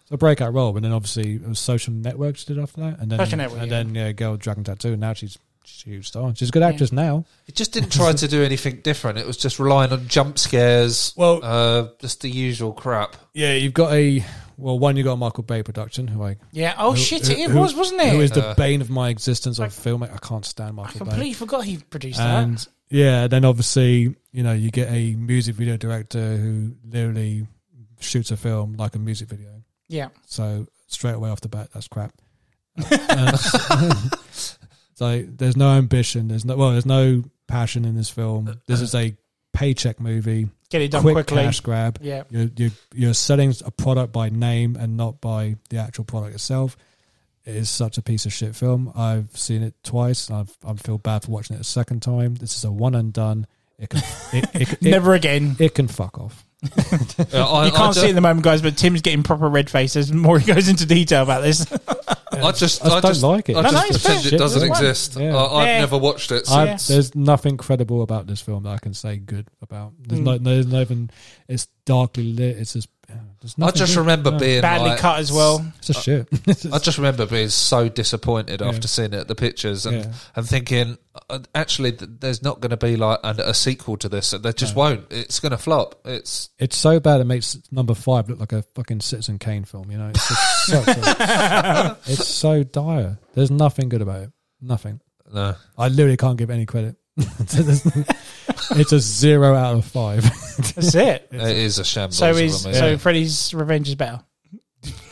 [SPEAKER 4] It's a breakout role, and then obviously it was Social Network she did after that, and then
[SPEAKER 2] Social Network,
[SPEAKER 4] and
[SPEAKER 2] yeah.
[SPEAKER 4] then yeah, Girl with Dragon Tattoo. And now she's she's a huge star. She's a good actress now.
[SPEAKER 3] It just didn't try to do anything different. It was just relying on jump scares.
[SPEAKER 4] Well-
[SPEAKER 3] uh, just the usual crap.
[SPEAKER 4] Yeah, you've got a well, one you got a Michael Bay production who I
[SPEAKER 2] Yeah. Oh
[SPEAKER 4] who-
[SPEAKER 2] shit,
[SPEAKER 4] who-
[SPEAKER 2] it
[SPEAKER 4] who-
[SPEAKER 2] was, wasn't it?
[SPEAKER 4] Who is the
[SPEAKER 3] Uh,
[SPEAKER 4] bane of my existence of film? I can't stand
[SPEAKER 2] I
[SPEAKER 4] Michael
[SPEAKER 2] completely
[SPEAKER 4] Bay.
[SPEAKER 2] forgot he produced
[SPEAKER 4] And yeah, then obviously you know you get a music video director who literally shoots a film like a music video.
[SPEAKER 2] that. Yeah.
[SPEAKER 4] So straight away off the bat, that's crap. Uh, so there's no ambition. There's no well. There's no passion in this film. This is a paycheck movie.
[SPEAKER 2] Get it Uh, done
[SPEAKER 4] Quick
[SPEAKER 2] quickly.
[SPEAKER 4] cash grab.
[SPEAKER 2] Yeah.
[SPEAKER 4] You're, you're you're selling a product by name and not by the actual product itself. It is such a piece of shit film. I've seen it twice. And I've I feel bad for watching it a second time. This is a one and done. It can it, it, it,
[SPEAKER 2] Never again.
[SPEAKER 4] it can fuck off.
[SPEAKER 3] Uh, I,
[SPEAKER 2] You can't
[SPEAKER 3] I ju-
[SPEAKER 2] see it at the moment, guys, but Tim's getting proper red face as more he goes into detail about this.
[SPEAKER 3] I just,
[SPEAKER 4] I just don't like it.
[SPEAKER 3] I
[SPEAKER 4] No,
[SPEAKER 3] just
[SPEAKER 2] no, it's
[SPEAKER 3] pretend
[SPEAKER 2] fair.
[SPEAKER 3] it doesn't
[SPEAKER 2] It's fine.
[SPEAKER 3] exist.
[SPEAKER 4] Yeah.
[SPEAKER 3] I, I've
[SPEAKER 2] Yeah.
[SPEAKER 3] never watched it. So
[SPEAKER 4] I,
[SPEAKER 2] Yes.
[SPEAKER 4] There's nothing credible about this film that I can say good about.
[SPEAKER 2] Hmm.
[SPEAKER 4] There's no, there's no even. It's darkly lit. It's just. uh, There's
[SPEAKER 3] I
[SPEAKER 4] nothing
[SPEAKER 3] just
[SPEAKER 4] good.
[SPEAKER 3] remember
[SPEAKER 4] No,
[SPEAKER 3] being
[SPEAKER 2] Badly
[SPEAKER 3] like-
[SPEAKER 2] cut as well.
[SPEAKER 4] It's a shit. It's
[SPEAKER 3] I
[SPEAKER 4] just-
[SPEAKER 3] just remember being so disappointed
[SPEAKER 4] Yeah.
[SPEAKER 3] after seeing it, the pictures, and,
[SPEAKER 4] Yeah.
[SPEAKER 3] and thinking, uh, actually, th- there's not going to be like an, a sequel to this. There just won't. It's going to flop. It's
[SPEAKER 4] it's so bad it makes number five look like a fucking Citizen Kane film. You know, it's, just such a- it's so dire. There's nothing good about it. Nothing.
[SPEAKER 3] no.
[SPEAKER 4] I literally can't give any credit. it's a zero out of five.
[SPEAKER 2] That's it.
[SPEAKER 3] It is a shambles.
[SPEAKER 2] so
[SPEAKER 3] of a
[SPEAKER 2] is
[SPEAKER 3] movie.
[SPEAKER 2] so Freddy's Revenge is better.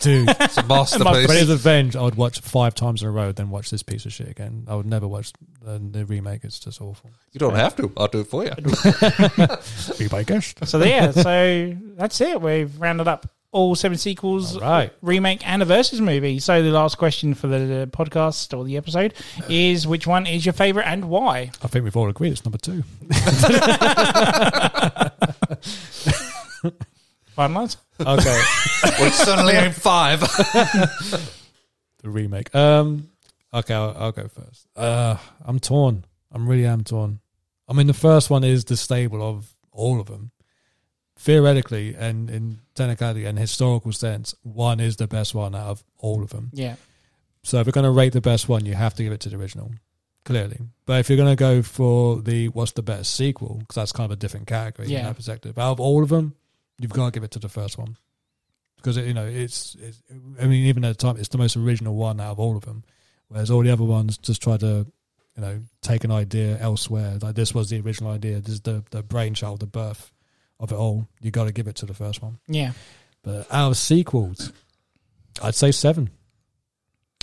[SPEAKER 4] Dude,
[SPEAKER 3] it's a
[SPEAKER 4] But
[SPEAKER 3] masterpiece.
[SPEAKER 4] it's Revenge, I would watch five times in a row, then watch this piece of shit again. I would never watch the, the remake. It's just awful.
[SPEAKER 3] you don't have to. I'll do it for you.
[SPEAKER 4] Be my guest.
[SPEAKER 2] So yeah, so that's it. We've rounded up all seven sequels,
[SPEAKER 4] All right.
[SPEAKER 2] remake, and a versus movie. So the last question for the podcast or the episode is: Which one is your favorite and why?
[SPEAKER 4] I think we've all agreed it's number two.
[SPEAKER 2] Fine lines.
[SPEAKER 4] Okay.
[SPEAKER 3] We're suddenly in five.
[SPEAKER 4] the remake. Um, okay, I'll, I'll go first. Uh, I'm torn. I'm really am torn. I mean, the first one is the stable of all of them. Theoretically and in technicality and historical sense, one is the best one out of all of them.
[SPEAKER 2] Yeah,
[SPEAKER 4] So if we're going to rate the best one, you have to give it to the original, clearly. But if you're going to go for the what's the best sequel, because that's kind of a different category
[SPEAKER 2] Yeah.
[SPEAKER 4] in that perspective. Out of all of them, you've got to give it to the first one because it, you know it's, it's. I mean, even at the time, it's the most original one out of all of them. Whereas all the other ones just try to, you know, take an idea elsewhere. Like this was the original idea. This is the the brainchild, the birth of it all. You got to give it to the first one.
[SPEAKER 2] yeah,
[SPEAKER 4] But out of sequels, I'd say seven.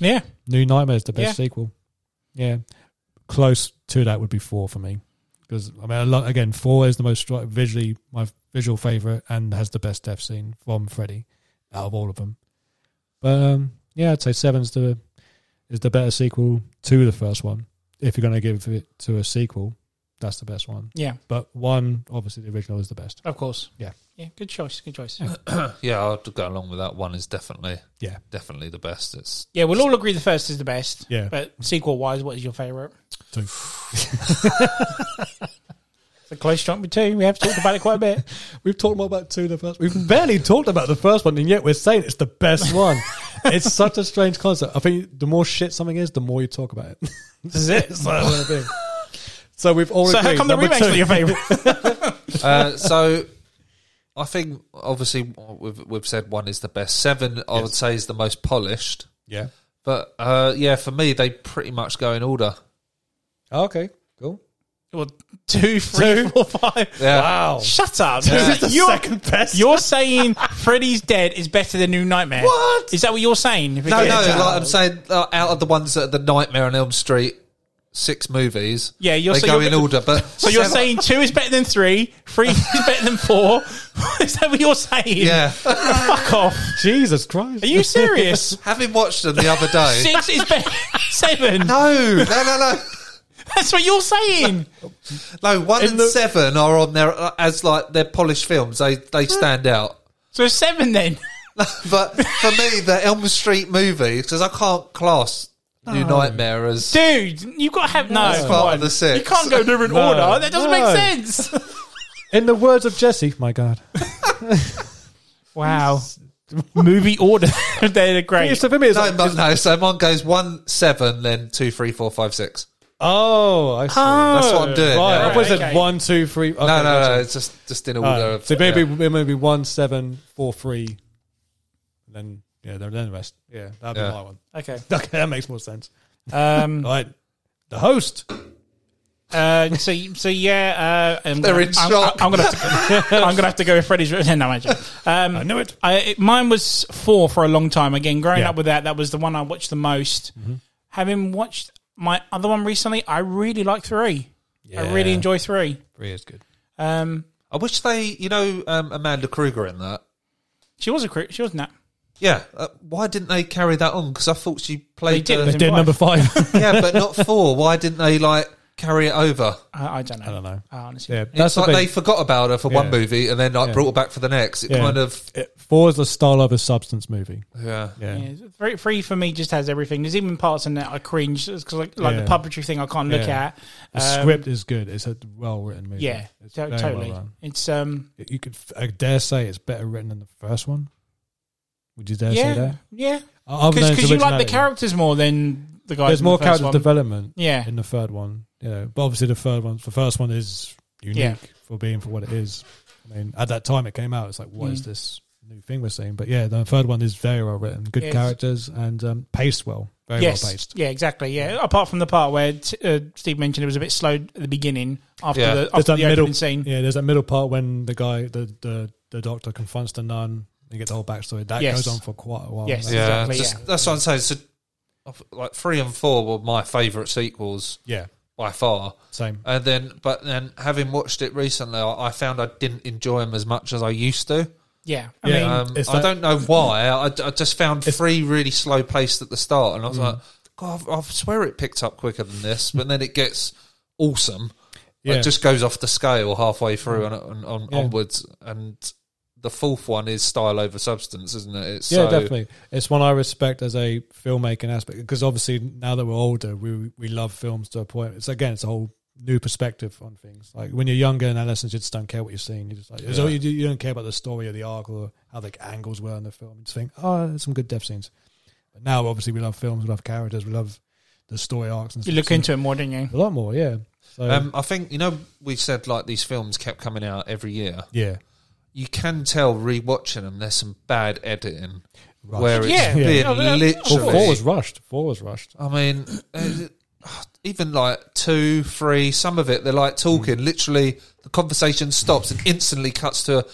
[SPEAKER 2] yeah.
[SPEAKER 4] New Nightmare is the best
[SPEAKER 2] Yeah.
[SPEAKER 4] sequel. Yeah, close to that would be four for me because I mean, I lo- again, four is the most stri- visually my visual favorite and has the best death scene from Freddy out of all of them. But um, yeah, I'd say seven's the is the better sequel to the first one. If you're going to give it to a sequel, that's the best one.
[SPEAKER 2] Yeah,
[SPEAKER 4] But one, obviously, the original is the best.
[SPEAKER 2] of course.
[SPEAKER 4] Yeah.
[SPEAKER 2] yeah. Good choice. Good choice.
[SPEAKER 3] yeah, I'd go along with that. One is definitely,
[SPEAKER 4] Yeah.
[SPEAKER 3] definitely the best. It's
[SPEAKER 2] Yeah, we'll all agree the first is the best.
[SPEAKER 4] Yeah.
[SPEAKER 2] but sequel wise, what is your favorite?
[SPEAKER 4] Two.
[SPEAKER 2] It's a close jump with two. We have talked about it quite a bit.
[SPEAKER 4] We've talked more about two the first. We've barely talked about the first one, and yet we're saying it's the best one. it's such a strange concept. I think the more shit something is, the more you talk about it.
[SPEAKER 2] This is it.
[SPEAKER 4] That's what I think. So we've all
[SPEAKER 2] So how
[SPEAKER 4] agreed.
[SPEAKER 2] come the
[SPEAKER 4] Number
[SPEAKER 2] remake's
[SPEAKER 4] two.
[SPEAKER 2] not your favourite?
[SPEAKER 3] uh, so. I think obviously we've we've said one is the best. Seven, I would say, is the most polished.
[SPEAKER 4] Yeah.
[SPEAKER 3] But uh, yeah, for me, they pretty much go in order.
[SPEAKER 4] Oh, okay. Cool.
[SPEAKER 2] Well, two, three, four, five.
[SPEAKER 3] Yeah.
[SPEAKER 4] Wow.
[SPEAKER 2] Shut up.
[SPEAKER 4] This is the
[SPEAKER 2] Oh, you're,
[SPEAKER 4] second best.
[SPEAKER 2] you're saying Freddy's Dead is better than New Nightmare.
[SPEAKER 3] What?
[SPEAKER 2] Is that what you're saying? If it
[SPEAKER 3] No,
[SPEAKER 2] gets
[SPEAKER 3] no.
[SPEAKER 2] out?
[SPEAKER 3] Like I'm saying, uh, out of the ones that are the Nightmare on Elm Street six movies,
[SPEAKER 2] Yeah, you're-
[SPEAKER 3] they
[SPEAKER 2] so
[SPEAKER 3] go
[SPEAKER 2] you're-
[SPEAKER 3] in order. But
[SPEAKER 2] So you're saying two is better than three, three is better than four. is that what you're saying? Oh,
[SPEAKER 3] yeah?
[SPEAKER 2] Fuck off.
[SPEAKER 4] Jesus Christ.
[SPEAKER 2] Are you serious?
[SPEAKER 3] Having watched them the other day,
[SPEAKER 2] Six is better than seven.
[SPEAKER 3] no, no, no, no,
[SPEAKER 2] That's what you're saying.
[SPEAKER 3] no. One
[SPEAKER 4] In
[SPEAKER 3] and
[SPEAKER 4] the-
[SPEAKER 3] seven are on their uh, as like they're polished films. They they stand out.
[SPEAKER 2] So seven then.
[SPEAKER 3] But for me, the Elm Street movies, because I can't class New Nightmare as
[SPEAKER 2] Dude, you've got to have no.
[SPEAKER 3] That's
[SPEAKER 2] come
[SPEAKER 3] part of
[SPEAKER 2] on.
[SPEAKER 3] the six.
[SPEAKER 2] You can't go different
[SPEAKER 4] No,
[SPEAKER 2] order. That doesn't
[SPEAKER 4] no.
[SPEAKER 2] make sense.
[SPEAKER 4] In the words of Jesse, my God.
[SPEAKER 2] Wow. Movie order. They're great.
[SPEAKER 4] So for me, it's
[SPEAKER 3] no,
[SPEAKER 4] like-
[SPEAKER 3] but no. So mine goes one, seven, then two, three, four, five, six.
[SPEAKER 4] oh, I see.
[SPEAKER 3] That's what I'm doing.
[SPEAKER 4] right.
[SPEAKER 3] now.
[SPEAKER 4] I was
[SPEAKER 2] Right, Oh, okay.
[SPEAKER 4] at one, two, three. Okay,
[SPEAKER 3] No, no,
[SPEAKER 4] gotcha.
[SPEAKER 3] no. It's just just in order.
[SPEAKER 4] Uh,
[SPEAKER 3] of,
[SPEAKER 4] so maybe
[SPEAKER 3] yeah.
[SPEAKER 4] maybe one seven four three, and then yeah, then then the rest. Yeah, that'd
[SPEAKER 3] Yeah.
[SPEAKER 4] be my one.
[SPEAKER 2] Okay.
[SPEAKER 4] Okay, that makes more sense.
[SPEAKER 2] Um,
[SPEAKER 4] All right, the host.
[SPEAKER 2] uh, so, so yeah, uh, I'm
[SPEAKER 3] They're
[SPEAKER 2] gonna,
[SPEAKER 3] in
[SPEAKER 2] I'm,
[SPEAKER 3] shock.
[SPEAKER 2] I'm, gonna have to, I'm gonna have to go with Freddy's. No, I'm joking. Um,
[SPEAKER 4] I knew it.
[SPEAKER 2] I, it- mine was four for a long time. Again, growing
[SPEAKER 4] Yeah. Mm-hmm.
[SPEAKER 2] up with that, that was the one I watched the most. Having watched my other one recently, I really like three. I really
[SPEAKER 4] Yeah.
[SPEAKER 2] enjoy three.
[SPEAKER 4] Three is good.
[SPEAKER 2] Um,
[SPEAKER 3] I wish they, you know, um, Amanda Kruger in that.
[SPEAKER 2] she was a cri- she was not
[SPEAKER 3] Yeah, uh, why didn't they carry that on? Because I thought she played.
[SPEAKER 2] They did.
[SPEAKER 3] the-
[SPEAKER 4] Did number five?
[SPEAKER 3] yeah, but not four. Why didn't they like carry it over?
[SPEAKER 2] I, I don't know. I
[SPEAKER 4] don't know.
[SPEAKER 2] honestly,
[SPEAKER 4] yeah,
[SPEAKER 3] That's
[SPEAKER 4] that's
[SPEAKER 3] it's like
[SPEAKER 4] the
[SPEAKER 3] they
[SPEAKER 4] thing.
[SPEAKER 3] forgot about her for one
[SPEAKER 4] Yeah.
[SPEAKER 3] movie and then like
[SPEAKER 4] Yeah.
[SPEAKER 3] brought her back for the next. It
[SPEAKER 4] Yeah.
[SPEAKER 3] kind of
[SPEAKER 4] It- Four is the style of a substance movie.
[SPEAKER 3] yeah.
[SPEAKER 4] Yeah,
[SPEAKER 2] Yeah, three, three for me just has everything. There's even parts in that I cringe because like, like
[SPEAKER 4] Yeah.
[SPEAKER 2] the puppetry thing I can't look
[SPEAKER 4] Yeah.
[SPEAKER 2] at.
[SPEAKER 4] the
[SPEAKER 2] Um,
[SPEAKER 4] script is good. It's a well written movie.
[SPEAKER 2] Yeah,
[SPEAKER 4] It's
[SPEAKER 2] to-
[SPEAKER 4] very well
[SPEAKER 2] totally.
[SPEAKER 4] done.
[SPEAKER 2] it's um,
[SPEAKER 4] You could, I dare say, it's better written than the first one. Would you dare say
[SPEAKER 2] yeah,
[SPEAKER 4] that?
[SPEAKER 2] yeah,
[SPEAKER 4] Other than its
[SPEAKER 2] because you like the
[SPEAKER 4] originality.
[SPEAKER 2] characters more than the guys.
[SPEAKER 4] There's
[SPEAKER 2] in
[SPEAKER 4] more
[SPEAKER 2] the first
[SPEAKER 4] character
[SPEAKER 2] one.
[SPEAKER 4] development.
[SPEAKER 2] Yeah,
[SPEAKER 4] in the third one. You know, but obviously the third one, the first one is unique
[SPEAKER 2] Yeah.
[SPEAKER 4] for being for what it is. I mean, at that time it came out, it's like, what is
[SPEAKER 2] Mm.
[SPEAKER 4] this new thing we're seeing? But yeah, the third one is very well written, good
[SPEAKER 2] Yes.
[SPEAKER 4] characters, and um, paced well, very
[SPEAKER 2] yes,
[SPEAKER 4] well paced.
[SPEAKER 2] yeah, exactly. Yeah, apart from the part where t- uh, Steve mentioned it was a bit slow at the beginning after
[SPEAKER 3] Yeah.
[SPEAKER 2] the
[SPEAKER 3] There's
[SPEAKER 2] after the
[SPEAKER 4] middle
[SPEAKER 2] opening scene.
[SPEAKER 4] Yeah, there's that middle part when the guy, the the, the doctor confronts the nun. You get the whole backstory. That
[SPEAKER 2] Yes.
[SPEAKER 4] goes on for quite a while.
[SPEAKER 2] Yes.
[SPEAKER 4] That's-
[SPEAKER 3] Yeah,
[SPEAKER 2] Exactly,
[SPEAKER 3] just-
[SPEAKER 2] yeah.
[SPEAKER 3] that's what I'm saying. So, like three and four were my favourite sequels
[SPEAKER 4] yeah,
[SPEAKER 3] by far.
[SPEAKER 4] same.
[SPEAKER 3] And then, but then having watched it recently, I I found I didn't enjoy them as much as I used to.
[SPEAKER 2] Yeah, I
[SPEAKER 4] Yeah,
[SPEAKER 2] mean,
[SPEAKER 3] Um,
[SPEAKER 4] It's
[SPEAKER 3] I
[SPEAKER 4] like-
[SPEAKER 3] don't know why. I, I just found three really slow paced at the start, and I was
[SPEAKER 4] Mm.
[SPEAKER 3] like, God, I, I swear it picked up quicker than this, but then it gets awesome.
[SPEAKER 4] Yeah.
[SPEAKER 3] It just goes off the scale halfway through and, and, on,
[SPEAKER 4] Yeah.
[SPEAKER 3] onwards. And the fourth one is style over substance, isn't it? It's
[SPEAKER 4] Yeah,
[SPEAKER 3] so-
[SPEAKER 4] definitely. It's one I respect as a filmmaking aspect because obviously now that we're older, we we love films to a point. It's again, it's a whole new perspective on things. Like when you're younger and adolescent, you just don't care what you're seeing. You just like it's all you, do, you don't care about the story or the arc or how the angles were in the film. You just think, oh, there's some good death scenes. But now, obviously, we love films, we love characters, we love the story arcs and
[SPEAKER 2] you
[SPEAKER 4] stuff.
[SPEAKER 2] look
[SPEAKER 4] So
[SPEAKER 2] into it more, don't you?
[SPEAKER 4] a lot more. Yeah. So
[SPEAKER 3] Um, I think, you know, we said like these films kept coming out every year.
[SPEAKER 4] yeah,
[SPEAKER 3] You can tell rewatching them, there's some bad editing
[SPEAKER 4] Right.
[SPEAKER 3] where it's
[SPEAKER 2] Yeah.
[SPEAKER 4] Yeah.
[SPEAKER 3] been
[SPEAKER 2] Oh, no, of
[SPEAKER 4] well,
[SPEAKER 3] literally.
[SPEAKER 4] four was rushed. Four was rushed.
[SPEAKER 3] I mean, uh, even like two, three, some of it, they're like talking. Literally, the conversation stops and instantly cuts to a,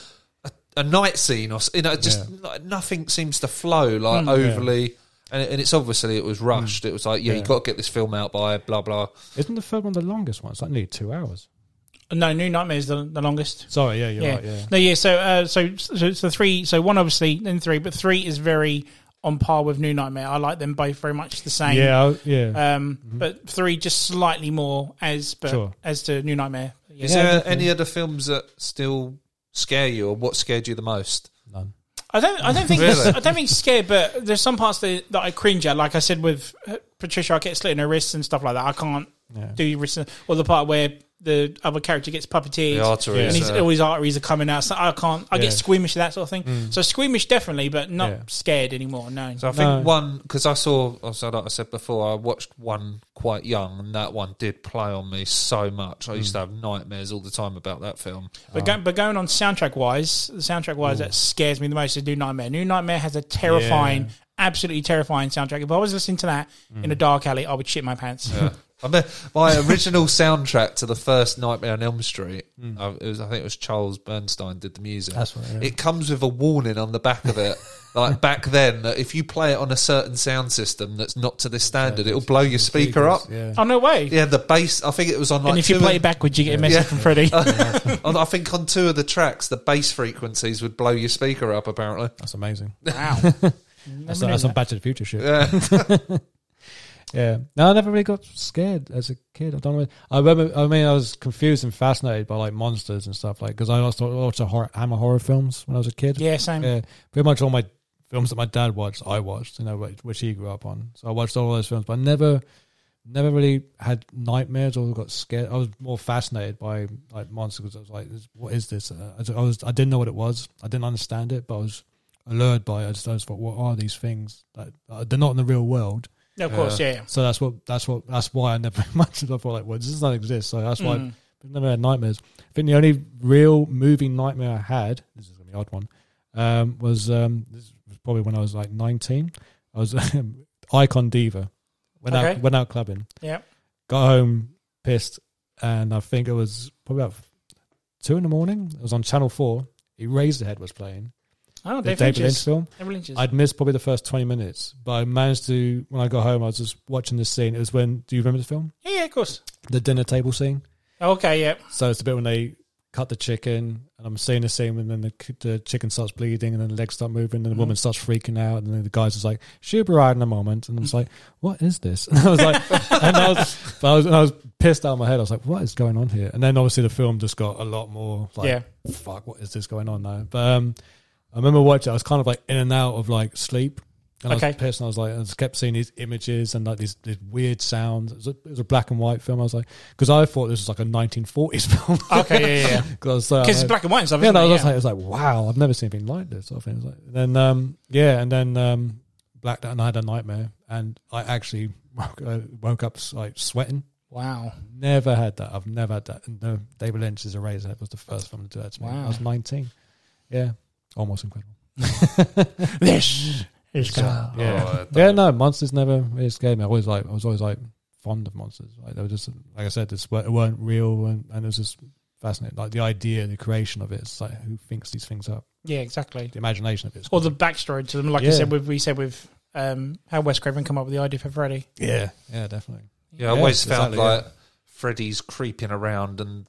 [SPEAKER 3] a, a night scene, or s- you know, just like, nothing seems to flow like overly. And, and it's obviously it was rushed. It was like, yeah, you
[SPEAKER 4] Yeah.
[SPEAKER 3] got to get this film out by blah blah.
[SPEAKER 4] Isn't the third one the longest one? It's like nearly two hours.
[SPEAKER 2] No, New Nightmare is the, the longest.
[SPEAKER 4] Sorry, yeah, you're
[SPEAKER 2] yeah.
[SPEAKER 4] right. Yeah.
[SPEAKER 2] No, yeah. So, uh, so, so, so three. So one, obviously, then three, but three is very on par with New Nightmare. I like them both very much the same.
[SPEAKER 4] Yeah, I- yeah.
[SPEAKER 2] Um, but three just slightly more as, but
[SPEAKER 4] Sure.
[SPEAKER 2] as to New Nightmare. Yeah.
[SPEAKER 3] Is there any other films that still scare you, or what scared you the most?
[SPEAKER 4] None.
[SPEAKER 2] I don't. I don't think.
[SPEAKER 3] Really?
[SPEAKER 2] I don't think scared, but there's some parts that, that I cringe at. Like I said with uh, Patricia Arquette slitting her wrists and stuff like that. I can't
[SPEAKER 4] Yeah.
[SPEAKER 2] do wrists. Or the part where the other character gets puppeteered.
[SPEAKER 3] The arteries,
[SPEAKER 2] And he's,
[SPEAKER 3] yeah.
[SPEAKER 2] all his arteries are coming out. So I can't. I
[SPEAKER 4] Yeah.
[SPEAKER 2] get squeamish at that sort of thing.
[SPEAKER 3] Mm.
[SPEAKER 2] So squeamish, definitely, but not
[SPEAKER 4] Yeah.
[SPEAKER 2] scared anymore. No.
[SPEAKER 3] So I think
[SPEAKER 4] No.
[SPEAKER 3] one because I saw, also like I said before, I watched one quite young, and that one did play on me so much. I used to have nightmares all the time about that film.
[SPEAKER 2] But, go, but going on soundtrack wise, the soundtrack wise that scares me the most is New Nightmare. New Nightmare has a terrifying, absolutely terrifying soundtrack. If I was listening to that
[SPEAKER 3] Mm.
[SPEAKER 2] in a dark alley, I would shit my pants.
[SPEAKER 3] I mean, my original soundtrack to the first Nightmare on Elm Street, uh, it was, I think it was Charles Bernstein did the music.
[SPEAKER 4] That's right, yeah.
[SPEAKER 3] It comes with a warning on the back of it. like back then, that if you play it on a certain sound system that's not to this standard, it'll blow your speaker up.
[SPEAKER 4] Yeah.
[SPEAKER 2] Oh no way!
[SPEAKER 3] Yeah, the bass. I think it was on like
[SPEAKER 2] and if you
[SPEAKER 3] two
[SPEAKER 2] play it
[SPEAKER 3] of-
[SPEAKER 2] backwards, you get a message
[SPEAKER 3] Yeah.
[SPEAKER 2] from Freddie.
[SPEAKER 3] on- I think on two of the tracks, the bass frequencies would blow your speaker up. Apparently,
[SPEAKER 4] That's amazing.
[SPEAKER 2] wow.
[SPEAKER 4] That's,
[SPEAKER 2] Never knew
[SPEAKER 4] that's some
[SPEAKER 2] that.
[SPEAKER 4] Back to the Future shit. Yeah.
[SPEAKER 3] yeah.
[SPEAKER 4] No, I never really got scared as a kid. I don't know. I remember. I mean, I was confused and fascinated by like monsters and stuff like because I also watched a horror, hammer horror films when I was a kid.
[SPEAKER 2] Yeah, same.
[SPEAKER 4] Yeah. Pretty much all my films that my dad watched, I watched. You know, which, which he grew up on. So I watched all those films, but I never, never really had nightmares or got scared. I was more fascinated by like monsters. 'cause I was like, "This- what is this? Uh, I was- I was, I didn't know what it was. I didn't understand it, but I was allured by it. I just, I just thought, what are these things? That, uh, they're not in the real world.
[SPEAKER 2] No, of course, yeah.
[SPEAKER 4] So that's what that's what that's why I never imagined. I thought like, well, this does not exist. So that's why
[SPEAKER 2] Mm. Hmm.
[SPEAKER 4] I've never had nightmares. I think the only real movie nightmare I had, this is gonna be an odd one, um, was um, this was probably when I was like nineteen. I was um, Icon Diva. Went
[SPEAKER 2] Okay.
[SPEAKER 4] out went out clubbing.
[SPEAKER 2] Yeah.
[SPEAKER 4] Got home pissed, and I think it was probably about two in the morning. It was on Channel Four. Eraserhead was playing
[SPEAKER 2] Oh,
[SPEAKER 4] the
[SPEAKER 2] Dave
[SPEAKER 4] David Lynch
[SPEAKER 2] Lynch's.
[SPEAKER 4] film.
[SPEAKER 2] David Lynch's.
[SPEAKER 4] I'd missed probably the first 20 minutes, but I managed to, when I got home, I was just watching this scene. It was when, do you remember the film?
[SPEAKER 2] Yeah, yeah, of course.
[SPEAKER 4] The dinner table scene.
[SPEAKER 2] Okay, yeah.
[SPEAKER 4] So it's the bit when they cut the chicken, and I'm seeing the scene, and then the, c- the chicken starts bleeding, and then the legs start moving, and the woman starts freaking out, and then the guy's just like, she'll be right in a moment. And I'm just like, what is this? And I was like, and I was, but I was, and I was pissed out of my head. I was like, what is going on here? And then obviously the film just got a lot more like,
[SPEAKER 2] Yeah.
[SPEAKER 4] fuck, what is this going on now? But um, I remember watching, I was kind of like in and out of like sleep. And I was
[SPEAKER 2] Okay.
[SPEAKER 4] pissed, and I was like, I just kept seeing these images and like these, these weird sounds. It was, a, it was a black and white film. I was like, because I thought this was like a 1940s film.
[SPEAKER 2] Okay, yeah, yeah, yeah.
[SPEAKER 4] Because uh,
[SPEAKER 2] Because it's black and white and stuff.
[SPEAKER 4] yeah,
[SPEAKER 2] isn't
[SPEAKER 4] no,
[SPEAKER 2] it?
[SPEAKER 4] I was like, it was like, wow, I've never seen anything like this. Sort of thing. It was like, then, um, yeah, and then um, blacked out and I had a nightmare, and I actually woke, uh, woke up like sweating.
[SPEAKER 2] wow.
[SPEAKER 4] Never had that. I've never had that. And No, David Lynch's Eraserhead was the first film to do that to me.
[SPEAKER 2] Wow.
[SPEAKER 4] I was nineteen. Yeah, almost incredible.
[SPEAKER 2] This is gone.
[SPEAKER 4] Yeah,
[SPEAKER 3] Oh, I
[SPEAKER 4] yeah. No, monsters never really scared me. I always like, I was always like fond of monsters. Like they were just, like I said, this weren't, weren't real, and, and it was just fascinating. Like the idea, the creation of it. It's like who thinks these things up?
[SPEAKER 2] Yeah, exactly.
[SPEAKER 4] The imagination of it.
[SPEAKER 2] Or the backstory to them, like I
[SPEAKER 4] Yeah.
[SPEAKER 2] said, with, we said with um, how Wes Craven come up with the idea for Freddy.
[SPEAKER 4] Yeah, yeah, definitely.
[SPEAKER 3] Yeah, I
[SPEAKER 4] Yeah,
[SPEAKER 3] always found
[SPEAKER 4] exactly, Mm.
[SPEAKER 3] like Freddy's creeping around and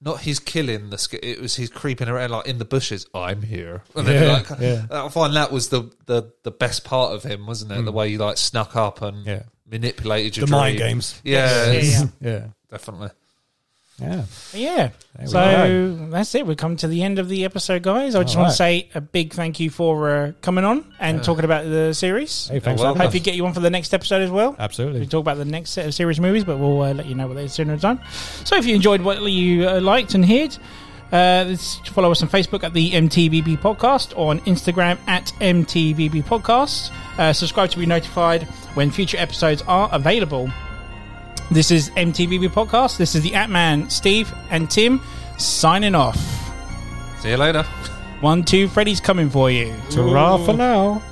[SPEAKER 3] not his killing the sca- it was his creeping around like in the bushes. I'm here. And then,
[SPEAKER 4] Yeah,
[SPEAKER 3] like,
[SPEAKER 4] yeah. Mm.
[SPEAKER 3] I find that was the, the the best part of him, wasn't it? The way he like snuck up and
[SPEAKER 4] Yeah.
[SPEAKER 3] manipulated your
[SPEAKER 4] The mind
[SPEAKER 3] dream.
[SPEAKER 4] games.
[SPEAKER 3] Yeah,
[SPEAKER 2] Yeah, yeah.
[SPEAKER 4] Yeah.
[SPEAKER 3] definitely.
[SPEAKER 4] Yeah.
[SPEAKER 2] Yeah.
[SPEAKER 4] There we
[SPEAKER 2] So that's it. We've come to the end of the episode, guys. I just
[SPEAKER 4] All
[SPEAKER 2] want
[SPEAKER 4] right.
[SPEAKER 2] to say a big thank you for uh, coming on and talking about the series.
[SPEAKER 4] Hey, thanks.
[SPEAKER 3] well
[SPEAKER 4] for having
[SPEAKER 2] Hope
[SPEAKER 4] us.
[SPEAKER 2] you get you on for the next episode as well. We
[SPEAKER 4] Absolutely.
[SPEAKER 2] talk about the next set of series movies, but we'll uh, let you know what they are sooner in time. So if you enjoyed what you uh, liked and heard, uh, this- follow us on Facebook at the MTVB Podcast, on Instagram at MTVB Podcast. Uh, subscribe to be notified when future episodes are available. This is MTVB Podcast. This is the Atman, Steve, and Tim signing off.
[SPEAKER 3] See you later.
[SPEAKER 2] One, two, Freddy's coming for you.
[SPEAKER 4] Ta-ra for now.